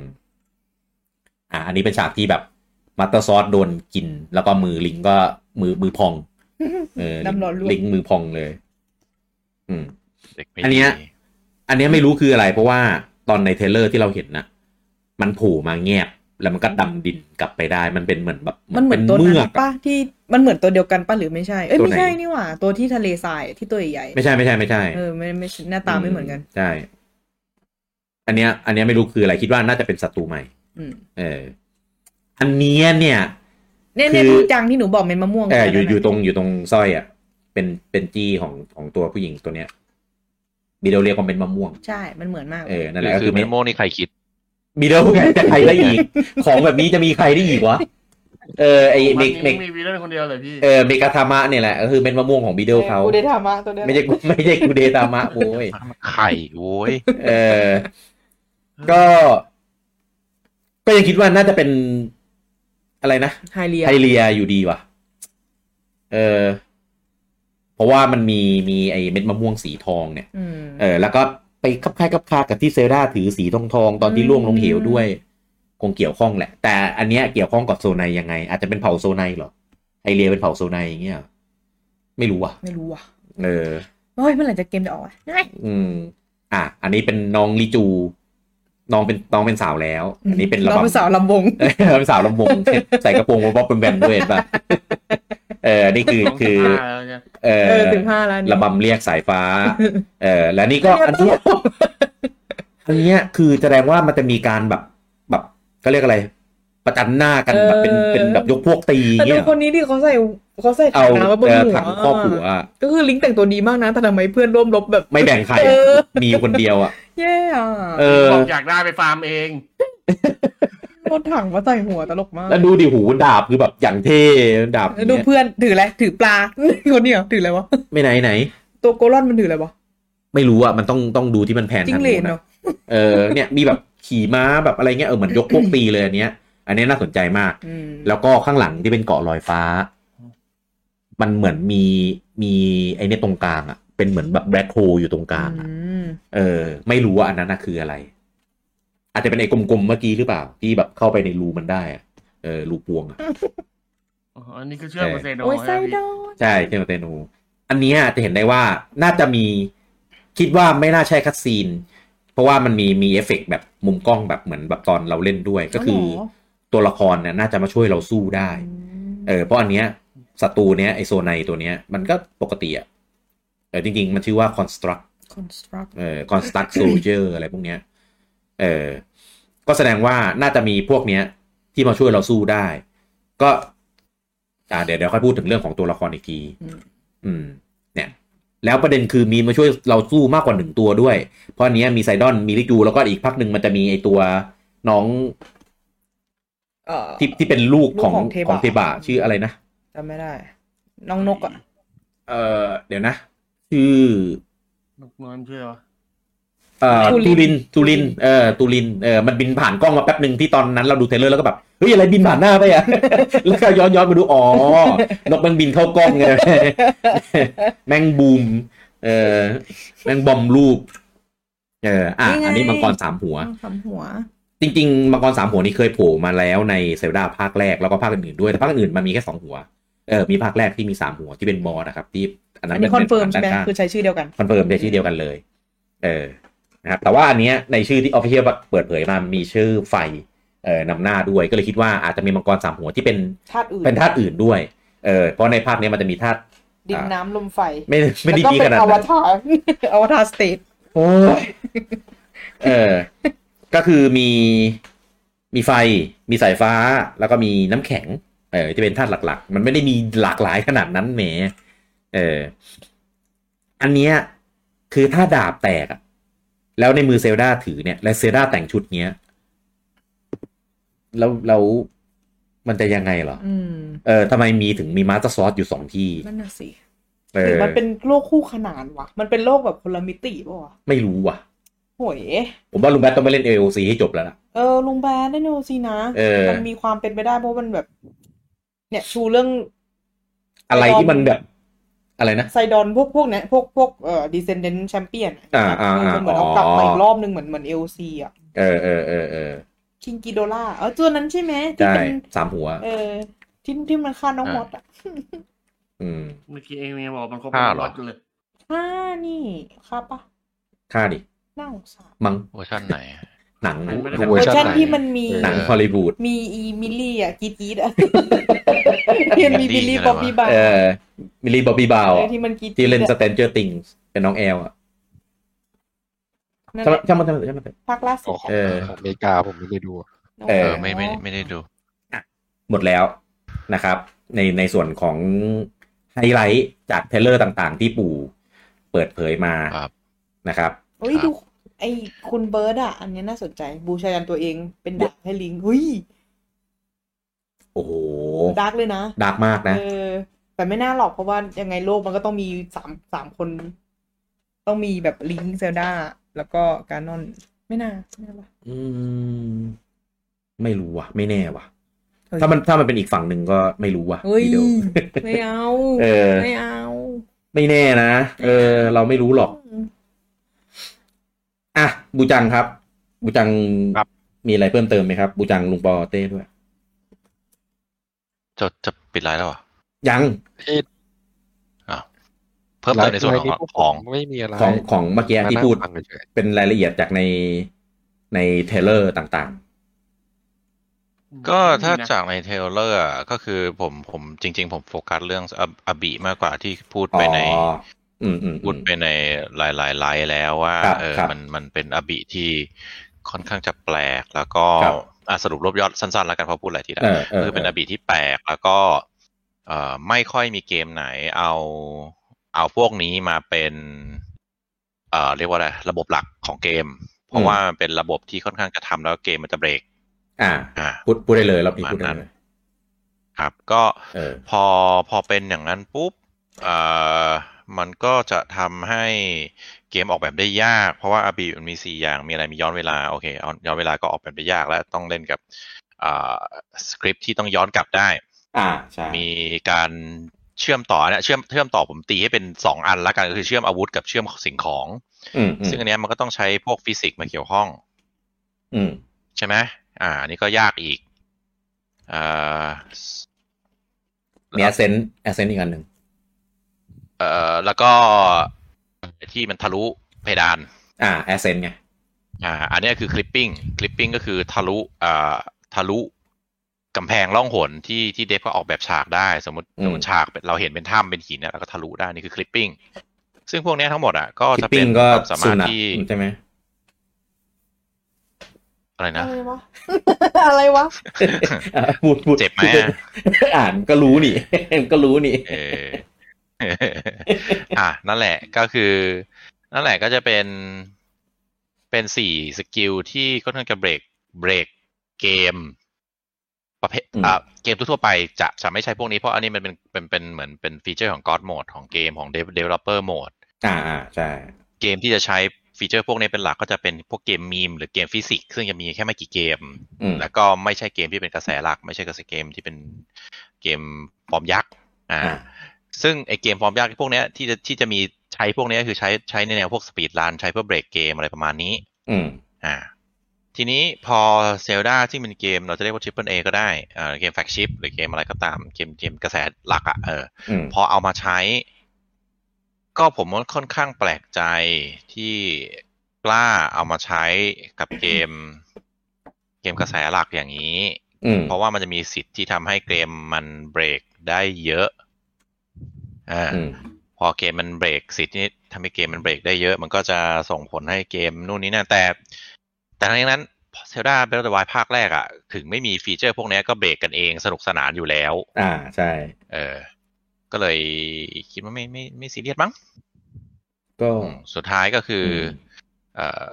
Speaker 1: อ่ะอันนี้เป็นฉากที่แบบมัตเตอร์ซอสโดนกิน แล้วก็มือลิงก็มือมือพอง เออลิง
Speaker 2: น้ำร้อนลวก
Speaker 1: ลิงมือพองเลย อืม
Speaker 3: เด็กไม่
Speaker 1: อันเนี้ย
Speaker 3: ดี
Speaker 1: อันเนี้ยไม่รู้คืออะไร เพราะว่าตอนในเทรลเลอร์ที่เราเห็นน่ะ มันโผูมาแงบแล้วมันก็ดำดินกลับไปได้ มันเป็นเหมือนแบบ
Speaker 2: มันเหมือน
Speaker 1: ป็
Speaker 2: ตัวนั้
Speaker 1: เมื
Speaker 2: น
Speaker 1: อกอะ
Speaker 2: ป้าที่มันเหมือนตัวเดียวกันป้าหรือไม่ใช่ เอ้ย
Speaker 1: ตัวไหน
Speaker 2: ไม่ใช่นี่หว่า ตัวที่ทะเลทรายที่ตัวใหญ่ๆ
Speaker 1: ไม่ใช่ไม่ใช่ไม่ใช่
Speaker 2: เออไม่ไม่หน้าตาไม่เหมือนกัน
Speaker 1: ใช่ อันเนี้ย อันเนี้ยไม่รู้คืออะไรคิดว่าน่าจะเป็นศัตรูใหม่
Speaker 2: อืม
Speaker 1: เออ อันเนี้ยเนี่ย
Speaker 2: เนี่ยเนี่ย
Speaker 1: คือ
Speaker 2: ที่จังที่หนูบอกเป็นมะม่วง
Speaker 1: เอออยู่
Speaker 2: ใช่ไหม
Speaker 1: อยู่ตรงอยู่ตรงสร้อยอ่ะ เป็นเป็นจี้ของของตัวผู้หญิงตัวเนี้ยบีเดลเรียกว่าเป็นมะม่วง
Speaker 2: ใช่มันเหมือนมาก
Speaker 1: เออ นั่น
Speaker 3: ห
Speaker 1: แห
Speaker 3: รือ
Speaker 1: ละก็
Speaker 3: คื
Speaker 1: คือ อ
Speaker 3: เมโมนี่ใครคิด
Speaker 1: บีเดลไงจะใครได้อีก ของแบบนี้จะมีใครได้อีกวะ เออไอเมกเม
Speaker 4: มัน
Speaker 1: ก
Speaker 4: มีบีเดิลคนเดียวเลยพี่
Speaker 1: เออเมกาธามะเนี่ยแหละก็คือเป็นมะม่วงของบีเดลเขา
Speaker 2: กูได้ทำอะตัวเนี้ย
Speaker 1: ไม่ใช่ ไม่ใช่กูเดตามะโว้ย
Speaker 3: ไข่โว้ย
Speaker 1: เออ ก็ ก็ยังคิดว่าน่าจะเป็นอะไรนะ
Speaker 2: ไฮเลีย
Speaker 1: ไทเรียอยู่ดีว่ะ เออ เพราะว่ามันมีมีไอเม็ดมะม่วงสีทองเนี่ย
Speaker 2: อืม
Speaker 1: เออ แล้วก็ไปคับคล้ายคับคากับที่เซราถือสีทองทองๆตอนที่
Speaker 2: อืม
Speaker 1: ล่วงลงเหวด้วย คงเกี่ยวข้องแหละ แต่อันเนี้ยเกี่ยวข้องกับโซไนยังไง อาจจะเป็นเผ่าโซไนเหรอ ไทเรียเป็นเผ่าโซไนอย่างเงี้ยเหรอไม่รู้ว่ะ
Speaker 2: ไม่รู้ว่ะ
Speaker 1: เออ
Speaker 2: เฮ้ยเมื่อไหร่จะเกมจะออกอะเฮ้ย
Speaker 1: อืม อ่ะ อันนี้เป็นน้องลิจู น้องเป็นน้องเป็นสาวแล้ว อันนี้เป็นระ
Speaker 2: เรา
Speaker 1: บำ
Speaker 2: เป็นสาวลำวง
Speaker 1: เออเป็นสาวลำวงใส่กระโปรงบ๊อบเป็นแบนด้วยเห็นป่ะ เอ ออนี่คือคือ
Speaker 4: าแล้วเนี่ย
Speaker 1: เอ
Speaker 2: เอ
Speaker 1: อ
Speaker 2: อถึงห้าล้านนี้
Speaker 1: ระบำเรียกสายฟ้า เออและนี่ก็
Speaker 2: เนี่ย
Speaker 1: อันเนี้ยอันเนี้ยคือแสดงว่ามันจะมีการแบบแบบก็เรียกอะไร ประจันหน้ากันแบบเป็นเป็นแบบยกพวกตี
Speaker 2: แต่ดู
Speaker 1: เงี้ย
Speaker 2: คนนี้ที่เขาใส่เขาใส่
Speaker 1: เอา
Speaker 2: ถังน้ำไว้บน
Speaker 1: เอ่อ
Speaker 2: หัว
Speaker 1: ถังครอบหัวอะ
Speaker 2: ก็คือลิงก์แต่งตัวดีมากนะแต่ทำไมเพื่อนร่วมรบแบบ
Speaker 1: ไม่แบ่งใคร
Speaker 2: เออ
Speaker 1: มีอยู่คนเดียวอ่ะ
Speaker 2: แย่อะ
Speaker 1: เออ
Speaker 4: บอกอยากได้ไปฟาร์มเอง
Speaker 2: รถถังมาใส่หัวตลกมาก
Speaker 1: แล้วดูดิหูดาบคือแบบอย่างเท่ดาบ
Speaker 2: ดู
Speaker 1: เนี่ย
Speaker 2: เพื่อนถืออะไรถือปลา คนนี้เหรอถืออะไรวะ
Speaker 1: ไม่ไหนไหน
Speaker 2: ตัวโกลอนมันถืออะไรวะ
Speaker 1: ไม่รู้อ่ะมันต้องต้องดูที่มันแผน
Speaker 2: จิ้
Speaker 1: ทาง ง
Speaker 2: เหล
Speaker 1: นู้
Speaker 2: น
Speaker 1: น
Speaker 2: เนา
Speaker 1: อะเออเนี่ยมีแบบขี่ม้าแบบอะไรเงี้ยเออเหมือนยกพวกตีเลยอันเนี้ย อันเนี้ยน่าสนใจมาก
Speaker 2: อืม
Speaker 1: แล้วก็ข้างหลังที่เป็นเกาะลอยฟ้า มันเหมือนมีมีไอเนี่ยตรงกลางอะเป็นเหมือนแบบแบล็คโฮอยู่ตรงกลางอะ
Speaker 2: อืม
Speaker 1: เออ ไม่รู้ว่าอันนั้นน่ะคืออะไร อาจจะเป็นไอ้กลมๆเมื่อกี้หรือเปล่า ที่แบบเข้าไปในรูมันได้อะเออรูปวงอะ
Speaker 4: อ๋ออันนี้คือเชื่อมกับเซโน
Speaker 2: โอ้ย
Speaker 4: ใช่
Speaker 2: ไส้
Speaker 4: ไหมพี่
Speaker 2: ดอน
Speaker 1: ใช่เทมเตนู อันเนี้ยจะเห็นได้ว่าน่าจะมีคิดว่าไม่น่าใช่คัดซีน เพราะว่ามันมีมีเอฟเฟกต์แบบมุมกล้องแบบเหมือนแบบตอนเราเล่นด้วย ก็คือตัวละครเนี่ยน่าจะมาช่วยเราสู้ได้ เออเพราะอันเนี้ยศัตรูเนี้ยไอโซไนตัวเนี้ยมันก็ปกติอะเออจริง ๆ มันชื่อว่า construct
Speaker 2: คอนสตรัก
Speaker 1: เออ construct soldier อะไรพวกเนี้ยเออก็แสดงว่าน่าจะมีพวกเนี้ยที่มาช่วยเราสู้ได้ ก็อ่าเดี๋ยวเดี๋ยวค่อยพูดถึงเรื่องของตัวละครอีกที อืม เนี่ย แล้วประเด็นคือมีมาช่วยเราสู้มากกว่าหนึ่งตัวด้วย เพราะอันเนี้ยมีไซดอนมีลิจูแล้วก็อีกพักหนึ่งมันจะมีไอตัวน้อง
Speaker 2: เอ่อ
Speaker 1: ที่ที่เป็นลูกของ
Speaker 2: ลูกของเทบะ
Speaker 1: ของเทบะชื่ออะไรนะ
Speaker 2: จำไม่ได้ น้องนกอ่ะ
Speaker 1: เออเดี๋ยวนะ ชื่อ
Speaker 4: นกน้อยมันเชื่อวะ
Speaker 1: เอ่อ
Speaker 2: ตู
Speaker 1: ตู
Speaker 2: ลิ
Speaker 1: ลิน
Speaker 2: น
Speaker 1: ตูลินเออตูลินเออมันบินผ่านกล้องมาแป๊บหนึ่งที่ตอนนั้นเราดูเทรลเลอร์แล้วก็แบบเฮ้ยอะไรบินผ่านหน้าไป อ่ะ แล้วก็ย้อนย้อนมาดูอ๋อนกมันบินเข้ากล้อง ไง แมงบูมเออแมงบอมรูปเอออ่ะอันนี้มังกรสามหัว
Speaker 2: น้องสามหัว
Speaker 1: จริงๆมังกรสามหัวนี่เคยโผล่มาแล้วในเซลดาภาคแรกแล้วก็ภาคอื่นๆด้วยแต่ภาคอื่นมันมีแค่สองหัวเออมีภาคแรกที่มีสามหัวที่เป็นมอนะครับที่อันนั้
Speaker 2: อัน
Speaker 1: น
Speaker 2: นี้
Speaker 1: ป็
Speaker 2: คอนเฟิร์ม
Speaker 1: ป็
Speaker 2: ใช่ไหม
Speaker 1: ด้านข้าง
Speaker 2: คือใช้ชื่อเดียวกัน
Speaker 1: คอนเฟิร์มในชื่อเดียวกันเลย เออ นะครับ แต่ว่าอันเนี้ยในชื่อที่ออฟฟิเชียลเปิดเผยมา มีชื่อไฟ เอ่อนำหน้าด้วย ก็เลยคิดว่าอาจจะมีมังกรสามหัวที่เป็น
Speaker 2: ชาติอื่น
Speaker 1: เป็นธาตุอื่นด้วย เออ เพราะในภาคเนี้ยมันจะมีธาตุ
Speaker 2: ดิน
Speaker 1: อ่า
Speaker 2: น้ำลมไฟ
Speaker 1: ไม่ไม่ได้
Speaker 2: แล้วก็
Speaker 1: ดี
Speaker 2: เป็
Speaker 1: ขนาด
Speaker 2: อว
Speaker 1: นั้น
Speaker 2: ตาร อวตารสเตท
Speaker 1: โอ้ยเออ ก็คือมี มีไฟ มีสายฟ้า แล้วก็มีน้ำแข็ง เออจะเป็นธาตุหลัก ๆ มันไม่ได้มีหลากหลายขนาดนั้นแหม เออ อันเนี้ยคือถ้าดาบแตกอะแล้วในมือเซลดาถือเนี่ย และเซลดาแต่งชุดเนี้ย แล้วเรา มันจะยังไงเหรอ
Speaker 2: อืม
Speaker 1: เออทำไมมีถึงมีมาสเตอร์ซอสอยู่สองที่
Speaker 2: นั่นน่ะสิ
Speaker 1: เอ
Speaker 2: หรือ อมันเป็นโลกคู่ขนานวะ มันเป็นโลกแบบคนละมิติป่ะวะ
Speaker 1: ไม่รู้ว่ะ
Speaker 2: โหย
Speaker 1: ผมว่าลุงแบทต้องไปเล่น AOC ให้จบแล้วล่ะ
Speaker 2: เออลุงแบนได้โนซีนะ
Speaker 1: เออ
Speaker 2: มันมีความเป็นไปได้เพราะมันแบบ เนี่ยชูเรื่อง
Speaker 1: อะไรที่มันแบบ อะไรนะ
Speaker 2: ไซดอนพวกพวกเนี้ยพวกพวกเอ่อดีเซนเดนแชมเปี้ยน
Speaker 1: อ่าอ่าอ่า
Speaker 2: เหมือนเอา
Speaker 1: อ๋อ
Speaker 2: กลับมาอีกรอบนึงเหมือนเหมือนเอลซีอ่ะ
Speaker 1: เออเออเออเออ
Speaker 2: คิงกิโดล่าเออตัวนั้นใช่ไหมที่
Speaker 1: ใช่
Speaker 2: เป็น
Speaker 1: สามหัว
Speaker 2: เออที่ที่มันฆ่าน้องมดอ่ะ
Speaker 1: อืม
Speaker 4: เมื่อกี้เองมีบอกมันครบ
Speaker 3: ห้าเหรอ
Speaker 4: ดเลย
Speaker 2: ฆ่านี่ฆ่าปะ
Speaker 1: ค่าดิ
Speaker 2: น่าสงสาร
Speaker 1: มัง
Speaker 3: เวอร์ชันไหน
Speaker 1: หนัง
Speaker 4: มันไม่ได้
Speaker 5: เว
Speaker 2: เว
Speaker 5: อ
Speaker 2: อร์
Speaker 5: ร์ชั
Speaker 2: ชั
Speaker 5: น
Speaker 2: น
Speaker 5: ไหน
Speaker 2: ที่มันมี
Speaker 1: หนัง
Speaker 3: เออ
Speaker 1: ฮอลลีวูด
Speaker 2: มีอีมิลลี่อ่ะกรีดกรีดอ่ะที่มันมีบิลลี่บ๊อบบี้บาร์
Speaker 1: เออมิลลี่บอบบี้บาว
Speaker 2: เออที่มันกรีด
Speaker 1: ที่เล่น
Speaker 2: ก
Speaker 1: ส
Speaker 2: รี๊ด
Speaker 1: แตนเจอร์ติงเป็นน้องแอลอะ
Speaker 2: นั่น
Speaker 1: ใช่
Speaker 2: แห
Speaker 1: ไหม
Speaker 2: ละ
Speaker 1: ใช่ไหมใช่ไหมใช่ไหม
Speaker 2: ภาคล่า
Speaker 5: ข
Speaker 2: สุ
Speaker 5: อง
Speaker 2: ด
Speaker 5: ของ
Speaker 1: เออ
Speaker 5: ของอเมริกาผมไม่ได้ดู
Speaker 2: น้ง
Speaker 1: เออ
Speaker 3: เออไม่ไม่ไม่ได้ดู
Speaker 1: หมดแล้วนะครับ ในในส่วนของไฮไลท์จากเทรลเลอร์ต่างๆ ที่ปู่เปิดเผยมา
Speaker 3: ครับ
Speaker 1: นะครับ
Speaker 2: โอ้ยดูไอ้คุณเบิร์ดอ่ะอันเนี้ยน่าสนใจ บูชายันตัวเองเป็นดาบให้ลิงเฮ้ย
Speaker 1: โอ้โห
Speaker 2: ดาร์กเลยนะ
Speaker 1: ดาร์กมากนะ
Speaker 2: เออ แต่ไม่น่าหรอกเพราะว่ายังไงโลกมันก็ต้องมีสามสามคน ต้องมีแบบลิงเซลดาแล้วก็การนอน ไม่น่าใช่ไหมล่ะ
Speaker 1: อืม ไม่รู้ว่ะ ไม่แน่ว่ะ
Speaker 2: เฮ้ย
Speaker 1: ถ้ามันถ้ามันเป็นอีกฝั่งหนึ่งก็ไม่รู้ว่ะ
Speaker 2: เฮ้ย
Speaker 1: เดี๋ยว
Speaker 2: ไม่เอา
Speaker 1: เออ
Speaker 2: ไม่เอา
Speaker 1: ไม่แน่นะ เออ เราไม่รู้หรอก อ่ะบูจังครับ บูจัง
Speaker 5: ครับ
Speaker 1: มีอะไรเพิ่มเติมไหมครับ บูจังลุงปอเต้ด้วย
Speaker 3: จะจะปิดไลน์แล้วเหรอ่ะ
Speaker 1: ยัง
Speaker 3: เพิ่มเติมในส่วนของของ
Speaker 5: ไม่มีอะไร
Speaker 1: ของของเมื่อกี้ที่พูด
Speaker 5: มานั่งฟังเฉย
Speaker 1: เป็นรายละเอียดจากในในเทเลอร์ต่าง
Speaker 3: ก็ถ้า
Speaker 4: ดีนะ
Speaker 3: จากในเทรลเลอร์อะก็คือผมผมจริง ๆ ผมโฟกัสเรื่องออบีมากกว่าที่พูดไปใน
Speaker 1: อ๋ออืมอืม
Speaker 3: พู
Speaker 1: อื
Speaker 3: ด
Speaker 1: ม
Speaker 3: ไปในหลายๆไลฟ์แล้วว่า
Speaker 1: ครับ
Speaker 3: เออ
Speaker 1: ครับ
Speaker 3: มันมันเป็นอบิที่ค่อนข้างจะแปลก แล้วก็
Speaker 1: ครับ
Speaker 3: อ่ะสรุปรวบยอดสั้นๆ แล้วกันเพอพูดหลายทีแล้ว
Speaker 1: เออเออ
Speaker 3: คือเป็น
Speaker 1: เอ
Speaker 3: อ
Speaker 1: อ
Speaker 3: บิที่แปลกแล้วก็เอ่อไม่ค่อยมีเกมไหนเอาเอาพวกนี้มาเป็นเอ่อเรียกว่าอะไรระบบหลักของเกม เพราะว่ามันเป็นระบบที่ค่อนข้างจะทำแล้วเกมมันจะเบรก
Speaker 1: อ่า
Speaker 3: อ่า
Speaker 1: พูดพูดได้เลยรอบนี้พูดได้
Speaker 3: ประมาณนั้
Speaker 1: เลย
Speaker 3: น ครับก็
Speaker 1: เออ
Speaker 3: พอพอเป็นอย่างนั้นปุ๊บเอ่อมันก็จะทำให้เกมออกแบบได้ยาก เพราะว่าอาบีมันมี 4 อย่างมีอะไรมีย้อนเวลาโอเคเอาย้อนเวลาก็ออกแบบได้ยากและต้องเล่นกับสคริปที่ต้องย้อนกลับได้
Speaker 1: อ่าใช่
Speaker 3: มีการเชื่อมต่อเนี่ยเชื่อมเชื่อมต่อผมตีให้เป็น 2 อันละกันก็คือเชื่อมอาวุธกับเชื่อมสิ่งของ
Speaker 1: อืมอืม
Speaker 3: ซึ่งอันเนี้ยมันก็ต้องใช้พวกฟิสิกส์มาเกี่ยวข้อง
Speaker 1: อืม
Speaker 3: ใช่ไหม อ่า นี่ก็ยากอีกอ่า
Speaker 1: มี ascent ascent อีกอันหนึ่ง
Speaker 3: เอ่อแล้วก็ที่มันทะลุเพดาน
Speaker 1: อ่า ascent ไง
Speaker 3: อ่า อันเนี้ยคือคลิปปิ้ง คลิปปิ้งก็คือทะลุอ่าทะลุกำแพงร่องหนที่ที่เดฟก็ออกแบบฉากได้ สมมติ
Speaker 1: อืม
Speaker 3: ฉากเป็นเราเห็นเป็นถ้ำเป็นหินเนี่ยเราก็ทะลุได้นี่คือคลิปปิ้ง ซึ่งพวกเนี้ยทั้งหมดอ่ะก็
Speaker 1: คิ
Speaker 3: จะ
Speaker 1: ป
Speaker 3: เป็
Speaker 1: ปิ้
Speaker 3: น
Speaker 1: งก็
Speaker 3: ความสา
Speaker 1: สุ
Speaker 3: มารถ
Speaker 1: นัข
Speaker 3: ที่
Speaker 1: ใช่ไหม
Speaker 3: อะไรนะ
Speaker 2: อะไรวะ อะไรวะ
Speaker 1: อ่ะ พูดพูด
Speaker 3: เจ็บไหมอ่ะ
Speaker 1: อ่านก็รู้นี่ ก็รู้นี่
Speaker 3: เออ อ่ะนั่นแหละก็คือ นั่นแหละก็จะเป็นเป็นสี่สกิลที่ค่อนข้างจะเบรกเบรกเกม ประเภท
Speaker 1: อืม
Speaker 3: อ่ะเกมทั่วๆไปจะจะไม่ใช่พวกนี้เพราะอันนี้มันเป็นเป็นเป็นเหมือนเป็นฟีเจอร์ของ God Mode ของเกมของ Dev- Developer Mode
Speaker 1: อ่าอ่าใช่
Speaker 3: เกมที่จะใช้ฟีเจอร์พวกนี้เป็นหลักก็จะเป็นพวกเกมมีมหรือเกมฟิสิกส์ซึ่งจะมีแค่ไม่กี่เกม
Speaker 1: อืม
Speaker 3: แล้วก็ไม่ใช่เกมที่เป็นกระแสหลัก ไม่ใช่กระแสเกมที่เป็นเกมฟอร์มยักษ์อ่า
Speaker 1: อ่า
Speaker 3: ซึ่งไอเกมฟอร์มยากพวกเนี้ยที่จะที่จะมีใช้พวกเนี้ยคือใช้ใช้ในแนวพวกสปีดรันใช้เพื่อเบรกเกมอะไรประมาณนี้
Speaker 1: อืม
Speaker 3: อ่า ทีนี้พอเซลดาซึ่งเป็นเกมเราจะเรียกว่า Triple A ก็ได้อ่าเกมแฟกชิพหรือเกมอะไรก็ตามเกมเกมกระแสหลักอะ่ะเออ
Speaker 1: อืม
Speaker 3: พอเอามาใช้ ก็ผมว่าค่อนข้างแปลกใจที่กล้าเอามาใช้กับเกม เกมกระแสหลักอย่างนี้
Speaker 1: อืม
Speaker 3: เพราะว่ามันจะมีสิทธิ์ที่ทำให้เกมมันเบรกได้เยอะ อ่า
Speaker 1: อืม
Speaker 3: พอเกมมันเบรกสิทธิ์นี้ทำให้เกมมันเบรกได้เยอะ มันก็จะส่งผลให้เกมนู่นนี่นั่นแต่ แต่ทั้งนี้ทั้งนั้นเซลดาเบลดวายภาคแรกอะถึงไม่มีฟีเจอร์พวกเนี้ยก็เบรกกันเองสนุกสนานอยู่แล้ว
Speaker 1: อ่าใช่
Speaker 3: เออ ก็เลยคิดว่าไม่ไม่ไม่ซีเรียสมั้ง
Speaker 1: ก็
Speaker 3: สุดท้ายก็คืออ
Speaker 1: ม
Speaker 3: เออ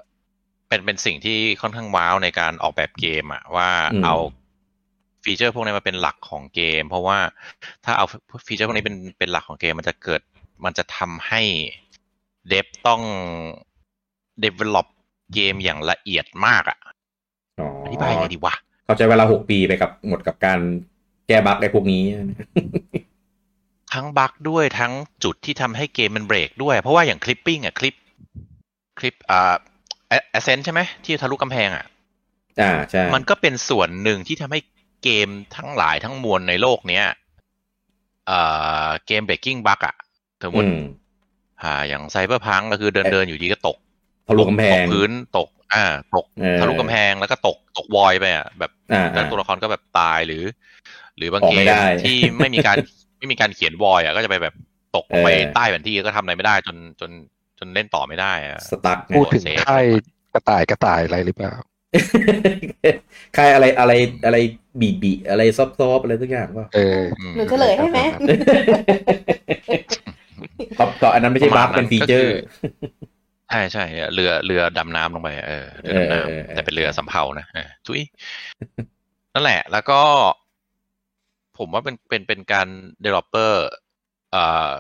Speaker 3: เป็นเป็นสิ่งที่ค่อนข้างว้าวในการออกแบบเกมอะว่า
Speaker 1: อืม
Speaker 3: เอาฟีเจอร์พวกนี้มาเป็นหลักของเกม เพราะว่าถ้าเอาฟีเจอร์พวกนี้เป็นเป็นหลักของเกม มันจะเกิดมันจะทำให้เดฟต้อง develop เกมอย่างละเอียดมากอะ
Speaker 1: อ๋อ
Speaker 3: อธิบายยังไงดีวะ
Speaker 1: เขาใช้เวลาหกปีไปกับหมดกับการแก้บั๊กไอ้พวกนี้
Speaker 3: ทั้งบั๊กด้วยทั้งจุดที่ทำให้เกมมันเบรกด้วย เพราะว่าอย่างคลิปปิ้งอะคลิปคลิปอ่าแอสเซนใช่ไหมที่ทะลุกำแพงอะ
Speaker 1: อ่าใช่
Speaker 3: มันก็เป็นส่วนหนึ่งที่ทำให้เกมทั้งหลายทั้งมวลในโลกเนี้ยเอ่อเกมเบรกกิ้งบักอะสมมติ
Speaker 1: อืม
Speaker 3: อ่าอย่างไซเบอร์พังก็คือเดินเดินๆอยู่ดีก็ตก
Speaker 1: ทะลุกำแพ
Speaker 3: ต
Speaker 1: ง
Speaker 3: กพื้นตก อ่า ตก
Speaker 1: เออ
Speaker 3: ทะลุกำแพงแล้วก็ตกตกวอยไปอ่ะแบบ
Speaker 1: อ่า
Speaker 3: แล้ว
Speaker 1: อ่า
Speaker 3: ตัวละครก็แบบตายหรือ หรือบาง
Speaker 1: ออก
Speaker 3: เก
Speaker 1: ไม่
Speaker 3: ม
Speaker 1: ได้
Speaker 3: ที่ไม่มีการ ไม่มีการเขียนวอยอ่ะก็จะไปแบบตกลงไป
Speaker 1: เออ
Speaker 3: ใต้แผนที่ก็ทำอะไรไม่ได้จนจนจนเล่นต่อไม่ได้อะ
Speaker 1: สตั๊กไง
Speaker 5: พูดถึง
Speaker 3: เซฟ
Speaker 5: ค่ายกระต่ายกระต่ายอะไรหรือเปล่า
Speaker 1: ใครอะไรอะไรอะไรบีบีอะไรซอฟต์ๆอะไรทุกอย่างว่า
Speaker 5: เออ
Speaker 3: อืม
Speaker 6: หนูเฉลยให้ไหม
Speaker 1: ก็ก็อันนั้นไม่ใช่บั๊กเป็นฟีเจอร์
Speaker 3: ใช่ใช่เรือเรือดำน้ำลงไปเออเรือดำน้
Speaker 1: เออเออเอ
Speaker 3: ำ
Speaker 1: อ
Speaker 3: แต่เป็นเรือสำเภานะเออทุยนั่นแหละ แล้วก็ ผมว่าเป็นเป็นเป็นการ developer เอ่อ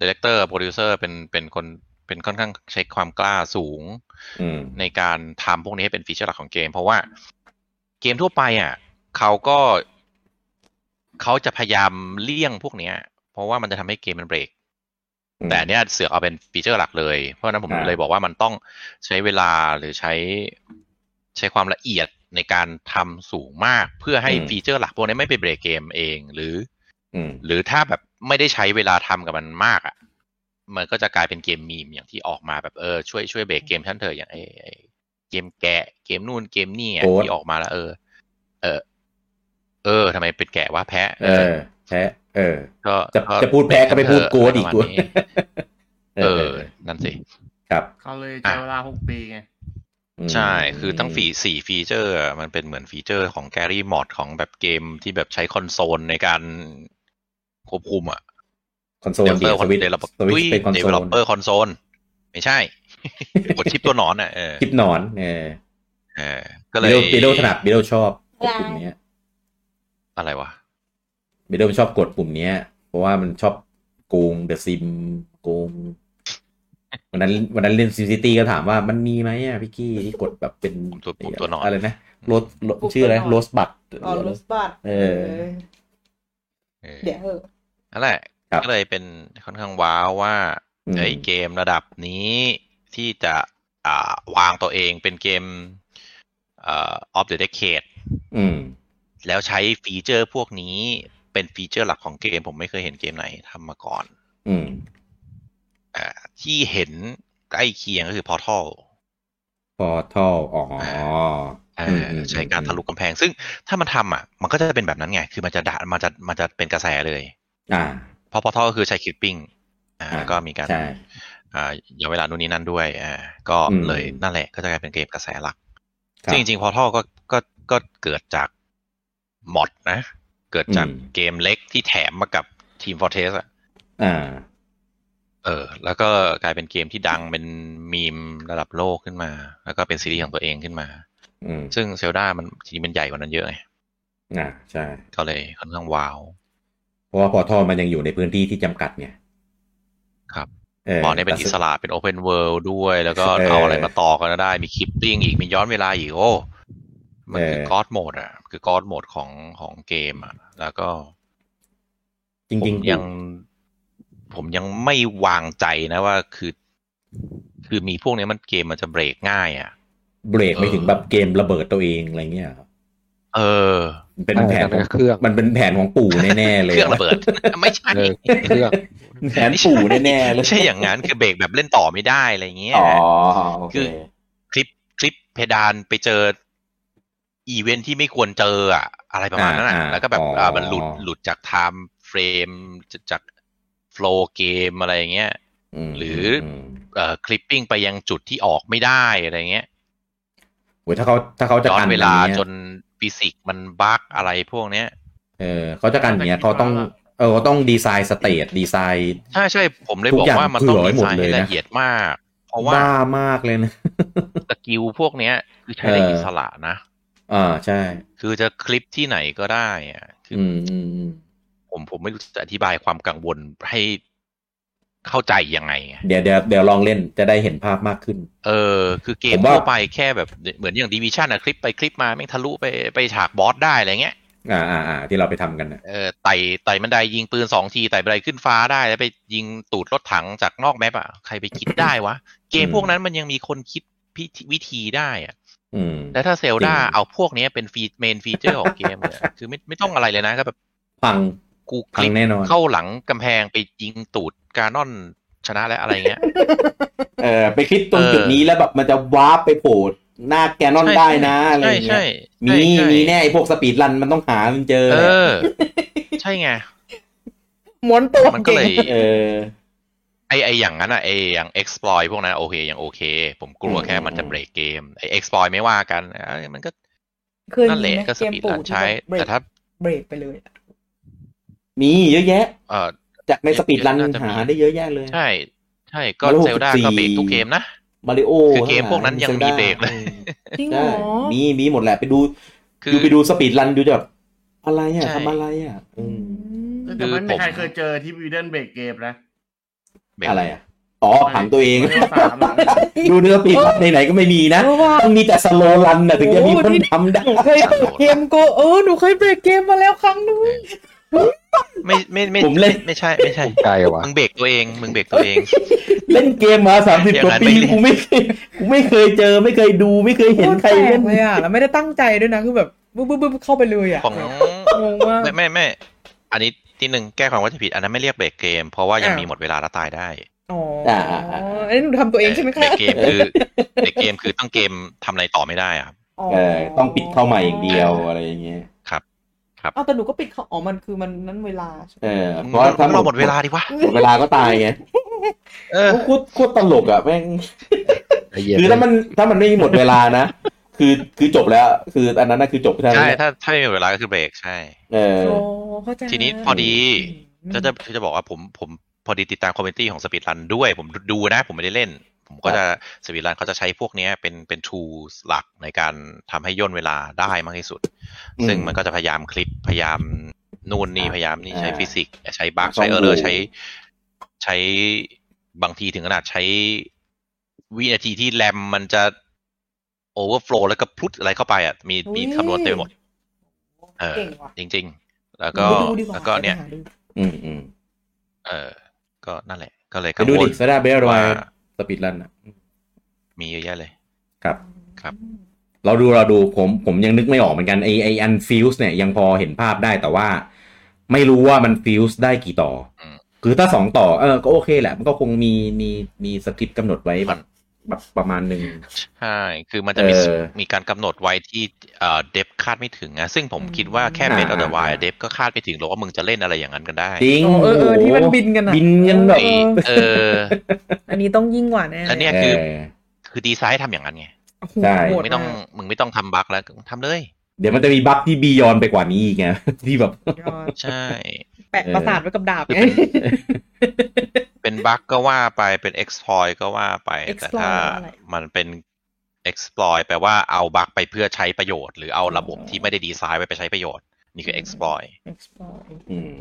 Speaker 3: director producer เป็นเป็นคนเป็นค่อนข้างใช้ความกล้าสูง
Speaker 1: อืม
Speaker 3: ในการทำพวกนี้ให้เป็นฟีเจอร์หลักของเกม เพราะว่าเกมทั่วไปอ่ะเขาก็เขาจะพยายามเลี่ยงพวกเนี้ย เพราะว่ามันจะทำให้เกมมันเบรก
Speaker 1: อืม
Speaker 3: แต่อันเนี้ยเสือกเอาเป็นฟีเจอร์หลักเลย เพราะฉะนั้นผม
Speaker 1: อ่า
Speaker 3: เลยบอกว่ามันต้องใช้เวลาหรือใช้ ใช้ความละเอียดในการทำสูงมาก เพื่อให้ฟีเจอร์หลักพวกนี้ไม่ไปเบรกเกมเองหรือ
Speaker 1: อืม
Speaker 3: หรือถ้าแบบไม่ได้ใช้เวลาทำกับมันมากอะ่ะ มันก็จะกลายเป็นเกมมีมอย่างที่ออกมาแบบเออช่วยช่วยเบรกเกมท่านเถอะอย่างไอไอ้เกมแกะเกมนู่นเกมนี่อะ
Speaker 1: โอ๊ต
Speaker 3: ที่ออกมาแล้วเออ เออ เออทำไมเป็นแกะว่าแพะ
Speaker 1: เออแพ้เออ
Speaker 3: ก็
Speaker 1: จะ
Speaker 3: ก็
Speaker 1: จะพูดแพ้ก็ไปพูดโกดอีก
Speaker 3: ประ
Speaker 1: กู
Speaker 3: มาณนี้เออ นั่นสิ
Speaker 1: ครับ
Speaker 4: เขาเลยใช้เวลาหกปีไง
Speaker 1: อืม
Speaker 3: ใช่ คือตั้งฟีสี่ฟีเจอร์อะมันเป็นเหมือนฟีเจอร์ของแกรี่มอดของแบบเกมที่แบบใช้คอนโซลในการควบคุมอ่ะ
Speaker 1: คอนโซล
Speaker 3: เด
Speaker 1: ดี
Speaker 3: เวลอ
Speaker 1: ส
Speaker 3: ร์
Speaker 1: วิต
Speaker 3: เดเวลอป
Speaker 1: สวิตเป็นคอนโซล
Speaker 3: เปอร์คอนโซลไม่ ใช่ กดชิปตัวหนอนอ่ะเออ
Speaker 1: คลิปหนอนเออ
Speaker 3: เออก็เลย
Speaker 1: บิดบิดถนัดบิดชอบกดปุ่มเนี้ย
Speaker 3: อะไรวะ
Speaker 1: บิดชอบกดปุ่มเนี้ย เพราะว่ามันชอบโกงเดอะซิมโกงวันนั้นวันนั้นเล่นซิมซิตี้ก็ถามว่ามันมีไหมอ่ะพี่กี้ที่กดแบบเป็น
Speaker 3: ปุ่มตัวปุ่มตัวหนอน
Speaker 1: อะไรนะโรสโรสชื่ออะไรโรสบัต
Speaker 2: อ๋อรสบัต
Speaker 1: เออ
Speaker 3: เออ
Speaker 2: เดี๋ยวเหอะ
Speaker 3: นั่นแหละ
Speaker 1: ครับ
Speaker 3: ก็เลยเป็นค่อนข้างว้าวว่าไอ้เกมระดับนี้ที่จะอ่าวางตัวเองเป็นเกมเอ่อ of the decade
Speaker 1: อืม
Speaker 3: แล้วใช้ฟีเจอร์พวกนี้เป็นฟีเจอร์หลักของเกม ผมไม่เคยเห็นเกมไหนทำมาก่อน
Speaker 1: อืม
Speaker 3: อาที่เห็นใกล้เคียงก็คือ Portal
Speaker 1: พอทัลอ๋อ
Speaker 3: อ่า
Speaker 1: อืมอืม
Speaker 3: ใช้การทะลุกำแพง ซึ่งถ้ามันทำอ่ะ มันก็จะเป็นแบบนั้นไง คือมันจะดะมันจะมันจะเป็นกระแสเลย
Speaker 1: อ่า
Speaker 3: เพราะ Portal ก็คือใช้คลิปปิ้งอ่า
Speaker 1: อ่า
Speaker 3: ก็มีการ
Speaker 1: ใช่
Speaker 3: อ่าย้อนเวลานู่นนี่นั่นด้วยอ่าก็
Speaker 1: อืม
Speaker 3: เลยนั่นแหละก็จะกลายเป็นเกมกระแสหลัก
Speaker 1: คบ
Speaker 3: ซึ่งจริงๆ Portal ก็ก็ก็เกิดจากมอดนะ เกิดจาก
Speaker 1: อืม
Speaker 3: เกมเล็กที่แถมมากับทีม Fortress อ่ะ
Speaker 1: อ่า
Speaker 3: เออ แล้วก็กลายเป็นเกมที่ดังเป็นมีมระดับโลกขึ้นมา แล้วก็เป็นซีรีส์ของตัวเองขึ้นมา
Speaker 1: อืม
Speaker 3: ซึ่งเซลดามันจริงๆมันใหญ่กว่านั้นเยอะไง
Speaker 1: อ่าใช่
Speaker 3: ก็เลยค่อนข้างว้าว
Speaker 1: เพราะว่าพอทัลมันยังอยู่ในพื้นที่ที่จำกัดไง
Speaker 3: ครับ
Speaker 1: เออ
Speaker 3: บอลเนี่ยเป็นอิสระเป็นโอเพนเวิลด์ด้วย แล้วก็
Speaker 1: เออ
Speaker 3: เอาอะไรมาต่อกันได้ มีคลิปปิ้งอีก มีย้อนเวลาอีก โอ้ มันคือ
Speaker 1: เออ
Speaker 3: กอดโหมดอ่ะ คือกอดโหมดของของเกมอ่ะ แล้วก็
Speaker 1: จ
Speaker 3: ผ
Speaker 1: ริง
Speaker 3: ม
Speaker 1: ๆ
Speaker 3: ยัง ผมยังไม่วางใจนะว่าคือ คือมีพวกเนี้ยมันเกมมันจะเบรกง่าย อ่ะ
Speaker 1: เบรกไม่ถึงแบบเกมระเบิดตัวเองอะไรเงี้ยครับ
Speaker 3: เออ
Speaker 1: มันเป็น
Speaker 5: เออ
Speaker 1: แผนของ
Speaker 5: นั่นเครื่อง
Speaker 1: มันเป็นแผนของปู่แน่ๆเลย
Speaker 3: เครื่องระเบิด ไม่ใช่
Speaker 5: เออเครื่อง
Speaker 1: แผนปู่แน่ๆเลย
Speaker 3: ไม่ใช่อย่างนั้นคือเบรกแบบเล่นต่อไม่ได้อะไรอย่างเงี้ย
Speaker 1: อ๋อโอเค
Speaker 3: คือคลิปคลิปเพดานไปเจอ อีเวนท์ที่ไม่ควรเจออะอะไรประมาณนั้น
Speaker 1: อ่า
Speaker 3: อะ
Speaker 1: อ่า
Speaker 3: แล้วก็แบบ
Speaker 1: อ๋ออ่
Speaker 3: ามันหลุดหลุดจากไทม์เฟรมจากโฟล์เกมอะไรอย่างเงี้ย
Speaker 1: ม
Speaker 3: หรือ
Speaker 1: ม
Speaker 3: เอ่อคลิปปิ้งไปยังจุดที่ออกไม่ได้อะไรเงี้ย
Speaker 1: โหถ้าเขาถ้าเขาจะ
Speaker 3: ย้อน
Speaker 1: กัน
Speaker 3: เวลา
Speaker 1: อย่งงี้ย
Speaker 3: จนฟิสิกส์มันบั๊กอะไรพวกเนี้ย
Speaker 1: เออเขาจะกันอย่างเนี้ยเขาต้องเออเขาต้องดีไซน์สเตทดีไซน์
Speaker 3: ใช่ใช่ผมเลย
Speaker 1: ทุ
Speaker 3: บ
Speaker 1: ก
Speaker 3: อก
Speaker 1: อย่าง
Speaker 3: ว่ามันต้อง
Speaker 1: เผื่อไว้ห
Speaker 3: ดี
Speaker 1: มด
Speaker 3: ไซน์
Speaker 1: เลย
Speaker 3: ให้
Speaker 1: นะ
Speaker 3: ละเอียดมาก เพราะว่า
Speaker 1: บ้ามากเลยนะ
Speaker 3: สกิลพวกเนี้ยคือใช้ได้
Speaker 1: เอออิ
Speaker 3: อิสระนะ
Speaker 1: อ่าใช่
Speaker 3: คือจะคลิปที่ไหนก็ได้อะคือ
Speaker 1: อืมอืมอืม
Speaker 3: ผมผมไม่รู้จะอธิบายความกังวลให้เข้าใจยังไงไง
Speaker 1: เดี๋ยวเดี๋ยวเดี๋ยวลองเล่นจะได้เห็นภาพมากขึ้น
Speaker 3: เออ คือเก
Speaker 1: ผม มว่า
Speaker 3: ทั่วไปแค่แบบเหมือนอย่างดีวิชันอะคลิปไปคลิปมาแม่งทะลุไปไปฉากบอสได้อะไรเงี้ย
Speaker 1: อ่าอ่าอ่าที่เราไปทำกันนะ
Speaker 3: เออไต่ไต่บันไดยิงปืนสองทีไต่บันไดขึ้นฟ้าได้ แล้วไปยิงตูดรถถังจากนอกแมปอะใครไปคิดได้วะ เกมพวกนั้นมันยังมีคนคิดพิธีวิธีได้อะ
Speaker 1: อืม
Speaker 3: แต่ถ้าเซลดา
Speaker 1: จริง
Speaker 3: เอาพวกเนี้ยเป็นฟีเมนฟีเจอร์ของเกมเนี่ยคือไม่ไม่ต้องอะไรเลยนะก็แบบ
Speaker 1: พัง
Speaker 3: กูค
Speaker 1: พั
Speaker 3: ลิ
Speaker 1: ง
Speaker 3: ป
Speaker 1: แน่นอน
Speaker 3: เข้าหลังกำแพงไปยิงตูดกานอนชนะแล้วอะไรเงี้ย
Speaker 1: เออไปคลิกตรง
Speaker 3: เออ
Speaker 1: จุดนี้แล้วแบบมันจะวาร์ปไปโผล่หน้าแกนอนได้นะอะไรอ
Speaker 3: ใช่
Speaker 1: ย่างเงี้ย
Speaker 3: ใช่
Speaker 1: มี
Speaker 3: ใช่ใช่
Speaker 1: มีแน่ไอ้พวกสปีดรันมันต้องหามันเจอ
Speaker 3: เอ
Speaker 1: แหละ
Speaker 3: อ ใช่ไง
Speaker 2: ม้วนตัว
Speaker 3: มันก็เลย
Speaker 1: เออ
Speaker 3: ไอไออย่างนั้นอะไออย่าง exploit พวกนั้นโอเคยังโอเค ผมกลัว
Speaker 1: อืม
Speaker 3: แค่มันจะเบรกเกมไอ exploit ไม่ว่ากันเอ้ยมันก็
Speaker 2: เคย
Speaker 3: นั่นแหละ
Speaker 2: มี
Speaker 3: ก็ส
Speaker 2: เกม
Speaker 3: ปีด
Speaker 2: ปู่
Speaker 3: รันใช้
Speaker 2: เบร
Speaker 3: แต่
Speaker 2: ก
Speaker 3: ถ้า
Speaker 2: เบรกไปเลยอะ
Speaker 1: มีเยอะแยะ
Speaker 3: เออ
Speaker 1: จากในสปีดรัน
Speaker 3: น่าจะมี
Speaker 1: หาได้เยอะแยะเลย
Speaker 3: ใช่ ใช่ก็
Speaker 1: แล้ว
Speaker 3: เซลดา
Speaker 1: 64
Speaker 3: ก็เบรกทุกเกมนะ
Speaker 1: มาริโอ
Speaker 3: คือเกมพวกนั้นยังมีเบรกเลย
Speaker 2: จริงเหร
Speaker 1: ใช่
Speaker 2: อ
Speaker 1: มีมีหมดแหละไปดู
Speaker 3: คื
Speaker 1: ดู
Speaker 3: อ
Speaker 1: ไปดูสปีดรันดูจะแบบอะไรอ่ะ
Speaker 3: ใช่
Speaker 1: ทำอะไรอ่ะอืม
Speaker 3: คื
Speaker 4: แต่
Speaker 3: อ
Speaker 4: ไม่มีใคร
Speaker 3: ผม
Speaker 4: เคยเจอที่วีเดนเบรกเกมนะ
Speaker 3: เบรก
Speaker 1: อะไรอ่ะอ๋อผังตัวเอง
Speaker 4: ไม่ได้สามอะ
Speaker 1: ดูเนื้อปีกไหนๆก็ไม่มีนะ
Speaker 2: เพราะว่า
Speaker 1: ต้องมีแต่สโลรันนะถึงจะมี
Speaker 2: โอ้
Speaker 1: คน
Speaker 2: ที่
Speaker 1: ทำได้
Speaker 2: หนูเคยเบรกเกมโกเออหนูเคยเบรกเกมมาแล้วครั้งนึง
Speaker 3: ไม่ไม่ไม่
Speaker 1: ผมเล่น
Speaker 3: ไม่ใช่ไม่ใช่
Speaker 5: ไกลวะ
Speaker 3: มึงเบรกตัวเองมึงเบรกตัว เอง
Speaker 1: เล่นเกมมาสามสิบ
Speaker 3: อย่าก ง
Speaker 1: ว่า
Speaker 3: นั้น
Speaker 1: ปี
Speaker 3: ไม่เล่น
Speaker 1: กูไม่เคยกูไม่เคยเจอไม่เคยดูไม่เคยเห็นใครเล่น
Speaker 2: โตแปลกเลยอ่ะแล้วไม่ได้ตั้งใจด้วยนะ คือแบบบึ้บบึ้บบึ้บเข้าไปเลยอ่ะ
Speaker 3: ของ
Speaker 2: งงมาก
Speaker 3: ไม่ไม่ไม่ อันนี้ที่หนึ่งแก้ความเข้าใจผิด อันนั้นไม่เรียกเบรกเกม เพราะว่ายัง
Speaker 2: อ่ามี
Speaker 3: มีหมดเวลาแล้วตายได้
Speaker 2: อ๋อ
Speaker 1: อ่
Speaker 2: อา อันนี้หนูทำตัวเองใช่ไหม
Speaker 3: เบร
Speaker 2: คะ
Speaker 3: กเกมคือเบรกเกมคือต้องเกมทำอะไรต่อไม่ได้อะครับ
Speaker 1: เออต้องปิดเข้าใหม่อย่างเดียวอะไรอย่างเงี้ย
Speaker 3: ครับ
Speaker 2: เอาแต่หนูก็ปิดเขาอ๋อมันคือมันนั้นเวลาใช่ไหม
Speaker 6: เออเพราะว่าถ้า
Speaker 3: เราหมดเวลาดีวะ
Speaker 6: หมดเวลาก็ตายไง
Speaker 3: เออ
Speaker 6: โคตรโคตรตลกอ่ะแม่ง
Speaker 5: ไอ้เหี้ย
Speaker 6: คือถ้ามันถ้ามันไม่มีหมดเวลานะ คือคือจบแล้ว คืออันนั้นน่ะคือจบแค่นั้น
Speaker 3: ใช่
Speaker 6: แหละ
Speaker 3: ถ้าถ้าไม่มีเวลาก็คือเบรกใช่
Speaker 6: เออ
Speaker 2: โอ้เข้าใจ
Speaker 3: ทีนี้
Speaker 2: แล้ว
Speaker 3: พอดี
Speaker 2: อืม
Speaker 3: จะจะจะบอกว่าผมผมพอดีติดตามคอมเมนตี้ของสปีดรันด้วย ผมดูนะ ผมไม่ได้เล่น ผมก็จะสปีดรันเขาจะใช้พวกเนี้ยเป็นเป็น tools หลักในการทำให้ย่นเวลาได้มากที่สุด
Speaker 6: อืม
Speaker 3: ซึ่งมันก็จะพยายามคลิปพยายามนู่นนี่พยายามนี่
Speaker 6: อ่า
Speaker 3: ใช้ฟิสิกส์ใช้บั๊ก
Speaker 6: ซ่อม
Speaker 3: ใช้เออร์เลอ
Speaker 6: ดู
Speaker 3: ร์ใช้ใช้บางทีถึงขนาดใช้วินาทีที่แรมมันจะโอเวอร์โฟลแล้วก็พลุดอะไรเข้าไปอ่ะมีมีคำนวณเต็มไปหมด เออ
Speaker 2: เก่งว่ะ
Speaker 3: จริง ๆ แล้วก็
Speaker 2: หนูไปดูดีว่า
Speaker 3: แล้วก็เนี่ย
Speaker 2: ดี๋ว
Speaker 6: อืม
Speaker 2: ไปหาดู
Speaker 6: อืม
Speaker 3: เออ ก็นั่นแหละ ก็เลย
Speaker 1: ไป
Speaker 3: กัง
Speaker 1: ดู
Speaker 3: ว
Speaker 1: ดิ
Speaker 3: ล
Speaker 1: ซาดาเบลรวา
Speaker 3: ว่าย
Speaker 1: สปีดรันอะ
Speaker 3: มีเยอะแยะเลย
Speaker 1: ครับ
Speaker 3: ครับ
Speaker 1: เราดูเราดูผมผมยังนึกไม่ออกเหมือนกันไอไออันฟิวส์เนี่ยยังพอเห็นภาพได้แต่ว่า ไม่รู้ว่ามันฟิวส์ได้กี่ต่ออ
Speaker 3: ม
Speaker 1: คือถ้าสองต่อเออก็โอเคแหละ มันก็คงมีมีมีสคริปต์กำหนดไว้แบบแบบประมาณหนึ่ง
Speaker 3: ใช่ คือมันจะมี
Speaker 1: เออ
Speaker 3: มีการกำหนดไว้ที่เอ่อเดฟคาดไม่ถึงนะซึ่งผม
Speaker 2: อืม
Speaker 3: คิดว่าแค่
Speaker 1: อ่า
Speaker 3: เบนออเดอร์วายเดฟก็คาดไม่ถึงหรอกว่ามึงจะเล่นอะไรอย่างนั้นกันได้
Speaker 1: จริง
Speaker 2: โอ้เออเออ
Speaker 1: โโห
Speaker 2: ที่มันบินกันอะ
Speaker 1: บินกันแบบ
Speaker 2: เออ
Speaker 3: เออ
Speaker 2: อันนี้ต้องยิ่งกว่าแน่
Speaker 3: แล้วเนี่ย คือ คือดีไซน์ทำอย่างนั้นไง
Speaker 2: โอ้โห
Speaker 1: ใช่
Speaker 2: โห
Speaker 3: มึ
Speaker 2: ด
Speaker 3: งไม่ต้อง
Speaker 2: าก
Speaker 3: มึงไม่ต้องทำบั๊กแล้วทำเลย
Speaker 1: เดี๋ยวมันจะมีบัฟที่บียอนไปกว่านี้อีกไง ที่แบบ
Speaker 2: สุดยอด
Speaker 3: ใช่
Speaker 2: แปะประสาทไว้กับดาบไง
Speaker 3: เป็นบั๊กก็ว่าไปเป็น exploit ก็ว่าไป แต่
Speaker 2: exploit
Speaker 3: ถ้า
Speaker 2: อะไร
Speaker 3: มันเป็น exploit แปลว่าเอาบั๊กไปเพื่อใช้ประโยชน์ หรือเอาระบบที่ไม่ได้ดีไซน์ไว้ไปใช้ประโยชน์ นี่คือ exploit
Speaker 2: Explore
Speaker 6: อืม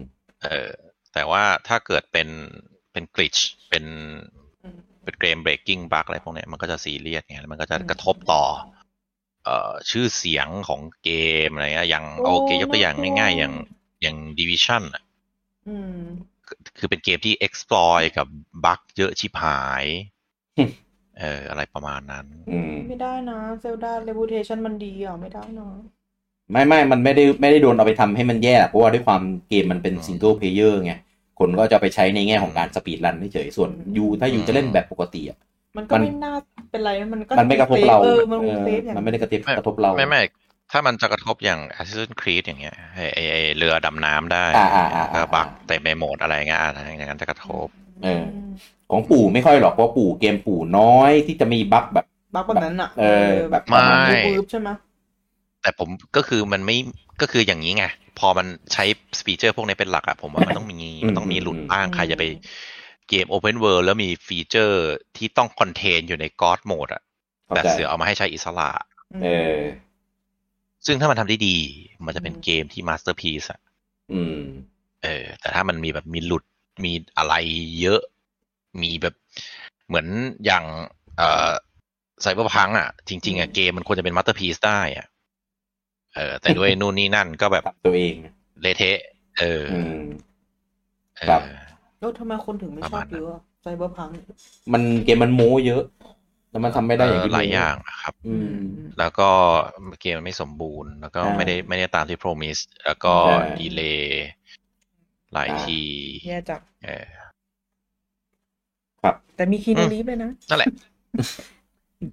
Speaker 3: เออแต่ว่าถ้าเกิดเป็นเป็นกริชเป็น
Speaker 2: อืม
Speaker 3: เป็นเกมเบรกกิ้งบั๊กอะไรพวกเนี้ยมันก็จะซีเรียสไงแล้วมันก็จะกระทบต่อเอ่อชื่อเสียงของเกมอะไรเงี้ยอย่าง
Speaker 2: โอ้
Speaker 3: โอเคยกตัวอย่าง
Speaker 2: น่ากลัว
Speaker 3: ง่ายๆ อย่างอย่าง Division อะ
Speaker 2: อืม
Speaker 3: คือคือเป็นเกมที่ exploit กับบั๊กเยอะชิบหาย
Speaker 6: หึ
Speaker 3: เอออะไรประมาณนั้น
Speaker 6: อืม
Speaker 2: ไม่ได้นะเซลดาเรบูเทชันมันดีอ่ะไม่ได้นะ
Speaker 6: ไม่ไม่ มันไม่ได้ไม่ได้โดนเอาไปทำให้มันแย่หรอกเพราะว่าด้วยความเกมมันเป็นซิงเกิลเพลเยอร์ไง คนก็จะไปใช้ในแง่ของการสปีดรันเฉยๆส่วนยูถ้ายูจะเล่นแบบปกติอ่ะ
Speaker 2: มันก็
Speaker 6: มัน
Speaker 2: ไม่น่าเป็นไรมันก็
Speaker 6: มันไม่กระทบเรา
Speaker 2: เออมัน
Speaker 6: เออ
Speaker 2: เซฟอย่าง
Speaker 6: มันไม่ได้กระทบกระทบเรา
Speaker 3: ไม่ไม่ถ้ามันจะกระทบอย่าง Assassin's Creed อย่างเงี้ยไอไอ้ไอ้เรือดำน้ำได้
Speaker 6: อ่าอ่าอ่า
Speaker 3: ก็
Speaker 6: อ่า
Speaker 3: บั๊กเต็มไปหมดอะไรเงี้ยอ่าอย่างนั้นจะกระทบ
Speaker 6: เออ
Speaker 2: ม
Speaker 6: ของปู่ไม่ค่อยหรอกเพราะปู่เกมปู่น้อยที่จะมีบั๊กแบบ
Speaker 2: บักแบบนั้นอ่ะ
Speaker 6: เออแบบ
Speaker 3: ไม่
Speaker 2: ปื๊บๆใช่ไหม
Speaker 3: แต่ผมก็คือมันไม่ก็คืออย่างนี้ไง พอมันใช้สปีเจอร์พวกนี้เป็นหลักอะผมว่ามันต้องมีมันต้องมีหลุดบ้างใครจะไปเกม Open World แล้วมีฟีเจอร์ที่ต้องคอนเทนอยู่ใน God Mode อะ
Speaker 6: ข้า
Speaker 3: แต่
Speaker 6: ใจ
Speaker 3: เสือเอามาให้ใช้อิสระ
Speaker 6: เออ
Speaker 3: ซึ่งถ้ามันทำได้ดี มันจะเป็นเกมที่มาสเตอร์พี e อะ
Speaker 6: อืม
Speaker 3: เออ แต่ถ้ามันมีแบบมีหลุดมีอะไรเยอะ มีแบบเหมือนอย่างเอ่อไซเบอร์พังอะจริง ๆอะเกมมันควรจะเป็นมาสเตอร์พี e ได้อะเออ แต่ ด้วยนู่นนี่นั่นก็แบบ
Speaker 6: กับตัวเอง
Speaker 3: เละเทะ เออ
Speaker 6: อืม
Speaker 3: เอ
Speaker 6: ครับ
Speaker 3: อ
Speaker 2: แล้วทำไมคนถึงไม่
Speaker 3: ประ
Speaker 2: ชอ
Speaker 3: มา
Speaker 2: บ
Speaker 3: ณนั้น
Speaker 2: เยอะไซเบอร์พัง
Speaker 6: มันเกมมันโม้เยอะ แล้วมันทำไม่ได้อย่างที่
Speaker 3: หลายอย่างนะครับ
Speaker 6: อืม
Speaker 3: แล้วก็เกมมันไม่สมบูรณ์ แล้วก็
Speaker 6: อ่า
Speaker 3: ไม่ได้ไม่ได้ตามที่ promise แล้วก็
Speaker 6: ใช่
Speaker 3: ดีเลย์หลาย
Speaker 6: อ่า
Speaker 3: ที
Speaker 2: แย่จับ
Speaker 3: เออ
Speaker 2: แต่มีคีนู
Speaker 3: อืม
Speaker 2: รีฟเลยนะ
Speaker 3: นั่นแหละ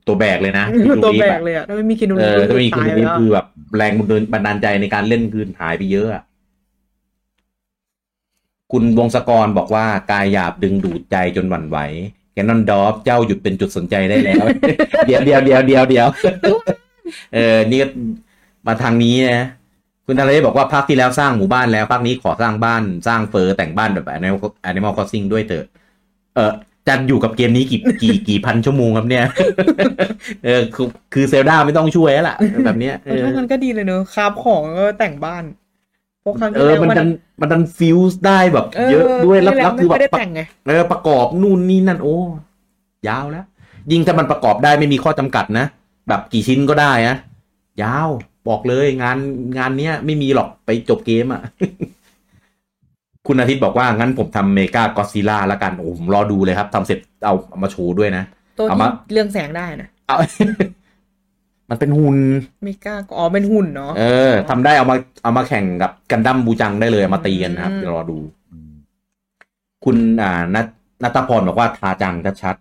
Speaker 1: ตัวแบกเลยนะ
Speaker 2: ตัวแบกเลยอ่ะถ้าไม่มีคีนู
Speaker 1: เอ
Speaker 2: รี
Speaker 1: อ
Speaker 2: ฟ
Speaker 1: ถ้าไม่มีคุณ
Speaker 2: ตาย
Speaker 1: นี่
Speaker 2: แล้ว
Speaker 1: คือแบบแรงบันดาลใจในการเล่นคืนหายไปเยอะอะคุณวงศกรบอกว่ากายหยาบดึงดูดใจจนหวั่นไหวแกนนอนดอฟเจ้าหยุดเป็นจุดสนใจได้แล้ว เดี๋ยวเดี๋ยวเดี๋ยวเดี๋ยวเดี๋ยว เออนี่ก็มาทางนี้นะคุณทะเลบอกว่าภาคที่แล้วสร้างหมู่บ้านแล้วภาคนี้ขอสร้างบ้านสร้างเฟอร์แต่งบ้านแบบแอนิมอลแอนิมอลคอสซิ่งด้วยเถอะ เออจันอยู่กับเกมนี้กี่กี่กี่พันชั่วโมงครับเนี่ย เออคือคือเซลดาไม่ต้องช่วยแล้วล่ะ แบบเนี้ยเอ
Speaker 2: เออ
Speaker 1: อ
Speaker 2: ถ้างั้นก็ดีเลยเนอะคราฟของแล้วก็แต่งบ้านพวกครั้ง
Speaker 1: เอ
Speaker 2: ที่
Speaker 1: อ
Speaker 2: แล้ว
Speaker 1: มันดันมันดันฟิวส์ได้แบบ เยอะด้วยแล้วแล้วคือ
Speaker 2: ไม่
Speaker 1: แบบ
Speaker 2: ได้แต่งไง
Speaker 1: เออประกอบนู่นนี่นั่นโอ้ยาวแล้ว ยิ่งถ้ามันประกอบได้ไม่มีข้อจำกัดนะ แบบกี่ชิ้นก็ได้นะยาว บอกเลยงานงานเนี้ย ไม่มีหรอกไปจบเกมอ่ะ คุณอาทิตย์บอกว่า งั้นผมทำเมกากอซิล่าละกันโอ้ผมรอดูเลยครับทำเสร็จเอาเอามาโชว์ด้วยนะ
Speaker 2: ตัว
Speaker 1: เอา
Speaker 2: ที่
Speaker 1: มา
Speaker 2: เรื่องแสงได้นะ
Speaker 1: เอา มันเป็นหุ่น
Speaker 2: ไม่กล้าก็อ๋อเป็นหุ่นเนาะ
Speaker 1: เออทำได้เอามาเอามาแข่งกับกันดั้มบูจังได้เลยเอามาตีกันนะครับ
Speaker 2: อืม
Speaker 1: เดี๋ยวรอดู คุณอ่านัทนัตพรบอกว่าทาจังชัด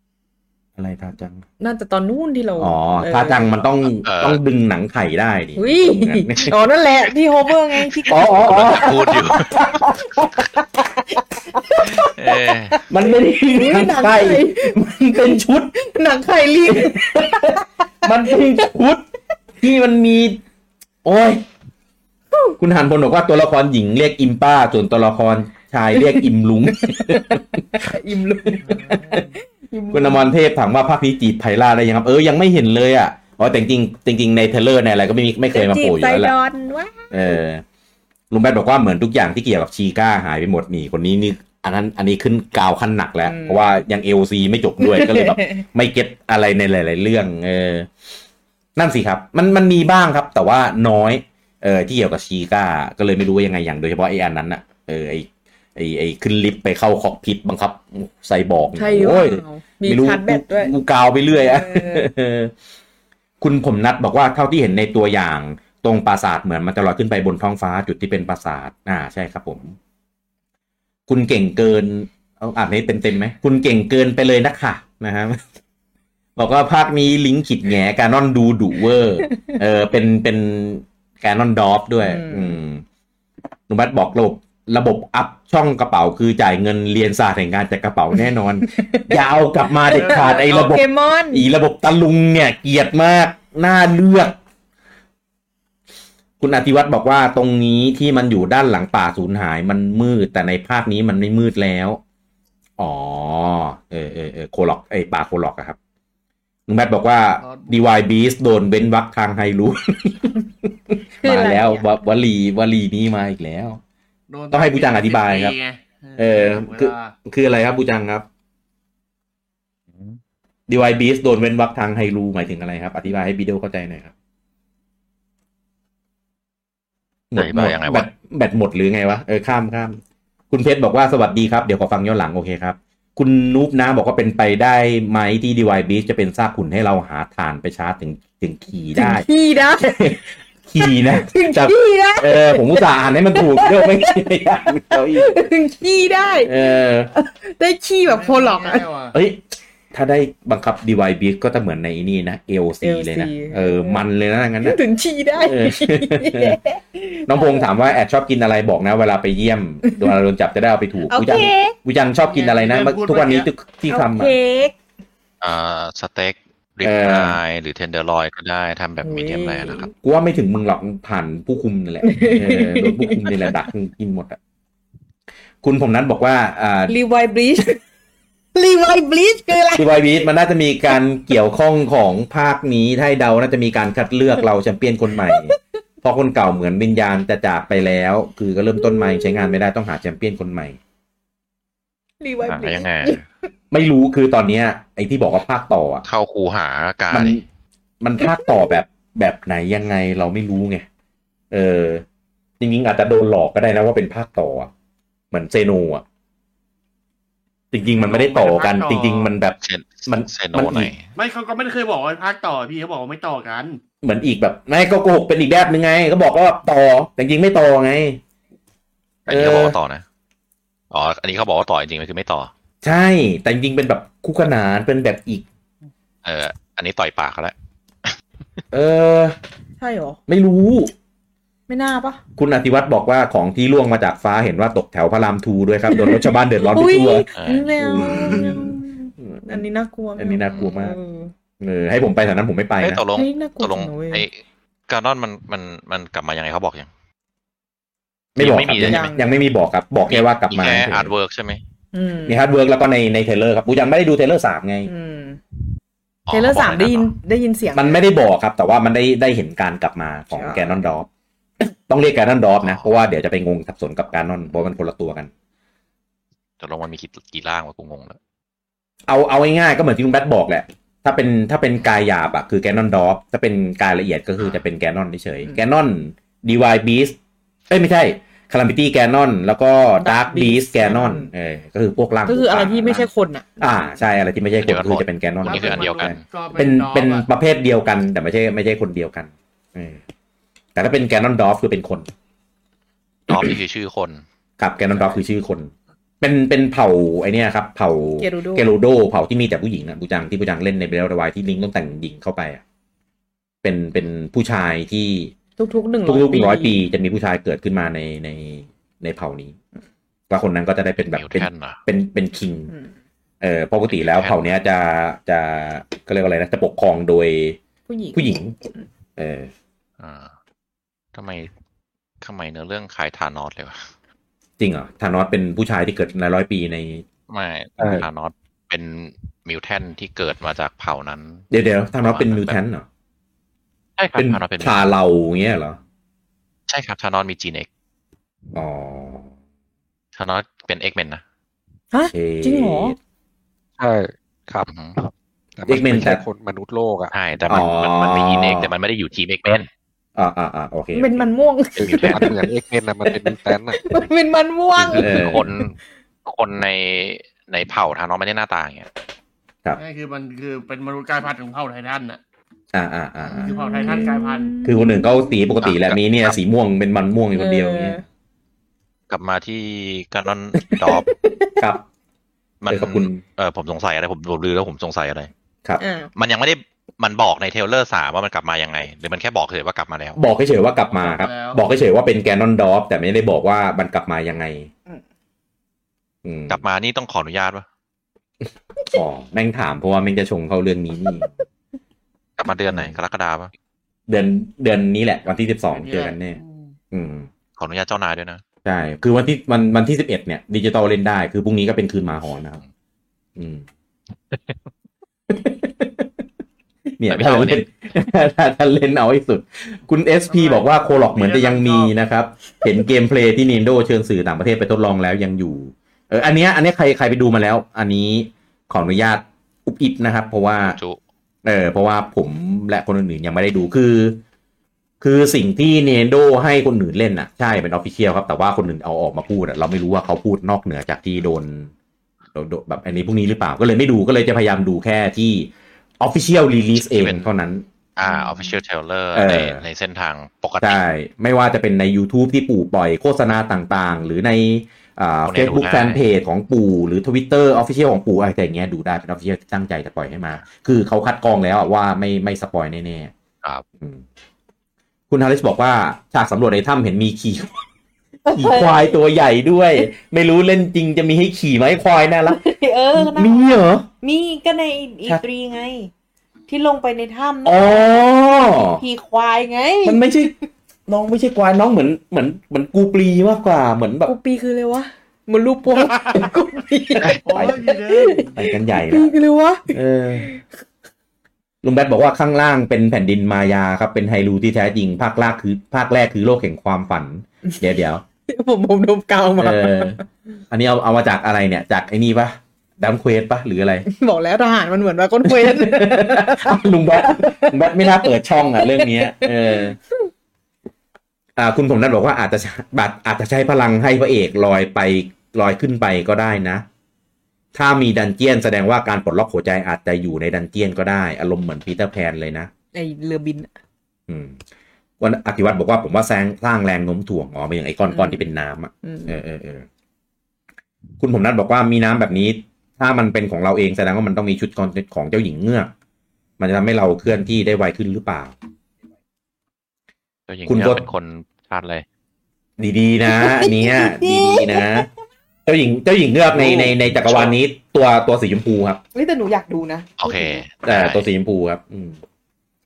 Speaker 1: ๆ
Speaker 7: อะไรทาจัง
Speaker 2: น่าจะตอนนู้นที่เรา
Speaker 7: อ๋อ
Speaker 2: เ
Speaker 7: ทาจังมันต้อง
Speaker 3: เออ
Speaker 7: ต้องดึงหนังไข่ได้นี่
Speaker 2: อุ้ย อ๋อนั่นแหละที่โฮเวอร์ไงที่
Speaker 1: อ๋ออ๋ออ๋อ
Speaker 3: พูดอยู่ เอ๊ะ
Speaker 1: มันไม่ได้
Speaker 2: นี่
Speaker 1: หนัง
Speaker 2: ไม่หนัง
Speaker 1: ไข่
Speaker 2: ไข่
Speaker 1: มันเป็นชุด
Speaker 2: หนังไข่ลิง
Speaker 1: มันเป็นชุดที่มันมี โอ้ย คุณหันพลบอกว่าตัวละครหญิงเรียกอิมป้า ส่วนตัวละครชายเรียกอิมลุง
Speaker 2: อิ่มลุง
Speaker 1: คุณอมรเทพถามว่าภาคนี้จีบไพล่าได้ยังครับ เออ ยังไม่เห็นเลยอ่ะอ๋อแต่จริงๆจริง ๆ ในเทรลเลอร์ในอะไรก็ไม่มีไม่เคยมาโผล่อยู่แล้วแห
Speaker 2: จีบไซด
Speaker 1: ละ
Speaker 2: อนวะ
Speaker 1: เออลุงแบทบอกว่าเหมือนทุกอย่างที่เกี่ยวกับชีก้าหายไปหมดนี่คนนี้นี่ อันนั้นอันนี้ขึ้นกาวขั้นหนักแล้ว เพราะว่ายังเอลซีไม่จบด้วย ก็เลยแบบ ไม่เก็ตอะไรในหลาย ๆ เรื่อง เออ นั่นสิครับ มันมันมีบ้างครับ แต่ว่าน้อย เออที่เกี่ยวกับชีก้าก็เลยไม่รู้ว่ายังไงอย่างโดยเฉพาะไอ้อันนั้นอะเออไอไอไอขึ้นลิฟต์ไปเข้าคอกพิษบังคับไซบอร์ก
Speaker 2: ใช่หรือเป
Speaker 1: โอ้ย
Speaker 2: ล่ามีชาร์จแบตด้วย
Speaker 1: กูกาวไปเรื่อยอะ
Speaker 2: เออ
Speaker 1: เออ คุณผมนัดบอกว่าเท่าที่เห็นในตัวอย่างตรงปราสาทเหมือนมันจะลอยขึ้นไปบนท้องฟ้าจุดที่เป็นปราสาท อ่าใช่ครับผม คุณเก่งเกิน เอาอ่านให้เต็มๆไหม คุณเก่งเกินไปเลยนะค่ะนะครับ บอกว่าภาคนี้ลิงก์ขิดแหงการนอนดูดุเวอร์ เออ เป็นเป็นแกนอนดอฟด้วย
Speaker 2: อืม
Speaker 1: อืมหนุมัตบอกระบบระบบอัพช่องกระเป๋าคือจ่ายเงินเรียนศาสตร์แห่งการจากกระเป๋าแน่น อน อย่าเอากลับมาเด็ดขาดไอ้ระบบ
Speaker 2: โปเกมอน
Speaker 1: อีระบบตะลุงเนี่ยเกลียดมากน่าเลือก คุณอธิวัตรบอกว่าตรงนี้ที่มันอยู่ด้านหลังป่าสูญหายมันมืด แต่ในภาคนี้มันไม่มืดแล้ว อ๋อ เออเออเออโคล็อกไอยป่าโคล็อกอะครับลุงแมทบอกว่า d y b e a s t โดนเว้นวักทางไฮรู
Speaker 2: คือ
Speaker 1: มา
Speaker 2: อะไรอะ
Speaker 1: แล้วววลีวลีนี้มาอีกแล้ว ต้องให้ผู้จังอธิบายครับเออคือ คืออะไรครับบูจังครับ d y b e a s t โดนเว้นวักทางไฮรูหมายถึงอะไรครับ อธิบายให้บีเดลเข้าใจหน่อยครับ
Speaker 3: อธิบายยังไง
Speaker 1: แบ
Speaker 3: วะ
Speaker 1: ตแบตหมดหรือไงวะเออข้ามข้ามคุณเพชรบอกว่าสวัสดีครับ เดี๋ยวขอฟังย้อนหลังโอเคครับ คุณนูบนะบอกว่าเป็นไปได้ไหมที่ d y b e a s t จะเป็นซากหุ่นให้เราหาฐานไปชาร์จถึงถึงขี่
Speaker 2: ถึง
Speaker 1: ได้
Speaker 2: ขี้นะ
Speaker 1: ขี่นะ
Speaker 2: ถึง
Speaker 1: แต่
Speaker 2: ขี้นะ
Speaker 1: เออผมอุตส่าห์อ่านให้มันถูกเดี๋ยวไม่ขี่ได้เอาอีก
Speaker 2: ถึงขี้ได้
Speaker 1: เออ
Speaker 2: ได้ขี้แบบโคหลอกอะ
Speaker 1: เอ้ย ถ้าได้บังคับ d y b ก็จะเหมือนในนี่นะ AOC เลยนะ
Speaker 2: AOC
Speaker 1: เออ มันเลยนะงั้นนะ
Speaker 2: ถึงขี้ได้
Speaker 1: เออน้องพงษ์ถามว่าแอดชอบกินอะไรบอกนะ เวลาไปเยี่ยมเวลาโดนจับจะได้เอาไปถูก
Speaker 2: โอ
Speaker 1: วิจั
Speaker 2: เค
Speaker 1: งวิจังชอบกินอะไรนะเมื่อทุกวันนี้ทุกที่
Speaker 2: โอ
Speaker 1: ทำอะ
Speaker 2: เคก
Speaker 3: อ่าสเต็กริ
Speaker 1: เอบ อ
Speaker 3: อายหรือเทนเดอร์ลอยก็ได้ทำแบบมีเดียมแรนะครับ
Speaker 1: กูว่าไม่ถึงมึงหรอกผ่านผู้คุมนี่แหละเออโดนผู้คุมนี่แหละดักกินหมดอ่ะคุณผมนั้นบอกว่าอ่า
Speaker 2: รีไวบลิช รีไวบลิชคืออะไร
Speaker 1: ดีวายบีทมันน่าจะมีการเกี่ยวข้องของภาคนี้ถ้าให้เดาน่าจะมีการคัดเลือกเราแชมเปี้ยนคนใหม่ เพราะคนเก่าเหมือนวิญญาณจะจากไปแล้ว คือก็เริ่มต้นใหม่ใช้งานไม่ได้ต้องหาแชมเปี้ยนคนใหม่
Speaker 2: รีไว
Speaker 3: หา
Speaker 2: บลิช
Speaker 3: ยังไง
Speaker 1: ไม่รู้คือตอนเนี้ยไอ้ที่บอกว่าภาคต่ออะ
Speaker 3: เข้าคูหากา
Speaker 1: มัน
Speaker 3: ย
Speaker 1: มันภาคต่อแบบแบบไหนยังไงเราไม่รู้ไงเออจริงๆอาจจะโดนหลอกก็ได้นะว่าเป็นภาคต่ออะเหมือนเซโนอะจริง ๆ มันไม่ได้ต่อกัน จริง ๆ มันแบบ
Speaker 3: เซน
Speaker 1: มัน
Speaker 3: เซโน
Speaker 1: มันอีก
Speaker 3: ไหน
Speaker 4: ไม่เขาก็ไม่ได้เคยบอกว่าภาคต่อพี่เขาบอกว่าไม่ต่อกัน
Speaker 1: เหมือนอีกแบบไม่ก็โกหกเป็นอีกแบบนึงไง ก็บอกว่าต่อแต่จริงๆไม่ต่อไง
Speaker 3: อันนี้เขา
Speaker 1: เออ
Speaker 3: บอกว่าต่อนะ อ๋อ อันนี้เขาบอกว่าต่อจริงๆมันคือไม่ต่อ
Speaker 1: ใช่ แต่จริงๆเป็นแบบคู่ขนานเป็นแบบอีก
Speaker 3: เออ อันนี้ต่อยปากเขาแล้ว
Speaker 1: เออ
Speaker 2: ใช่เหรอ
Speaker 1: ไม่รู้
Speaker 2: ไม่น่าปะ
Speaker 1: คุณอธิวัตรบอกว่าของที่ล่วงมาจากฟ้าเห็นว่าตกแถวพระรามทูด้วยครับ โดนรถชาวบ้านเดือดร้อนไป
Speaker 2: อุ้ย
Speaker 1: ทั่ว
Speaker 3: เออ
Speaker 2: แมว
Speaker 1: อืม
Speaker 2: อันนี้น่ากลัว
Speaker 1: อันนี้น่ากลัวมาก
Speaker 2: เออ
Speaker 1: เออให้ผมไปแถวนั้นผมไม่ไป
Speaker 3: เอ้ย
Speaker 1: นะ
Speaker 3: ตกลง
Speaker 2: เฮ้ยน่ากลั
Speaker 3: ต
Speaker 2: ว
Speaker 3: กลง
Speaker 2: จังเลย
Speaker 3: ไอ้การนอนมันมันมันกลับมายังไงเขาบอกยัง
Speaker 1: ไม่บอก
Speaker 3: ไม่
Speaker 1: ครับ
Speaker 3: มีเลยใช่ไหม
Speaker 1: ยังไม่มีบอกครับ บอกแค่ว่ากลับมา
Speaker 3: แค่
Speaker 1: เฉย
Speaker 3: อาร์ตเวิร์กใช่ไหม
Speaker 2: อืม
Speaker 1: ๆมีฮาร์ดเวิร์กแล้วก็ในในเทรลเลอร์ครับกูยังไม่ได้ดูเทรลเลอร์สามไง
Speaker 2: อืม
Speaker 3: อ๋
Speaker 2: เทเลอร์
Speaker 3: ขบก
Speaker 2: สามได้ยิน
Speaker 3: เหรอ
Speaker 2: ได้ยินเสียง
Speaker 1: มันไม่ได้บอกครับ แต่ว่ามันได้ได้เห็นการกลับมาของ
Speaker 2: ใช่
Speaker 1: แกนนอนดอฟ ต้องเรียกแกนนอนดอฟนะ เพราะว่าเดี๋ยวจะไปงงสับสนกับการนอนเพราะมันคนละตัวกัน
Speaker 3: ตกลงมันมีกี่กี่ร่างวะกูงงแล้ว
Speaker 1: เอาเอาง่ายๆก็เหมือนที่ลุงแบทบอกแหละ ถ้าเป็นถ้าเป็นกายหยาบอะคือแกนนอนดอฟถ้าเป็นกายละเอียดก็คือจะเป็นแกนนอนเฉยๆแกนนอนดีวายบีสเอ้ยไม่ใช่คาร์มิตี้แกนนอนแล้วก็ดาร์
Speaker 2: Dark
Speaker 1: คบีส
Speaker 2: Beast
Speaker 1: แกนนอนเออก็คือพวกร่าง
Speaker 2: ก็คืออะไรที่ไม่ใช่คนอ่ะ
Speaker 1: อ่าใช่อะไรที่ไม่ใช่คนก็คือจะเป็นแกนนอน
Speaker 3: นี่คืออันเดียวกัน
Speaker 1: เป็นเป็น
Speaker 4: ดอฟอะ
Speaker 1: ประเภทเดียวกัน แต่ไม่ใช่ไม่ใช่คนเดียวกันเออแต่ถ้าเป็นแกนนอนดอฟคือเป็นคน
Speaker 3: ดอฟนี่คือชื่อคน
Speaker 1: กับแกนนอนดอฟคือชื่อคน เป็นเป็นเผ่าไอเนี้ยครับเผ่า
Speaker 2: เกรูโด
Speaker 1: เกรูโดเผ่าที่มีแต่ผู้หญิงนะบูจังที่บูจังเล่นในเบลดวายที่ลิงต้องแต่งหญิงเข้าไปอะเป็นเป็นผู้ชายที่
Speaker 2: ทุกๆหนึ่ง
Speaker 1: ทุกๆร้อยปีจะมีผู้ชายเกิดขึ้นมาในในในเผ่านี้แล้วคนนั้นก็จะได้เป็นแบบ
Speaker 3: นิว
Speaker 1: เป็น
Speaker 3: แทนเหรอ
Speaker 1: เป็นเป็นคิง
Speaker 2: อืม
Speaker 1: เออปกติแล้วเผ่าเนี้ยจะจะก็เรียกว่าอะไรนะจะปกครองโดย
Speaker 2: ผู้หญิง
Speaker 1: ผู้หญิง เออ
Speaker 3: อ่าทำไมทำไมเนื้อเรื่องคล้ายธานอสเลยวะ
Speaker 1: จริงเหรอธานอสเป็นผู้ชายที่เกิดในร้อยปีใน
Speaker 3: ไม่
Speaker 5: เออ
Speaker 3: ธานอสเป็นมิวแทนที่เกิดมาจากเผ่านั้น
Speaker 1: เดี๋ยวเดี๋ยวธานอสเป็นมิวแทนเหรอ
Speaker 3: ใช่ครับ
Speaker 1: เป็น
Speaker 3: ธานอสเป็น
Speaker 1: ชาเราอย่างเงี้ยเหรอ
Speaker 3: ใช่ครับธานอสมีจีเอ็ก
Speaker 1: อ๋อ
Speaker 3: ธานอสเป็นเอ็กเมนนะ
Speaker 2: ฮะ
Speaker 1: เอ๊ะ
Speaker 2: จริงเหรอ
Speaker 5: ใช่ครับ
Speaker 3: อือฮึ
Speaker 5: แต่มัน
Speaker 1: X-Men
Speaker 5: ไม่ใช่
Speaker 1: แต่
Speaker 5: คนมนุษย์โลกอ่ะ
Speaker 3: ใช่แต่มัน
Speaker 1: อ๋อ
Speaker 3: มันมันมีจีเอ็กแต่มันไม่ได้อยู่ทีมเอ็กเมน
Speaker 1: อ่าอ่าอ่าโอเคโอค
Speaker 2: เป็นมันม่วง
Speaker 3: เป็น Mutant
Speaker 5: มันเหมือนเอ็กเมนอะมันเป็นมิวแทนอะ
Speaker 2: มันเป็นมันม่วง
Speaker 3: คือคื
Speaker 1: เอ
Speaker 3: อ
Speaker 1: อ
Speaker 3: คนคนในในเผ่าธานอสไม่ได้หน้าตาอย่างเงี้ย
Speaker 1: ครับ
Speaker 4: นี่คือมันคือเป็นมนุษย์กลายพันธุ์ของเผ่าไททันน่ะ
Speaker 1: อ่าอ่าอ่า
Speaker 4: คือเผ่าไททันกลายพันธุ์
Speaker 1: คือคนหนึ่งก็สีปกติแหละมีเนี่ยสีม่วงเป็นมันม่วงอยู่คนเดียวอย่างเงี้ย
Speaker 3: กลับมาที่การนอนด อบ
Speaker 1: ครับ
Speaker 3: มัน
Speaker 1: เออขอบคุณ
Speaker 3: เออผมสงสัยอะไรผมผมลืมแล้วผมสงสัยอะไร
Speaker 1: ครับ
Speaker 2: อ่า
Speaker 3: มันยังไม่ได้มันบอกในเทรลเลอร์สามว่ามันกลับมายังไง หรือมันแค่บอกเฉยๆว่ากลับมาแล้ว
Speaker 1: บอกเฉยๆว่ากลับมาครับ
Speaker 4: แล้ว
Speaker 1: บอกเฉยๆว่าเป็นแกนนอนดอฟแต่ไม่ได้บอกว่ามันกลับมายังไง อืม
Speaker 3: กลับมานี่ต้องขออนุญาตปะ
Speaker 1: อ๋อแม่งถามเพราะว่าแม่งจะชงเข้าเรื่องนี้นี่
Speaker 3: กลับมาเดือนไหนกรกฎาปะ
Speaker 1: เดือนเดือนนี้แหละ วันที่สิบสองเจอกันแน่
Speaker 4: ม
Speaker 1: อืม
Speaker 3: ขออนุญาตเจ้านายด้วยนะ
Speaker 1: ใช่คือวันที่วันวันที่สิบเอ็ดเนี่ยดิจิตอลเล่นได้ คือพรุ่งนี้ก็เป็นคืนหมาหอนนะครับ อื ม เนี่ย
Speaker 3: แต่ไม่
Speaker 1: ถ้า
Speaker 3: เอา
Speaker 1: เล่น ถ้าถ้าเล่นเอาให้สุด คุณ SP บอกว่าโคล็อกเหมือนจะยังมีนะครับ เห็นเกมเพลย์ที่ Nintendo เชิญสื่อต่างประเทศไปทดลองแล้วยังอยู่ เอออันเนี้ยอันเนี้ยใครใครไปดูมาแล้ว อันนี้ขออนุญาตอุบอิบนะครับ เพราะว่า
Speaker 3: จุ
Speaker 1: เออเพราะว่าผมและคนอื่นๆยังไม่ได้ดูคือ คือสิ่งที่ Nintendo ให้คนอื่นเล่นน่ะใช่เป็นออฟฟิเชียลครับ แต่ว่าคนอื่นเอาออกมาพูดอะเราไม่รู้ว่าเขาพูดนอกเหนือจากที่โดนโดนโดนแบบอันนี้พวกนี้หรือเปล่าก็เลยไม่ดูก็เลยจะพยายามดูแค่ที่ Official Release เอ
Speaker 3: ที่
Speaker 1: ง
Speaker 3: เป็น
Speaker 1: เท่านั้น
Speaker 3: อ่า official trailer
Speaker 1: เออ
Speaker 3: ในในเส้นทางปกติ
Speaker 1: ใช่ ไม่ว่าจะเป็นใน YouTube ที่ปู่ปล่อยโฆษณาต่างๆ หรือใน
Speaker 3: คนไห
Speaker 1: เฟ
Speaker 3: นดู
Speaker 1: ซบุ๊ก
Speaker 3: ได้
Speaker 1: แฟนเพจของปู่หรือ Twitter Official ของปู่อะไรอย่างเงี้ยดูได้เป็น Official ที่ตั้งใจจะปล่อยให้มา คือเขาคัดกรองแล้วอะว่าไม่ไม่สปอยแน่ๆ
Speaker 3: ครับ
Speaker 1: อืมคุณฮาริสบอกว่า ฉากสำรวจในถ้ำเห็นมี ขี่ ขี่ควายตัวใหญ่ด้วย ไม่รู้เล่นจริงจะมีให้ขี่ไหมควายน่ารัก
Speaker 2: เออนะ
Speaker 1: มีเหรอ
Speaker 2: มีก็ในอี
Speaker 1: ครับ
Speaker 2: ตรีไง ที่ลงไปในถ้ำ
Speaker 1: อ๋อ
Speaker 2: พี่ควายไง
Speaker 1: มันไม่ใช่ น้องไม่ใช่ควายน้องเหมือนเหมือนเหมือนกูปลีมากกว่าเหมือนแบบ
Speaker 2: กูปีคือเลยวะเหมือนลูกพ วงกูปี
Speaker 4: โอ้ยดีเลย
Speaker 1: ไปกันใหญ่
Speaker 2: ปี
Speaker 1: แล้ว
Speaker 2: คือเลยวะ
Speaker 1: เออลุงแบทบอกว่าข้างล่างเป็นแผ่นดินมายาครับ เป็นไฮรูที่แท้จริงภาคแรกคือภาคแรกคือโลกแห่งความฝัน เดี๋ยวเดี๋ยว
Speaker 2: ผมผมดมกาวมา
Speaker 1: เอ อ อันนี้เอาเอามาจากอะไรเนี่ย จากไอ้นี่ปะดัมเควสปะหรืออะไร
Speaker 2: บอกแล้วทหารมันเหมือนว่าก้นเว ท
Speaker 1: ลุงแบทลุงแบทไม่น่าเปิดช่องอ่ะ เรื่องเนี้ยเออ อ่า คุณผมนัดบอกว่าอาจจะบัตรอาจจะใช้พลังให้พระเอกลอยไปลอยขึ้นไปก็ได้นะ ถ้ามีดันเจียนแสดงว่าการปลดล็อกหัวใจอาจจะอยู่ในดันเจียนก็ได้ อารมณ์เหมือนปีเตอร์แพนเลยนะ
Speaker 2: ไอเรือบิน
Speaker 1: อืมวันอธิวัตรบอกว่าผมว่าแซงสร้างแรงโน้มถ่วงอ๋อไม่อย่างไอ้ก้อนก้อนที่เป็นน้ำอ่ะ
Speaker 2: อืม
Speaker 1: เออเออเออคุณผมนัดบอกว่ามีน้ำแบบนี้ ถ้ามันเป็นของเราเองแสดงว่ามันต้องมีชุดของของเจ้าหญิงเงือก มันจะทำให้เราเคลื่อนที่ได้ไวขึ้นหรือเปล่า
Speaker 3: เจ้าหญิง
Speaker 1: คุณ
Speaker 3: เนี่ย
Speaker 1: ก็
Speaker 3: เป็นคนชาติเลย
Speaker 1: ดีๆ นะ อันเนี้ยดีๆนะ เจ้าหญิงเจ้าหญิงเงือกในในในจักรวาลนี้ ตัวตัวสีชมพูครับ
Speaker 2: เฮ้ยแต่หนูอยากดูนะ
Speaker 3: โอเค
Speaker 1: แต่
Speaker 3: ได้
Speaker 1: ตัวสีชมพูครับ อืม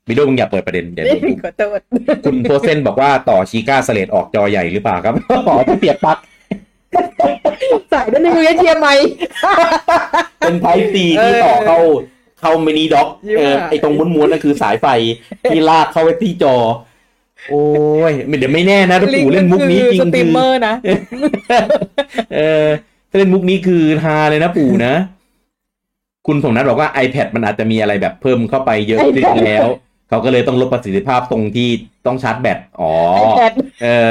Speaker 1: บิโดมึงอย่าเปิดประเด็นเดี๋ยวโดนกู
Speaker 2: ขอโทษ
Speaker 1: คุณโพเซนบอกว่าต่อชีก้าสเลดออกจอใหญ่หรือเปล่าครับ ขอต้องเปียกปัก
Speaker 2: สายด้วยในมือเทียมไหม
Speaker 1: เป็นไทซีที่ต่อเข้าเข้ามินิด็อก
Speaker 2: เยอะ
Speaker 1: เออ
Speaker 2: มาก
Speaker 1: ไอตรงม้วนๆนั่นคือสายไฟ ที่ลากเข้าไปที่จอ โอ้ยเดี๋ยวไม่แน่นะถ้าปู่เล่นมุกนี้จริง
Speaker 2: สตรีมเมอร์นะ
Speaker 1: เออถ้าเล่นมุกนี้คือฮาเลยนะปู่นะ คุณผมนัทบอกว่า iPad มันอาจจะมีอะไรแบบเพิ่มเข้าไปเยอะขึ้นแล้ว เขาก็เลยต้องลดประสิทธิภาพตรงที่ต้องชาร์จแบตอ๋อ
Speaker 2: iPad
Speaker 1: เออ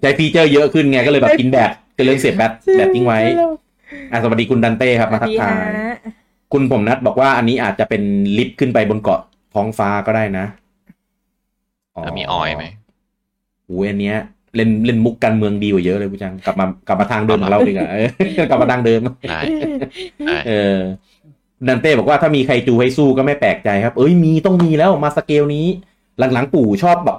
Speaker 1: ใช้ฟีเจอร์เยอะขึ้นไงก็เลยแบบกินแบตก็เลยเสียบแบตแบตทิ้งไว้อ่ะสวัสดีคุณดันเต้ครับมาทักทาย คุณผมนัดบอกว่าอันนี้อาจจะเป็นลิฟต์ขึ้นไปบนเกาะท้องฟ้าก็ได้นะ
Speaker 3: แล้วมีออยไหม
Speaker 1: อูอันเนี้ย เล่นเล่นมุกการเมืองดีกว่าเยอะเลยผู้จังกลับมากลับมาทางเดิมของเราดีกว่าเออก ลับมาทางเดิม
Speaker 3: ได้ได้
Speaker 1: เออดันเต้บอกว่าถ้ามีใครจูให้สู้ก็ไม่แปลกใจครับ เอ้ยมีต้องมีแล้วมาสเกลนี้ หลังๆปู่ชอบแบบ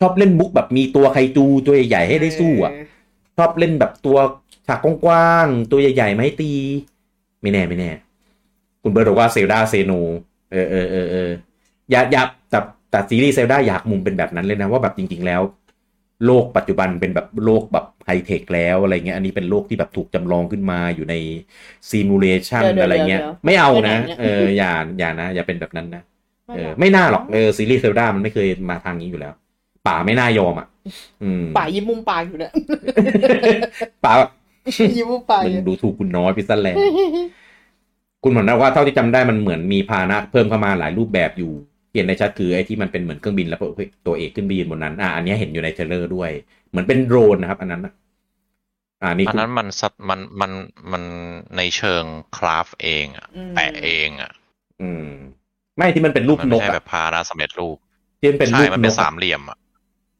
Speaker 1: ชอบเล่นมุกแบบมีตัวใครจูตัวใหญ่ๆให้ได้สู้อ่ะ ชอบเล่นแบบตัวฉากกว้างๆตัวใหญ่ๆไม่ตี ไม่แน่ไม่แน่ คุณเบิร์ดบอกว่าเซลดาเซโนเออเออเออเอออยากอยากแต่แต่ซีรีส์เซลดาอยากมุมเป็นแบบนั้นเลยนะ ว่าแบบจริง ๆ แล้ว โลกปัจจุบันเป็นแบบโลกแบบไฮเทคแล้วอะไรเงี้ยอันนี้เป็นโลกที่แบบถูกจำลองขึ้นมาอยู่ในซิมูเลชัน
Speaker 2: เดี๋ยวๆ
Speaker 1: อะไรเงี้ย
Speaker 2: เดี๋ยวๆ
Speaker 1: ไม่เอานะ
Speaker 2: ไม่เอาเนี่ย
Speaker 1: เอออย่าอย่านะ อย่าเป็นแบบนั้นนะเออไม่น่าหรอกเออซีรีส์เซลดามันไม่เคยมาทางนี้อยู่แล้ว ป่าไม่น่ายอมอ่ะอืม
Speaker 2: ป่ายิ้มมุมปากอยู่เนี่ย
Speaker 1: ป่าแบบ
Speaker 2: ยิ้มมุมปาก
Speaker 1: มึ
Speaker 2: อง ยู่
Speaker 1: ดูถูกคุณน้อยพิซะแลน คุณหมอนะว่าเท่าที่จำได้มันเหมือนมีพาหนะเพิ่มเข้ามาหลายรูปแบบอยู่ เห็นในชัดคือไอ้ที่มันเป็นเหมือนเครื่องบินแล้วตัวเอกขึ้นไปยืนบนนั้น อ่ะอันเนี้ยเห็นอยู่ในเทรลเลอร์ด้วย เหมือนเป็นโดรนนะครับ อันนั้นน่ะอ่านี่
Speaker 3: อัน
Speaker 1: คุณ
Speaker 3: นั้นมันสัตมันมันมันในเชิงคราฟเองอะแปะเองอะ
Speaker 1: อืม ไม่ที่มันเป็นรูป
Speaker 3: มัน
Speaker 1: น
Speaker 3: ไม่
Speaker 1: ก
Speaker 3: ใช่แบ
Speaker 1: อะ
Speaker 3: บพาราสำเร็จรูป
Speaker 1: ที่มันเป็น
Speaker 3: ใช่
Speaker 1: รูป
Speaker 3: มัน
Speaker 1: น
Speaker 3: เป็น
Speaker 1: ก
Speaker 3: สา
Speaker 1: อะ
Speaker 3: มเหลี่ยมอะ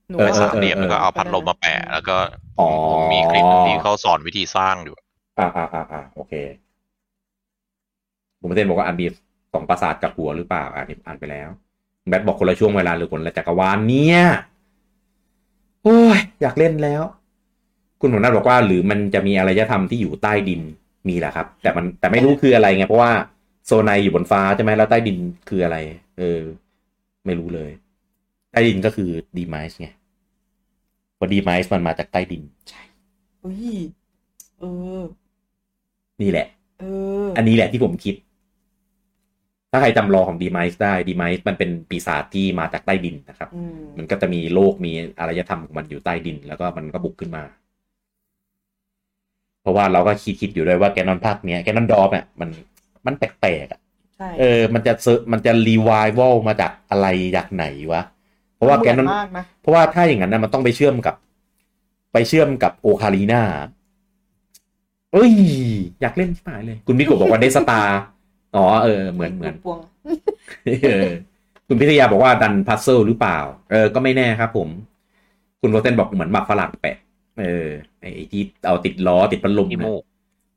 Speaker 2: หนู
Speaker 1: เออ
Speaker 3: เป็น
Speaker 1: เอ
Speaker 3: สา
Speaker 1: อ
Speaker 3: ม
Speaker 1: เออ
Speaker 3: เหลี่ยมแล้วก็เอาพัดลมมาแปะ แล้วก็
Speaker 1: อ๋อ
Speaker 3: ผมมีคลิปที่เขาสอนวิธีสร้างอยู่
Speaker 1: อ่าอ่าอ่าอ่าโอเคผมเต้นบอกว่าอันดีสองปราสาทกับหัวหรือเปล่าอันนี้อ่านไปแล้วแบทบอกคนละช่วงเวลาหรือคนละจักรวาลเนี่ยโอ้ยอยากเล่นแล้ว คุณหัวหน้าบอกว่า หรือมันจะมีอารยธรรมที่อยู่ใต้ดินมีแหละครับ แต่มันแต่ไม่รู้คืออะไรไงเพราะว่าโซนในอยู่บนฟ้าใช่ไหมแล้วใต้ดินคืออะไร เออ ไม่รู้เลย ใต้ดินก็คือดีไมส์ไงเพราะดีไมส์มันมาจากใต้ดิน
Speaker 2: อุ้ยเออ
Speaker 1: นี่แหละ
Speaker 2: เออ
Speaker 1: อันนี้แหละที่ผมคิด ถ้าใครจำลองของดีไมส์ได้ดีไมส์มันเป็นปีศาจที่มาจากใต้ดินนะครับ
Speaker 2: อืม
Speaker 1: มันก็จะมีโลกมีอารยธรรมของมันอยู่ใต้ดิน แล้วก็มันก็บุกขึ้นมา เพราะว่าเราก็คิดคิดอยู่ด้วยว่าแกนอนภาคเนี้ยแกนอนดอมเนี่ยมันมันแปลกๆอะ
Speaker 2: ใช่
Speaker 1: เออ มันจะเซอร์มันจะรีวายวอลมาจากอะไรจากไหนวะ เพราะว่าแกนอน
Speaker 2: เหมืมากนะ
Speaker 1: เพราะว่าถ้าอย่างนั้นนะมันต้องไปเชื่อมกับ ไปเชื่อมกับโอคารีนาเอ้ย อยากเล่นชิบหายเลย คุณมิโกะบอกว่าเดสตาอ๋อเออเหมือนเหมือน
Speaker 2: ลูกปวง
Speaker 1: เออคุณพิทยาบอกว่าดันพัซเซิลหรือเปล่า เออ ก็ไม่แน่ครับผม คุณโรเทนบอกเหมือนหมักฝรั่งแปะ เออไอ้ที่เอาติดล้อติดพัดลม
Speaker 3: อี
Speaker 1: นะ
Speaker 3: มูก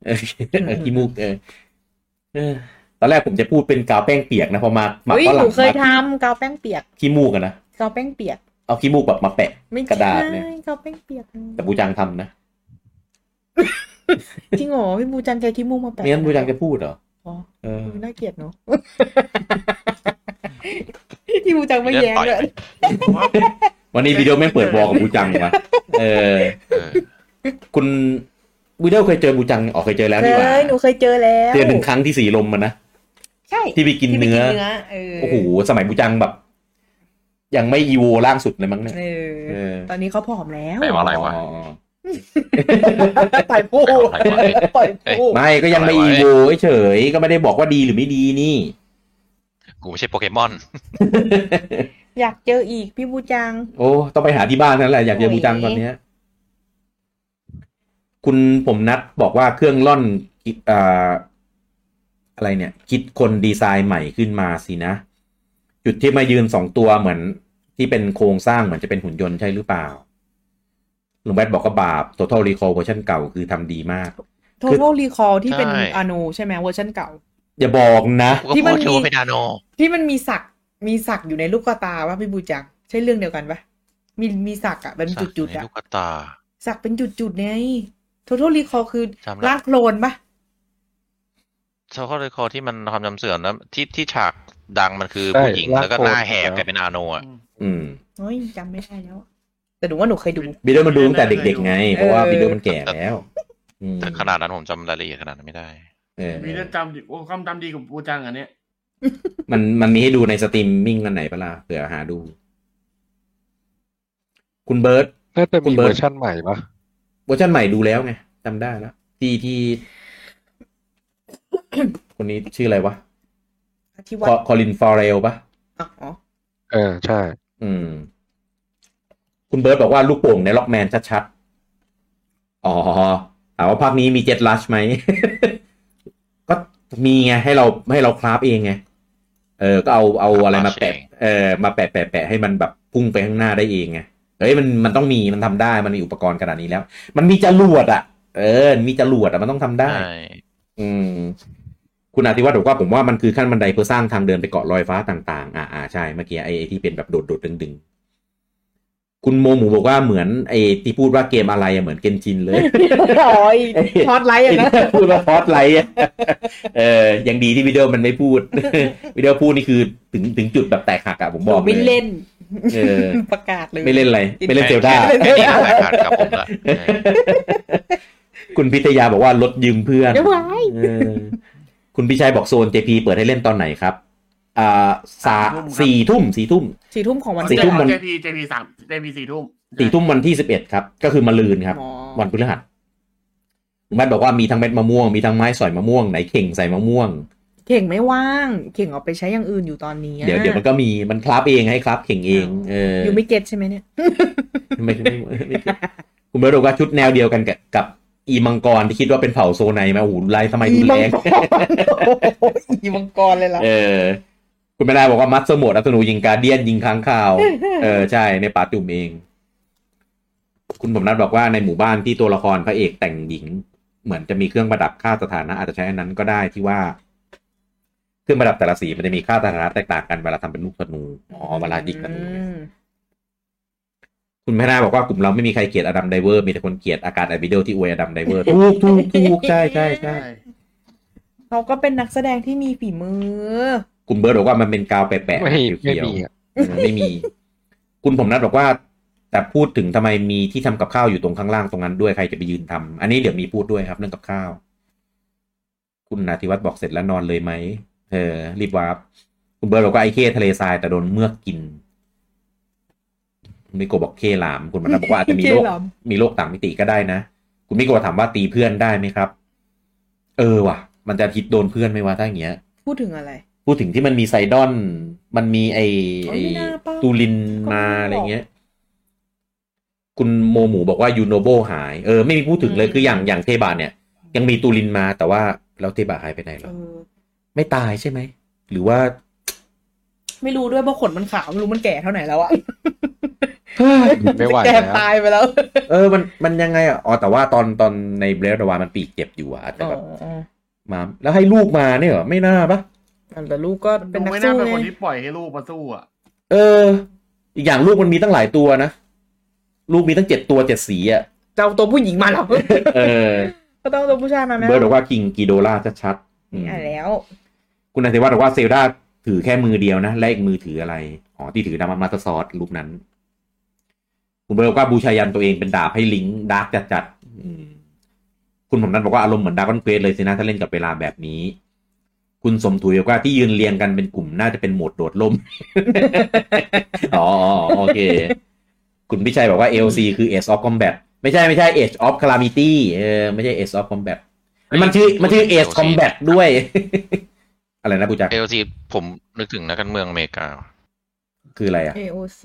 Speaker 1: เออ ขี้มูกเออเออ ตอนแรกผมจะพูดเป็นกาวแป้งเปียกนะพอมาหมัก
Speaker 2: อุ้ย
Speaker 1: ฝ
Speaker 2: ห
Speaker 1: รั่
Speaker 2: นู
Speaker 1: ง
Speaker 2: เคยทำกาวแป้งเปียก
Speaker 1: ขี้มูกกันนะ
Speaker 2: กาวแป้งเปียก
Speaker 1: เอาขี้มูกแบบมาแปะ
Speaker 2: ไม่ใช่
Speaker 1: กระดาษเนี่ย
Speaker 2: กาวแป้งเปียก
Speaker 1: แต่บูจังทำนะ
Speaker 2: จริงเหรอพี่บูจังแกขี้มูกมาแปะ
Speaker 1: ไม่งั้นบูจังจะพูดเหรอ
Speaker 2: อ๋อ
Speaker 1: เออ
Speaker 2: น่าเกลียดเนาะ ที่บูจังไม่แย้ง
Speaker 3: เลื
Speaker 2: เล
Speaker 3: อดต่อย ย
Speaker 4: ผมว่า
Speaker 1: วันนี้วิดีโอแม่งเปิดวอลกับบูจังมาเออ
Speaker 3: เออ
Speaker 1: คุณวิดีโอเคยเจอบูจังอ๋อเคยเจอแล้ว
Speaker 2: เค
Speaker 1: นี่หว่าย
Speaker 2: หนูเคยเจอแล้ว
Speaker 1: เจอหนึ่งครั้งที่สีลมมันนะ
Speaker 2: ใช่
Speaker 1: ที่ไปกินเนื้อ
Speaker 2: เออ
Speaker 1: โอ้โห สมัยบูจังแบบ ยังไม่อีโวล่างสุดเลยมั้งเนี่ย
Speaker 2: เออ
Speaker 1: เออ
Speaker 2: ตอนนี้เขาผอมแล้ว
Speaker 3: แปลว่าอะไรวะ
Speaker 2: ปล่อยพูด
Speaker 3: แปลว่าอะไรวะ
Speaker 2: ปล่อยพูด
Speaker 1: ไม่ก็ยังไม่อีโวเฉยๆก็ไม่ได้บอกว่าดีหรือไม่ดีนี่
Speaker 3: กูไม่ใช่โปเกมอน
Speaker 2: อยากเจออีกพี่บูจัง
Speaker 1: โอ้ต้องไปหาที่บ้านนั่นแหละอยากเจอบูจังตอนเนี้ย คุณผมนัดบอกว่าเครื่องร่อนคิดอ่าอะไรเนี่ย คิดคนดีไซน์ใหม่ขึ้นมาสินะ จุดที่มายืนสองตัวเหมือนที่เป็นโครงสร้างเหมือนจะเป็นหุ่นยนต์ใช่หรือเปล่าลุงแบทบอกว่าบาป Total Recall เวอร์ชันเก่าคือทำดีมาก
Speaker 2: Total Recall ที่เป็น
Speaker 3: ใช่
Speaker 2: อาโนใช่ไหมเวอร์ชันเก่า
Speaker 1: อย่าบอกนะ
Speaker 3: กูก็
Speaker 2: ที่
Speaker 3: พู
Speaker 2: มัน
Speaker 3: ด
Speaker 2: มี
Speaker 3: เชื่อว่าเป็นนาโน
Speaker 2: ที่มันมีสักมีสักอยู่ในลูกตาว่าพี่บูจัง ใช่เรื่องเดียวกันปะมีมีสักอะเป็นจุดๆ
Speaker 3: สักใน
Speaker 2: อะ
Speaker 3: ลูกตา
Speaker 2: สักเป็นจุดๆไง Total Recall คือ
Speaker 3: จำละ
Speaker 2: ลากโคลนปะ
Speaker 3: เฉพาะเลยคอที่มันความจำเสื่อมนะที่ที่ฉากดังมันคือ
Speaker 5: ใช่
Speaker 3: ผู้หญิง
Speaker 5: ลาก
Speaker 3: แล้วก็
Speaker 5: โคน
Speaker 3: หน้าแหก
Speaker 5: แล้ว
Speaker 3: กลายเป็นอาโนอ่ะ
Speaker 1: อืม
Speaker 2: โอ้ยจำไม่ได้แล้วอะแต่หนูว่าหนูเคยดู
Speaker 1: บิดเดอร์มันดูตั้งแต่เด็กๆไง เพราะว่าบิดเดอร์มันแก่แล้วอืม
Speaker 3: แต่ขนาดนั้นผมจำรายละเอียดขนาดนั้นไม่ได้
Speaker 1: เออ
Speaker 4: มีเรื่องจำดีโอ้ความจำดีของปูจังอันเนี้ย
Speaker 1: มันมันมีให้ดูในสตรีมมิ่งอันไหนปะล่ะเผื่อหาดู คุณเบิร์ต
Speaker 5: น่าจะ
Speaker 1: คุ
Speaker 5: มี
Speaker 1: ณเบิ
Speaker 5: เว
Speaker 1: ร์
Speaker 5: อ
Speaker 1: ต
Speaker 5: ร์ชันใหม่ปะ
Speaker 1: เวอร์ชันใหม่ดูแล้วไงจำได้แล้วที่ที่ คนนี้ชื่ออะไรวะ
Speaker 2: ที่วัด
Speaker 1: คอคอลินฟอร์เรลปะ
Speaker 2: อ๋อ
Speaker 5: เออใช่
Speaker 1: อืม คุณเบิร์ตบอกว่าลูกโป่งในล็อกแมนชัดๆ อ๋อถามว่าภาคนี้มีเจ็ดลัชไหม ก็มีไงให้เราให้เราคราฟเองไง เออ ก็เอาเอาอะไรมาแปะ
Speaker 3: Craft เอง
Speaker 1: เออมาแปะแปะแปะให้มันแบบพุ่งไปข้างหน้าได้เองไง เอ ฮ้ยมันมันต้องมีมันทำได้มันมีอุปกรณ์ขนาดนี้แล้ว มันมีจรวดอ่ะ เออ มีจรวดอ่ะมันต้องทำได้
Speaker 3: ใช่
Speaker 1: อืม คุณอาทิวัฒน์บอกว่าผมว่ามันคือขั้นบันไดเพื่อสร้างทางเดินไปเกาะลอยฟ้าต่างๆ อ่าอ่าใช่เมื่อกี้ไอ้ไอ้ที่เป็นแบบโดดโดดดึงดึงๆ คุณโมหมูบอกว่าเหมือนไอ้ที่พูดว่าเกมอะไรอะเหมือนเกนจินเลย
Speaker 2: โอ้ยช็อตไลท์อ่ะ
Speaker 1: ไอ้
Speaker 2: นะ
Speaker 1: เหี้ยพูดว่าพอดไลท์อะเออ ยังดีที่วิดีโอมันไม่พูด วิดีโอพูดนี่คือถึงถึงจุดแบบแตกหักอะผมบอกเลย
Speaker 2: ไม่เล่น
Speaker 1: เออ
Speaker 2: ประกาศเลย
Speaker 1: ไม่เล่นอะไร ไม่เล่นเซลดา
Speaker 3: ไอ้นี่แตกหักกับผมละเออ
Speaker 1: คุณพิทยาบอกว่าลดยืมเพื่อน
Speaker 2: เดี๋ยวไว้
Speaker 1: เออคุณพิชัยบอกโซน JP เปิดให้เล่นตอนไหนครับ อ่าสาสี่ทุ่มสี่ทุ่ม
Speaker 2: สี่ทุ่มของวัน
Speaker 1: สี่ทุ่ม
Speaker 2: จันทร์
Speaker 1: มัน
Speaker 4: เจพีเจพีสามเจพีสี่ทุ่ม
Speaker 1: สี่ทุ่มวันที่สิบเอ็ดครับ ก็คือมะลืนครับ
Speaker 2: อ๋อ
Speaker 1: วันพฤหัสคุณแม่บอกว่ามีทั้งเม็ดมะม่วง มีทั้งไม้สอยมะม่วงไหนเข่งใส่มะม่วง
Speaker 2: เข่งไม่ว่าง เข่งออกไปใช้อย่างอื่นอยู่ตอนนี้อะ
Speaker 1: เดี๋ยวเดี๋ยวมันก็มีมันคราฟเองให้คราฟเข่งเองเออ
Speaker 2: อยู่ไม่เก็ตใช่ไหมเนี่ย
Speaker 1: ไม่ไม่ไม่คุณเบิร์ดบอกว่าชุดแนวเดียวกันกับกับอีมังกรที่คิดว่าเป็นเผ่าโซไนมาโอ้โหูลายทำไมดูแรง
Speaker 2: อีมังกรเลยล่ะ
Speaker 1: เออ คุณแม่นายบอกว่ามัตสโหมดอัตโนูยิงการเดียนยิงค้างคาว เออ ใช่ ในป่าจุ่มเอง คุณผมนัดบอกว่าในหมู่บ้านที่ตัวละครพระเอกแต่งหญิง เหมือนจะมีเครื่องประดับค่าสถานะอาจจะใช้อันนั้นก็ได้ที่ว่า เครื่องประดับแต่ละสีมันจะมีค่าสถานะแตกต่างกันเวลาทำเป็นลูกธนูอ๋อเวลายิงธนูเนี่ย คุณแม่นาบอกว่ากลุ่มเราไม่มีใครเกลียดอดัมไดเวอร์ มีแต่คนเกลียดอาการไอบิเดลที่อวยอดัมไดเวอร์ ถูกถูกถูกใช่ใช่ใช่
Speaker 4: ใช่
Speaker 2: เขาก็เป็นนักแสดงที่มีฝีมือ
Speaker 1: คุณเบิร์ดบอกว่ามันเป็นกาวแปะๆ
Speaker 5: ไม่ไม่
Speaker 1: เขียว
Speaker 5: มีอะ
Speaker 1: ๆเออไม่มี คุณผมนัดบอกว่า แต่พูดถึงทำไมมีที่ทำกับข้าวอยู่ตรงข้างล่างตรงนั้นด้วยใครจะไปยืนทำอันนี้เดี๋ยวมีพูดด้วยครับ เรื่องกับข้าว คุณนาทิวัฒน์บอกเสร็จแล้วนอนเลยไหมเออรีบวาร์ปคุณเบิร์ดบอกว่าไอเคทะเลทรายแต่โดนเมือกกินคุณมิโกะบอกเคหลาม คุณมนัดบอกว่าอาจจะมีโรค
Speaker 2: เคหลาม
Speaker 1: มีโรคต่างมิติก็ได้นะ คุณมิโกะถามว่าตีเพื่อนได้ไหมครับ เออว่ะ มันจะฮิตโดนเพื่อนไหมวะถ้าอย่างเงี้ย
Speaker 2: พูดถึงอะไร
Speaker 1: พูดถึงที่มันมีไซดอน มันมีไอ
Speaker 2: โอ้
Speaker 1: ไอย
Speaker 2: ไม่น่าเปล่า
Speaker 1: ตูลิน
Speaker 2: ก็ไม่
Speaker 1: มา
Speaker 2: บอก
Speaker 1: อะไรเงี้ย คุณโมหมูบอกว่ายูโนโบหาย เออไม่มีพูดถึงเลย
Speaker 2: อืม
Speaker 1: คืออย่างอย่างเทบาเนี่ย ยังมีตูลินมาแต่ว่าแล้วเทบาหายไปไหนหร
Speaker 2: เอ
Speaker 1: อ
Speaker 2: อ
Speaker 1: ไม่ตายใช่ไหม หรือว่า
Speaker 2: ไม่รู้ด้วยว่าขนมันขาวไม่รู้มันแก่เท่าไหนแล้วอะ
Speaker 5: ไม่ไหว
Speaker 2: แก่
Speaker 5: แล้ว
Speaker 2: ตายไปแล้ว
Speaker 1: เออ มันมันยังไงอะอ๋อแต่ว่าตอนตอนในเบลดวามันปีกเจ็บอยู่อะอาจจะแบบ
Speaker 2: อ๋อ
Speaker 1: มาแล้วให้ลูกมาเนี่ยเหรอไม่น่าปะ
Speaker 2: แต่ลูกก็
Speaker 4: มัน
Speaker 2: เป็
Speaker 4: ดู
Speaker 2: นนัก
Speaker 4: ไม่น่า
Speaker 2: สู้
Speaker 4: เป็น
Speaker 2: ไง
Speaker 4: คนที่ปล่อยให้ลูกมาสู้อ่ะ
Speaker 1: เออ อีกอย่างลูกมันมีตั้งหลายตัวนะ ลูกมีตั้งเจ็ดตัวเจ็ดสีอ่ะ
Speaker 2: เจ้าตัวผู้หญิงมาแล้ว
Speaker 1: เออ
Speaker 2: ก็ต้องเอาตัวผู้ชายมาไหม
Speaker 1: เบิร์ดบอกว่ากิงกิโดล่าชัดๆอืม
Speaker 2: นี่อ่ะแล้ว
Speaker 1: คุณนายเทวัฒน์บอกว่าเซลดาถือแค่มือเดียวนะ และอีกมือถืออะไร อ๋อ ที่ถือน้ำมันมาสเตอร์ซอสรูปนั้น คุณเบิร์ดบอกว่าบูชายันตัวเองเป็นดาบให้ลิงก์ดาร์กจัดๆอืมคุณผมนั้นบอกว่าอารมณ์เหมือนดาร์กคอนเควสเลยสินะถ้าเล่นกับเวลาแบบนี้ คุณสมถุยบอกว่าที่ยืนเรียงกันเป็นกลุ่มน่าจะเป็นโหมดโดดล่ม อ๋ออ๋อโอเค คุณพิชัยบอกว่า AOC คือ Age of Combat ไม่ใช่ไม่ใช่ Age of Calamity เออไม่ใช่ Age of Combat มันชื่อมันชื่อ Age Combat ด้วย อะไรนะปูจัก
Speaker 3: เอลซีผมนึกถึงนักการเมืองอเมริกา
Speaker 1: คืออะไรอ่ะ
Speaker 2: AOC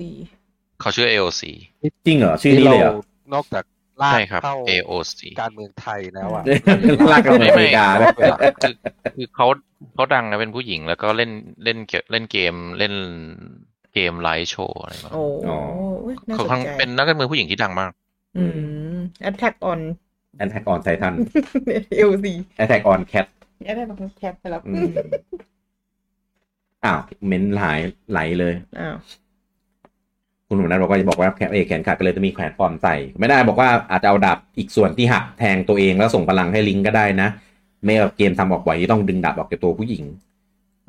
Speaker 3: เขาชื่อ AOC
Speaker 1: จริงเหรอ ชื่อนี้เลยเหรอ
Speaker 5: นอกจากลา
Speaker 3: ใช่
Speaker 5: ก
Speaker 3: ครับ
Speaker 5: เข้า
Speaker 3: AOC
Speaker 5: การเมืองไทยแล้วอ่ะ
Speaker 1: ลากกลับไปอเมริกานะ
Speaker 5: ไม่
Speaker 3: คือคือเขาเขาดังนะเป็นผู้หญิงแล้วก็เล่นเล่นเกมเล่นเกมเล่นเกมไลฟ์โชว์อะไรแบบ
Speaker 2: โอ้ยน่า
Speaker 3: เขา
Speaker 2: สน
Speaker 3: ทั้ง
Speaker 2: ใจ
Speaker 3: เป็นนักการเมืองผู้หญิงที่ดังมาก
Speaker 2: อืม Attack on
Speaker 1: แอนแทกออนไททัน
Speaker 2: AOC
Speaker 1: แอนแทกออนแคท
Speaker 2: Attack on Cat ไปแล้ว
Speaker 1: อ้าว เม้นหายไหลเลย
Speaker 2: อ้าว
Speaker 1: คุณหนุ่มนัทบอกว่าจะบอกว่าแขนเอกแขนขาดก็เลยจะมีแขวนปลอมใส่ ไม่ได้บอกว่าอาจจะเอาดาบอีกส่วนที่หักแทงตัวเองแล้วส่งพลังให้ลิงก์ก็ได้นะ ไม่เอาเกมทำออกบ่อยที่ต้องดึงดาบออกจากตัวผู้หญิง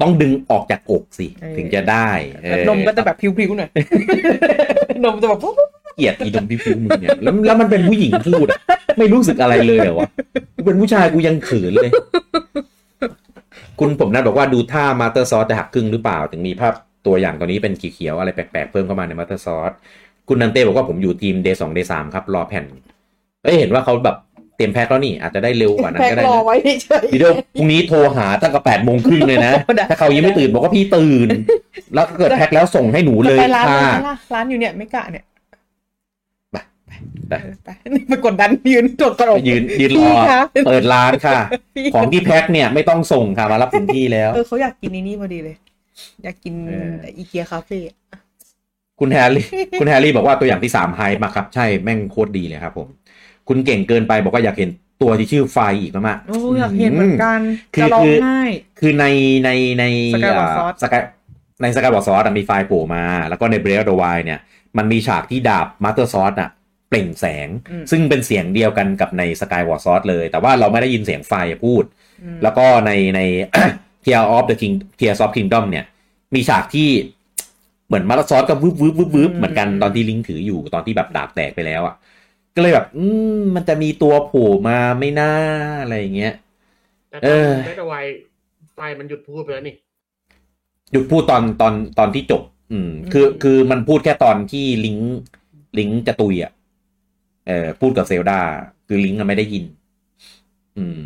Speaker 1: ต้องดึงออกจากอกสิ
Speaker 2: เออ
Speaker 1: ถึงจะได้เออน
Speaker 2: มก็จะแบบพริ้วๆหน่อย นมจะแบบปุ๊บปุ๊บ
Speaker 1: เกลียดอีดมพิพิวมึงเนี่ยแล้วแล้วมันเป็นผู้หญิงพูดอะไม่รู้สึกอะไรเลยเหรอวะกูเป็นผู้ชายกูยังเขืนเลย คุณผมนัทบอกว่าดูท่ามาเตอร์ซอสจะหักครึ่งหรือเปล่า ถึงมีภาพตัวอย่างตัวนี้เป็นเขียวๆอะไรแปลกๆเพิ่มเข้ามาในมาเตอร์ซอส คุณนันเต้บอกว่าผมอยู่ทีม day สอง day สามครับ รอแผ่นเอ้ยเห็นว่าเขาแบบเตรียมแพ็คแล้วนี่ อาจจะได้เร็วกว่านั้น
Speaker 2: แพ็ค
Speaker 1: ก็ได้
Speaker 2: รอ
Speaker 1: นะ
Speaker 2: ไว้เฉย
Speaker 1: วิดีโอพรุ่งนี้โทรหาตั้งแต่แปดโมงครึ่งเลยนะ
Speaker 2: ได้
Speaker 1: ถ้าเขายังไม่ตื่นบอกว่าพี่ตื่น แล้วถ้าเกิดแพ็คแล้วส่งให้หนูเลย
Speaker 2: จะไปร้าน
Speaker 1: ค่ะ
Speaker 2: ไหนล่ะร้านอยู่เนี่ยไม่กะเนี่ย
Speaker 1: ไปไป
Speaker 2: ไปไปกดดัน ยืนตรวจกระโหลก
Speaker 1: ยืนยืนร
Speaker 2: พี่
Speaker 1: อ
Speaker 2: คะ
Speaker 1: เปิดร้านค่ะ
Speaker 2: พี่
Speaker 1: ของที่แพ็คเนี่ยไม่ต้องส่งค่ะมารับถึงที่แล้ว
Speaker 2: เออเขาอยากกินในนี่พอดีเลย อยากกิน
Speaker 1: เออ
Speaker 2: อีเกียคาเฟ่
Speaker 1: คุณแฮร์รี่ คุณแฮร์รี่บอกว่าตัวอย่างที่สามไฮมาครับ ใช่แม่งโคตรดีเลยครับผม คุณเก่งเกินไปบอกว่าอยากเห็นตัวที่ชื่อไฟอีกมากๆ
Speaker 2: โอ้อยากเห็นเหมือนกัน
Speaker 1: คือ
Speaker 2: จะร้อง
Speaker 1: คือ
Speaker 2: ไห้
Speaker 1: คือในในใน
Speaker 2: Skyward Sword
Speaker 1: สกายในสกายบอร์ดซอสมีไฟล์โผล่มา แล้วก็ในเบรดดวายเนี่ย มันมีฉากที่ดาบมาสเตอร์ซอสอะเปล่งแสง
Speaker 2: อืม
Speaker 1: ซึ่งเป็นเสียงเดียวกันกับในสกายบอร์ดซอสเลย แต่ว่าเราไม่ได้ยินเสียงไฟล์พูด
Speaker 2: อืม
Speaker 1: แล้วก็ในใน Tear of the King Tear of Kingdom เนี่ย มีฉากที่เหมือนมาราซอสก็วืบวืบวืบวืบเหมือนกันตอนที่ลิงถืออยู่ตอนที่แบบดาบแตกไปแล้วอ่ะ ก็เลยแบบ อืมมันจะมีตัวโผล่มาไม่น่าอะไรอย่างเงี้ย
Speaker 8: แต่
Speaker 1: เอ
Speaker 8: ตอน
Speaker 1: อ
Speaker 8: เดดไวไฟมันหยุดพูดไปแล้วนี่
Speaker 1: หยุดพูดตอนตอนตอนที่จบ อืม คือคือมันพูดแค่ตอนที่ลิงก์ลิงก์จะตุยอ่ะ เออพูดกับเซลดา คือลิงก์อะไม่ได้ยิน อืม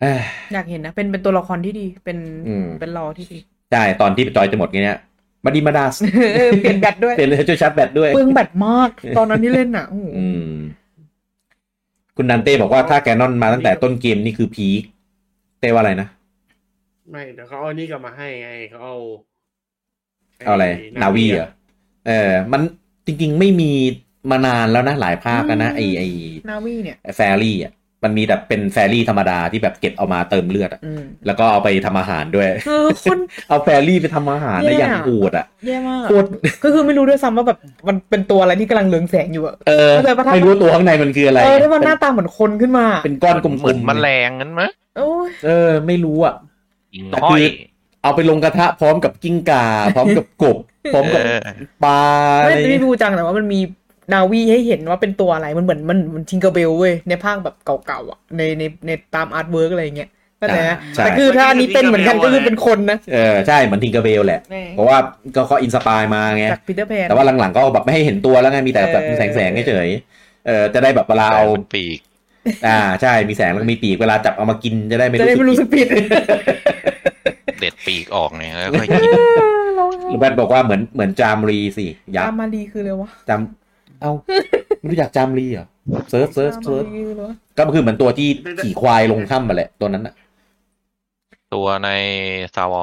Speaker 1: เอ้ย
Speaker 2: อยากเห็นนะ เป็นเป็นตัวละครที่ดี เป็น
Speaker 1: อืม
Speaker 2: เป็นรอที่ดี
Speaker 1: ใช่ตอนที่จอยจะหมดเนี่ยมาดีมาดาส
Speaker 2: เออเปลี่ยนแบตด้วย
Speaker 1: เป็นช่วยชาร์จแบตด้วย
Speaker 2: เปลืองแบตมาก ตอนนั้นที่เล่นอ่ะโอ้โห
Speaker 1: อืม คุณนันเต้บอกว่าถ้าแกนอนมาตั้งแต่ต้นเกมนี่คือพีคเต้ว่าอะไรนะ
Speaker 8: ไม่เดี๋ยวเขาเอานี่กลับมาให้ไงเขาเอา
Speaker 1: เอาอะไร นาวีเหรอเออ มันจริงๆไม่มีมานานแล้วนะ หลายภาคแล้วนะไอไอ
Speaker 2: นาวีเนี่ย
Speaker 1: แฟรี่อ่ะ มันมีแบบเป็นแฟรี่ธรรมดาที่แบบเก็บเอามาเติมเลือดอ่ะ
Speaker 2: อืม
Speaker 1: แล้วก็เอาไปทำอาหารด้วย
Speaker 2: เออคน
Speaker 1: เอาแฟรี่ไปทำอาหาร
Speaker 2: เนี่
Speaker 1: ได้
Speaker 2: ย
Speaker 1: อย่างโหดอ่ะ
Speaker 2: แย่มาก
Speaker 1: โคตร
Speaker 2: ก็คือไม่รู้ด้วยซ้ำว่าแบบมันเป็นตัวอะไรที่กำลังเลืองแสงอยู่อะ
Speaker 1: เออ
Speaker 2: เข้าใจปะถ้า
Speaker 1: ไม่รู้ตัวข้างในมันคืออะไร
Speaker 2: เออที่มันหน้าตาเหมือนคนขึ้นมา
Speaker 1: เป็นก้อนกลม
Speaker 3: เหมือน
Speaker 1: ๆ
Speaker 3: แมลงนั้นมั้ย
Speaker 2: โอ้ย
Speaker 1: เออ ไม่รู้อ่ะ
Speaker 3: หิ่งห้อย
Speaker 1: เอาไปลงกระทะพร้อมกับกิ้งก่า พร้อมกับกบพ ร้อมกับ
Speaker 3: เออ
Speaker 1: ปลาอะไร
Speaker 2: ไม่ได้ดูจังแต่ว่ามันมีนาวีให้เห็นว่าเป็นตัวอะไรมันเหมือนมันมันทิงเกอร์เบลเว้ยในภาคแบบเก่าๆอ่ะในในในตามอาร์ตเวิร์กอะไรอย่างเงี้ยก็แต่นะ
Speaker 1: ใช่
Speaker 2: แต่คือถ้าอันนี้เป็นเหมือนกันก็คือเป็นคนนะ
Speaker 1: เออใช่เหมือนทิงเกอร์เบลแหละ
Speaker 2: แม่
Speaker 1: เพราะว่าก็เขาอินสปายมาไง
Speaker 2: จากปีเตอร์แพน
Speaker 1: แต่ว่าหลังๆก็แบบไม่ให้เห็นตัวแล้วไง มีแต่แบบแสงแสงๆเฉยๆเออ จะได้แบบเวลาเอา
Speaker 3: แต่มันปีก
Speaker 1: อ่าใช่มีแสงแล้วก็มีปีกเวลาจับเอามากินจะได้ไม่
Speaker 2: จะได้ไม่รู้สึกผิด
Speaker 3: เด็ดปีกออกเนี่ยแล้วก็กิน
Speaker 1: ลูกแบทบอกว่าเหมือนเหมือนจามรีสิยัก
Speaker 2: ตาม
Speaker 1: ษ์
Speaker 2: มารีคือเลยวะ
Speaker 1: จามเอาไม่รู้จักจามรีเหรอเซิร์ชเซิร์ช
Speaker 2: ตาม
Speaker 1: เซิร์
Speaker 2: มา
Speaker 1: ช
Speaker 2: รีคือเลยวะ
Speaker 1: ก็คือเหมือนตัวที่ขี่ควายลงถ้ำมาแหละตัวนั้นอะ
Speaker 3: ตัวในซาวอ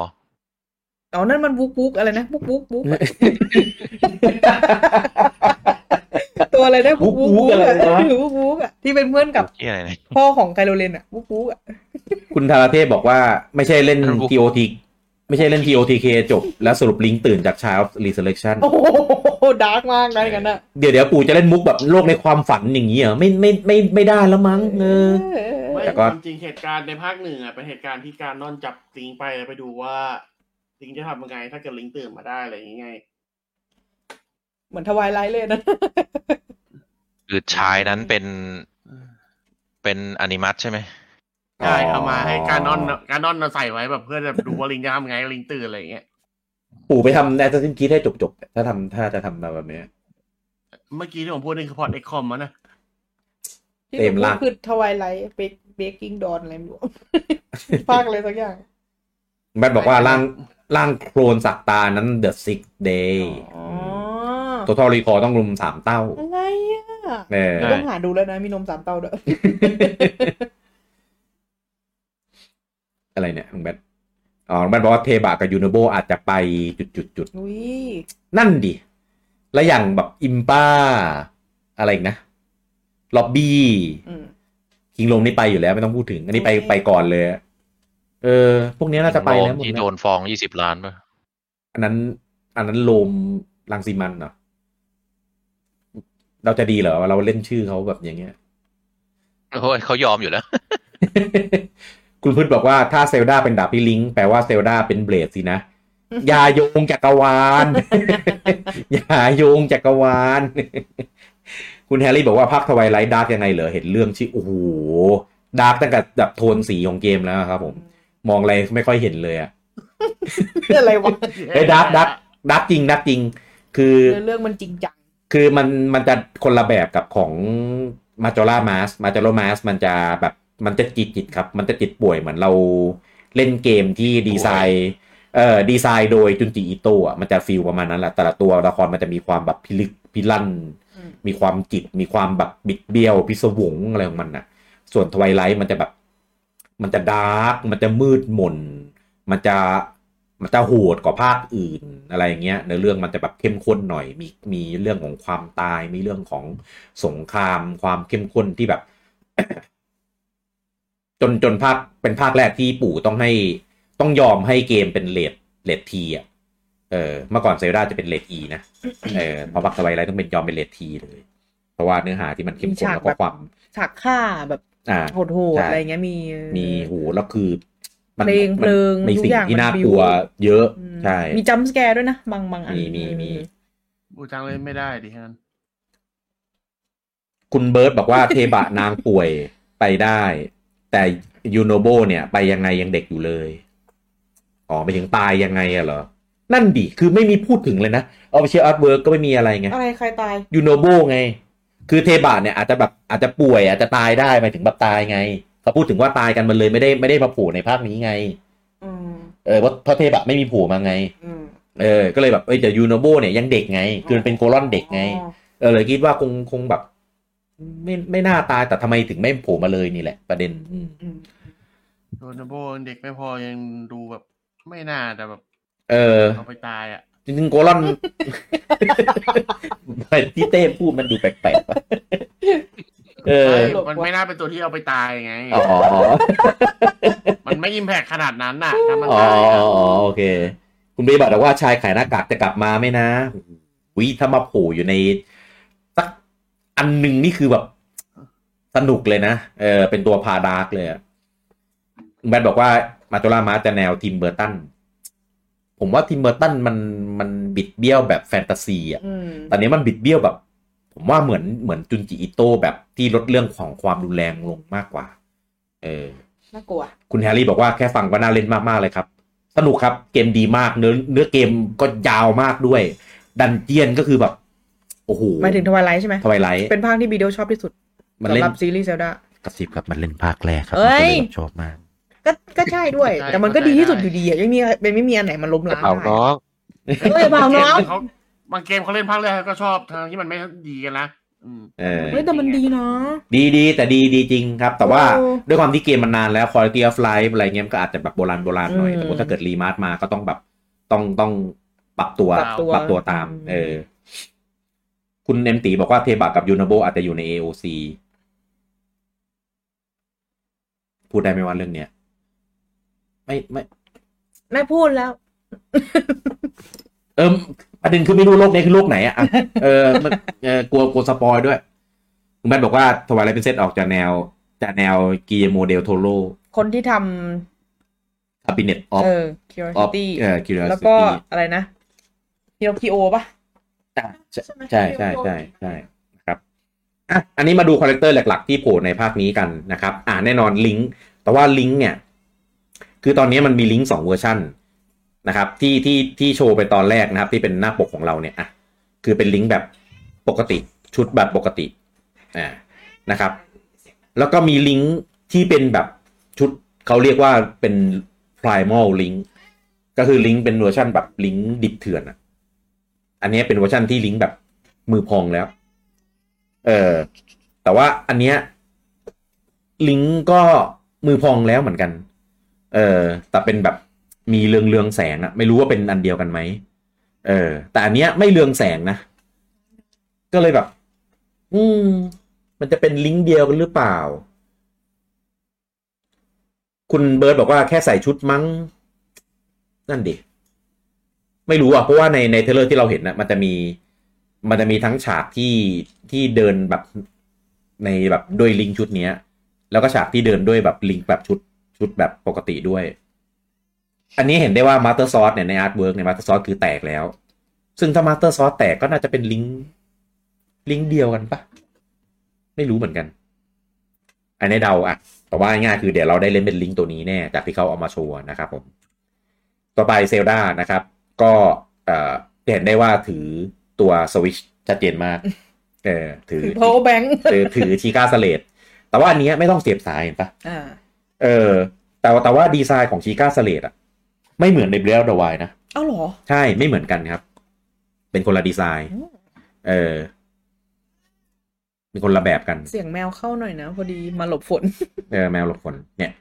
Speaker 2: อ๋อนั่นมันบุ๊กบุ๊กอะไรนะบุ๊กบุ๊กบุ๊ก ตัวอะไรนะบุ๊กบุ๊กอะไร นะบุ๊กบุ๊กอะที่เป็นเพื่อนกับ
Speaker 3: ที่อะไรเนี่ย
Speaker 2: พ่อของไคโรเลนอะบุ๊กบุ๊กอะ
Speaker 1: คุณธาราเทพบอกว่าไม่ใช่เล่น
Speaker 3: ท่านบุ๊ค
Speaker 1: TOT ไม่ใช่เล่น TOTK จบ แล้วสรุปลิงก์ตื่นจาก Child Resurrection
Speaker 2: โอ้โหดาร์กมากนะอย่างนั้นอะ
Speaker 1: เดี๋ยวเดี๋ยวปู่จะเล่นมุกแบบโลกในความฝันอย่างนี้เหรอไม่ไม่ไม่ไม่ได้แล้วมั้งเออ
Speaker 4: ไม่
Speaker 1: แต่ก็
Speaker 4: ความจริงเหตุการณ์ในภาคหนึ่งอ่ะเป็นเหตุการณ์ที่การนอนจับลิงไปแล้วไปดูว่าลิงจะทำยังไง ถ้าเกิดลิงตื่นมาได้อะไรอย่างเงี้ย
Speaker 2: เหมือนทวายไลท์เลยนะ
Speaker 3: คือชายนั้นเป็นเป็นอนิมัตใช่ไหม
Speaker 4: ใช่เอามาให้การนอนการนอนเอาใส่ไว้แบบเพื่อจะดูว่าลิงจะทำยังไงลิงตื่นอะไรอย่างเงี้ย
Speaker 1: ปู่ไปทำแอสซิ s คิดให้จบๆถ้าทำถ้าจะทำมาแบบเนี้ย
Speaker 4: เมื่อกี้ที่ผมพูดนี่คือพอดเอ็กคอมมันนะ
Speaker 2: ที่
Speaker 1: เต็มละ
Speaker 2: ผมพูดคือทวายไลท์เบกเบกกิ้งดอนอะไรไม่รู้ ภาคอะไรสักอย่าง
Speaker 1: แบทบอกว่าร่างร่างโครนสักตานั้น The Sick Day
Speaker 2: อ๋อ
Speaker 1: ตัวทอรีคอต้องรุมสามเต้า
Speaker 2: อะไรอะ
Speaker 1: เออ
Speaker 2: ต้องหาดูแล้วนะมีนมสามเต้าด้วย
Speaker 1: อะไรเนี่ยลุงแบทอ๋อลุงแบทบอกว่าเทบะกับยูนโบอาจจะไปจุดจุดจุด
Speaker 2: อุ้ย
Speaker 1: นั่นดิ แล้วอย่างแบบอิมป้า อะไรอีกนะล็อบบี้
Speaker 2: อืม
Speaker 1: คิงลมนี่ไปอยู่แล้วไม่ต้องพูดถึง อันนี้ไป
Speaker 2: ใช่
Speaker 1: ไปก่อนเลย เออ พวกเนี้ยน่าจะไปแล้วหมด
Speaker 3: ที่
Speaker 1: เล
Speaker 3: โด
Speaker 1: ย
Speaker 3: นฟ้องยี่สิบล้านป่ะ
Speaker 1: อันนั้น อันนั้นโลมลังซีมันเหรอเราจะดีเหรอว่าเราเล่นชื่อเขาแบบอย่างเงี้ย
Speaker 3: โอ้ยเขายอมอยู่แล้ว
Speaker 1: คุณพืชบอกว่าถ้าเซลดาเป็นดาบพี่ลิงก์แปลว่าเซลดาเป็นเบลดสินะ อย่าโยงจักรวาล อย่าโยงจักรวาล คุณแฮร์รี่บอกว่าภาคทวายไลท์ดาร์กยังไงเหรอเห็นเรื่องชื่อโอ้โหดาร์กตั้งแต่แบบโทนสีของเกมแล้วครับผม มองอะไรไม่ค่อยเห็นเลยอะ
Speaker 2: อะไรวะ
Speaker 1: เอ้ยดาร์กดาร์กดาร์กจริงดาร์กจริง คือ
Speaker 2: เนื้อเรื่องมันจริงจัง
Speaker 1: คือมันมันจะคนละแบบกับของมาจ o ล่ามาสมาจ o ล่ามาสมันจะแบบมันจะจิตจิตครับ มันจะจิตป่วยเหมือนเราเล่นเกมที่ดีไซน์เอ่อดีไซน์โดยจุนจิอิโตะมันจะฟีลประมาณนั้นแหละแต่ละตัวละครมันจะมีความแบบพิลึกพิลั่น
Speaker 2: อืม
Speaker 1: มีความจิต มีความแบบบิดเบี้ยวพิศวงอะไรของมันน่ะ ส่วนทวายไลท์มันจะแบบ มันจะดาร์กมันจะมืดมน มันจะ มันจะโหดกว่าภาคอื่นอะไรอย่างเงี้ยในอเรื่องมันจะแบบเข้มข้นหน่อย มีมีเรื่องของความตาย มีเรื่องของสงคราม ความเข้มข้นที่แบบ จนจนภาคเป็นภาคแรกที่ปู่ต้องให้ต้องยอมให้เกมเป็นเลดเลดทีอ่ะเออเมื่อก่อนเซลดาจะเป็นเลดอีนะเออพอพักสวายไรต้องเป็นยอมเป็นเลดทีเลย เพราะว่าเนื้อหาที่มันเข้มข้นแล้วก็ความ
Speaker 2: ฉากฆ่าแบบ
Speaker 1: อ่า
Speaker 2: โหด
Speaker 1: ใช่
Speaker 2: ๆอะไรเงี้ยมี
Speaker 1: มีโหแล้วคือ
Speaker 2: เพลงเพลิง
Speaker 1: มี
Speaker 2: ทุก
Speaker 1: สิ่ง
Speaker 2: อย่าง
Speaker 1: ที่
Speaker 2: มัน
Speaker 1: น่า
Speaker 2: บิ้ว
Speaker 1: กลัวเยอะ
Speaker 2: อืม
Speaker 1: ใช่
Speaker 2: มีจัมป์สแกร์ด้วยนะบางบางอัน
Speaker 1: มีมีมี
Speaker 4: บูจังเล่นไม่ได้ดิฮะ
Speaker 1: คุณเบิร์ตบอกว่า เทบะนางป่วยไปได้ แต่ยูโนโบเนี่ย ไปยังไงยังเด็กอยู่เลยอ๋อไปถึงตายยังไงอะเหรอ นั่นดิ คือไม่มีพูดถึงเลยนะเอาไปเชียร์อาร์ตเวิร์กก็ไม่มีอะไรไง
Speaker 2: อะไรใครตาย
Speaker 1: ยูโนโบไง คือเทบะเนี่ยอาจจะแบบอาจจะป่วย อาจจะตายได้หมายถึงแบบตายไงเขาพูดถึงว่าตายกันมันเลยไม่ได้ไม่ได้มาโผล่ในภาคนี้ไง
Speaker 2: อืม
Speaker 1: เออเพราะเพราะเทบะไม่มีโผล่มาไง
Speaker 2: อืม
Speaker 1: เออ ก็เลยแบบ เอ้ยแต่ยูโนโบเนี่ยยังเด็กไง คือมันเป็นโกลอนเด็กไง
Speaker 2: อ๋อ
Speaker 1: เออเลยคิดว่าคงคงแบบ ไม่ไม่น่าตายแต่ทำไมถึงไม่โผล่มาเลยนี่แหละประเด็นอืม
Speaker 2: อืม
Speaker 4: โดนโบเด็กไม่พอยังดูแบบไม่น่าแต่แบบ
Speaker 1: เออ
Speaker 4: เอาไปตายอ่ะ
Speaker 1: จริงๆโกลอน ที่เต้พูดมันดูแปลกๆปะเออ
Speaker 4: มันไม่น่าเป็นตัวที่เอาไปตายไง
Speaker 1: อ๋อ
Speaker 4: มันไม่อิมแพคขนาดนั้นน่ะถ้ามัน
Speaker 1: อ๋อ
Speaker 4: ตาย
Speaker 1: อ๋
Speaker 4: อะ
Speaker 1: อโอเค คุณเบย์บอกว่าชายขายหน้ากากจะกลับมาไหมนะวิถ้ามาโผล่อยู่ในสักอันหนึ่งนี่คือแบบ สนุกเลยนะ เออ เป็นตัวพาดาร์กเลยอะคุณแบทบอกว่ามาโจล่ามาจะแนวทีมเบอร์ตัน ผมว่าทีมเบอร์ตันมันมันบิดเบี้ยวแบบแฟนตาซีอ่ะ
Speaker 2: อืม
Speaker 1: ตอนนี้มันบิดเบี้ยวแบบ ผมว่าเหมือนเหมือนจุนจิอิโต้แบบที่ลดเรื่องของความรุนแรงลงมากกว่า เออ
Speaker 2: น่ากลัว
Speaker 1: คุณแฮร์รี่บอกว่าแค่ฟังก็น่าเล่นมาก ๆ เลยครับ สนุกครับเกมดีมากเนื้อเนื้อเกมก็ยาวมากด้วย ดันเจียนก็คือแบบ โอ้โห
Speaker 2: หมายถึงทวายไลท์ใช่ไหม
Speaker 1: ทวายไลท์
Speaker 2: เป็นภาคที่บีโดชอบที่สุด
Speaker 1: มัน
Speaker 2: สำ
Speaker 1: เล่น
Speaker 2: หรับซีรีส์เซลดา
Speaker 1: กระซิบครับมันเล่นภาคแรกครับ
Speaker 2: เอ้ย
Speaker 1: ผมก็ลแบบชอบมาก
Speaker 2: ก็ก็ใช่ด้วย แต่มันก็ดีที่สุดอยู่ดีอะยังมีเป็นไม่มีอันไหนมันล้ม
Speaker 5: กระ
Speaker 2: ล้าง
Speaker 5: เป๋า
Speaker 2: ได้
Speaker 5: น้อง
Speaker 2: เอ้ยเปล่าน้อง
Speaker 4: เขาบางเกมเขาเล่นภาคแรกเขาก็ชอบทางที่มันไม่ดีกันนะอืม
Speaker 1: เออ
Speaker 2: เฮ้ยแต่มันดีเนาะ
Speaker 1: ดีดีแต่ดีดีจริงครับ แต่ว่า
Speaker 2: โอ้
Speaker 1: ด้วยความที่เกมมันนานแล้ว quality of life อะไรเงี้ยมันก็อาจจะแบบโบราณโบราณหน่อย
Speaker 2: อืม
Speaker 1: แต่ว่าถ้าเกิดรีมาร์ทมาก็ต้องแบบต้องต้องปรับตัว
Speaker 2: ปรับตัว
Speaker 1: ตาม
Speaker 2: อืม
Speaker 1: เออ คุณเอ็มตีบอกว่าเทบะกับยูนโบอาจจะอยู่ใน AOC พูดได้ไหมว่าเรื่องเนี้ยไม่ไม่
Speaker 2: ไม่พูดแล้ว
Speaker 1: เออประเด็นคือไม่รู้โลกนี้คือโลกไหนอะอ่ะ เออมันเออกลัวกลัวสปอยด้วยคุณแบทบอกว่าถวายไรเป็นเซตออกจากแนวจากแนวกีโมเดลโทโร่
Speaker 2: คนที่ท
Speaker 1: คาบิเนตออฟ
Speaker 2: ำเออ
Speaker 1: ออฟ
Speaker 2: curiosity
Speaker 1: เอ่อคิว
Speaker 2: แล้วก็อะไรนะฮิโรคิโอปะ
Speaker 1: ใช่
Speaker 2: ใช่ไหม
Speaker 1: ใช่ใช่ใช่ใช่นะครับอ่ะอันนี้มาดูคาแรคเตอร์หลักๆ ที่โผล่ในภาคนี้กันนะครับ อ่าแน่นอนลิงก์แต่ว่าลิงก์เนี่ย คือตอนนี้มันมีลิงก์สองเวอร์ชันนะครับ ที่ที่ที่โชว์ไปตอนแรกนะครับ ที่เป็นหน้าปกของเราเนี่ยอ่ะคือเป็นลิงก์แบบปกติชุดแบบปกติอ่านะครับ แล้วก็มีลิงก์ที่เป็นแบบชุดเขาเรียกว่าเป็น primal link ก็คือลิงก์เป็นเวอร์ชันแบบลิงก์ดิบเถื่อนอะอันเนี้ยเป็นเวอร์ชันที่ลิงก์แบบมือพองแล้ว เออ แต่ว่าอันเนี้ยลิงก์ก็มือพองแล้วเหมือนกัน เออ แต่เป็นแบบมีเรืองเรืองๆแสงอะไม่รู้ว่าเป็นอันเดียวกันไหม เออ แต่อันเนี้ยไม่เรืองแสงนะ ก็เลยแบบ อืม มันจะเป็นลิงก์เดียวกันหรือเปล่า คุณเบิร์ดบอกว่าแค่ใส่ชุดมั้ง นั่นดิ ไม่รู้อ่ะ เพราะว่าในในเทรลเลอร์ที่เราเห็นนะมันจะมี มันจะมีทั้งฉากที่ที่เดินแบบในแบบด้วยลิงก์ชุดเนี้ย แล้วก็ฉากที่เดินด้วยแบบลิงก์แบบชุดชุดแบบปกติด้วย อันนี้เห็นได้ว่ามาสเตอร์ซอสเนี่ยในอาร์ตเวิร์กเนี่ยมาสเตอร์ซอสคือแตกแล้ว ซึ่งถ้ามาสเตอร์ซอสแตกก็น่าจะเป็นลิงก์ลิงก์เดียวกันปะไม่รู้เหมือนกัน อันนี้เดาอ่ะ แต่ว่าง่ายๆคือเดี๋ยวเราได้เล่นเป็นลิงก์ตัวนี้แน่จากที่เขาเอามาโชว์นะครับผม ต่อไปเซลดานะครับ ก็เอ่อเห็นได้ว่าถือตัวสวิชชัดเจนมากเออถือ
Speaker 2: p o w e r bank
Speaker 1: ถือถือชิก้าสเลดแต่ว่าอันเนี้ยไม่ต้องเสียบสายเห็นปะ
Speaker 2: อ่า
Speaker 1: เออ แต่ว่าแต่ว่าดีไซน์ของชิก้าสเลดอะไม่เหมือนในเบรลดวายนะ
Speaker 2: เอ้าเหรอ
Speaker 1: ใช่ไม่เหมือนกันครับ เป็นคนละดีไซน์
Speaker 2: อืม
Speaker 1: เออเป็นคนละแบบกัน
Speaker 2: เสียงแมวเข้าหน่อยนะ พอดีมาหลบฝน
Speaker 1: เออแมวหลบฝนเนี่ย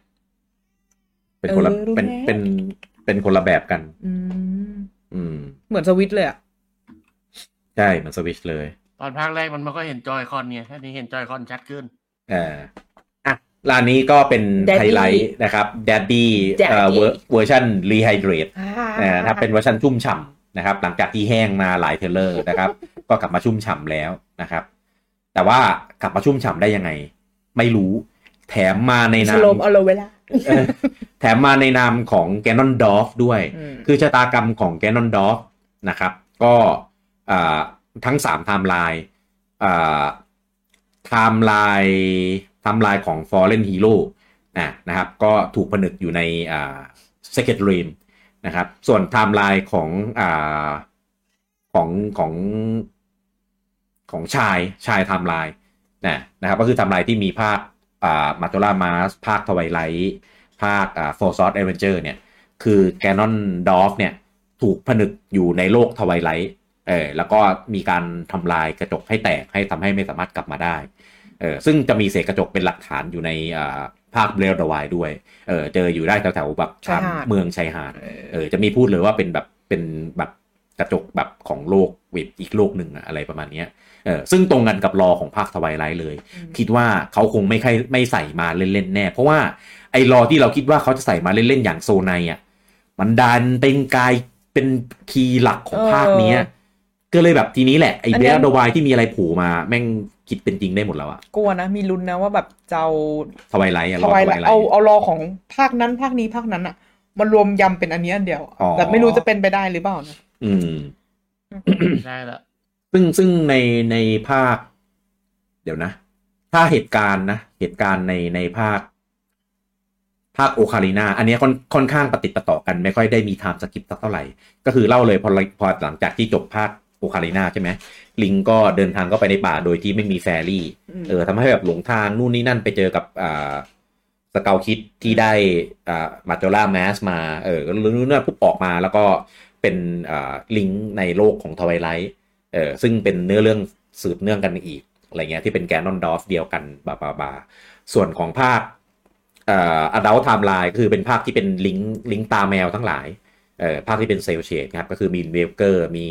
Speaker 1: เป็นคนละ
Speaker 2: เออรู้
Speaker 1: เป็น
Speaker 2: แล้ว
Speaker 1: เป็น เป็นคนละแบบกัน
Speaker 2: อืม
Speaker 1: อืม
Speaker 2: เหมือนสวิตช์เลยอะ
Speaker 1: ใช่เหมือนสวิชเลย
Speaker 4: ตอนภาคแรกมันไม่ค่อยเห็นจอยคอนไงแค่นี้เห็นจอยคอนชัดขึ้น
Speaker 1: เอ่ออ่ะร้านนี้ก็เป็นไฮไลท์นะครับ Daddy เอ่อเวอร์เวอร์ชัน Rehydrate
Speaker 2: อ่า
Speaker 1: อ่าถ้าเป็นเวอร์ชันชุ่มฉ่ำนะครับ หลังจากที่แห้งมาหลายเทรลเลอร์ นะครับ ก็กลับมาชุ่มฉ่ำแล้วนะครับ แต่ว่ากลับมาชุ่มฉ่ำได้ยังไง ไม่รู้ แถมมาใน
Speaker 2: ส
Speaker 1: นาม
Speaker 2: โลปเอาโลเวลา
Speaker 1: เออแถมมาในนามของแกนนอนดอฟด้วย
Speaker 2: ม
Speaker 1: คือชะตากรรมของแกนนอนดอฟนะครับ ก็อ่าทั้งสามไทม์ไลน์อ่าไทม์ไลน์ไทม์ไลน์ของ Fallen Hero นะนะครับก็ถูกผนึกอยู่ในอ่า Second Realm นะครับส่วนไทม์ไลน์ของอ่าของของของชายชายไทม์ไลน์นะนะครับก็คือไทม์ไลน์ที่มีภาคอ่ามาโตล่ามาสภาคทวายไลท์ภาคอ่าฟอร์ซอสเอเวนเจอร์เนี่ย คือแกนนอนดอฟเนี่ยถูกผนึกอยู่ในโลกทวายไลท์เออแล้วก็มีการทำลายกระจกให้แตกให้ทำให้ไม่สามารถกลับมาได้เออซึ่งจะมีเศษกระจกเป็นหลักฐานอยู่ในอ่าภาคเบลดวายด้วยเออเจออยู่ได้แถวๆแบบตามเมืองชายหาด เออจะมีพูดเลยว่าเป็นแบบเป็นแบบกระจกแบบของโลกเวบอีกโลกหนึ่งอะอะไรประมาณเนี้ยเออซึ่งตรงกันกับรอของภาคทวายไลท์เลย คิดว่าเขาคงไม่ใค่อยไม่ใส่มาเล่นๆแน่ เพราะว่าไอ้รอที่เราคิดว่าเขาจะใส่มาเล่นๆอย่างโซไนอ่ะมันดันเป็นกายเป็นคีย์หลักของภาคเนี้ยก็เลยแบบทีนี้แหละไอ้เบลดวายที่มีอะไรผูมาแม่งคิดเป็นจริงได้หมดแล้วอะ
Speaker 2: กลัวนะ มีลุ้นนะว่าแบบจะเอา
Speaker 1: ทวายไลท์อะร
Speaker 2: ท
Speaker 1: อ
Speaker 2: วาว
Speaker 1: ทาย ยไลท์
Speaker 2: เอาเอารอของภาคนั้นภาคนี้ภาคนั้นอะมารวมยำเป็นอันนี้อันเดียว
Speaker 1: อ๋อ
Speaker 2: แบบไม่รู้จะเป็นไปได้หรือเปล่านะ
Speaker 1: อืม
Speaker 4: ได้ละ
Speaker 1: ซึ่งซึ่งในในภาค เดี๋ยวนะ ถ้าเหตุการณ์นะ เหตุการณ์ในในภาค ภาคโอคารินาอันเนี้ยค่อนค่อนข้างปฏิดประต่อกัน ไม่ค่อยได้มีไทม์สกิปสักเท่าไหร่ ก็คือเล่าเลยพอพอหลังจากที่จบภาคโอคารินาใช่ไหมลิงก็เดินทางเข้าไปในป่าโดยที่ไม่มีแฟรี่
Speaker 2: อืม
Speaker 1: เออทำให้แบบหลงทางนู่นนี่นั่นไปเจอกับอ่าสเกลคิดที่ได้อ่ามาโจล่าแมสมาเออรู้นู่นนั่นปุ๊บออกมาแล้วก็เป็นอ่าลิงในโลกของทวายไลท์ เออซึ่งเป็นเนื้อเรื่องสืบเนื่องกันอีกอะไรเงี้ยที่เป็นแกนนอนดอฟเดียวกันบาบาบาส่วนของภาคเอ่ออดัลไทม์ไลน์ก็คือเป็นภาคที่เป็นลิงก์ลิงก์ตาแมวทั้งหลายเอ่อภาคที่เป็นเซลเชดครับก็คือมีเวเกอร์มี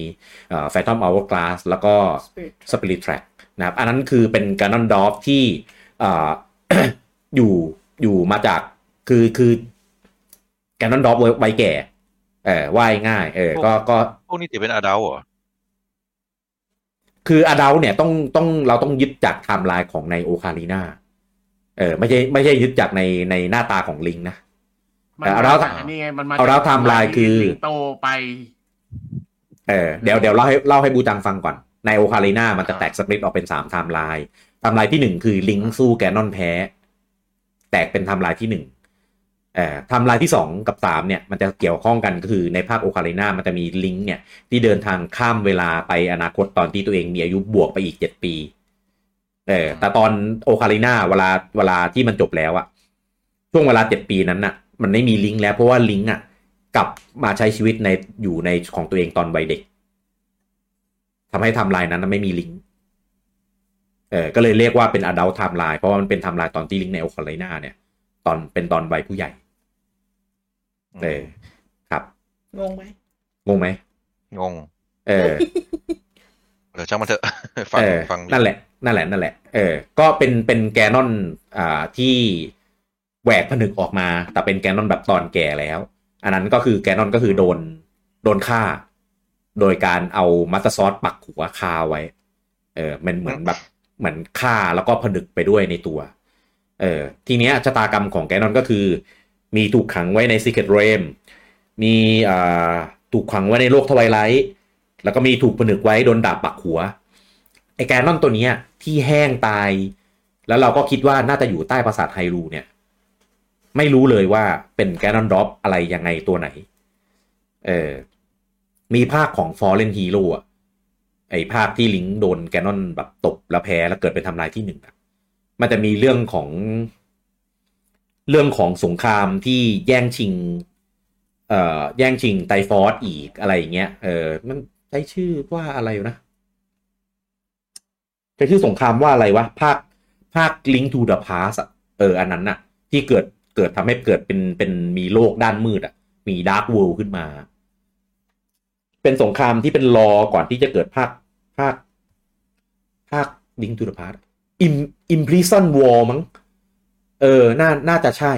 Speaker 1: แฟทอมอเวอร์กลาสแล้วก็
Speaker 2: Spirit
Speaker 1: สปิริตแทร็กนะครับอันนั้นคือเป็นแกนนอนดอฟที่เอ่ อ อยู่อยู่มาจากคือคือแกนนอนดอฟไว้แก่เออว่ายง่ายๆเออก็ก็
Speaker 3: พวกนี้ถือเป็นอดัลเหรอ
Speaker 1: คืออดัลเนี่ยต้องต้องเราต้องยึดจากไทม์ไลน์ของในโอคาลีนาเออไม่ใช่ไม่ใช่ยึดจากในในหน้าตาของลิงนะ
Speaker 4: มัน
Speaker 1: เอา
Speaker 4: มา
Speaker 1: เรา
Speaker 4: จากอันนี่ไงมันมา
Speaker 1: เอาเราไทม์ไลน์คือ
Speaker 4: ลิงโตไป
Speaker 1: เออเดี๋ยวเดี๋ยวเล่าให้เล่าให้บูจังฟังก่อน ในโอคาลีนามันจะแตกสปลิตออกเป็นสามไทม์ไลน์ไทม์ไลน์ที่หนึ่งคือลิงสู้แกนนอนแพ้ แตกเป็นไทม์ไลน์ที่หนึ่งเอ่อไทม์ไลน์ที่สองกับสามเนี่ยมันจะเกี่ยวข้องกันก็คือในภาคโอคาลีนามันจะมีลิงเนี่ยที่เดินทางข้ามเวลาไปอนาคตตอนที่ตัวเองมีอายุบวกไปอีกเจ็ดปี เออแต่ตอนโอคาลิน่าเวลาเวลาที่มันจบแล้วอะช่วงเวลาเจ็ดปีนั้นน่ะ มันไม่มีลิงก์แล้วเพราะว่าลิงก์อะกลับมาใช้ชีวิตในอยู่ในของตัวเองตอนวัยเด็กทำให้ไทม์ไลน์นั้นนะไม่มีลิงก์เออก็เลยเรียกว่าเป็นอดัลไทม์ไลน์เพราะว่ามันเป็นไทม์ไลน์ตอนที่ลิงก์ในโอคาลิน่าเนี่ย ตอนเป็นตอนวัยผู้ใหญ่เออครับ
Speaker 2: งงไหม
Speaker 1: งงไหม
Speaker 3: งง
Speaker 1: เออ
Speaker 3: เดี๋ยวช่างมันเถอะ ฟัง
Speaker 1: เออ
Speaker 3: ฟัง
Speaker 1: นั่นแหละ นั่นแหละ นั่นแหละ เออ ก็เป็น เป็นแกนนอน อ่า ที่แหวกผนึกออกมา แต่เป็นแกนนอนแบบตอนแก่แล้ว อันนั้นก็คือแกนนอนก็คือโดน โดนฆ่า โดยการเอามัสตาร์ซอสปักหัวคาไว้ เออ มันเหมือนแบบ เหมือนฆ่าแล้วก็ผนึกไปด้วยในตัว เออ ทีเนี้ยชะตากรรมของแกนนอนก็คือ มีถูกขังไว้ใน Secret Realm มีอ่าถูกขังไว้ในโลกทวายไลท์ แล้วก็มีถูกผนึกไว้โดนดาบปักหัว ไอแกนนอนตัวเนี้ยที่แห้งตาย แล้วเราก็คิดว่าน่าจะอยู่ใต้ปราสาทไฮรูเนี่ย ไม่รู้เลยว่าเป็นแกนนอนดรอปอะไรยังไงตัวไหน เออ มีภาคของ Fallen Hero อะไอภาคที่ลิงก์โดนแกนนอนแบบตบแล้วแพ้แล้วเกิดเป็นทำลายที่หนึ่งอะมันจะมีเรื่องของ เรื่องของสงครามที่แย่งชิง เอ่อ แย่งชิงไตฟอสอีกอะไรอย่างเงี้ย เออ มันใช้ชื่อว่าอะไรวะนะ จะชื่อสงครามว่าอะไรวะ ภาคภาค Link to the Past อะเออ อันนั้นน่ะ ที่เกิดเกิดทำให้เกิดเป็นเป็นมีโลกด้านมืดอะ มีดาร์กเวิลด์ขึ้นมา เป็นสงครามที่เป็นรอก่อนที่จะเกิดภาคภาคภาคลิงทูดพาร์ตอิมอิมพลิซันวอลมั้งเออน่าน่าจะใช่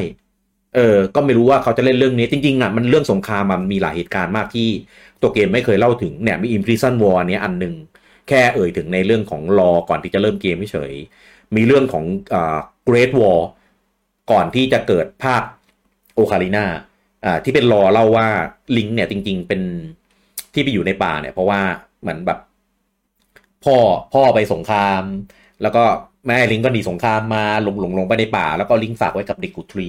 Speaker 1: เออ ก็ไม่รู้ว่าเขาจะเล่นเรื่องนี้จริงๆอ่ะมันเรื่องสงครามอะมันมีหลายเหตุการณ์มากที่ตัวเกมไม่เคยเล่าถึงเนี่ยมีอิมพลิซันวอลเนี้ยอันหนึ่งแค่เอ่ยถึงในเรื่องของรอก่อนที่จะเริ่มเกมเฉยๆมีเรื่องของอ่าเกรทวอลก่อนที่จะเกิดภาคโอคาริน่าอ่าที่เป็นรอเล่าว่าลิงก์เนี่ยจริง ๆ เป็นที่ไปอยู่ในป่าเนี่ย เพราะว่าเหมือนแบบ พ่อพ่อไปสงคราม แล้วก็แม่ลิงก็หนีสงครามมาหลงหลงหลงไปในป่า แล้วก็ลิงฝากไว้กับเด็กกุทรี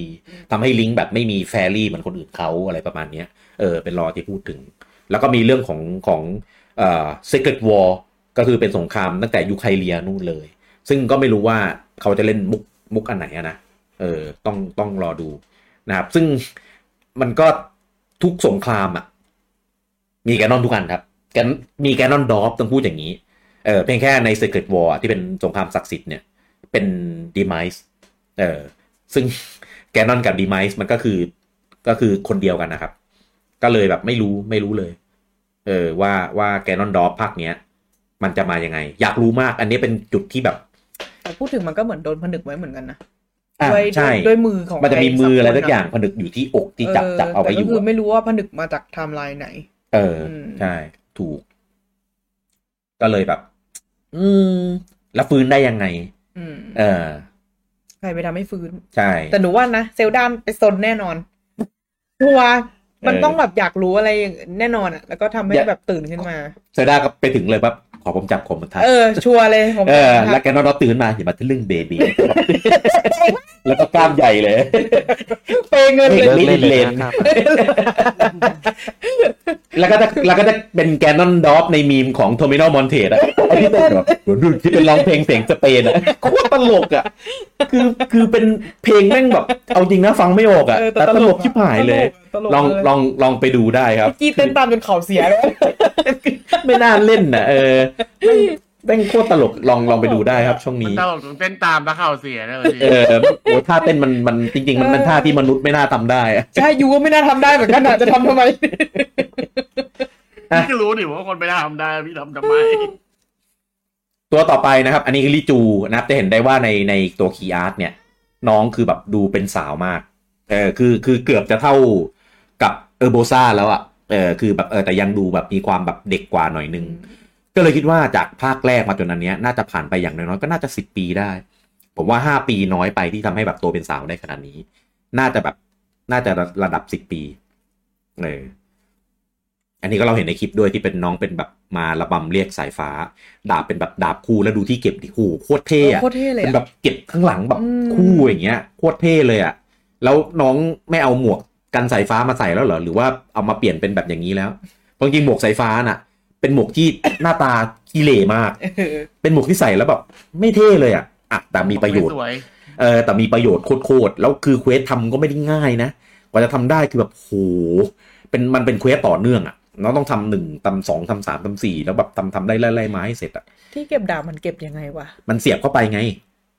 Speaker 1: ทำให้ลิงแบบไม่มีแฟรี่เหมือนคนอื่นเขาอะไรประมาณเนี้ยเออเป็นรอที่พูดถึง แล้วก็มีเรื่องของของเอ่อ secret war ก็คือเป็นสงครามตั้งแต่ยูเครเนียนู่นเลย ซึ่งก็ไม่รู้ว่าเขาจะเล่นมุกมุกอันไหนอะนะเออต้องต้องรอดูนะครับ ซึ่งมันก็ทุกสงครามอะมีแกนนอนทุกอันครับแกนมีแกนนอนดอฟต้องพูดอย่างนี้ เออเพียงแค่ใน Secret War ที่เป็นสงครามศักดิ์สิทธิ์เนี่ย เป็น Demise เออซึ่ง แกนนอนกับ Demise มันก็คือก็คือคนเดียวกันนะครับ ก็เลยแบบไม่รู้ไม่รู้เลย เออว่าว่าแกนนอนดอฟภาคเนี้ย มันจะมายังไง อยากรู้มากอันนี้เป็นจุดที่แบบ
Speaker 2: แต่พูดถึงมันก็เหมือนโดนผนึกไว้เหมือนกันนะ
Speaker 1: อ่า
Speaker 2: ด้วย
Speaker 1: ใช่
Speaker 2: ด้วยด้วยมือของ
Speaker 1: มันจะมีมืออะไร
Speaker 2: ใค
Speaker 1: สักอย่างผนึกอยู่ที่อกที่จับจับเอาไว้อยู่
Speaker 2: แต่ก็คือ
Speaker 1: อะ
Speaker 2: ไม่รู้ว่าผนึกมาจากไทม์ไลน์ไหน
Speaker 1: เออ
Speaker 2: อืม
Speaker 1: ใช่ ถูก ก็เลยแบบ อืม แล้วฟื้นได้ยังไง
Speaker 2: อืม
Speaker 1: เออ
Speaker 2: ใครไปทำให้ฟื้น
Speaker 1: ใช่
Speaker 2: แต่หนูว่านะเซลดานไปซนแน่นอนทัวร์มัน
Speaker 1: เออ
Speaker 2: ต้องแบบอยากรู้อะไรอย่างแน่นอนอะแล้วก็ทำให้
Speaker 1: อยาก
Speaker 2: แบบตื่นขึ้นมา
Speaker 1: เซอร์ด้าก็ไปถึงเลยปั๊บขอผมจับผมมันทัน
Speaker 2: เออ ชัวร์เลยผม
Speaker 1: เออ
Speaker 2: ทัก
Speaker 1: แล้วแกนอนตื่นมาอย่ามาทะลึ่งเบ บี แล้วก็กล้ามใหญ่เลย
Speaker 2: เปย์เงินเลย
Speaker 1: เล่นเล่นเล่น
Speaker 5: ครับ
Speaker 1: แล้วก็จะแล้วก็จะเป็นแกนอนดอฟในมีมของโทมินอลมอนเทสอะไอ้ที่เป็นแบบที่เป็นร้องเพลงเสียงสเปนอะโคตรตลกอะคือคือเป็นเพลงแม่งแบบ เอาจริงนะฟังไม่ออกอะ
Speaker 2: เออแต่
Speaker 1: แต่
Speaker 2: ต
Speaker 1: ต
Speaker 2: ลกอะ
Speaker 1: ลกชิบหายเลย
Speaker 2: ตลก
Speaker 1: ลอง
Speaker 2: เลย
Speaker 1: ลองลองไปดูได้ครับ
Speaker 2: กี้เต้นตามจนเข่าเสียเลย
Speaker 1: ไม่น่าเล่นนะเออแม่งแม่งโคตรตลกลองลองไปดูได้ครับ ช่วง
Speaker 4: มัน
Speaker 1: นี้
Speaker 4: ตลกจนเต้นตามแล้วเข่าเสียเลย
Speaker 1: เออโอ้ท่าเต้นมันมันจริง ๆ มันเป็นท่าที่มนุษย์ไม่น่าทำได้อะ
Speaker 2: ใช่ยูก็ไม่น่าทำได้เหมือนกันอะจะทำทำไม
Speaker 1: อ่ะ
Speaker 4: พี่ก็รู้ดิ ว่าคนไม่ได้ทำได้พี่ทำทำไม
Speaker 1: ตัวต่อไปนะครับ อันนี้คือลิจูนะครับจะเห็นได้ว่าในในตัวคีย์อาร์ตเนี่ย น้องคือแบบดูเป็นสาวมาก เออคือคือเกือบจะเท่ากับเออโบซ่าแล้วอะ่ะ เออคือแบบเออแต่ยังดูแบบมีความแบบเด็กกว่าหน่อยนึง ก็เลยคิดว่าจากภาคแรกมาจนอันเนี้ยน่าจะผ่านไปอย่างน้อยๆก็น่าจะสิบปีได้ ผมว่าห้าปีน้อยไปที่ทำให้แบบโตเป็นสาวได้ขนาดนี้ น่าจะแบบน่าจะระดับสิบปีเอออันนี้ก็เราเห็นในคลิปด้วยที่เป็นน้องเป็นแบบมาระบำเรียกสายฟ้า ดาบเป็นแบบดาบคู่แล้วดูที่เก็บดิโอ้โหโคตรเท่อะ
Speaker 2: โคตรเท่เลย
Speaker 1: เป็น
Speaker 2: อะ
Speaker 1: แบบเก็บข้างหลังแบบ
Speaker 2: อืม
Speaker 1: คู่อย่างเงี้ยโคตรเท่เลยอะ่ะ แล้วน้องไม่เอาหมวกกันสายฟ้ามาใส่แล้วเหรอ หรือว่าเอามาเปลี่ยนเป็นแบบอย่างนี้แล้วเพราะจริงๆหมวกสายฟ้าน่ะ เป็นหมวกที่ หน้าตากิเลมาก
Speaker 2: เออ
Speaker 1: เป็นหมวกที่ใส่แล้วแบบไม่เท่เลยอะ่ะอะแต่มีประโยชน์
Speaker 4: สวย
Speaker 1: เออแต่มีประโยชน์โคตรๆแล้วคือเควสทำก็ไม่ได้ง่ายนะกว่าจะทำได้คือแบบโหเป็นมันเป็นเควสต่อเนื่องอะ่ะเราต้องทำหนึ่งทำสองทำสามทำสี่แล้วแบบทำทำได้ไล่ๆมาให้เสร็จอะ่ะ
Speaker 2: ที่เก็บดาบมันเก็บยังไงวะ
Speaker 1: มันเสียบเข้าไปไง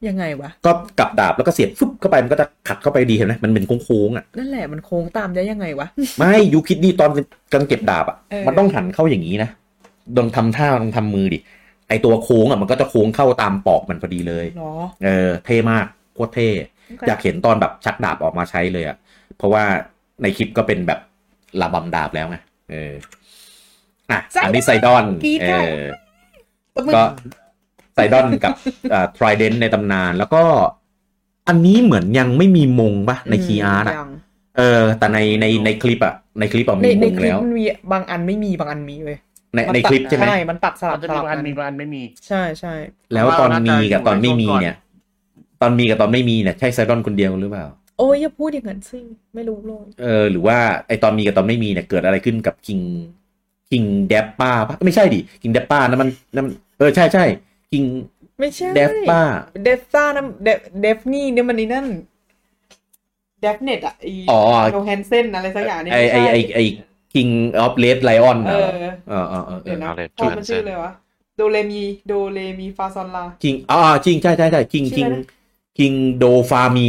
Speaker 2: ยังไงวะ
Speaker 1: ก็กลับดาบแล้วก็เสียบฟึบเข้าไปมันก็จะขัดเข้าไปดีเห็นไหมมันเป็นโค้งๆอ่ะ
Speaker 2: นั่นแหละมันโค้งตามได้ยังไงวะ
Speaker 1: ไม่ยูคิดดีตอนกันเก็บดาบอ่ะ
Speaker 2: เออ
Speaker 1: มันต้องหันเข้าอย่างนี้นะลองทำท่าลองทำมือดิไอตัวโค้งอ่ะมันก็จะโค้งเข้าตามปอกมันพอดีเลย
Speaker 2: หรอ
Speaker 1: เออเท่มากโคตรเท่อยากเห็นตอนแบบชักดาบออกมาใช้เลยอ่ะเพราะว่าในคลิปก็เป็นแบบระบำดาบแล้วไงเอออ่ะอันนี้ไซดอนเออ
Speaker 2: ตบมือ
Speaker 1: ก็ไซดอนกับทริเดนในตำนาน แล้วก็อันนี้เหมือนยังไม่มีมงปะในคีอาร์ตอะ
Speaker 2: ยัง
Speaker 1: เออ แต่ในในในคลิปอะในคลิปอะ
Speaker 2: ใน
Speaker 1: มีม
Speaker 2: ใน
Speaker 1: ง
Speaker 2: คลิป
Speaker 1: แล้ว
Speaker 2: มันมีบางอันไม่มีบางอันมีเว้ย
Speaker 1: ใน
Speaker 2: มั
Speaker 1: ใน
Speaker 2: ตัด
Speaker 1: คลิปใช่ไหม
Speaker 2: ใช่ มันตัดสลั
Speaker 4: มั
Speaker 2: บ
Speaker 4: นจะ
Speaker 2: สลับบกั
Speaker 4: มีางอั
Speaker 2: น
Speaker 4: นมีบางอันไม่มี
Speaker 2: ใช่ใช่
Speaker 1: แล้วตอนมีกับตอนไม่มี
Speaker 4: ว่าน่าจะอยู่ในช่วงก่อน
Speaker 1: เนี่ย ตอนมีกับตอนไม่มีเนี่ยใช่ไซดอนคนเดียวหรือเปล่า
Speaker 2: โอ้ยอย่าพูดอย่างนั้นสิไม่รู้เลย
Speaker 1: เออหรือว่าไอตอนมีกับตอนไม่มีเนี่ยเกิดอะไรขึ้นกับคิงคิงเดปป้าปะไม่ใช่ดิคิงเดปป้านั่นมันนั่นมันเออใช่ใช่คิง
Speaker 2: ไม่ใช่
Speaker 1: เดปป้า
Speaker 2: เดฟซ่านะเดฟเดฟนี่เนี่ยมันนี่นั่นเดฟเน็ตอะไอ
Speaker 1: อ๋อ
Speaker 2: โยแฮนเซนอะไรสักอย่างเนี่ย
Speaker 1: ไอ
Speaker 2: ม่
Speaker 1: ไอ
Speaker 2: ใช่
Speaker 1: ไอไอคิงออฟเลดไลออน
Speaker 2: เอ
Speaker 1: อ่ะ
Speaker 2: อ
Speaker 1: เออเออเออเอ
Speaker 2: เดี๋ย
Speaker 1: อ
Speaker 2: วนะ
Speaker 3: เอาเลย
Speaker 2: พอมันชื่อ
Speaker 3: Johansson
Speaker 2: เลยวะโดเรมีโดเรมีฟาซอนลา
Speaker 1: คิงอ่าจริงใช่ใช่ใช่คิงคิ
Speaker 2: ชื่อง อะไรนะ
Speaker 1: คิงโดฟามี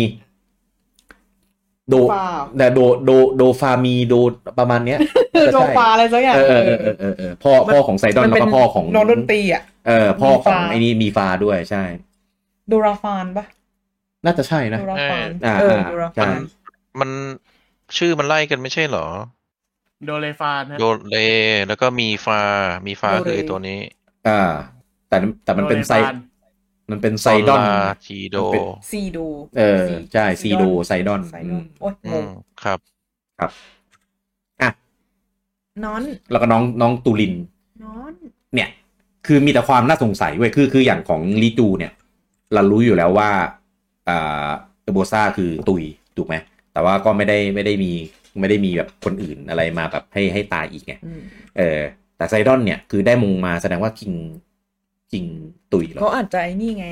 Speaker 1: โด
Speaker 2: ฟ้า
Speaker 1: แต่โดโดโดฟามีโดประมาณเนี้ย
Speaker 2: โดฟาอะไรสักอย่าง
Speaker 1: เออเออเออเออเออเออพ่อพ่อของไซดอนแล้ว
Speaker 2: มัเป็
Speaker 1: ก็พ่อของ
Speaker 2: น้องดนตรีอ่ะ
Speaker 1: เออพ่อของ
Speaker 2: มีฟ้า
Speaker 1: ไอ้นี่มีฟาด้วยใช่
Speaker 2: โดราฟานปะ
Speaker 1: น่าจะใช่นะ
Speaker 2: โดราฟาน
Speaker 1: อ่า
Speaker 2: เออ
Speaker 1: อ่า
Speaker 2: โดรา
Speaker 1: ใช่
Speaker 2: ฟาน
Speaker 3: มันชื่อมันไล่กันไม่ใช่เหรอ
Speaker 4: โดเรฟานะ
Speaker 3: โดเลแล้วก็มีฟา มีฟาคือไอ้ตัวนี้
Speaker 1: อ่า แต่แต่มันเป็นไซ
Speaker 4: โดรฟา
Speaker 1: มันเป็นไซดอน
Speaker 3: ลาทีโด
Speaker 1: มันเป็น
Speaker 2: ซีโด
Speaker 1: เออใช่ซีโดไซดอน
Speaker 2: ไซ
Speaker 1: อื
Speaker 2: ดอน
Speaker 1: ม
Speaker 2: โอ้ย
Speaker 3: อื
Speaker 2: งง
Speaker 3: มครับ
Speaker 2: นอน
Speaker 1: แล้วก็น้องน้องตูลิน
Speaker 2: นอน
Speaker 1: เนี่ย คือมีแต่ความน่าสงสัยเว้ยคือคืออย่างของลีจูเนี่ย เรารู้อยู่แล้วว่าอ่าเอโบซ่าคือตุยถูกไหมแต่ว่าก็ไม่ได้ไม่ได้มีไม่ได้มีแบบคนอื่นอะไรมาแบบให้ให้ตายอีกไง
Speaker 2: อืม
Speaker 1: เออ แต่ไซดอนเนี่ยคือได้มงมาแสดงว่าคิงคิงตุยเหร
Speaker 2: เขา
Speaker 1: อ
Speaker 2: อาจจะไอ้นี่ไง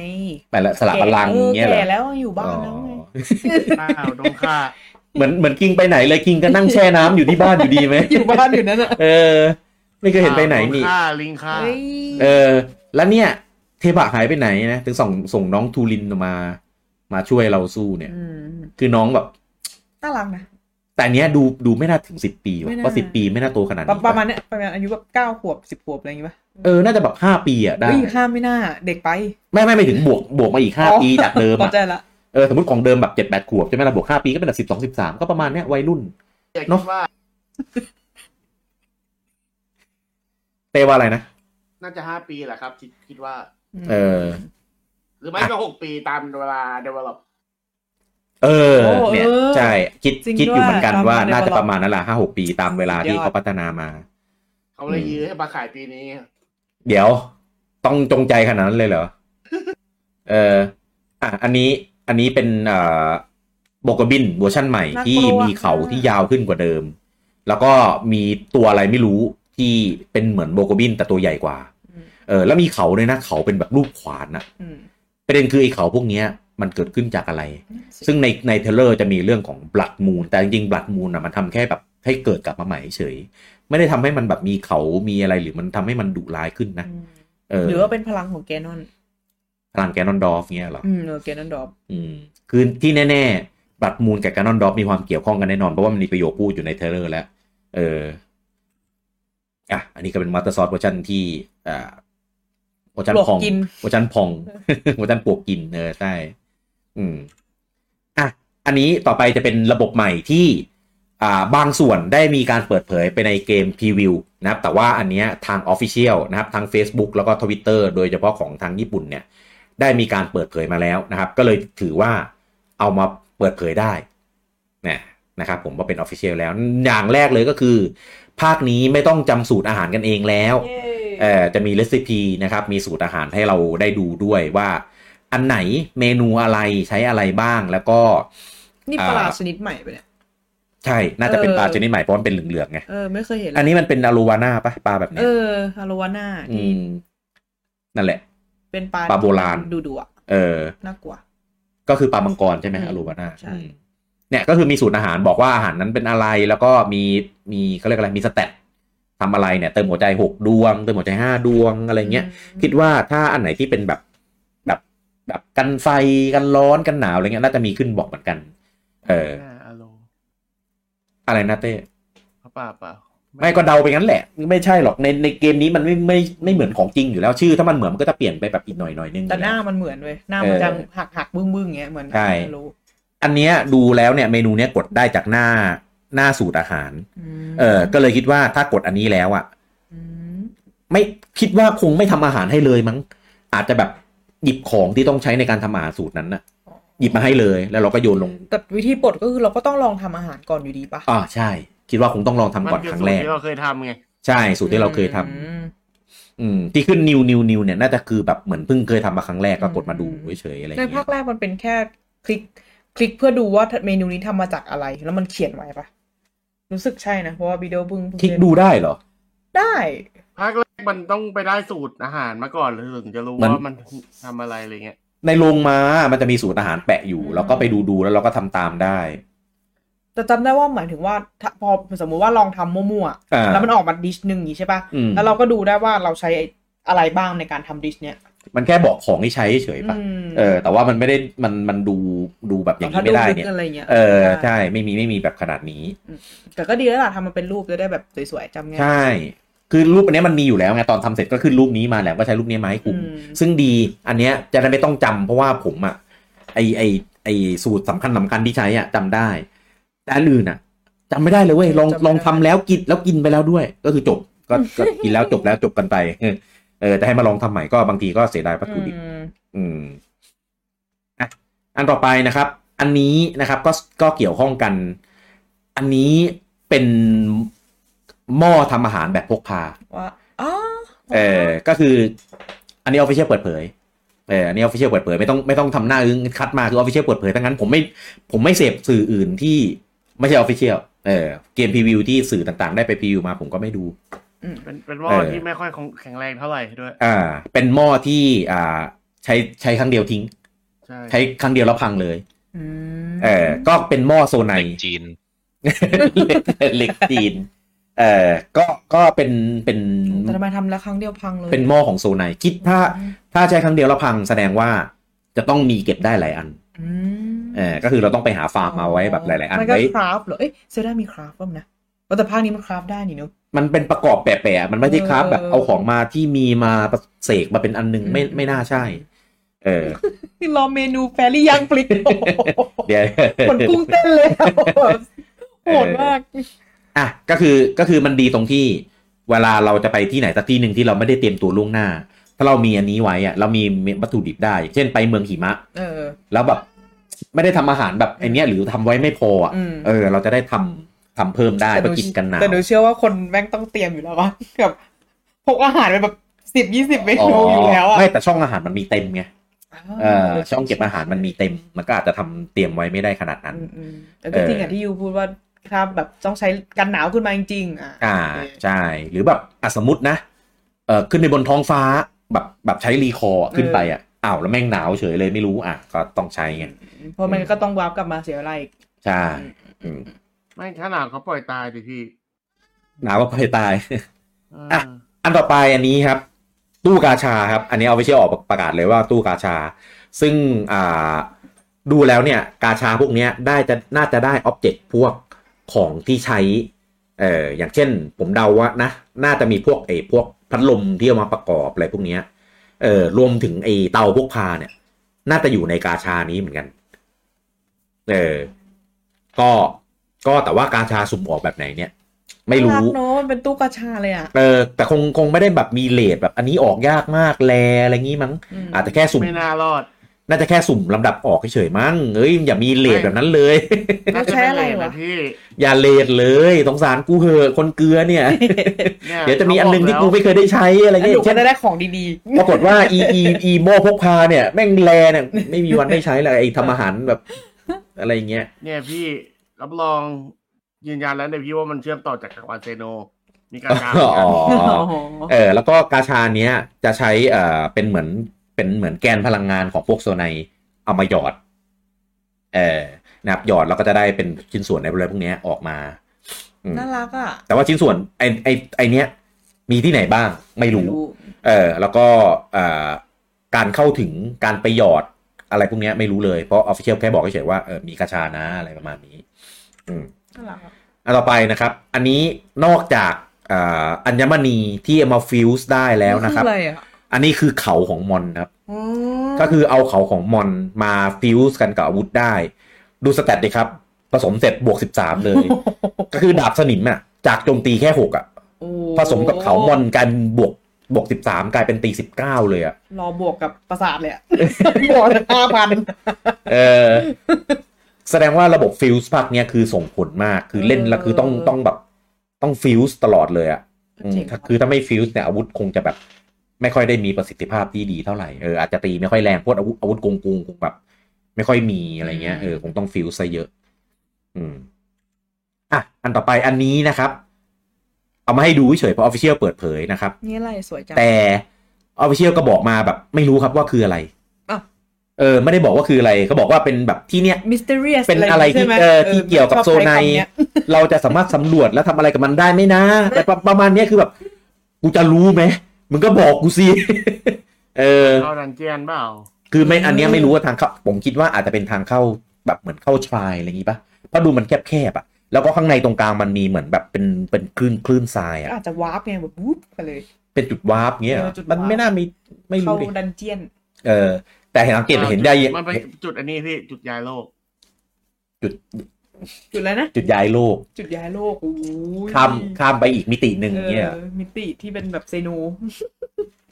Speaker 1: ไปละสละบัลลังก์เงี้ยเหรอ
Speaker 2: แก่แล้วอยู่บ้านแล้วไง
Speaker 1: อ๋อ
Speaker 4: อ้าวโดนฆ่า
Speaker 1: เหมือนเหมือนคิงไปไหนเลยคิงก็นั่งแช่น้ำอยู่ที่บ้านอยู่ดีไหม
Speaker 2: อยู่บ้านอยู่นั่นอ่ะ
Speaker 1: เออ ไม่เคยเห็นไปไหนนี่
Speaker 4: ฆ่าลิงฆ่า
Speaker 2: เฮ้ย
Speaker 1: เออ แล้วเนี่ย เทบะหายไปไหนนะ ถึงส่งส่งน้องทูลินมา มาช่วยเราสู้เนี่ย
Speaker 2: ม
Speaker 1: คือน้องแบบ
Speaker 2: น่ารักนะ
Speaker 1: แต่อันเนี้ยดูดูไม่น่าถึงสิบปี
Speaker 2: ไม่
Speaker 1: ว่ะ
Speaker 2: น่า
Speaker 1: เพราะสิบปีไม่น่าโตขนาด
Speaker 2: ประ
Speaker 1: นี้
Speaker 2: ประมาณเนี้ยประมาณอายุแบบเก้าขวบสิบขวบอะไรอย่างงี้ป่ะ
Speaker 1: เออ น่าจะแบบห้าปีอ่ะได้
Speaker 2: เฮ้ยห้ามไม่น่าเด็กไป
Speaker 1: ไม่ไม่ไม่ถึงบวกบวกมาอีกห้า
Speaker 2: อ๋อ
Speaker 1: ปีจากเดิม
Speaker 2: เข้า
Speaker 1: อ่ะ
Speaker 2: ใจละ
Speaker 1: เออ สมมติของเดิมแบบเจ็ดแปดขวบใช่ไหมล่ะบวกห้าปีก็เป็นแบบสิบสองสิบสามก็ประมาณเนี้ยวัยรุ่น
Speaker 4: อยาก
Speaker 1: เน
Speaker 4: คิ
Speaker 1: อะ
Speaker 4: ดว่า
Speaker 1: เตว่าอะไรนะ
Speaker 4: น่าจะห้าปีแหละครับคิดคิดว่า
Speaker 1: เออ
Speaker 4: หรือไม่ก็หกปีตามเวลา develop
Speaker 1: เออ
Speaker 2: โอ้
Speaker 1: เนี่ย
Speaker 2: เออ
Speaker 1: ใช่ คิด
Speaker 2: จริง
Speaker 1: คิดอยู่
Speaker 2: ด้วย
Speaker 1: เหมือนกัน
Speaker 2: ตาม
Speaker 1: ว่า
Speaker 2: มา
Speaker 1: น่าจะ
Speaker 2: develop
Speaker 1: ประมาณนั่นแหละห้าหกปีตามเวลาที่
Speaker 2: สุดยอด
Speaker 1: เขาพัฒนามา
Speaker 4: เขาเลยยื้อให้มาขายปีนี้
Speaker 1: เดี๋ยวต้องจงใจขนาดนั้นเลยเหรอ เอออ่ะอันนี้อันนี้เป็นเอ่อโบกบินเวอร์ชั่นใหม่
Speaker 2: น่ากลัว
Speaker 1: ที่มีเขา
Speaker 2: ค่ะ
Speaker 1: ที่ยาวขึ้นกว่าเดิม แล้วก็มีตัวอะไรไม่รู้ที่เป็นเหมือนโบกบินแต่ตัวใหญ่กว่า เออ แล้วมีเขาด้วยนะเขาเป็นแบบรูปขวานนะ
Speaker 2: อืม
Speaker 1: ประเด็นคือไอ้เขาพวกเนี้ยมันเกิดขึ้นจากอะไร ซึ่งในในเทรลเลอร์จะมีเรื่องของบลัดมูนแต่จริงๆบลัดมูนอ่ะมันทำแค่แบบให้เกิดกลับมาใหม่เฉยไม่ได้ทำให้มันแบบมีเขามีอะไรหรือมันทำให้มันดุร้ายขึ้นนะ
Speaker 2: อืม
Speaker 1: เออ
Speaker 2: หรือว่าเป็นพลังของแกนอน
Speaker 1: พลังแกนนอนดอฟเงี้ยเหรอ
Speaker 2: อืมเออแกนอนดอบ
Speaker 1: อืม คือที่แน่ๆ บัตรมูลกับแกนนอนดอฟมีความเกี่ยวข้องกันแน่นอน เพราะว่ามันมีประโยคพูดอยู่ในเทรลเลอร์แล้ว เออ อ่ะ อันนี้ก็เป็นมาสเตอร์ซอสเวอร์ชันที่ อ่าเวอร์ชัน
Speaker 2: ปลวก
Speaker 1: พอง
Speaker 2: กิน
Speaker 1: เวอร์ชันพอง เวอร์ชันปลวกกินเออใช่ อืม อ่ะ อันนี้ต่อไปจะเป็นระบบใหม่ที่ อ่าบางส่วนได้มีการเปิดเผยไปในเกมพรีวิวนะครับ แต่ว่าอันเนี้ยทาง Official นะครับทาง Facebook แล้วก็ Twitter โดยเฉพาะของทางญี่ปุ่นเนี่ย ได้มีการเปิดเผยมาแล้วนะครับ ก็เลยถือว่าเอามาเปิดเผยได้นะนะครับผมว่าเป็น Official แล้ว อย่างแรกเลยก็คือ ภาคนี้ไม่ต้องจำสูตรอาหารกันเองแล้ว เอ่อจะมีเรซิปีนะครับ มีสูตรอาหารให้เราได้ดูด้วยว่า อันไหนเมนูอะไรใช้อะไรบ้างแล้วก็
Speaker 2: นี่ปลาชนิดใหม่ไปะเนี่ย
Speaker 1: ใช่ น่าจะเป็น
Speaker 2: เออ
Speaker 1: ปลาชนิดใหม่เพราะมันเป็นเหลืองๆไง
Speaker 2: เออไม่เคยเห็น
Speaker 1: อันนี้มันเป็นอารูวาน่าปะปลาแบบเนี้
Speaker 2: เอย อฮาโลวาน่า
Speaker 1: อื
Speaker 2: ที่
Speaker 1: ม นั่นแหละ
Speaker 2: เป็นปลา
Speaker 1: ปลาโบราณ
Speaker 2: ดูดูอ่ะ
Speaker 1: เออ
Speaker 2: น่ากลัว
Speaker 1: ก็คือปลามังกรใช่ไหม
Speaker 2: อืม
Speaker 1: อารูวาน่า
Speaker 2: ใช่
Speaker 1: อืมเนี่ยก็คือมีสูตรอาหารบอกว่าอาหารนั้นเป็นอะไร แล้วก็มีมีเขาเรียกอะไรมีสเตตทำอะไรเนี่ยเติมหัวใจหกดวงเติมหัวใจห้าดวงอะไรเงี้ย
Speaker 2: ม
Speaker 1: คิดว่าถ้าอันไหนที่เป็นแบบแบบแบบกันไฟกันร้อนกันหนาวอะไรเงี้ยน่าจะมีขึ้นบอกเหมือนกัน เออ
Speaker 4: น่าอารมณ์
Speaker 1: อะไรนะเต้
Speaker 4: เขาป่าเปล่า
Speaker 1: ไม่ก็เดาไปงั้นแหละ ไม่ใช่หรอกในในเกมนี้มันไม่ไม่ไม่เหมือนของจริงอยู่แล้วชื่อถ้ามันเหมือนมันก็จะเปลี่ยนไปแบบอีกหน่อยหน่อยนึง
Speaker 2: แต่หน้ามันเหมือนเว้ยหน้ามันจะ
Speaker 1: เออ
Speaker 2: หักหักๆบึ้งบึ้งๆอย่างเงี้ยเหมือน
Speaker 1: ใช่
Speaker 2: ไม่รู้
Speaker 1: อันเนี้ยดูแล้วเนี่ยเมนูเนี้ยกดได้จากหน้าหน้าสูตรอาหาร เออก็เลยคิดว่าถ้ากดอันนี้แล้วอะ
Speaker 2: ม
Speaker 1: ไม่คิดว่าคงไม่ทำอาหารให้เลยมั้ง อาจจะแบบหยิบของที่ต้องใช้ในการทำอาหารสูตรนั้นน่ะ หยิบมาให้เลยแล้วเราก็โยนลง
Speaker 2: แต่วิธีปลดก็คือเราก็ต้องลองทำอาหารก่อนอยู่ดีปะ
Speaker 1: อ่าใช่ คิดว่าคงต้องลองทำ
Speaker 4: มั
Speaker 1: ก่อน
Speaker 4: คื
Speaker 1: ค
Speaker 4: อ
Speaker 1: รั้ง
Speaker 4: สูต
Speaker 1: แร
Speaker 4: ร
Speaker 1: ก
Speaker 4: ที่เราเคยทำไง
Speaker 1: ใช่สูตรที่เราเคยทำ
Speaker 2: อืม
Speaker 1: อืมที่ขึ้นนิวนิวนิวเนี่ยน่าจะคือแบบเหมือนเพิ่งเคยทำมาครั้งแรกก็กดมาดู
Speaker 2: อืม
Speaker 1: เฉยๆอะไร
Speaker 2: ใน
Speaker 1: เงี้ย
Speaker 2: ภาคแรกมันเป็นแค่คลิก คลิกเพื่อดูว่าเมนูนี้ทำมาจากอะไร แล้วมันเขียนไว้ปะรู้สึกใช่นะ เพราะว่าวิดีโอบึ้งเพิ่ง
Speaker 1: คลิกดูได้เหรอ
Speaker 2: ได้
Speaker 4: ภาคแรกมันต้องไปได้สูตรอาหารมาก่อนหรือถึงจะรู้
Speaker 1: มัน
Speaker 4: ว่ามันทำอะไรอะไรเงี้ย
Speaker 1: ในโรงม้ามันจะมีสูตรอาหารแปะอยู่
Speaker 2: อืม
Speaker 1: เราก็ไปดูดูๆแล้วเราก็ทำตามได้
Speaker 2: แต่จำได้ว่าหมายถึงว่าถ้าพอสมมุติว่าลองทำมั่ว
Speaker 1: อ่า
Speaker 2: ๆแล้วมันออกมาดิชหนึ่งอย่างนี้ใช่ปะ
Speaker 1: อืม
Speaker 2: แล้วเราก็ดูได้ว่าเราใช้อะไรบ้างในการทำดิชเนี้ย
Speaker 1: มันแค่บอกของที่ใช้เฉยๆปะ
Speaker 2: ม
Speaker 1: เออ แต่ว่ามันไม่ได้มันมันดูดูแบบอย่างนี้ไม่ได้เนี่ย
Speaker 2: ถ้าลึกอะไรเงี้ย
Speaker 1: เออใช่ไม่มีไม่มีแบบขนาดนี้
Speaker 2: แต่ก็ดีแล้วล่ะทำมันเป็นรูปจะได้แบบสวยๆจำง่าย
Speaker 1: ใช่ คือรูปอันเนี้ยมันมีอยู่แล้วไงตอนทำเสร็จก็ขึ้นรูปนี้มาแล้วก็ใช้รูปนี้มาให้คุม
Speaker 2: อืม
Speaker 1: ซึ่งดีอันเนี้ยจะได้ไม่ต้องจำเพราะว่าผมอะไอไอไอสูตรสำคัญสำคัญที่ใช้อะจำได้ แต่อันอื่นอะจำไม่ได้เลยเว้ยลองลองทำแล้วกินแล้วกินไปแล้วด้วย ก็คือจบก็ก็กินแล้วจบแล้วจบกันไปเออเออแต่ให้มาลองทำใหม่ก็บางทีก็เสียดายวัตถุดิบ
Speaker 2: อืม
Speaker 1: อืมอ่ะอันต่อไปนะครับ อันนี้นะครับก็ก็เกี่ยวข้องกัน อันนี้เป็นหม้อทำอาหารแบบพกพา
Speaker 2: ว่าอ๋อ
Speaker 1: เออก็คือ อันนี้ออฟฟิเชียลเปิดเผย เอออันนี้ออฟฟิเชียลเปิดเผยไม่ต้องไม่ต้องทำหน้าอึ้งคัดมาคือออฟฟิเชียลเปิดเผยทั้งนั้นผมไม่ผมไม่เสพสื่ออื่นที่ไม่ใช่ออฟฟิเชียล เออเกมพรีวิวที่สื่อต่างๆ ได้ไปพรีวิวมาผมก็ไม่ดู
Speaker 4: เป็นเป็นหม้อ
Speaker 1: เออ
Speaker 4: ที่ไม่ค่อยแข็งแรงเท่าไหร่ด้วย
Speaker 1: อ่า เป็นหม้อที่อ่าใช้ใช้ครั้งเดียวทิ้ง
Speaker 4: ใช่
Speaker 1: ใช้ครั้งเดียวแล้วพังเลย
Speaker 2: อืม
Speaker 1: เออก็เป็นหม้อโซไน
Speaker 3: เด็กจีน
Speaker 1: เหล็กจีน เอ่อ ก็ ก็เป็น เป็น
Speaker 2: แต่ทำไมทำแล้วครั้งเดียวพังเลย
Speaker 1: เป็นหม้อของโซไนคิดถ้า ถ้าใช้ครั้งเดียวแล้วพังแสดงว่าจะต้องมีเก็บได้หลายอัน
Speaker 2: อืม
Speaker 1: เออ ก็คือเราต้องไปหาฟาร์มมาไว้แบบหลาย ๆ อัน
Speaker 2: มันก็
Speaker 1: ไว้
Speaker 2: คราฟเหรอ เอ้ยเซด้ามีคราฟบ้างนะว่าแต่ภาคนี้มันคราฟได้นี่เนอะ
Speaker 1: มันเป็นประกอบแปะๆ มันไม่ได้ครับแบบ
Speaker 2: เออ
Speaker 1: เอาของมาที่มีมาเสกมาเป็นอันหนึงไม่
Speaker 2: อืม
Speaker 1: ไม่น่าใช่ เออ
Speaker 2: นี่รอเมนูแฟรี่ย่างปลิกโอ้โห
Speaker 1: เดี๋ยว
Speaker 2: ขนกุ้งเต้นเลยอะ โหดมาก
Speaker 1: อ่ะก็คือก็คือมันดีตรงที่เวลาเราจะไปที่ไหนสักที่หนึ่งที่เราไม่ได้เตรียมตัวล่วงหน้า ถ้าเรามีอันนี้ไว้อะเรามีวัตถุดิบได้ เช่นไปเมืองหิมะ
Speaker 2: เออ
Speaker 1: แล้วแบบไม่ได้ทำอาหารแบบไอเนี้ยหรือทำไว้ไม่พออ่ะ
Speaker 2: อืม
Speaker 1: เออ เราจะได้ทำทำเพิ่มได้
Speaker 2: แต่ห
Speaker 1: ไปกินกันหนาว
Speaker 2: แต่หนูเชื่อว่าคนแม่งต้องเตรียมอยู่แล้วว่า แบบพกอาหารไปแบบสิบยี่สิบเม
Speaker 1: อ๋อ
Speaker 2: นูอยู่แล้วอะ
Speaker 1: ไม่แต่ช่องอาหารมันมีเต็มไงเออช่องเก็บอาหารมันมีเต็ม มันก็อาจจะทำเตรียมไว้ไม่ได้ขนาดนั้น
Speaker 2: อืมอืมแต่ก็จริงอย่างที่ยูพูดว่าถ้าแบบต้องใช้กันหนาวขึ้นมาจริงๆอ่ะ
Speaker 1: อ่า
Speaker 2: โเค
Speaker 1: ใช่หรือแบบอ่ะสมมตินะเออขึ้นไปบนท้องฟ้าแบบแบบใช้รีคอร์อะขึ้นไปอ่ะอ้าวแล้วแม่งหนาวเฉยเลยไม่รู้อ่ะก็ต้องใช้ไง
Speaker 2: เพราะมันก็ต้องวาร์ปกลับมาเสียเวลาอีก
Speaker 1: ใช่อืม
Speaker 4: ไม่ถ้าหนาวเขาปล่อยตายดิพี่
Speaker 1: หนาวก็ไปตาย
Speaker 4: อ่า
Speaker 1: อ่ะ อันต่อไปอันนี้ครับ ตู้กาชาครับ อันนี้เอาไปเชี่ยออกประกาศเลยว่าตู้กาชา ซึ่งอ่าดูแล้วเนี่ย กาชาพวกเนี้ยได้จะน่าจะได้อ็อบเจกต์พวกของที่ใช้เอ่ออย่างเช่น ผมเดาว่านะ น่าจะมีพวกไอ้พวกพัดลมที่เอามาประกอบอะไรพวกเนี้ยเอ่อรวมถึงไอ้เตาพวกพาเนี่ย น่าจะอยู่ในกาชานี้เหมือนกัน เออก็ก็แต่ว่ากาชาสุ่มออกแบบไหนเนี่ย ไม่รู้
Speaker 2: น่ารักเนอะมันเป็นตู้กระชาเลยอ่ะ
Speaker 1: เออแต่คงคงไม่ได้แบบมีเลทแบบอันนี้ออกยากมากแลอะไรงี้มั้ง
Speaker 2: ม
Speaker 1: อาจจะแค่สุ่ม
Speaker 4: ไม่น่ารอด
Speaker 1: น่าจะแค่สุ่มลำดับออกเฉยๆมั้งเอ้ยอย่ามีเลทแบบนั้นเลย
Speaker 4: น่าจะ
Speaker 2: ใช้
Speaker 4: เป็น
Speaker 2: อะไร
Speaker 4: เลน
Speaker 2: วะ
Speaker 4: นะพี่
Speaker 1: อย่าเลทเลยสงสารกูเหอะคนเกลือเนี่ย
Speaker 4: นี่
Speaker 1: เดี๋ยวจะมีอันหนึงที่กู
Speaker 4: เขาบ
Speaker 1: ไม่เคยได้ใช้อะไร
Speaker 2: แล้ว
Speaker 1: เงี้
Speaker 2: ห
Speaker 1: ย
Speaker 2: นูก็
Speaker 1: เช่น
Speaker 2: จะได้ของดี
Speaker 1: ปรากฏว่าอีอีอีโมพกพาเนี่ยแม่งแลเนี่ยไม่มีวันได้ใช้เลยไอ้ทำอาหารแบบอะไรเงี้ย
Speaker 4: แล้วเนี่ยพี่รับรองยืนยันแล้วเนี่ยพี่ว่ามันเชื่อมต่อจากจักรวาลเซโน มีการกา
Speaker 1: อ๋
Speaker 4: ร
Speaker 1: อ
Speaker 2: ๆโอ้โห
Speaker 1: เออแล้วก็กาชาเนี้ยจะใช้เอ่อเป็นเหมือนเป็นเหมือนแกนพลังงานของพวกโซไนเอามาหยอดเออนะครับหยอดแล้วก็จะได้เป็นชิ้นส่วนในอะไรพวกเนี้ยออกมาอืม
Speaker 2: น่ารักอ่ะ
Speaker 1: แต่ว่าชิ้นส่วนไอไอไอเนี้ยมีที่ไหนบ้างไม่รู้ เออแล้วก็เอ่อการเข้าถึงการไปหยอดอะไรพวกเนี้ยไม่รู้เลยเพราะออฟฟิเชียลแค่บอกเฉยๆว่าเออมีกาชานะอะไรประมาณนี้ อืม
Speaker 2: น่ารักอะ
Speaker 1: อันต่อไปนะครับ อันนี้นอกจากเอ่ออัญมณีที่เอามาฟิวส์ได้แล้วนะครับ
Speaker 2: ออะไรอ่ะ
Speaker 1: อันนี้คือเขาของมอนครับ
Speaker 2: อืม
Speaker 1: ก็คือเอาเขาของมอนมาฟิวส์กันกับอาวุธได้ ดูสเตตดิครับ ผสมเสร็จบวก 13 เลย ก็คือดาบสนิมอะจากโจมตีแค่ 6อะ
Speaker 2: โอ้
Speaker 1: ผสมกับเขามอนกันบวกบวก 13 กลายเป็นตี 19 เลยอะ
Speaker 2: รอบวกกับประสาทเลยอ่ะ บวกห้าพัน
Speaker 1: เออ แสดงว่าระบบฟิวส์พักเนี้ยคือส่งผลมากคือเล่นแล้วคือต้องต้องแบบต้องฟิวส์ตลอดเลยอะ อืมถ้าคือถ้าไม่ฟิวส์เนี่ยอาวุธคงจะแบบ ไม่ค่อยได้มีประสิทธิภาพที่ดีเท่าไหร่เอออาจจะตีไม่ค่อยแรงพวกอาวุธอาวุธโกงกงคงแบบ ไม่ค่อยมีอะไรเงี้ยเออคงต้องฟิวส์ซะเยอะ อืมอ่ะอันต่อไปอันนี้นะครับ เอามาให้ดูเฉยๆเพราะออฟฟิเชียลเปิดเผยนะครับ
Speaker 2: นี่อะไรสวยจัง
Speaker 1: แต่ออฟฟิเชียลก็บอกมาแบบ ไม่รู้ครับว่าคืออะไร
Speaker 2: อ้าว
Speaker 1: เออ ไม่ได้บอกว่าคืออะไรเขาบอกว่าเป็นแบบที่เนี้ย
Speaker 2: มิสเตอรียส
Speaker 1: เป็นอะไรที่เออที่เกี่ยวกับโซไน เราจะสามารถสำรวจและทำอะไรกับมันได้ไหมนะ แต่ประประมาณเนี้ยคือแบบ กูจะรู้ไหมมึงก็บอกกูสิ เออ
Speaker 4: เข้าดันเจียนเปล่า
Speaker 1: คือไม่อันเนี้ยไม่รู้ว่าทางเข้าผมคิดว่าอาจจะเป็นทางเข้าแบบเหมือนเข้าชายอะไรอย่างงี้ปะเพราะดูมันแคบๆอ่ะ แล้วก็ข้างในตรงกลางมันมีเหมือนแบบเป็นเป็นคลื่นคลื่นทรายอ่ะ
Speaker 2: อาจจะวาร์ปไงแบบวูบไปเลย
Speaker 1: เป็นจุดวาร์ปเงี้ยเหรอ
Speaker 2: เออจุดวาร์ป
Speaker 1: มันไม่น่ามีไม่
Speaker 2: เข้า
Speaker 1: รู้ดิ
Speaker 2: ดันเจียน
Speaker 1: เออ แต่เห็นสังเกตเห็นได้
Speaker 4: มันเป็น
Speaker 1: เห็น
Speaker 4: จุดอันนี้พี่จุดยายโลก
Speaker 2: จุดแล้วนะ
Speaker 1: จุดย้ายโลก
Speaker 2: จุดย้ายโลกโอ้ย
Speaker 1: ข้ามข้ามไปอีกมิติหนึ่ง
Speaker 2: เอ
Speaker 1: เงี้ย
Speaker 2: อมิติที่เป็นแบบเซโน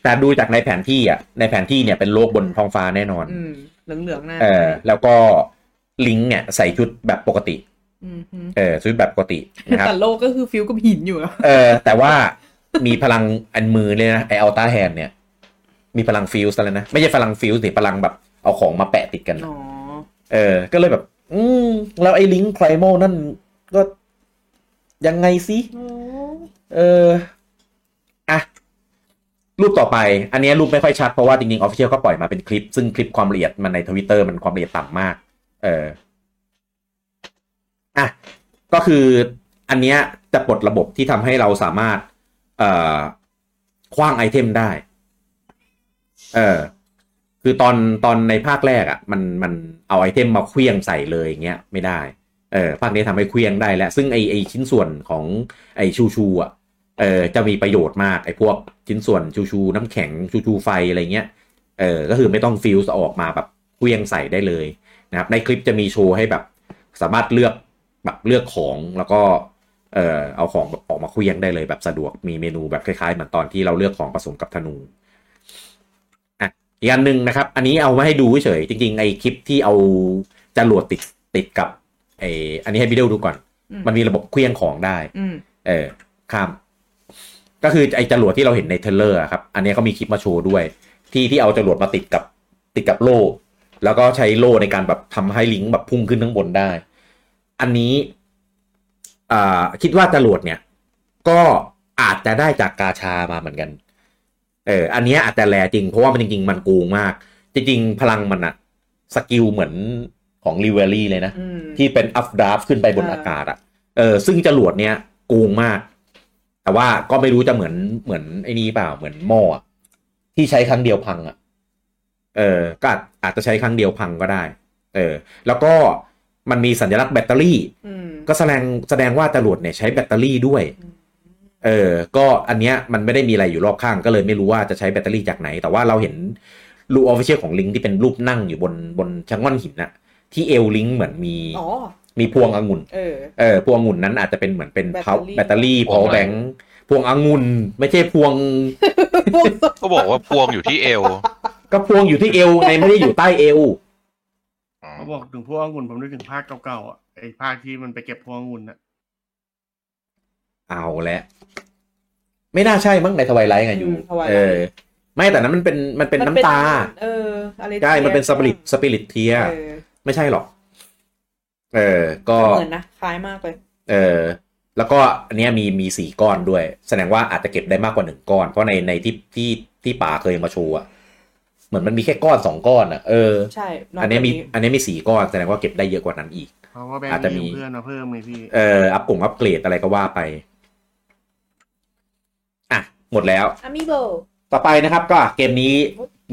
Speaker 1: แต่ดูจากในแผนที่อ่ะในแผนที่เนี่ยเป็นโลกบนท้องฟ้าแน่นอน
Speaker 2: อืมเหลืองๆนะ
Speaker 1: เออ แล้วก็ลิงก์เนี่ยใส่ชุดแบบปกติ
Speaker 2: มฮึ
Speaker 1: เออชุดแบบปกตินะครับ
Speaker 2: แต่โลกก็คือฟิวกับหินอยู่อะ
Speaker 1: เออแต่ว่ามีพลังอันมือเลยนะ ไออัลต้าแฮนเนี่ย มีพลังฟิวส์อะไรนะ ไม่ใช่พลังฟิวส์แต่พลังแบบเอาของมาแปะติดกันนะ
Speaker 2: อ๋อ
Speaker 1: เออ ก็เลยแบบ อืม แล้วไอ้ลิงค์ไคลโมนั่นก็ยังไงสิเอออ่ะ รูปต่อไป อันเนี้ยรูปไม่ค่อยชัด เพราะว่าจริงๆออฟฟิเชียลก็ปล่อยมาเป็นคลิป ซึ่งคลิปความละเอียดมันในทวิตเตอร์มันความละเอียดต่ำมาก เออ อ่ะ ก็คืออันเนี้ยจะปลดระบบที่ทำให้เราสามารถ เอ่อคว้างไอเทมได้ เออ คือตอนตอนในภาคแรกอะ่ะ มันมันเอาไอเทมมาเคลี้ยงใส่เลยอย่างเงี้ยไม่ได้ เออภาคนี้ทำให้เคลี้ยงได้แล้ว ซึ่งไอไอชิ้นส่วนของไอชูชูอะ่ะ เออจะมีประโยชน์มากไอพวกชิ้นส่วนชูชูน้ำแข็งชูชูไฟอะไรเงี้ย เออ ก็คือไม่ต้องฟิลส์ออกมาแบบเคลี้ยงใส่ได้เลยนะครับ ในคลิปจะมีโชว์ให้แบบ สามารถเลือกแบบเลือกของแล้วก็ เอ่อเอาของแบบออกมาเคลี้ยงได้เลยแบบสะดวกมีเมนูแบบคล้ายๆเหมือนตอนที่เราเลือกของผสมกับธนูอ่ะอีกอันหนึ่งนะครับ อันนี้เอามาให้ดูเฉยๆจริงๆไอคลิปที่เอาจรวดติดติดกับไออันนี้ให้พี่เดลดูก่อน
Speaker 2: อื
Speaker 1: มันมีระบบเคลี้ยงของได้
Speaker 2: อืม
Speaker 1: เออข้าม ก็คือไอจรวดที่เราเห็นในเทรลเลอร์อะครับ อันนี้เขามีคลิปมาโชว์ด้วย ที่ที่เอาจรวดมาติดกับติดกับโล่ แล้วก็ใช้โล่ในการแบบทำให้ลิงก์แบบพุ่งขึ้นข้างบนได้ อันนี้อ่าคิดว่าจรวดเนี่ย ก็อาจจะได้จากกาชามาเหมือนกัน เออ อันเนี้ยอาจจะแลจริง เพราะว่ามันจริงๆ มันโกงมาก จริงๆ พลังมันอะสกิลเหมือนของรีเวอรี่เลยนะ
Speaker 2: อืม
Speaker 1: ที่เป็นอัพดราฟขึ้นไปบน
Speaker 2: อ่า
Speaker 1: อากาศอ่ะ เออ ซึ่งจรวดเนี้ยโกงมาก แต่ว่าก็ไม่รู้จะเหมือนเหมือนไอ้นี่เปล่า เหมือนหม้ออะที่ใช้ครั้งเดียวพังอ่ะ เออ ก็อาจอาจจะใช้ครั้งเดียวพังก็ได้ เออ แล้วก็มันมีสัญลักษณ์แบตเตอรี่
Speaker 2: อืม
Speaker 1: ก็แสดงแสดงว่าจรวดเนี่ยใช้แบตเตอรี่ด้วย
Speaker 2: อืม
Speaker 1: เออ ก็อันเนี้ยมันไม่ได้มีอะไรอยู่รอบข้างก็เลยไม่รู้ว่าจะใช้แบตเตอรี่จากไหน แต่ว่าเราเห็นรูปออฟฟิเชียลของลิงก์ที่เป็นรูปนั่งอยู่บนบนชะง่อนหินน่ะ ที่เอวลิงก์เหมือนมี
Speaker 2: อ๋อ
Speaker 1: มีพวงองุ่น
Speaker 2: เออ
Speaker 1: เออ พวงองุ่นนั้นอาจจะเป็นเหมือนเป็นเพา
Speaker 2: แบ
Speaker 1: แบ
Speaker 2: ต
Speaker 1: ต
Speaker 2: เต
Speaker 1: เต
Speaker 2: อ
Speaker 1: อ
Speaker 2: รี่
Speaker 1: รี่พอแบงค์พวงองุ่นไม่ใช่พวง
Speaker 2: พวกส
Speaker 3: ก็บอกว่าพวงอยู่ที่เอว
Speaker 1: ก็พวงอยู่ที่เอวไงไม่ได้อยู่ใต้เอว
Speaker 3: อืม
Speaker 4: เขาบอกถึงพวกองุ่นผมนึกถึงภาคเก่าๆอ่ะไอภาคที่มันไปเก็บพวกองุ่นอ่ะ
Speaker 1: เอาและไม่น่าใช่มั้งในทวายไลท์ไงอยู่
Speaker 2: ม Twilight
Speaker 1: เออ ไม่แต่นั้นมันเป็นมันเป็นน้ำตา
Speaker 2: เออ อะไร
Speaker 1: ใช่ มันเป็นสปิริตสปิริตเทีย
Speaker 2: เออ
Speaker 1: ไม่ใช่หรอก เออ ก็
Speaker 2: เหมือนนะ คล้ายมากเลย
Speaker 1: เออ แล้วก็อันเนี้ยมีมีสี่ก้อนด้วย แสดงว่าอาจจะเก็บได้มากกว่าหนึ่งก้อน เพราะในในที่ที่ที่ป่าเคยมาโชว์อะเหมือนมันมีแค่ก้อนสองก้อนอะเออ
Speaker 2: ใช่ก
Speaker 1: อันเนี้ยมี
Speaker 2: จาก
Speaker 1: อันเนี้ยมีสี่ก้อนแสดงว่าเก็บได้เยอะกว่านั้นอีก
Speaker 4: เพราะว่าแบงค์
Speaker 1: อาจจะมี
Speaker 4: ยืมเพื่อนมาเพิ่มไงพี่
Speaker 1: เอ่ออัพกลงอัพเกรดอะไรก็ว่าไป อ่ะ หมดแล้ว
Speaker 2: อามิโบ
Speaker 1: ต่อไปนะครับก็เกมนี้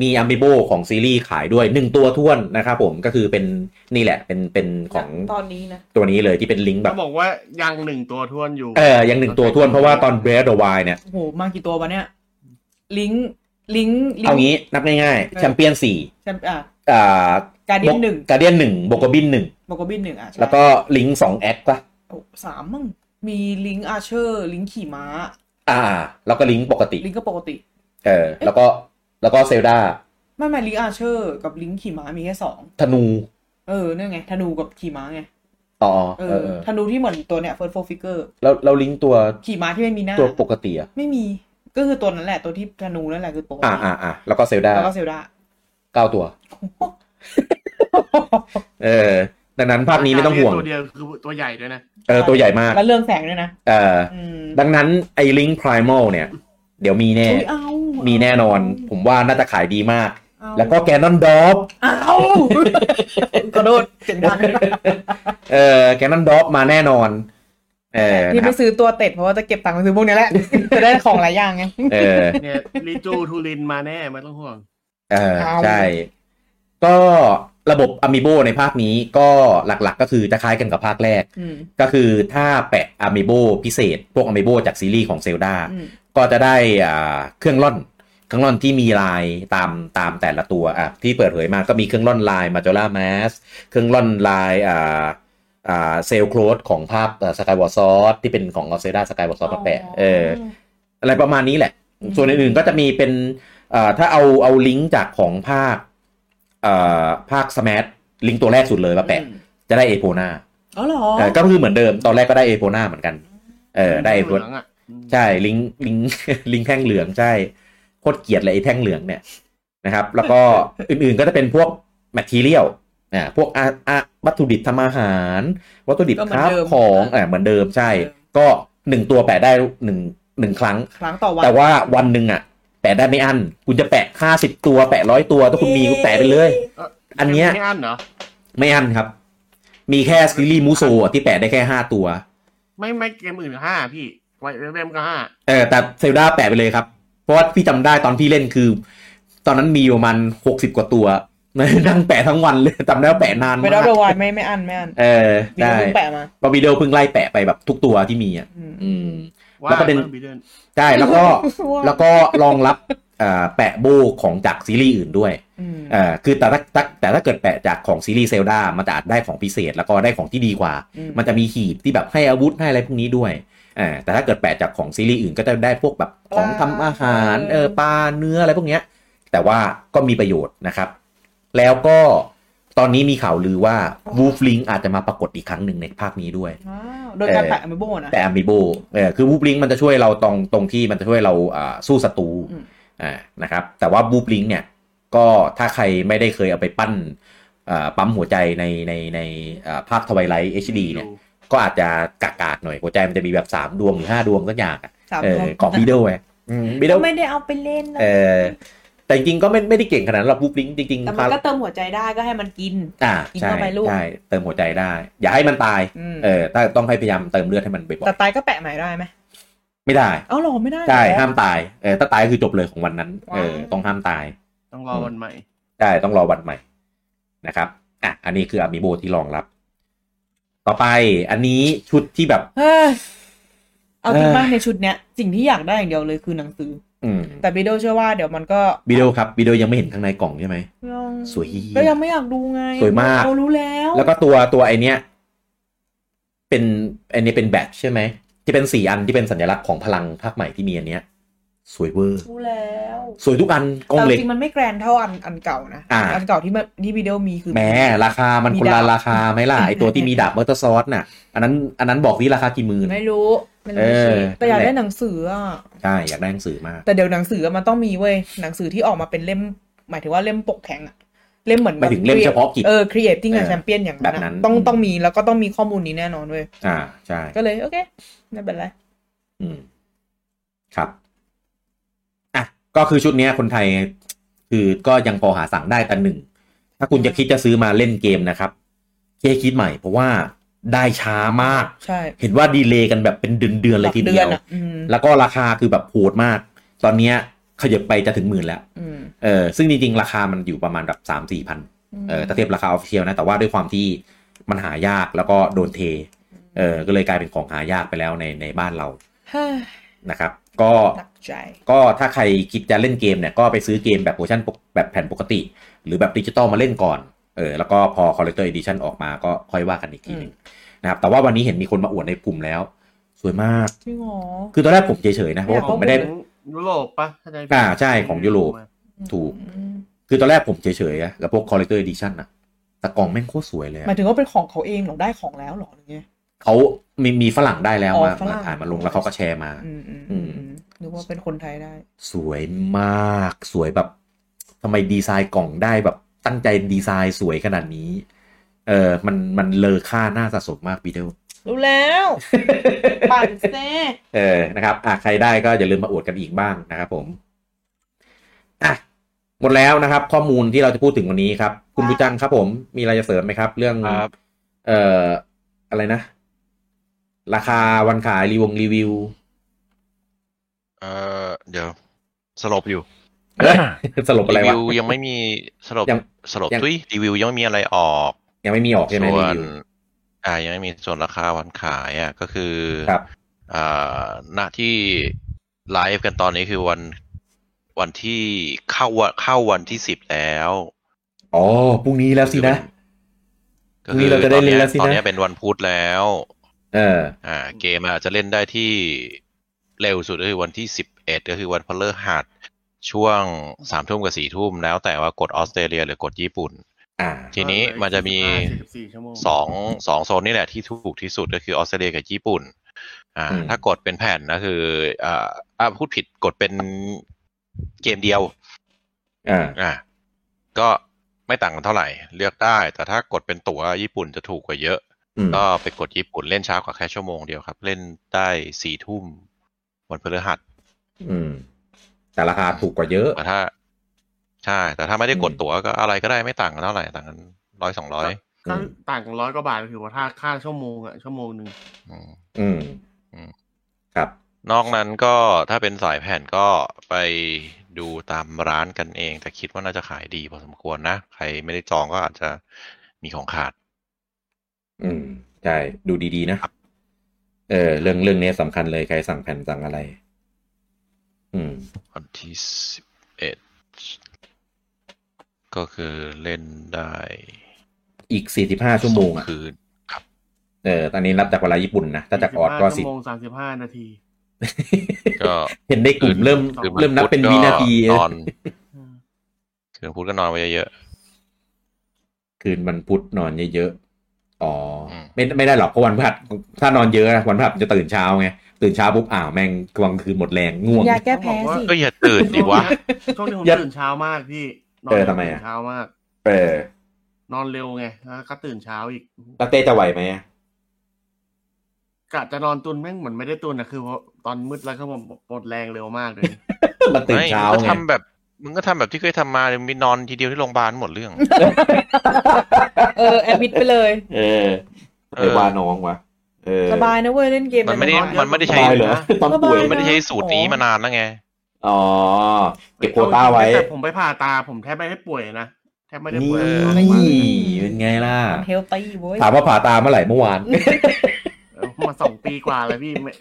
Speaker 1: มีอัมบิโบของซีรีส์ขายด้วยหนึ่งตัวท้วนนะครับผมก็คือเป็นนี่แหละ เป็นเป็นของ
Speaker 2: ตอนนี้นะ
Speaker 1: ตัวนี้เลยที่เป็นลิงก์แบ
Speaker 4: เขา
Speaker 1: บ
Speaker 4: บอกว่ายังหนึ่งตัวทวนอยู่
Speaker 1: เออยังหนึ่งตัวท้วนเพราะว่าตอนเบรดวายเนี่ย
Speaker 2: โอ้โห มากี่ตัววะเนี่ย ลิงก์ลิงก์ลิง
Speaker 1: เอา
Speaker 2: ก์
Speaker 1: งี้นับง่าย
Speaker 2: เอ
Speaker 1: ๆ
Speaker 2: อ
Speaker 1: แชมเปี้ยนสี่
Speaker 2: แชมป์อ่ะ
Speaker 1: อ่า
Speaker 2: การเดียนหนึ่ง
Speaker 1: กาเดียนหนึ่งโบกบินหนึ่ง
Speaker 2: บอกว่าบินหนึ่งอ่ะใช่
Speaker 1: แล้วก็ลิงก์สองแอคปะ
Speaker 2: โอ้สามมั่งมีลิงก์อาเชอร์ ลิงก์ขี่ม้า
Speaker 1: อ่า แล้วก็ลิงก์ปกติ
Speaker 2: ลิงก์ก็ปกติ
Speaker 1: เออ แล้วก็แล้วก็เซลดา
Speaker 2: ไม่ไม่ลิงก์อาเชอร์ กับลิงก์ขี่ม้ามีแค่สอง
Speaker 1: ธนู
Speaker 2: เออเนี่ยไง ธนูกับขี่ม้าไง
Speaker 1: อ๋อ
Speaker 2: เอ
Speaker 1: เอ
Speaker 2: อ
Speaker 1: อเออ
Speaker 2: ธนูที่เหมือนตัวเนี่ยเฟิร์สโฟฟิกเกอร์
Speaker 1: แล้วแล้วลิงก์ตัว
Speaker 2: ขี่ม้าที่ไม่มีหน้า
Speaker 1: ตัวปกติอะ
Speaker 2: ไม่มี ก็คือตัวนั้นแหละ ตัวที่ธนูนั่นแหละคือปกติ
Speaker 1: อ่าอ่าอ่าแล้วก็เซลดา
Speaker 2: แล้วก็เซลดา
Speaker 1: เก้าตัว เออดังนั้นภาคนี้ไม่ต้องห่วง
Speaker 4: ตัวเดียวคือตัวใหญ่ด้วยนะ
Speaker 1: เออ ตัวใหญ่มาก
Speaker 2: แล้วเรื่องแสงด้วยนะ
Speaker 1: เออ
Speaker 2: อืม
Speaker 1: ดังนั้นไอ้ลิง k ์ Primal เนี่ย เดี๋ยวมีแน่
Speaker 2: อุ๊ยเอา
Speaker 1: มีแน่นอน ผมว่าน่าจะขายดีมาก
Speaker 2: เอา
Speaker 1: แล้วก็แกนนอนดอฟ
Speaker 2: เอากระโดดเสียงดัง
Speaker 1: เออแกนนอนดอฟมาแน่นอน เออ
Speaker 2: ที่
Speaker 1: นะค
Speaker 2: ไป
Speaker 1: รับ
Speaker 2: ซื้อตัวเต็ดเพราะว่าจะเก็บตังค์ไปซื้อพวกเนี้ยแหละ จะได้ของหลายอย่างไง
Speaker 1: เออ
Speaker 4: เนี่ยลีจูทูรินมาแน่ไม่ต้องห่วง
Speaker 1: เออใช่ ก็ระบบ a ามิโบในภาคนี้ก็หลักๆ ก็คือจะคล้ายกันกับภาคแรก
Speaker 2: อืม
Speaker 1: ก็คือถ้าแปะ a ามิโบพิเศษ พวก a ามิโบจากซีรีส์ของเซลดา
Speaker 2: อืม
Speaker 1: ก็จะได้อ่าเครื่องร่อน เครื่องร่อนที่มีลายตามตามแต่ละตัวอ่ะที่เปิดเผยมาก็มีเครื่องร่อนลายมาจ o ล่าแมสเครื่องร่อนลายอ่าอ่าเซลโครสของภาพสกายวอร์ซอสที่เป็นของเซลดาสกายวอร์ซอสมาแปะเออ อะไรประมาณนี้แหละ
Speaker 2: อืม
Speaker 1: ส่วนอื่นๆก็จะมีเป็นเอ่อถ้าเอาเอาลิงก์จากของภาคเอ่อภาคสมาร์ทลิงก์ตัวแรกสุดเลยมาแปะ จะได้เอโพนา
Speaker 2: อ๋อเหรอ
Speaker 1: ก็คือเหมือนเดิม ตอนแรกก็ได้เอโพนาเหมือนกัน เออได้เอโพ
Speaker 4: เห
Speaker 1: น
Speaker 4: ลืองอ่ะอืม
Speaker 1: ใช่ ลิงก์ลิงก์ ลิงก์แท่งเหลือง ใช่ โคตรเกลียดเลยไอ้แท่งเหลืองเนี่ยนะครับ แล้วก็ อื่นๆก็จะเป็นพวกแมทเทียลอ่าพวกอาอาวัตถุดิบทำอาหาร วัตถุดิบ
Speaker 2: ก็เหมื
Speaker 1: ค
Speaker 2: อน
Speaker 1: รับ
Speaker 2: เดิม
Speaker 1: ของอ่าเหมือนเดิมใช่
Speaker 2: เหมือนเดิม
Speaker 1: ก็หนึ่งตัวแปะได้หนึ่งหนึ่งครั้ง
Speaker 2: ครั้งต่อวัน
Speaker 1: แต่ว่าวันหนึ่งอะแปะได้ไม่อัน คุณจะแปะห้าสิบตัวแปะร้อยตัว ถ้าคุณมี
Speaker 2: เย้
Speaker 1: คุณแปะไปเลย อันเนี้ย
Speaker 4: ไม่อั้นเหรอ
Speaker 1: ไม่อันครับ มีแค่ซีรีส์มูโซะที่แปะได้แค่ห้าตัว
Speaker 4: ไม่ไม่เกมอื่นห้าพี่ไวเว็มก็ห้า
Speaker 1: เออแต่เซลดาแปะไปเลยครับ เพราะว่าพี่จำได้ตอนพี่เล่นคือ ตอนนั้นมีประมาณหกสิบกว่าตัว นั่งแปะทั้งวันเลยจำได้ว่าแปะนาน
Speaker 2: ไป
Speaker 1: มา
Speaker 2: รับ
Speaker 1: ก
Speaker 2: รางวัลไม่ไม่อันไม่อัน
Speaker 1: เออ
Speaker 2: มี
Speaker 1: ได้
Speaker 2: เพิ่งแปะมา
Speaker 1: ปาบิเดลเพิ่งไล่แปะไปแบบทุกตัวที่มีอ่ะ
Speaker 2: อืม
Speaker 1: อืม
Speaker 4: ว่า
Speaker 1: แล้วประเด็น
Speaker 4: เริ่มบิดเดิน
Speaker 1: ใช่แล้ว ก็
Speaker 2: ว่า
Speaker 1: แล้วก็รองรับเอ่อแปะโบของจากซีรีส์อื่นด้วย
Speaker 2: อืม
Speaker 1: เอ่อคือแต่ถ้าแต่แต่ถ้าเกิดแปะจากของซีรีส์เซลดามันจะอาจได้ของพิเศษแล้วก็ได้ของที่ดีกว่า
Speaker 2: อื
Speaker 1: มันจะมีหีบที่แบบให้อาวุธให้อะไรพวกนี้ด้วยอ่าแต่ถ้าเกิดแปะจากของซีรีส์อื่นก็จะได้พวกแบบของทำอาหารเออปลาเนื้ออะไรพวกเนี้ย แต่ว่าก็มีประโยชน์นะครับ แล้วก็ตอนนี้มีข่าวลือว่าวูฟลิงอาจจะมาปรากฏอีกครั้งหนึ่งในภาคนี้ด้วย
Speaker 2: ว้าวโดยการแปะไม่โบนะ
Speaker 1: แต่ a มบิโบเออคือบูบลิงมันจะช่วยเราตรงตรงที่มันจะช่วยเราอ่าสู้ศัตรู
Speaker 2: อืม
Speaker 1: อ่านะครับ แต่ว่าบูบลิงเนี่ยก็ถ้าใครไม่ได้เคยเอาไปปั้นอ่าปั๊มหัวใจในในในอ่าภาคทวายไลท์ HD เนี่ย ก็อาจจะกากากๆหน่อยหัวใจมันจะมีแบบ 3 ดวงหรือ 5 ดวงสักอย่างอะ
Speaker 2: สาม
Speaker 1: เออ
Speaker 2: คน
Speaker 1: ของบีโดไง บีโด
Speaker 2: ก็ไม่ได้เอาไปเล่นนะ
Speaker 1: เออแต่จริงๆก็ไม่ไม่ได้เก่งขนาดนั้นหรอกบูบลิงจริงๆ
Speaker 2: แต่มัน
Speaker 1: พา
Speaker 2: ก็เติมหัวใจได้ก็ให้มันกิน
Speaker 1: อ่า
Speaker 2: กิน
Speaker 1: ใช่
Speaker 2: เข้าไปลูก
Speaker 1: ใช่เติมหัวใจได้ อย่าให้มันตาย
Speaker 2: อืม
Speaker 1: เออถ้าต้องให้พยายามเติมเลือดให้มันบ่อย
Speaker 2: แต่ตายก็แปะใหม่ได้ไหม
Speaker 1: ๆไม่ได้
Speaker 2: เอ้าเหรอไม่ได้เหรอ
Speaker 1: ใช่ห้ามตายเออถ้าตายก็คือจบเลยของวันนั้นเออ
Speaker 2: ว้าว
Speaker 1: ต้องห้ามตาย
Speaker 4: ต้องรอวันใหม่
Speaker 1: ใช่ต้องรอวันใหม่นะครับอ่ะอันนี้คืออามิโบที่รองรับ ต่อไปอันนี้ชุดที่แบบ
Speaker 2: เฮ้ยเอาจริง
Speaker 1: เออ
Speaker 2: มากในชุดเนี้ย สิ่งที่อยากได้อย่างเดียวเลยคือหนังสือ
Speaker 1: อืม
Speaker 2: แต่บีโดเชื่อว่าเดี๋ยวมันก็
Speaker 1: วิดีโอครับวิดีโอยังไม่เห็นข้างในกล่องใช่ไหม
Speaker 2: ยัง
Speaker 1: สวยเหี้ย
Speaker 2: ก็ยังไม่อยากดูไง
Speaker 1: สวยมาก
Speaker 2: เรารู้แล้ว
Speaker 1: แล้วก็ตัวตัวไอเนี้ยเป็นไอันนี้เป็นแบตใช่ไหมที่เป็นสี่อันที่เป็นสัญลักษณ์ของพลังภาคใหม่ที่มีอันเนี้ย สวยเวอร์
Speaker 2: รู้แล้ว
Speaker 1: สวยทุกอันกล้อ
Speaker 2: แต่
Speaker 1: งเล็ก
Speaker 2: จริงๆมันไม่แกรนเท่าอันอันเก่านะ
Speaker 1: อ่า
Speaker 2: นเก่าที่มันที่บีโดมีคือ
Speaker 1: แหมราคามัน
Speaker 2: มี
Speaker 1: คน
Speaker 2: ดา
Speaker 1: ละ
Speaker 2: บ
Speaker 1: ราคาไหมล่ะไอตัวที่มีดาบมอเตอร์ซอสน่ะ อันนั้น อันนั้นบอกที่ราคากี่หมื่น
Speaker 2: ไม่รู้ไม่รู้
Speaker 1: เออ
Speaker 2: แต่อยากได้หนังสืออ่ะ
Speaker 1: ใช่อยากได้หนังสือมาก
Speaker 2: แต่เดี๋ยวหนังสือมันต้องมีเว้ยหนังสือที่ออกมาเป็นเล่ม หมายถึงว่าเล่มปกแข็งอะเล่มเหมือน
Speaker 1: หมายถึงเล่มเฉพาะกิจ
Speaker 2: เออ creating
Speaker 1: เอ
Speaker 2: a
Speaker 1: อ
Speaker 2: champion อย่างนั้
Speaker 1: แบบนั้น
Speaker 2: ต้องต้องมีแล้วก็ต้องมีข้อมูลนี้แน่นอนเว้ย
Speaker 1: อ่าใช่
Speaker 2: ก็เลยโอเคไม่เป็นไร
Speaker 1: อืมครับอ่ะก็คือชุดเนี้ยคนไทย คือก็ยังพอหาสั่งได้แต่หนึ่ง ถ้าคุณจะคิดจะซื้อมาเล่นเกมนะครับเคคิดใหม่เพราะว่าได้ช้ามาก
Speaker 2: ใช่
Speaker 1: เห็นว่าดีเลย์กันแบบเป็นเดือนๆเลยทีเดียว
Speaker 2: หลักอะอืม
Speaker 1: แล้วก็ราคาคือแบบโหดมาก ตอนเนี้ยขยับไปจะถึงหมื่นแล้ว
Speaker 2: อืม
Speaker 1: เออซึ่งจริงๆ ราคามันอยู่ประมาณแบบสามสี่พัน เออถ้าเทียบราคาออฟฟิเชียลนะ แต่ว่าด้วยความที่มันหายากแล้วก็โดนเท เออก็เลยกลายเป็นของหายากไปแล้วในในบ้านเรา
Speaker 2: เฮ้ย
Speaker 1: นะครับ ก็
Speaker 2: หนักใจ
Speaker 1: ก็ถ้าใครคิดจะเล่นเกมเนี่ย ก็ไปซื้อเกมแบบเวอร์ชันปกแบบแผ่นปกติ หรือแบบดิจิตอลมาเล่นก่อน เออแล้วก็พอ collector edition ออกมาก็ค่อยว่ากันอีกทีหนึ่งนะครับ แต่ว่าวันนี้เห็นมีคนมาอวดในกลุ่มแล้ว สวยมาก
Speaker 2: จริงเหรอ
Speaker 1: คือตอนแรกผมเฉยๆนะเพราะว่าผ
Speaker 2: อยาก
Speaker 1: มไม่ได้
Speaker 2: เข้า
Speaker 4: ยุโรปปะถ้จไม่ผิด
Speaker 1: อ่าใช่ของยุโรป ถูก
Speaker 2: อืม
Speaker 1: คือตอนแรกผมเฉยๆนะกับพวก collector edition อะแต่กล่องแม่งโคตรสวยเลยอะ
Speaker 2: หมายถึงว่าเป็นของเขาเองเหรอได้ของแล้วเหรอหรือไง
Speaker 1: เขามีมีฝรั่งได้แล้ว
Speaker 2: อ๋อ
Speaker 1: มา
Speaker 2: ฝรั่ง
Speaker 1: มาอ่านมาลงแล้วเขาก็แชร์มา
Speaker 2: อืมอืมอืมอืมนึกว่าเป็นคนไทยได้
Speaker 1: สวยมาก สวยแบบทำไมดีไซน์กล่องได้แบบตั้งใจดีไซน์สวยขนาดนี้ เออมันมันเลอค่าน่าสะสมมากปีเดล
Speaker 2: รู้แล้วปั่นเซ่
Speaker 1: เออนะครับอ่ะใครได้ก็อย่าลืมมาอวดกันอีกบ้างนะครับผมอ่ะหมดแล้วนะครับ ข้อมูลที่เราจะพูดถึงวันนี้ครับ คุณผู้จังครับผมมีอะไรจะเสริมไหมครับ เรื่อง
Speaker 3: ครับ
Speaker 1: เอ่ออะไรนะ ราคาวัน ขายรีวงรีวิว
Speaker 3: เออเดี๋ยวสลบอยู่
Speaker 1: เอ้ยสรุปอะไร
Speaker 3: รี
Speaker 1: วะ
Speaker 3: วิวยังไม่มีสรุป
Speaker 1: ยัง
Speaker 3: สรุป
Speaker 1: ยัง
Speaker 3: ทุยรีวิวยังไม่มีอะไรออก
Speaker 1: ยังไม่มีออกใช่ไหม
Speaker 3: ส่ว
Speaker 1: รี
Speaker 3: น
Speaker 1: วิว
Speaker 3: อ่ายังไม่มีส่วนราคาวันขายอ่ะก็คือ
Speaker 1: ครับ
Speaker 3: อ่าหน้าที่ไลฟ์กันตอนนี้คือวันวันที่เข้าวันเข้าวันที่สิบแล้ว
Speaker 1: อ๋อพรุ่งนี้แล้วสินะ
Speaker 3: ก็
Speaker 1: นี่เราจะได้เล่น
Speaker 3: ตอ
Speaker 1: แล้วสินะ
Speaker 3: ตอนนี้เป็นวันพุธแล้ว
Speaker 1: เออ
Speaker 3: อ่าเกมอาจจะเล่นได้ที่เร็วสุดก็คือวันที่สิบเอ็ดก็คือวันพฤหัสช่วงสามทุ่มกับสี่ทุ่มแล้วแต่ว่ากดออสเตรเลียหรือกดญี่ปุ่น
Speaker 1: อ่า
Speaker 3: ทีนี้มันจะมี
Speaker 4: 45ชั่วโมง
Speaker 3: สองสองโซนนี่แหละที่ถูกที่สุดก็คือออสเตรเลียกับญี่ปุ่น อ่า
Speaker 1: อืม
Speaker 3: ถ้ากดเป็นแผ่นนะคืออ่าอ่าพูดผิดกดเป็นเกมเดียว
Speaker 1: อ่า
Speaker 3: อ่าก็ไม่ต่างกันเท่าไหร่เลือกได้ แต่ถ้ากดเป็นตั๋วญี่ปุ่นจะถูกกว่าเยอะ
Speaker 1: อืม
Speaker 3: ก็ไปกดญี่ปุ่นเล่นช้ากว่าแค่ชั่วโมงเดียวครับ เล่นได้สี่ทุ่มวันพฤหัส
Speaker 1: อืม แต่ราคาถูกกว่าเยอะ
Speaker 3: แต่ถ้า ใช่ แต่ถ้าไม่ได้กดตั๋วก็อะไรก็ได้ไม่ต่างกันเท่าไหร่ต่างกันร้อยสองร้อย
Speaker 1: อื
Speaker 4: ก็
Speaker 1: ม
Speaker 4: ต่างกันร้อยกว่าบาทก็คือว่าถ้าค่าชั่วโมงอะชั่วโมงหนึ่ง
Speaker 3: อืม
Speaker 1: อืม
Speaker 3: อืม
Speaker 1: ครับ
Speaker 3: นอกนั้นก็ถ้าเป็นสายแผ่นก็ไปดูตามร้านกันเอง แต่คิดว่าน่าจะขายดีพอสมควรนะ ใครไม่ได้จองก็อาจจะมีของขาด
Speaker 1: อืมใช่ดูดีๆนะ เออ เรื่องเรื่องนี้สำคัญเลยใครสั่งแผ่นสั่งอะไร อืม
Speaker 3: วันที่สิบเอ็ดก็คือเล่นได้
Speaker 1: อีกสี่สิบห้าชั่วโมงอ่ะ
Speaker 3: คืน
Speaker 1: เออตอนนี้นับจากเวลาญี่ปุ่นนะ ถ้าจากออดก็
Speaker 4: 45
Speaker 1: สิ
Speaker 4: ชั่วโมงสามสิบห้านาที
Speaker 3: ก็
Speaker 1: เห็นในกลุ่มเริ่ม
Speaker 3: คือ
Speaker 1: เริ่มนับเป็นวินาที
Speaker 3: นอน
Speaker 4: อืม
Speaker 3: คืนพุธก็นอนไปเยอะ
Speaker 1: คืนวันพุธนอนเยอะๆอ๋ออ
Speaker 3: ม
Speaker 1: ไม่ไม่ได้หรอกเพราะวันพฤหัสถ้านอนเยอะนะวันพฤหัสจะตื่นเช้าไงตื่นเช้าปุ๊บอ้าวแม่งกลางคืนหมดแรงง่วง
Speaker 2: ยาแก้แพ้สิ
Speaker 3: ๆก็อย่าตื่นดิวะ
Speaker 4: ช่วงนี้ผม
Speaker 1: อย่า
Speaker 4: ตื่นเช้ามากพี่น
Speaker 1: เออทำไมอะ
Speaker 4: ตื่นเช้ามาก
Speaker 1: เออน
Speaker 4: อนเร็วไงแล้วก็ตื่นเช้าอีก
Speaker 1: แล้วเต้จะไหวไหมอะ
Speaker 4: กะจะนอนตุนแม่งเหมือนไม่ได้ตุนนะคือเพราะตอนมืดแล้วก็ผมหมดแรงเร็วมากเลย
Speaker 1: มัน ตื่น
Speaker 3: ไม่
Speaker 1: เช้า
Speaker 3: มึงก็
Speaker 1: ไง
Speaker 3: ทำแบบ มึงก็ทำแบบที่เคยทำมาเลยมีนอนทีเดียวที่โรงพยาบาลหมด เรื่อง
Speaker 2: เออแอดมิดไปเลย
Speaker 1: เออ
Speaker 3: เอ
Speaker 1: เอ
Speaker 3: อ
Speaker 1: อว่าน้องวะเออ
Speaker 2: สบายนะเว้ยเล่นเกม
Speaker 3: มันไม่ได้
Speaker 2: เย
Speaker 3: มันไม่ได้ใช้
Speaker 1: สบายเหรอตอนป่วย
Speaker 2: สบา
Speaker 3: มั
Speaker 2: ย
Speaker 3: นไม่ได้ใช้สูตรนี้มานานแล้วไง
Speaker 1: อ๋อ เก็บโควต้าไว้
Speaker 4: แต่ผมไปผ่าตาผมแทบไม่ได้ป่วยนะแทบไม่ได้
Speaker 1: นี่
Speaker 4: ป่วย
Speaker 1: เป็นไงล่ะ
Speaker 2: เฮลตี้เว้ย
Speaker 1: ถามว่าผ่าตาเมื่อไหร่เมื่อวาน
Speaker 4: เออมาสองปีกว่าแล้วพี่ไม่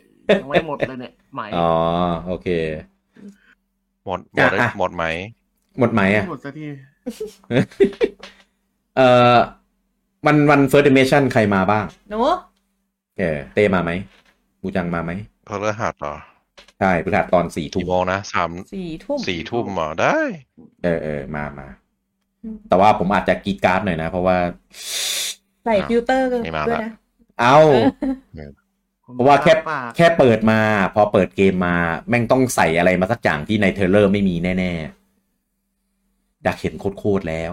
Speaker 4: ยังไม่หมดเลยเนี่ยไหม
Speaker 1: อ๋อ โอเค
Speaker 3: หมดหมดได้
Speaker 1: อ่ะ
Speaker 3: หมดไหม
Speaker 1: หมดไหม
Speaker 4: ไม่
Speaker 1: อ่ะ
Speaker 4: หมดสักที
Speaker 1: เออวันวันเฟิร์สเดเมชันใครมาบ้าง
Speaker 2: เนอะ
Speaker 1: เออเต้มาไหมบูจังมาไหม
Speaker 3: เพอเลหัสเหรอ
Speaker 1: ใช่พฤหัสตอนสี่ทุ่
Speaker 3: กี่
Speaker 1: ม
Speaker 3: โมงนะสาม
Speaker 2: สี่ทุ่ม
Speaker 3: สี่ทุ่มเหรอได้
Speaker 1: เออเออมามา
Speaker 2: อืม
Speaker 1: แต่ว่าผมอาจจะกรีดกราร์ดหน่อยนะ เพราะว่า
Speaker 2: ใส่ฟิลเตอร์กัน
Speaker 3: ไม่มาละ
Speaker 2: ด้วยนะ
Speaker 1: เอา เพราะว่าแค่
Speaker 4: ผมผ่ต
Speaker 1: แค่เปิดมา พอเปิดเกมมา แม่งต้องใส่อะไรมาสักอย่างที่ในเทรลเลอร์ไม่มีแน่ๆ อยากเห็นโคตรๆแล้ว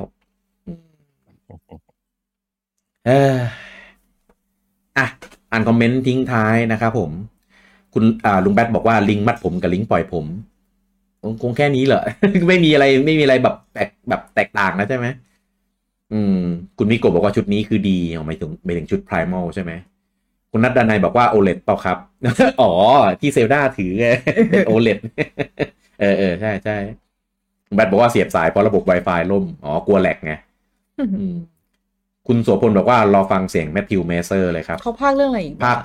Speaker 1: เอออ่ะ อ่านคอมเมนต์ทิ้งท้ายนะครับผม คุณอ่าลุงแบทบอกว่าลิงมัดผมกับลิงปล่อยผมคงคงแค่นี้เหรอ ไม่มีอะไรไม่มีอะไรแบบแตกแบบแตกต่างนะใช่ไหมอืม คุณมิโกะบอกว่าชุดนี้คือดีอ๋อหมายถึงหมายถึงชุด primal ใช่ไหม คุณนัดดานายบอกว่าโอเลดเปล่าครับ อ๋อ ที่เซลดาถือ โอเลด เออเออใช่ใช่ลุงแบทบอกว่าเสียบสายเพราะระบบ Wi-Fi ล่มอ๋อกลัวแหลกไง อืมคุณโสพลบอกว่ารอฟังเสียงแมทธิวเมเซอร์เลยครับ
Speaker 2: เขาพากย์เรื่องอะไรอีก
Speaker 1: ภาค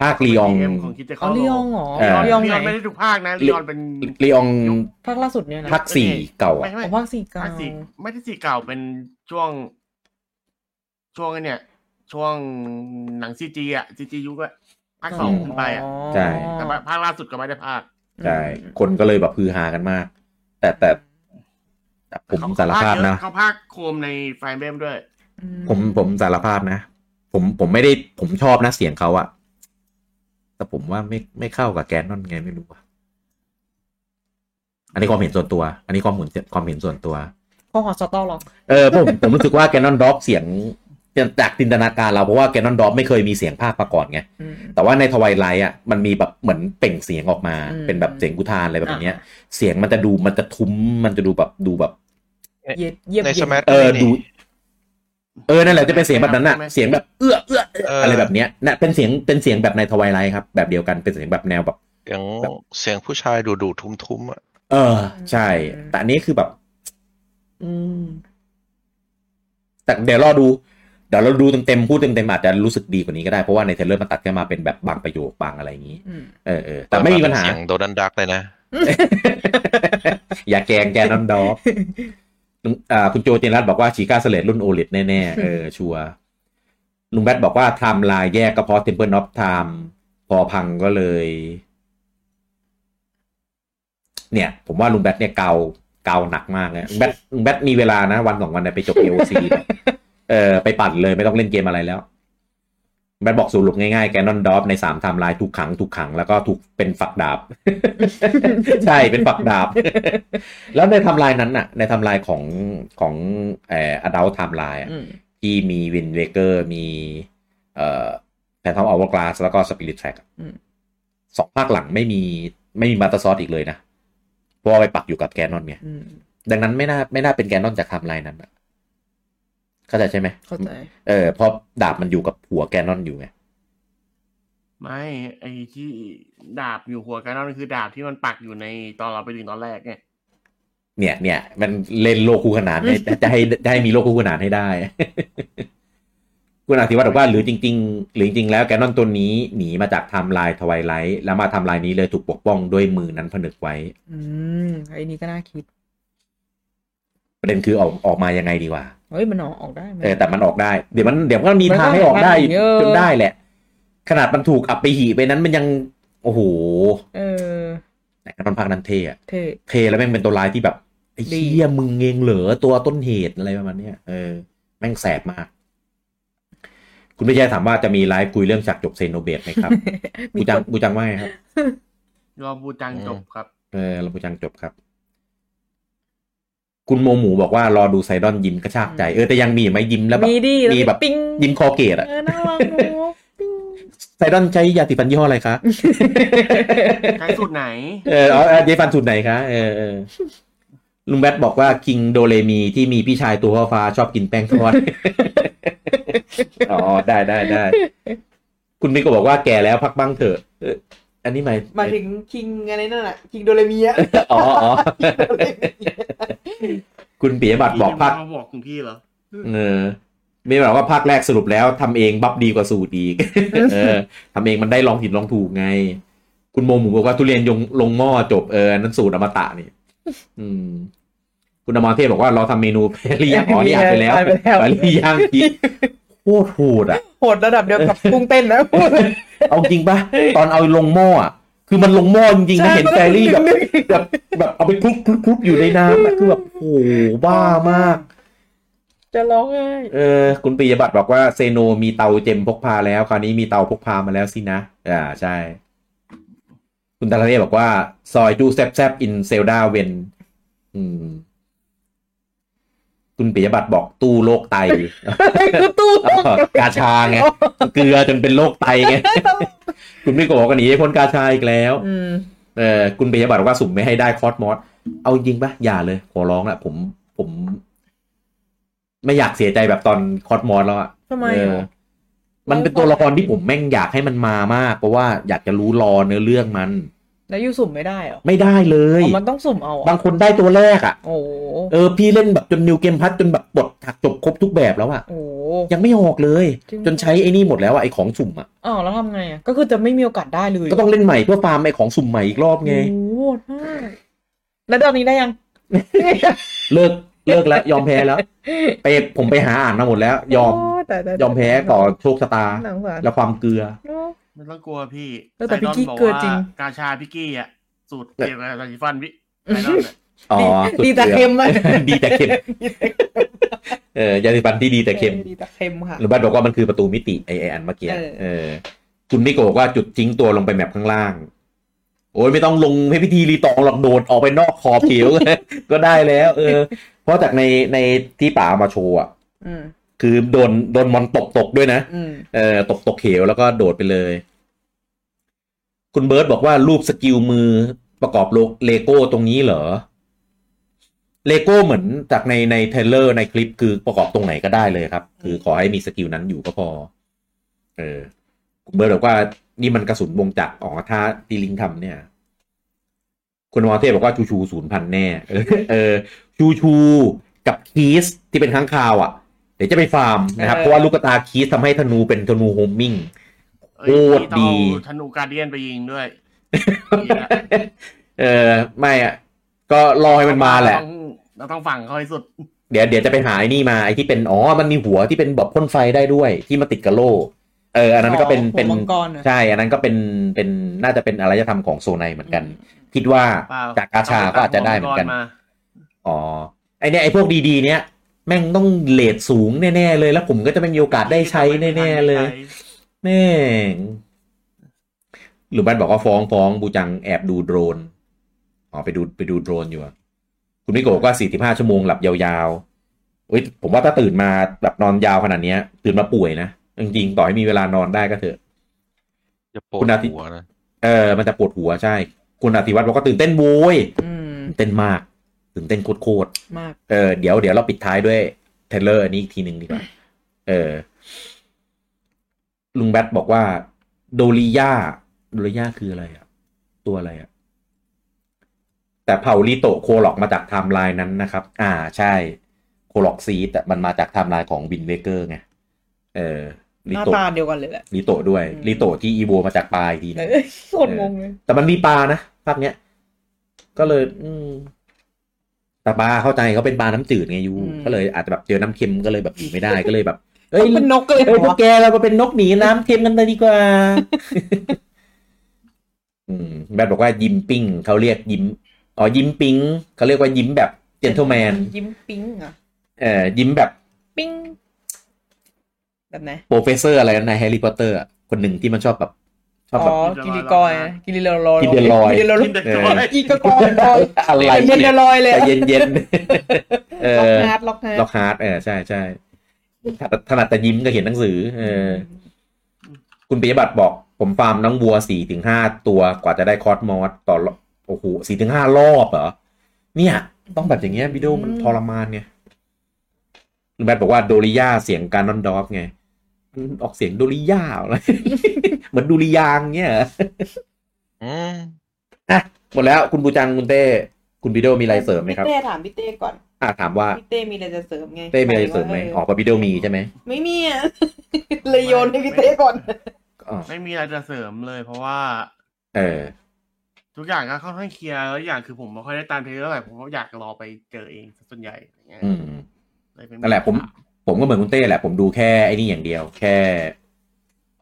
Speaker 1: ภาคลีออง
Speaker 4: เป็น DM ของคิดจะ
Speaker 2: อ๋
Speaker 4: เข้า
Speaker 2: อลียองเหรอ
Speaker 1: เออ
Speaker 2: ลียอง
Speaker 4: ลี
Speaker 2: ไห
Speaker 4: ย
Speaker 2: น
Speaker 4: องไม่ได้ทุกภาคนะลียองเป็น
Speaker 1: ลีออง
Speaker 2: ภาคล่าสุดเนี่ยนะ
Speaker 1: ภาคสี่เก่า
Speaker 4: ไม่
Speaker 1: อะ
Speaker 4: ไม่
Speaker 2: ของภาคสี่เก่า
Speaker 4: ภาคสี่ไม่ได้สี่เก่าเป็นช่วง ช่วงไอ้เนี่ย ช่วงหนังซีจีอะซีจียุคอะภาคสองขึ้นไปอะ
Speaker 1: ใช่
Speaker 4: แต่ว่าภาคล่าสุดก็ไม่ได้ภาค
Speaker 1: ใช่คนก็เลยแบบฮือฮากันมาก แต่แต่แต่ผมสารภาพนะ
Speaker 4: เขาภาคโคมในไฟเบมด้วย
Speaker 2: อื
Speaker 1: ผมผมสารภาพนะ ผมผมไม่ได้ผมชอบนะเสียงเขาอะแต่ผมว่าไม่ไม่เข้ากับแกนนอนไงไม่รู้อะอันนี้ความเห็นส่วนตัว อันนี้ความเห็นความเห็นส่วนตัว
Speaker 2: ของหอสตอหรอ
Speaker 1: เออผมผมรู้สึกว่าแกนนอนดอฟเสียงจากจินตนาการเราเพราะว่าแกนนอนดอฟไม่เคยมีเสียงภาคมาก่อนไง
Speaker 2: อืม
Speaker 1: แต่ว่าในทวายไลท์อ่ะมันมีแบบเหมือนเปล่งเสียงออกมา
Speaker 2: อืม
Speaker 1: เป็นแบบเสียงกุทานอะไรแบบเนี้ย เสียงมันจะดูมันจะทุ้มมันจะดูแบบดูแบบ
Speaker 2: เย็ดเยี่ยม
Speaker 3: ใน
Speaker 2: เย็
Speaker 3: ส
Speaker 2: น
Speaker 3: มัย
Speaker 1: เออ
Speaker 3: นี่
Speaker 1: ดู เออนั่นแหละจะเป็นเสียงแบบนั้นน่ะ
Speaker 4: ใช่ไหม
Speaker 1: เสียงแบบเอื้อเอื้อเอื้อ
Speaker 3: เอออ
Speaker 1: อะไรแบบเนี้ยน่ะเป็นเสียงเป็นเสียงแบบในทวายไลท์ครับ แบบเดียวกันเป็นเสียงแบบแนวแบบ
Speaker 3: เสียงเสียงผู้ชายดูดูทุ้มทุ้มๆอะ
Speaker 1: เออ ใช่ แต่อันนี้คือแบบ อืม แต่เดี๋ยวรอดู เดี๋ยวเราดูเต็มๆพูดเต็มๆอาจจะรู้สึกดีกว่านี้ก็ได้ เพราะว่าในเทรลเลอร์มันตัดแค่มาเป็นแบบบางประโยคบางอะไรอย่างนี้
Speaker 2: อืม
Speaker 1: เออเออแต่ไม่มีปัญหา
Speaker 3: เสียงโดนันดักเลยนะ
Speaker 1: อย่าแกล้งแกนอนดอฟลุงอ่าคุณโจเจนรัตน์บอกว่าชีก้าสเลตรุ่นโอลิดแน่ๆ เออ ชัวร์ลุงแบทบอกว่าไทม์ไลน์แยกก็เพราะเทมเพิลน็อปไทม์พอพังก็เลย เนี่ย ผมว่าลุงแบทเนี่ยเกาเกาหนักมากเลยลุงแบทลุงแบทมีเวลานะ วันสองวันเนี่ยไปจบ AOC เนี่ยเออ ไปปั่นเลยไม่ต้องเล่นเกมอะไรแล้ว แบทบอกสรุปง่ายๆ แกนอนดอฟในสามไทม์ไลน์ถูกขังถูกขัง แล้วก็ถูกเป็นฝักดาบ ใช่เป็นฝักดาบ แล้วในไทม์ไลน์นั้นน่ะ ในไทม์ไลน์ของของเอ่ออดัลไทม์ไลน์
Speaker 2: อืม
Speaker 1: ที่มีวินเวเกอร์มีเอ่อแพนทอมอเวอร์กลาสแล้วก็สปิริตแทร็กสองภาคหลังไม่มีไม่มีมาตาซอสอีกเลยนะ เพราะว่าไปปักอยู่กับแกนนอนไง
Speaker 2: อืม
Speaker 1: ดังนั้นไม่น่าไม่น่าเป็นแกนนอนจากไทม์ไลน์นั้นน่ะเข้าใจใช่ไหม
Speaker 2: เข้าใจ
Speaker 1: เออเพราะดาบมันอยู่กับหัวแกนนอนอยู่ไง
Speaker 4: ไม่ไอ้ที่ดาบอยู่หัวกันนั่นคือดาบที่มันปักอยู่ในตอนเราไปถึงตอนแรกไง
Speaker 1: เนี่ยเนี่ยมันเล่นโลกคู่ขนานให้ จะให้จะให้มีโลกคู่ขนานให้ได้ คุณอาทิวัตรบอกว่าหรือจริง ๆ หรือจริงๆแล้วแกนนอนตัวนี้หนีมาจากไทม์ไลน์ทวายไลท์แล้วมาไทม์ไลน์นี้เลยถูกปกป้องด้วยมือนั้นผนึกไว้
Speaker 2: อืมไอ้นี่ก็น่าคิด
Speaker 1: ประเด็นคือออกออกมายังไงดีวะ
Speaker 2: เฮ้ยมันออกออกได้ไหม
Speaker 1: เออแต่มันออกได้ เดี๋ยวมันเดี๋ยวมันก็มี
Speaker 2: มันก็
Speaker 1: ทางให้ออกได้
Speaker 2: ออกได้เออ
Speaker 1: จนได้แหละ ขนาดมันถูกอับไปหีไปนั้นมันยัง โอ้โห
Speaker 2: เออ
Speaker 1: แต่แกนนอนภาคนั้นเท่อะ
Speaker 2: เท่
Speaker 1: เท่แล้วแม่งเป็นตัวร้ายที่แบบไอ้เหี้ยมึงเองเหรอตัวต้นเหตุอะไรประมาณเนี้ยเออแม่งแสบมาก คุณพิชัยถามว่าจะมีไลฟ์คุยเรื่องฉากจบเซโนเบตไหม ครับ บูจังบูจังว่าไงครับ
Speaker 4: รอบูจังจบครับ
Speaker 1: เออเราบูจังจบครับ คุณโมหมูบอกว่ารอดูไซดอนยิ้มกระชากใจ เออแต่ยังมีไหมยิ้มแล้วแบบ
Speaker 2: มีดิล้ว
Speaker 1: มีแบบ
Speaker 2: ปิ้ง
Speaker 1: ยิ้มคอเกตอะ
Speaker 2: เออน่ารัก เนอะปิ้ง
Speaker 1: ไซดอนใช้ยาสีฟันยี่ห้ออะไรคะ
Speaker 4: ใช้สูตรไหน
Speaker 1: เออเอาเอายายฟันสูตรไหนคะเออเออลุงแบทบอกว่าคิงโดเรมีที่มีพี่ชายตัวฟ้าๆชอบกินแป้งทอด อ๋อ ได้ได้ได้ คุณมิกก็บอกว่าแก่แล้วพักบ้างเถอะเอออันนี้หมาย
Speaker 2: มาถึงคิงอะไรนั่นน่ะคิงโดเรมีอะ
Speaker 1: อ๋ออ๋อ คุณปิยบัตรบอกภาค
Speaker 4: มาบอกคุณพี่เหรอ
Speaker 1: เออไม่แบบว่าภาคแรกสรุปแล้วทำเองบัฟดีกว่าสูตรอีก เออทำเองมันได้ลองผิดลองถูกไง คุณโมหมูบอกว่าทุเรียนยงลงหม้อจบเอออันนั้นสูตรอมตะนี่อืม คุณอมรเทพบอกว่าเราทำเมนู แพรี่ย่างอ๋อนี่อ่านไปแล้ว
Speaker 2: อ่านไปแล้ว
Speaker 1: แพรี่ย่างพริกโคตรโหดอ่ะ
Speaker 2: โหดระดับเดียวกับกุ้งเต้นนะพูดเลย
Speaker 1: เอาจริงปะตอนเอาลงหม้ออ่ะคือมันลงหม้อจริงๆนะเห็นแพรี่แบบแบบแบบเอาไปคลุกคลุกคลุกอยู่ในน้ำอะคือแบบโอ้โหบ้ามาก
Speaker 2: จะร้องไห้
Speaker 1: เออคุณปิยบัตรบอกว่าเซโนมีเตาเจมพกพาแล้ว คราวนี้มีเตาพกพามาแล้วสินะ อ่าใช่ คุณตาลเน่บอกว่า ซอยดูแซบแซบอินเซลดาเวนอืม คุณปิยบัตรบอกตู้โรคไต
Speaker 2: คือตู้
Speaker 1: อ๋อกาชาไง เกลือจนเป็นโรคไตไง คุณไม่โกบอกกันหนีให้พ้นกาชาอีกแล้ว
Speaker 2: อืม
Speaker 1: เออคุณปิยบัตรบอกว่าสุ่มไม่ให้ได้คอสมอส เอาจริงปะอย่าเลยขอร้องละผมผม ไม่อยากเสียใจแบบตอนคอสมอสแล้วอะ
Speaker 2: ทำไม
Speaker 1: เออ
Speaker 2: อ่ะ
Speaker 1: มันเป็นตัวละครที่ผมแม่งอยากให้มันมามาก เพราะว่าอยากจะรู้รอเนื้อเรื่องมัน
Speaker 2: แล้วยูสุ่มไม่ได้เหรอ
Speaker 1: ไม่ได้เลย
Speaker 2: อ๋อมันต้องสุ่มเอา
Speaker 1: บางคนได้ตัวแรกอ่ะ
Speaker 2: โอ้โห
Speaker 1: เออพี่เล่นแบบจนนิวเกมพัทจนแบบปลดถักจบครบทุกแบบแล้วอ่ะ
Speaker 2: โอ้โห
Speaker 1: ยังไม่ออกเลย
Speaker 2: จริง
Speaker 1: จนใช้ไอ้นี่หมดแล้วอ่ะไอ้ของสุ่มอ่ะ
Speaker 2: อ้าวแล้วทำไงอ่ะก็คือจะไม่มีโอกาสได้เลย
Speaker 1: ก็ต้องเล่นใหม่เพื่อฟาร์มไอ้ของสุ่มใหม่อีกรอบไง
Speaker 2: โอ้โหโหดมากแล้วตอนนี้ได้ยัง
Speaker 1: เลิกเลิกแล้ว ยอมแพ้แล้วไปผมไปหาอ่านมาหมดแล้ว ยอม
Speaker 2: โแต่แต่
Speaker 1: ยอมแพ้ต่อโชคชะตา
Speaker 2: หนังสาร
Speaker 1: และความเกลือ
Speaker 2: เนอะ
Speaker 4: ไม่ต้องกลัวพี่
Speaker 2: เออแต่
Speaker 4: ไซดน
Speaker 2: พี่กี้
Speaker 4: บ
Speaker 2: เกลือจริง
Speaker 4: ว่ากาชาพี่กี้อ่ะ สูตรเกี่ยวกับสีฟันพี่ไซดอนอะ
Speaker 1: อ๋อสุก
Speaker 2: ดี
Speaker 1: ลือ
Speaker 2: แต่เค็มอะ
Speaker 1: ดีแต่เค็ม เออยาสีฟันที่ดีแต่เค็ม
Speaker 2: ดีแต่เค็มค่ะ
Speaker 1: หรือบ้านบอกว่ามันคือประตูมิติไอไออันเมื่อกี้
Speaker 2: เออ
Speaker 1: เออ คุณมิโกะบอกว่าจุดทิ้งตัวลงไปแมปข้างล่าง โอ้ยไม่ต้องลงให้พิธีรีตองหลอกโดดออกไปนอกขอบเขียว ก็ได้แล้ว เออ เพราะจากในในที่ป่าเอามาโชว์อ่ะ
Speaker 2: อืม
Speaker 1: คือโดนโดนมอนตบตกด้วยนะ
Speaker 2: อืม
Speaker 1: เออตกตกเหวแล้วก็โดดไปเลย คุณเบิร์ตบอกว่ารูปสกิลมือประกอบโลเลโก้ตรงนี้เหรอเลโก้เหมือนจากในในเทรลเลอร์ในคลิปคือประกอบตรงไหนก็ได้เลยครับ คือขอให้มีสกิลนั้นอยู่ก็พอ เออ คุณเบิร์ตบอกว่านี่มันกระสุนวงจักรอ๋อถ้าตีลิงทำเนี่ย คุณอมรเทพบอกว่าชูชูศูนย์พันแน่เออเออชูชูกับคีสที่เป็นค้างคาวอ่ะ เดี๋ยวจะไปฟาร์มนะครับ
Speaker 2: เออ
Speaker 1: เพราะว่าลูกตาคีสทำให้ธนูเป็นธนูโฮมมิ่ง
Speaker 4: เอ้ย
Speaker 1: โคตรดี
Speaker 4: ต้องเอาธนูการเดียนไปยิงด้วยดีนะ
Speaker 1: เออไม่อ่ะ ก็รอให้ มันมาแหละ
Speaker 4: เราต้องเราต้องฝังเขาให้สุด
Speaker 1: เดี๋ยวเดี๋ยวจะไปหาไอ้นี่มาไอ้ที่เป็นอ๋อมันมีหัวที่เป็นแบบพ่นไฟได้ด้วยที่มาติดกับโล่เอออันนั้นก็เป็น
Speaker 2: ของ
Speaker 1: เป็น
Speaker 2: มังกรอะ
Speaker 1: ใช่ อันนั้นก็เป็นเป็นน่าจะเป็นอารยธรรมของโซไนเหมือนกัน คิดว่า
Speaker 4: เปล่า
Speaker 1: จากกาชาก็อาจจะได้เหมือนกัน
Speaker 4: าา
Speaker 1: อ๋อไอเนี่ยไอพวกดีๆเนี้ยแม่งต้องเลทสูงแน่ๆเลยแล้วผมก็จะไม่มีโอกาสได้ใช้แน่ๆเลย แม่งหรือบ้านบอกว่าฟ้องฟ้องบูจังแอบดูโดรน อ๋อไปดูไปดูโดรนอยู่อะคุณนิโกะก็สี่สิบห้าชั่วโมงหลับยาวๆเฮ้ยผมว่าถ้าตื่นมาแบบนอนยาวขนาดเนี้ย ตื่นมาป่วยนะ จริงๆ ต่อให้มีเวลานอนได้ก็เถอะ
Speaker 3: จะปว
Speaker 1: คุ
Speaker 3: ด
Speaker 1: ณอาทิตย์
Speaker 3: หัวนะ
Speaker 1: เออมันจะปวดหัวใช่ คุณอธิวัตรบอกว่าตื่นเต้นโวย
Speaker 2: อืม
Speaker 1: ตื่นเต้นมากตื่นเต้นโคตรๆ
Speaker 2: มาก
Speaker 1: เออเดี๋ยวเดี๋ยวเราปิดท้ายด้วยเทรลเลอร์อันนี้อีกทีหนึ่งดีกว่า เออ ลุงแบทบอกว่า โดริยาโดริยาคืออะไรอะตัวอะไรอะแต่เผ่าลิโตะโคล็อกมาจากไทม์ไลน์นั้นนะครับ อ่าใช่ โคล็อกซีแต่มันมาจากไทม์ไลน์ของวินเลเกอร์ไงเออ
Speaker 2: ห
Speaker 1: ลิ
Speaker 2: น้า
Speaker 1: โตะ
Speaker 2: ตาเดียวกันเลยแหละ
Speaker 1: ลิโตะด้วย
Speaker 2: อืม
Speaker 1: ลิโตะที่อีโวมาจากปลายทีหนึง
Speaker 2: เอ้ยโคตรงงเลย
Speaker 1: แต่มันมีปลานะภาคเนี้ย ก็เลย อืมแต่ปลาเข้าใจเขาเป็นปลาน้ำจืดไงยู
Speaker 2: อืม
Speaker 1: ก็เลยอาจจะแบบเจอน้ำเค็มก็เลยแบบอยู่ ไม่ได้ก็เลยแบบเอ้
Speaker 2: เอ้
Speaker 1: ย
Speaker 2: ยเป็นนกเลย
Speaker 1: เอ้ ยพ
Speaker 2: เหร
Speaker 1: ว
Speaker 2: อก
Speaker 1: แกเรามาเป็นนกหนีน้ำเค็มกันเลยดีกว่า อืมแบทบอกว่ายิ้มปิ้งเขาเรียกยิ้มอ๋อยิ้มปิ้งเขาเรียกว่ายิ้มแบบเจนเทลแมน
Speaker 2: ยิ้มปิ๊งเหรอ่ะ
Speaker 1: เอ่อยิ้มแบบ
Speaker 2: ปิ๊ง แบบไหน
Speaker 1: โปรเฟสเซอร์อะไรนะในแฮร์รี่พอตเตอร์คนหนึ่งที่มันชอบแบบชอบ
Speaker 2: อ๋
Speaker 1: แบ
Speaker 2: อบ กิริกอยนะกิริลลอย
Speaker 1: กิริลอย
Speaker 2: กิริลอย
Speaker 4: กินเด็กน้อย
Speaker 2: อีกกอย กอย
Speaker 1: อะไร
Speaker 2: เป็นเย็น
Speaker 1: เนี่ย
Speaker 2: ลอยเลย
Speaker 1: ใจ
Speaker 2: อะ
Speaker 1: เย็นเย็นๆเอ
Speaker 2: ล็อก
Speaker 1: อ
Speaker 2: ฮาร์ดล็อกฮาร์ด
Speaker 1: ล็อกฮาร์ดเออใช่ใช่ถนัดถนัดแต่ยิ้มก็เขียนหนังสือ เออ คุณปิยบัตรบอก ผมฟาร์มน้องวัวสี่ถึงห้าตัวกว่าจะได้คอสมอสต่อรอบโอ้โหสี่ถึงห้ารอบเหรอ เนี่ย ต้องแบบอย่างเงี้ยวิดีโอมันทรมานเนี่ยลุงแบทบอกว่าโดริยาเสียงการนอนดอฟไงมันออกเสียงโดริยาอะไร เหมือนดุริยางเนี่ยเหรอ
Speaker 3: อืม
Speaker 1: หมดแล้วคุณบูจังคุณเต้คุณบิโดมีอะไรเสริมไหมครับ
Speaker 2: พี่เต้ถามพี่เต้ก่อน
Speaker 1: อ่าถามว่า
Speaker 2: พี่เต้มีอะไรจะเสริมไง
Speaker 1: เต้มีอะไรเสริมไหมอ๋อปะบิโดมีใช่ไหม
Speaker 2: ไม่มีอ่ะ เลยโยนให้พี่เต้ก่อน
Speaker 1: อ๋อ
Speaker 4: ไม่มีอะไรจะเสริมเลย เพราะว่า
Speaker 1: เออ
Speaker 4: ทุกอย่างก็ค่อนข้างเคลียร์แล้วอย่างคือผมไม่ค่อยได้ตามเพลงเท่าไหร่ผมก็อยากรอไปเจอเองส่วนใหญ่อย่างเงี้ย
Speaker 1: อืม
Speaker 4: เลยเป็
Speaker 1: นั่นแหละผมผมก็เหมือนคุณเต้แหละผมดูแค่ไอ้นี่อย่างเดียว แค่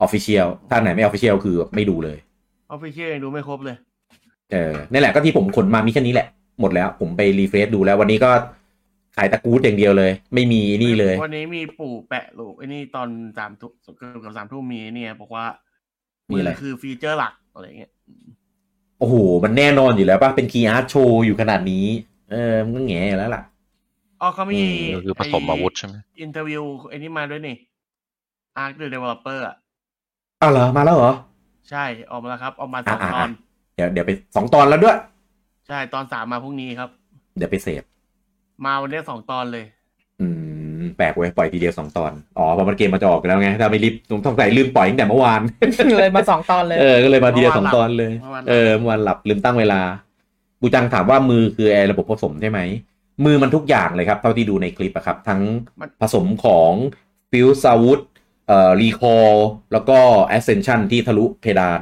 Speaker 1: ออฟฟิเชียลถ้าไหนไม่ออฟฟิเชียลคือไม่ดูเลย
Speaker 4: เอาไปเชื่อยังดูไม่ครบเลย
Speaker 1: เออนั่นแหละก็ที่ผมขนมามีแค่นี้แหละหมดแล้ว ผมไปรีเฟรชดูแล้ววันนี้ก็ขายตะกรูดอย่างเดียวเลย ไม่มีนี่เลย
Speaker 4: วันนี้มีปู่แปะลูกไอ้นี่ตอนสามทุ่มเกือบกับสามทุ่มมีเนี่ย บอกว่า
Speaker 1: มี
Speaker 4: มื
Speaker 1: อะไร
Speaker 4: คือฟีเจอร์หลักอะไรเงี้ย
Speaker 1: โอ้โหมันแน่นอนอยู่แล้วป่ะเป็นคีย์อาร์ตโชว์อยู่ขนาดนี้ เออมันก็แง่อยู่แล้วล่ะ
Speaker 4: อ๋อเขามี
Speaker 1: อื
Speaker 3: ก็คือผสมอาวุธใช่ไหม
Speaker 4: อินเทอร์วิวไอ้นี่มาด้วยนี่อาร์คเดอะเดเวลลอปเปอร์
Speaker 1: อ้าวเหรอมาแล้วเหรอ
Speaker 4: ใช่ออกมาแล้วครับ ออกมาสอง
Speaker 1: อ่ะ
Speaker 4: ต
Speaker 1: อ่ะ
Speaker 4: อน
Speaker 1: เดี๋ยวเดี๋ยวไปสองตอนแล้วด้วย
Speaker 4: ใช่ตอนสามมาพรุ่งนี้ครับ
Speaker 1: เดี๋ยวไปเสพ
Speaker 4: มาวันนี้สองตอนเลย
Speaker 1: อืมแปลกเว้ยปล่อยทีเดียวสองตอนอ๋อเพราะมันเกมมาจะออกกันแล้วไงถ้าไม่รีบผมต้องใส่ลืมปล่อยตั้ง แต่เมื่อวาน
Speaker 2: เลยมาสองตอนเลย
Speaker 1: เออ ก็เลยมาทีเดียวสอ
Speaker 4: เมื่องวาน
Speaker 1: ตอนเลย
Speaker 4: เมื่อวานหลับ
Speaker 1: เออเมื่อวันหลับลืมตั้งเวลา บูจังถามว่ามือคือไอระบบผสมใช่ไหม มือมันทุกอย่างเลยครับ เท่าที่ดูในคลิปอะครับ ทั้งผสมของฟิวซาวุธเอ่อรีคอลแล้วก็แอสเซนชันที่ทะลุเพดาน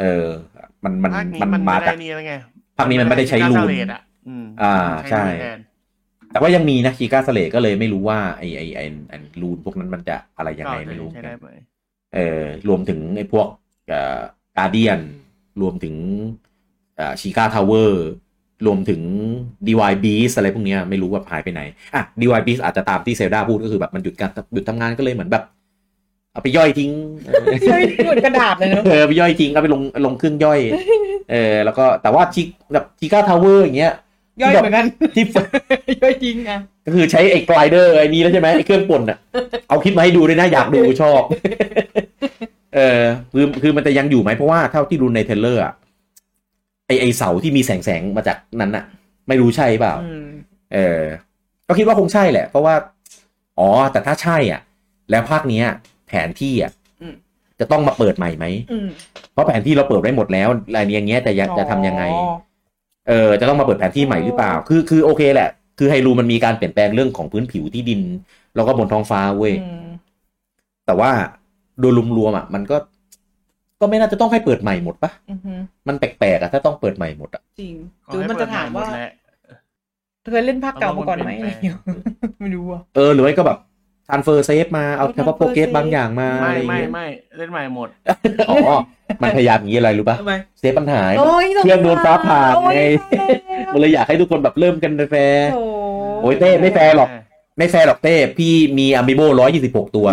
Speaker 1: เออ มันมัน
Speaker 4: ภาคนี้
Speaker 1: มัน
Speaker 4: มัน
Speaker 1: มา
Speaker 4: มา
Speaker 1: จา
Speaker 4: ได้
Speaker 1: ก
Speaker 4: นี่แล้วไง
Speaker 1: ภาคนี้มันไม่ได้ใช้รูน
Speaker 4: กาเรดอ่ะอืม
Speaker 1: อ่า
Speaker 4: ใช้
Speaker 1: ใช่
Speaker 4: รูนแทน
Speaker 1: แต่ว่ายังมีนะคีกาสเลก็เลยไม่รู้ว่าไอไอไอไอ้รูนพวกนั้นมันจะอะไรยังไง
Speaker 4: ก็
Speaker 1: ไม่รู้เหมื
Speaker 4: ใช้
Speaker 1: อนกัน
Speaker 4: ได้ไหม
Speaker 1: เอ่อรวมถึงไอ้พวกเอ่อการเดียน รวมถึงเอ่อชิก้าทาวเวอร์ รวมถึง DY b e a s อะไรพวกเนี้ยไม่รู้ว่าหายไปไหน อ่ะ DY b e a s อาจจะตามที่เซลดาพูดก็คือแบบมันหยุดการหยุดทำงานก็เลยเหมือนแบบ เอาไปย่อยทิ้ง เออ
Speaker 2: เฮ้ยเหมือนกระดาษเลยเนอะ
Speaker 1: เอ อไปย่อยทิ้ง เอาไปลงลงเครื่องย่อย เออแล้วก็แต่ว่าชิแบบชิก้าทาวเวอร์อย่างเงี้ย
Speaker 2: ย่อยเหมือนกัน
Speaker 1: ที่
Speaker 2: ย่อยจริงอ่ะ
Speaker 1: ก็คือใช้ไอ้กลเดอร์ไอ้นี้แล้วใช่ไหมไอ้เครื่องปนอ่ะ เอาคลิปมาให้ดูด้วยนะ อยากดูชอบ เออคือคือมันจะยังอยู่ไหมเพราะว่าเท่าที่ดูในเทรลเลอร์อะไอไอเสาที่มีแสงแสงมาจากนั้นอ่ะ ไม่รู้ใช่เปล่า
Speaker 2: อืม
Speaker 1: เออ ก็คิดว่าคงใช่แหละ เพราะว่า อ๋อ แต่ถ้าใช่อ่ะ แล้วภาคเนี้ย แผนที่อ่ะ
Speaker 2: อืม
Speaker 1: จะต้องมาเปิดใหม่ไหม
Speaker 2: อืม
Speaker 1: เพราะแผนที่เราเปิดได้หมดแล้วอะไรอย่างเงี้ยแต่ยังจะทำยังไง
Speaker 2: อ๋อ
Speaker 1: เออจะต้องมาเปิดแผนที่ใหม่หรือเปล่า คือคือโอเคแหละ คือไฮรูมันมีการเปลี่ยนแปลงเรื่องของพื้นผิวที่ดิน แล้วก็บนท้องฟ้าเว้ย
Speaker 2: อืม
Speaker 1: แต่ว่าโดยรวมๆอ่ะ มันก็ ก็ไม่น่าจะต้องให้เปิดใหม่หมดปะ
Speaker 2: อือฮึ
Speaker 1: มันแปลกๆอ่ะถ้าต้องเปิดใหม่หมดอ่ะ
Speaker 2: จริง
Speaker 4: ขอ
Speaker 2: หรือ
Speaker 4: ให้
Speaker 2: มันจะถามว่า
Speaker 4: เปิดใหดแหละ
Speaker 2: เคยเล่นภาคเก่ามาก่อนไหมอะไร
Speaker 4: เอามา
Speaker 2: อ
Speaker 4: เป็น
Speaker 2: ย่างเงี้ยไม่รู้อ่ะ
Speaker 1: เออหรือไม่ก็แบบทานเฟอร์เซฟมาเอา
Speaker 2: เอา
Speaker 1: เฉพาะโปรเก
Speaker 2: transfer
Speaker 1: ตบางอย่างมาอะ
Speaker 4: ไม่
Speaker 1: ไรอย่าง
Speaker 4: ไม่
Speaker 1: เงี้ย
Speaker 4: ไม่เล่นใหม่หมด
Speaker 1: อ๋อมันพยายามอย่างนี้อะไรรู้ปะ
Speaker 2: ทำไม
Speaker 1: เซฟปัญหา
Speaker 2: โอ้ยสงสาร
Speaker 1: เครื่องโดนฟ้าผ่า
Speaker 2: โอ้ย
Speaker 1: ไง มันเลยอยากให้ทุกคนแบบเริ่มกันแฟร์
Speaker 2: โอ้
Speaker 1: โอ้ยเต้ไม่แฟร์หรอก ไม่แฟร์หรอกเต้ พี่มีอามิโบร้อยยี่สิบห กตัว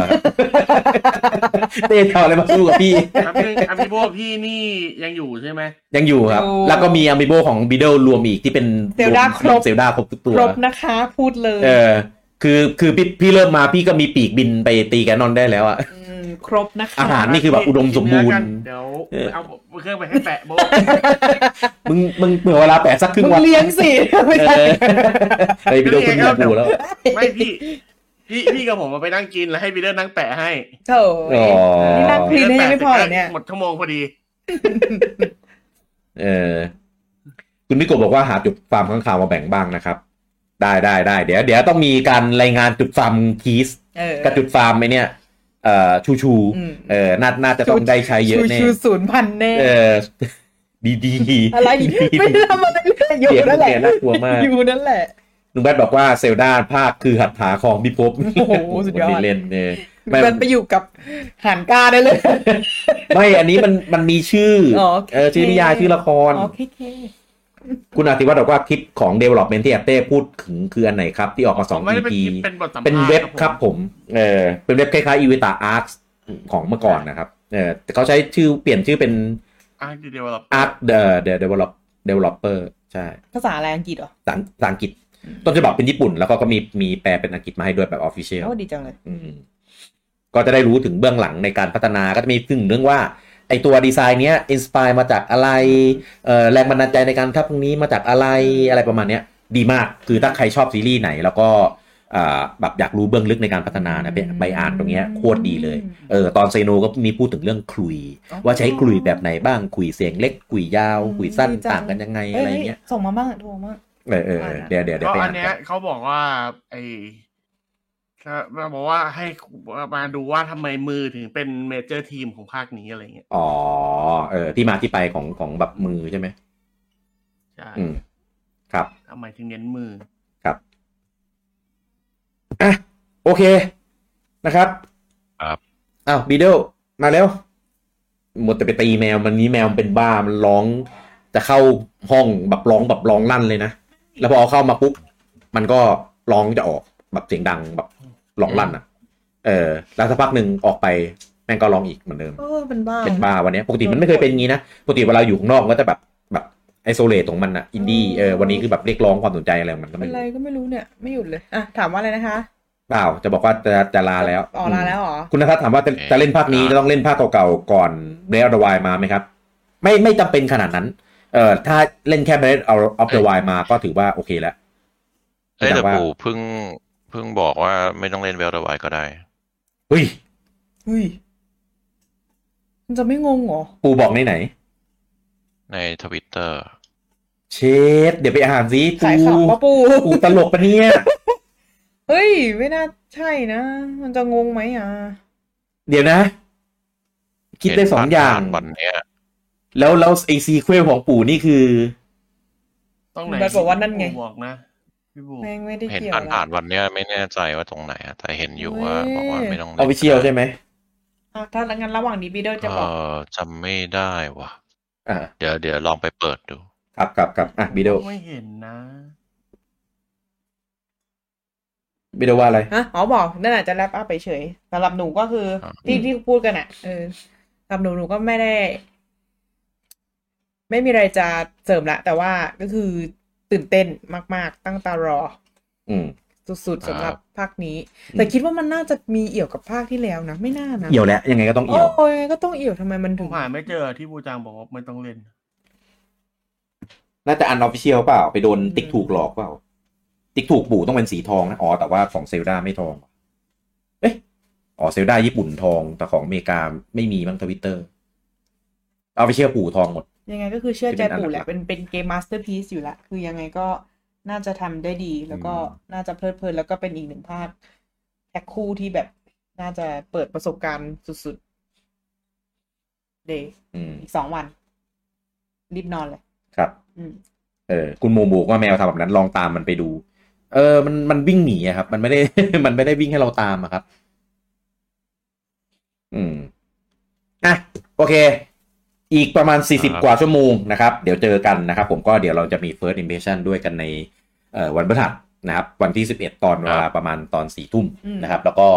Speaker 1: เต้จะเอาอะไรมาสู้กับพี่
Speaker 4: อัมอัมบิโบพี่นี่ยังอยู่ใช่ไหม
Speaker 1: ยังอยู่ครับ แล้วก็มีอามิโบของบิดเดิลรวมอีกที่เป็น
Speaker 2: เซลดาครบ
Speaker 1: เซลดาครบทุกตัว
Speaker 2: ครบนะคะพูดเลย
Speaker 1: เออ คือคือพี่พี่เริ่มมาพี่ก็มีปีกบินไปตีแกนนอนได้แล้วอะ
Speaker 2: มครบนะคะ
Speaker 1: อาหาร นี่คือแบบอุดมสมบูรณ์
Speaker 4: กินเนื้อกันเดี๋ยวเอาเครื่องไปให้แปะโบ ะ
Speaker 1: มึงมึงเผื่อเวลาแปะสักครึ่ง
Speaker 2: มึ
Speaker 1: วัน
Speaker 2: งเลี้ยงสิไม่
Speaker 1: เอ
Speaker 2: ใช่
Speaker 1: อไอ้บิดเดิลคุณอยากดูแล้ว
Speaker 4: ไม่พี่ พี่พี่กับผมมาไปนั่งกินแล้วให้บีเดอร์นั่งแปะให้
Speaker 2: โถ่
Speaker 1: อ๋อ
Speaker 2: นี่นั่งคลีนให้ยังไม่พอเหรอเนี่ย
Speaker 4: หมดชั่วโมงพอดี
Speaker 1: เออ คุณนิโกะบอกว่าหาจุดฟาร์มข้างข่าวมาแบ่งบ้างนะครับ ได้ได้ได้เดี๋ยวเดี๋ยวต้องมีการรายงานจุดฟาร์มคีส
Speaker 2: เออ
Speaker 1: กับจุดฟาร์มไอเนี่ยเอ่อชูชู
Speaker 2: อืม
Speaker 1: เออน่าน่าจะต้องได้ใช้เยอะแน่
Speaker 2: ชูศูนย์พันแน่
Speaker 1: เออ ดีดี
Speaker 2: อะไร
Speaker 1: ดี
Speaker 2: ไม่ได้ทำอะไรเลยอยู่
Speaker 1: เสียง
Speaker 2: นั่นแหละ
Speaker 1: เสียงน่ากลัวมาก
Speaker 2: อยู่นั่นแหละ
Speaker 1: ลุงแบทบอกว่าเซลดาภาคคือหัตถาของพิภพ
Speaker 2: โอ้โหสุดยอด
Speaker 1: คนที่เล่นเนี่ยไม่
Speaker 2: มันไปอยู่กับหานกาได้เลย
Speaker 1: ไม่อันนี้มันมันมีชื่อ
Speaker 2: อ๋อโอเค
Speaker 1: เออชื่อนิยายชื่อละคร
Speaker 2: อ๋อเคเค
Speaker 1: คุณอาทิวัฒน์บอกว่าคลิปของ development ที่อาเต้พูดถึงคืออันไหนครับ ที่ออกมาสอง
Speaker 4: ไม่ได้เป็น
Speaker 1: EP
Speaker 4: คลิปเป็นบทสัมภาษณ์
Speaker 1: เป็นเว็บครับ
Speaker 4: ครับ
Speaker 1: ผ
Speaker 4: ผม ม
Speaker 1: เออ เป็นเว็บคล้ายๆอีวิตาอาร์ตของเมื่อก่อนนะครับ เออแต่เขาใช้ชื่อเปลี่ยนชื่อเป็น
Speaker 4: อ่ะเดี๋ยวเรา
Speaker 1: Art the the develop developer ใช่
Speaker 2: ภาษาอะไรอังกฤษเหรอ
Speaker 1: ภาษาภาษาอังกฤษ ต้นฉบับเป็นญี่ปุ่น แล้วก็ก็มีมีแปลเป็นอังกฤษมาให้ด้วยแบบ official
Speaker 2: โอ้ดีจังเลย
Speaker 1: อืมก็จะได้รู้ถึงเบื้องหลังในการพัฒนาก็จะมีถึงเรื่องว่า ไอตัวดีไซน์เนี้ยอินสปายมาจากอะไรเอ่อแรงบันดาลใจในการทับตรงนี้มาจากอะไรอะไรประมาณเนี้ย ดีมากคือถ้าใครชอบซีรีส์ไหน แล้วก็อ่าแบบอยากรู้เบื้องลึกในการพัฒนานะไปไปอ่านตรงเนี้ยโคตรดีเลยเออตอนไซโนก็มีพูดถึงเรื่องคุย
Speaker 2: อ๋อ
Speaker 1: ว่าใช้คุยแบบไหนบ้างคุยเสียงเล็กคุยยาวคุยสั้นต่างกันยังไงอะไรเงี้ย
Speaker 2: ฮ้ส่งมาบ้างโทรมาก
Speaker 1: เออเออเออเดี๋ยวเดี๋ยวเดี๋ย
Speaker 4: ก็
Speaker 1: วไป
Speaker 4: อั
Speaker 1: อ่าน น
Speaker 4: เนี้
Speaker 1: กั
Speaker 4: ย
Speaker 1: น
Speaker 4: เขาบอกว่า ไอ้ถ้ามาบอกว่าให้มาดูว่าทำไมมือถึงเป็นเมเจอร์ทีมของภาคนี้อะไรเงี้ย
Speaker 1: อ๋อเออที่มาที่ไปของของแบบมือใช่ไหม
Speaker 4: ใช่
Speaker 1: อืมครับ
Speaker 4: ทำไมถึงเน้นมือ
Speaker 1: โอเคนะครับ
Speaker 3: ครับ
Speaker 1: อ้าวบีเดลมาแล้วหมดแต่ไปตีแมวมันนี้แมวมันเป็นบ้ามันร้อง จะเข้าห้องแบบร้องแบบร้องลั่นเลยนะ แล้วพอเอาเข้ามาปุ๊บมันก็ร้องจะออกแบบเสียงดังแบบร้องลั่นอ่ะ เออ แล้วสักพักหนึ่งออกไปแม่งก็ร้องอีกเหมือนเดิม
Speaker 2: เออเป็นบ้า
Speaker 1: เป็นบ้าวันเนี้ยปกติมันไม่เคยเป็นงี้นะปกติเวลาอยู่ข้างนอกมันก็จะแบบแบบไอโซเลตของมันอ่ะอินดี้เออวันนี้คือแบบเรียกร้องความสนใจอะไรของมันก็
Speaker 2: เป็
Speaker 1: ไม่
Speaker 2: นอะไร
Speaker 1: รู้
Speaker 2: ก็ไม่รู้เนี่ย ไม่หยุดเลย อ่ะ ถามว่าอะไรนะคะ
Speaker 1: เปล่าจะบอกว่าจะจะลาแล้ว
Speaker 2: ออกลาแล้วเหรอ
Speaker 1: คุณนัทถามว่าจะ
Speaker 3: เอ่อ
Speaker 1: จะเล่นภาคนี้จะต้องเล่นภาคเก่าๆก่อนเบรดอวายมาไหมครับ ไม่ไม่จำเป็นขนาดนั้น เอ่อถ้าเล่นแค่เบรดเอาออฟเดอะวายมาก็ถือว่าโอเคแล้ว
Speaker 3: เอ้ย
Speaker 1: แต่
Speaker 3: แต่
Speaker 1: ว่า
Speaker 3: ปู่เพิ่งเพิ่งบอกว่าไม่ต้องเล่นเวลดไวก็ได้
Speaker 1: เฮ้ย
Speaker 2: เฮ้ย มันจะไม่งงเหรอ
Speaker 1: ปูบอกไหนไหน
Speaker 3: ในทวิตเตอร์
Speaker 1: ๆเชดเดี๋ยวไปอ่านสิปู
Speaker 2: ขายข่าวปะปู
Speaker 1: ปูตลกปะเนี่ย
Speaker 2: เฮ้ย ไม่น่าใช่นะ มันจะงงไหมอ่ะ
Speaker 1: เดี๋ยวนะ คิดได้สองอย่าง
Speaker 3: วันเนี้ย
Speaker 1: แล้วแล้วไอซีเควลของปู่นี่คือ
Speaker 4: ต้องไหน
Speaker 2: มันบอกว่านั่นไง
Speaker 4: พี่บอกนะพี่บู
Speaker 2: แม่งไม่ได้
Speaker 3: เห็น
Speaker 2: เกี่ยว
Speaker 3: อ่าน
Speaker 2: ละ
Speaker 3: อ่านวันเนี้ยไม่แน่ใจว่าตรงไหนอะแต่เห็นอยู่ว่า
Speaker 2: เว้ย
Speaker 3: บอกว่าไม่ต้องล่น
Speaker 1: เอาไปเชียวใช่ไหม
Speaker 2: อ่ะถ้างั้นระหว่างนี้บีเดอร์จะบ
Speaker 3: เอ
Speaker 2: อก
Speaker 3: อจำไม่ได้ว่ะ
Speaker 1: อ่า
Speaker 3: เดี๋ยวเดี๋ยวลองไปเปิดดู
Speaker 1: ครับครับครับอ่ะบิดโด
Speaker 4: ไม่เห็นนะ
Speaker 1: บิดโดว่าอะไร
Speaker 2: ฮะอ๋อบอกนั่นอาจจะแรปอัพไปเฉยสำหรับหนูก็คืออ
Speaker 3: ม
Speaker 2: ที่ที่พูดกันอ่ะเออสำหรับหนูหนูก็ไม่ได้ ไม่มีอะไรจะเสริมละ แต่ว่าก็คือตื่นเต้นมาก ๆ ตั้งตารอ
Speaker 1: อืม
Speaker 2: สุดๆสำหรับภาคนี้
Speaker 1: อืม
Speaker 2: แต่คิดว่ามันน่าจะมีเอี่ยวกับภาคที่แล้วนะ ไม่น่านะ
Speaker 1: เอี่ยวแหล้วยังไงก็ต้องเอี่ยว
Speaker 2: โอ้ยก็ต้องเอี่ยวทำไมมัน
Speaker 4: ผ
Speaker 2: ถึง
Speaker 4: มหาไม่เจอที่บูจังบอกว่าไม่ต้องเล่น
Speaker 1: น่าจะอันออฟฟิเชียลเปล่า ไปโดนติ๊กถูกหลอกเปล่า ติ๊กถูกปู่ต้องเป็นสีทองนะ อ๋อ แต่ว่าของเซลดาไม่ทอง เอ๊ะอ๋อเซลดาญี่ปุ่นทอง แต่ของอเมริกาไม่มีมั้งทวิตเตอร์ออฟฟิเชียลปู่ทองหมด
Speaker 2: ยังไงก็คือเชื่อใจ
Speaker 1: เป็นอัน
Speaker 2: ปู่แห
Speaker 1: หลั
Speaker 2: ละ
Speaker 1: กๆ
Speaker 2: เป็นเป็นเกมมาสเตอร์พี e อยู่ละคือยังไงก็น่าจะทำได้ดี แล้วก็น่าจะเพลิดเพลินแล้วก็เป็นอีกหนึ่งภาคแพ็คคู่ที่แบบน่าจะเปิดประสบการณ์สุดๆเดย์
Speaker 1: อืม
Speaker 2: อีกสองวัน รีบนอนเลย
Speaker 1: ครับ
Speaker 2: อืม
Speaker 1: เออคุณโมโมก็แมวทำแบบนั้นลองตามมันไปดู เออ มันมันวิ่งหนีอะครับ มันไม่ได้ มันไม่ได้วิ่งให้เราตามอะครับ อืมอ่ะโอเค อีกประมาณ
Speaker 3: ครับ
Speaker 1: 40 กว่าชั่วโมงนะครับ เดี๋ยวเจอกันนะครับ ผมก็เดี๋ยวเราจะมี first impression ด้วยกันในเอ่อวันพฤหัสนะครับ วันที่ 11 ตอนเวลาประมาณตอน4ทุ่ม
Speaker 2: อืม
Speaker 1: นะครับ แล้วก็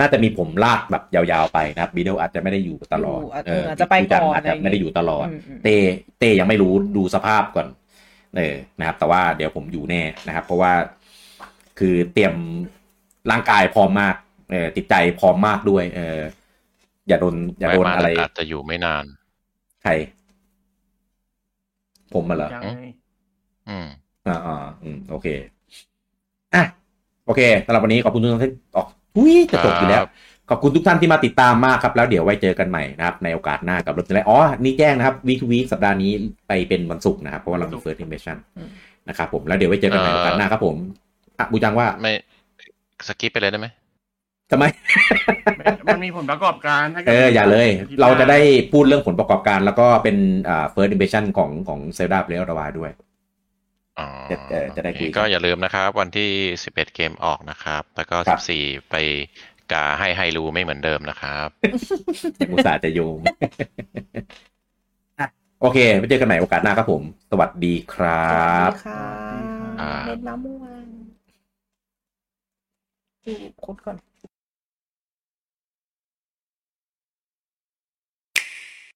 Speaker 1: น่าจะมีผมลากแบบยาวๆไปนะครับบีเดลอาจจะไม่ได้อยู่ตลอด
Speaker 2: ยู่ะเอออาจจะไป
Speaker 1: พี่
Speaker 2: ก่
Speaker 1: จัน
Speaker 2: อน
Speaker 1: อาจจะไม่ได้อยู่ตลอด
Speaker 2: มๆ
Speaker 1: เต้เต้ยังไม่รู้ดูสภาพก่อน เออนะครับ แต่ว่าเดี๋ยวผมอยู่แน่นะครับ เพราะว่าคือเตรียมร่างกายพร้อมมากเออติดใจพร้อมมากด้วย เอออย่าโดนอย่าโดน
Speaker 3: มา
Speaker 1: อะไร
Speaker 3: อาจจะอยู่ไม่นาน
Speaker 1: ใครผมมาเหรอ
Speaker 4: ยังไง
Speaker 3: อืม
Speaker 1: อ่าอ่าอืมโอเคอ่ะโอเคสำหรับวันนี้ขอบคุณทุกท่านที่ออกทุยจะจบอยู่แล้ว
Speaker 3: ครับ
Speaker 1: ขอบคุณทุกท่านที่มาติดตามมากครับ แล้วเดี๋ยวไว้เจอกันใหม่นะครับ ในโอกาสหน้ากับรถจะไลอ๋อ นี่แจ้งนะครับวีควีคสัปดาห์นี้ไปเป็นวันศุกร์นะครับ เพราะว่าเรามีเฟิร์สอิมเพรสชั่นนะครับผมแล้วเดี๋ยวไว้เจอกันใหม่โอกาสหน้าครับผมอ่ะบูจังว่า
Speaker 3: ไม่สกิปไปเลยได้ไหม
Speaker 1: ทำไม
Speaker 4: ไม่มันมีผลประกอบการถ้กิด
Speaker 1: เอออย่าเลย
Speaker 4: ทิต
Speaker 1: เราจะได้พูดเรื่องผลประกอบการ แล้วก็เป็นอ่าเฟิร์สอิมเพรสชั่นของของเซลดาเพลย์ออร์วาด้วย
Speaker 3: อ๋อ
Speaker 1: จะเอ่อจะได้คุยกัน
Speaker 3: ก็อย่าลืมนะครับ วันที่ 11 เกมออกนะครับ แล้วก็
Speaker 1: ครับ
Speaker 3: 14 ไปกาให้ไฮรูไม่เหมือนเดิมนะครับ
Speaker 1: อุตส่าห์จะโยง อ่ะโอเคไปเจอกันใหม่โอกาสหน้าครับผม สวัสดีครั
Speaker 2: สวัส
Speaker 1: บ
Speaker 2: ดีค่ะ
Speaker 4: ดีครับ
Speaker 2: เล่นน้ำเมื่อวานดูโคตรก่อน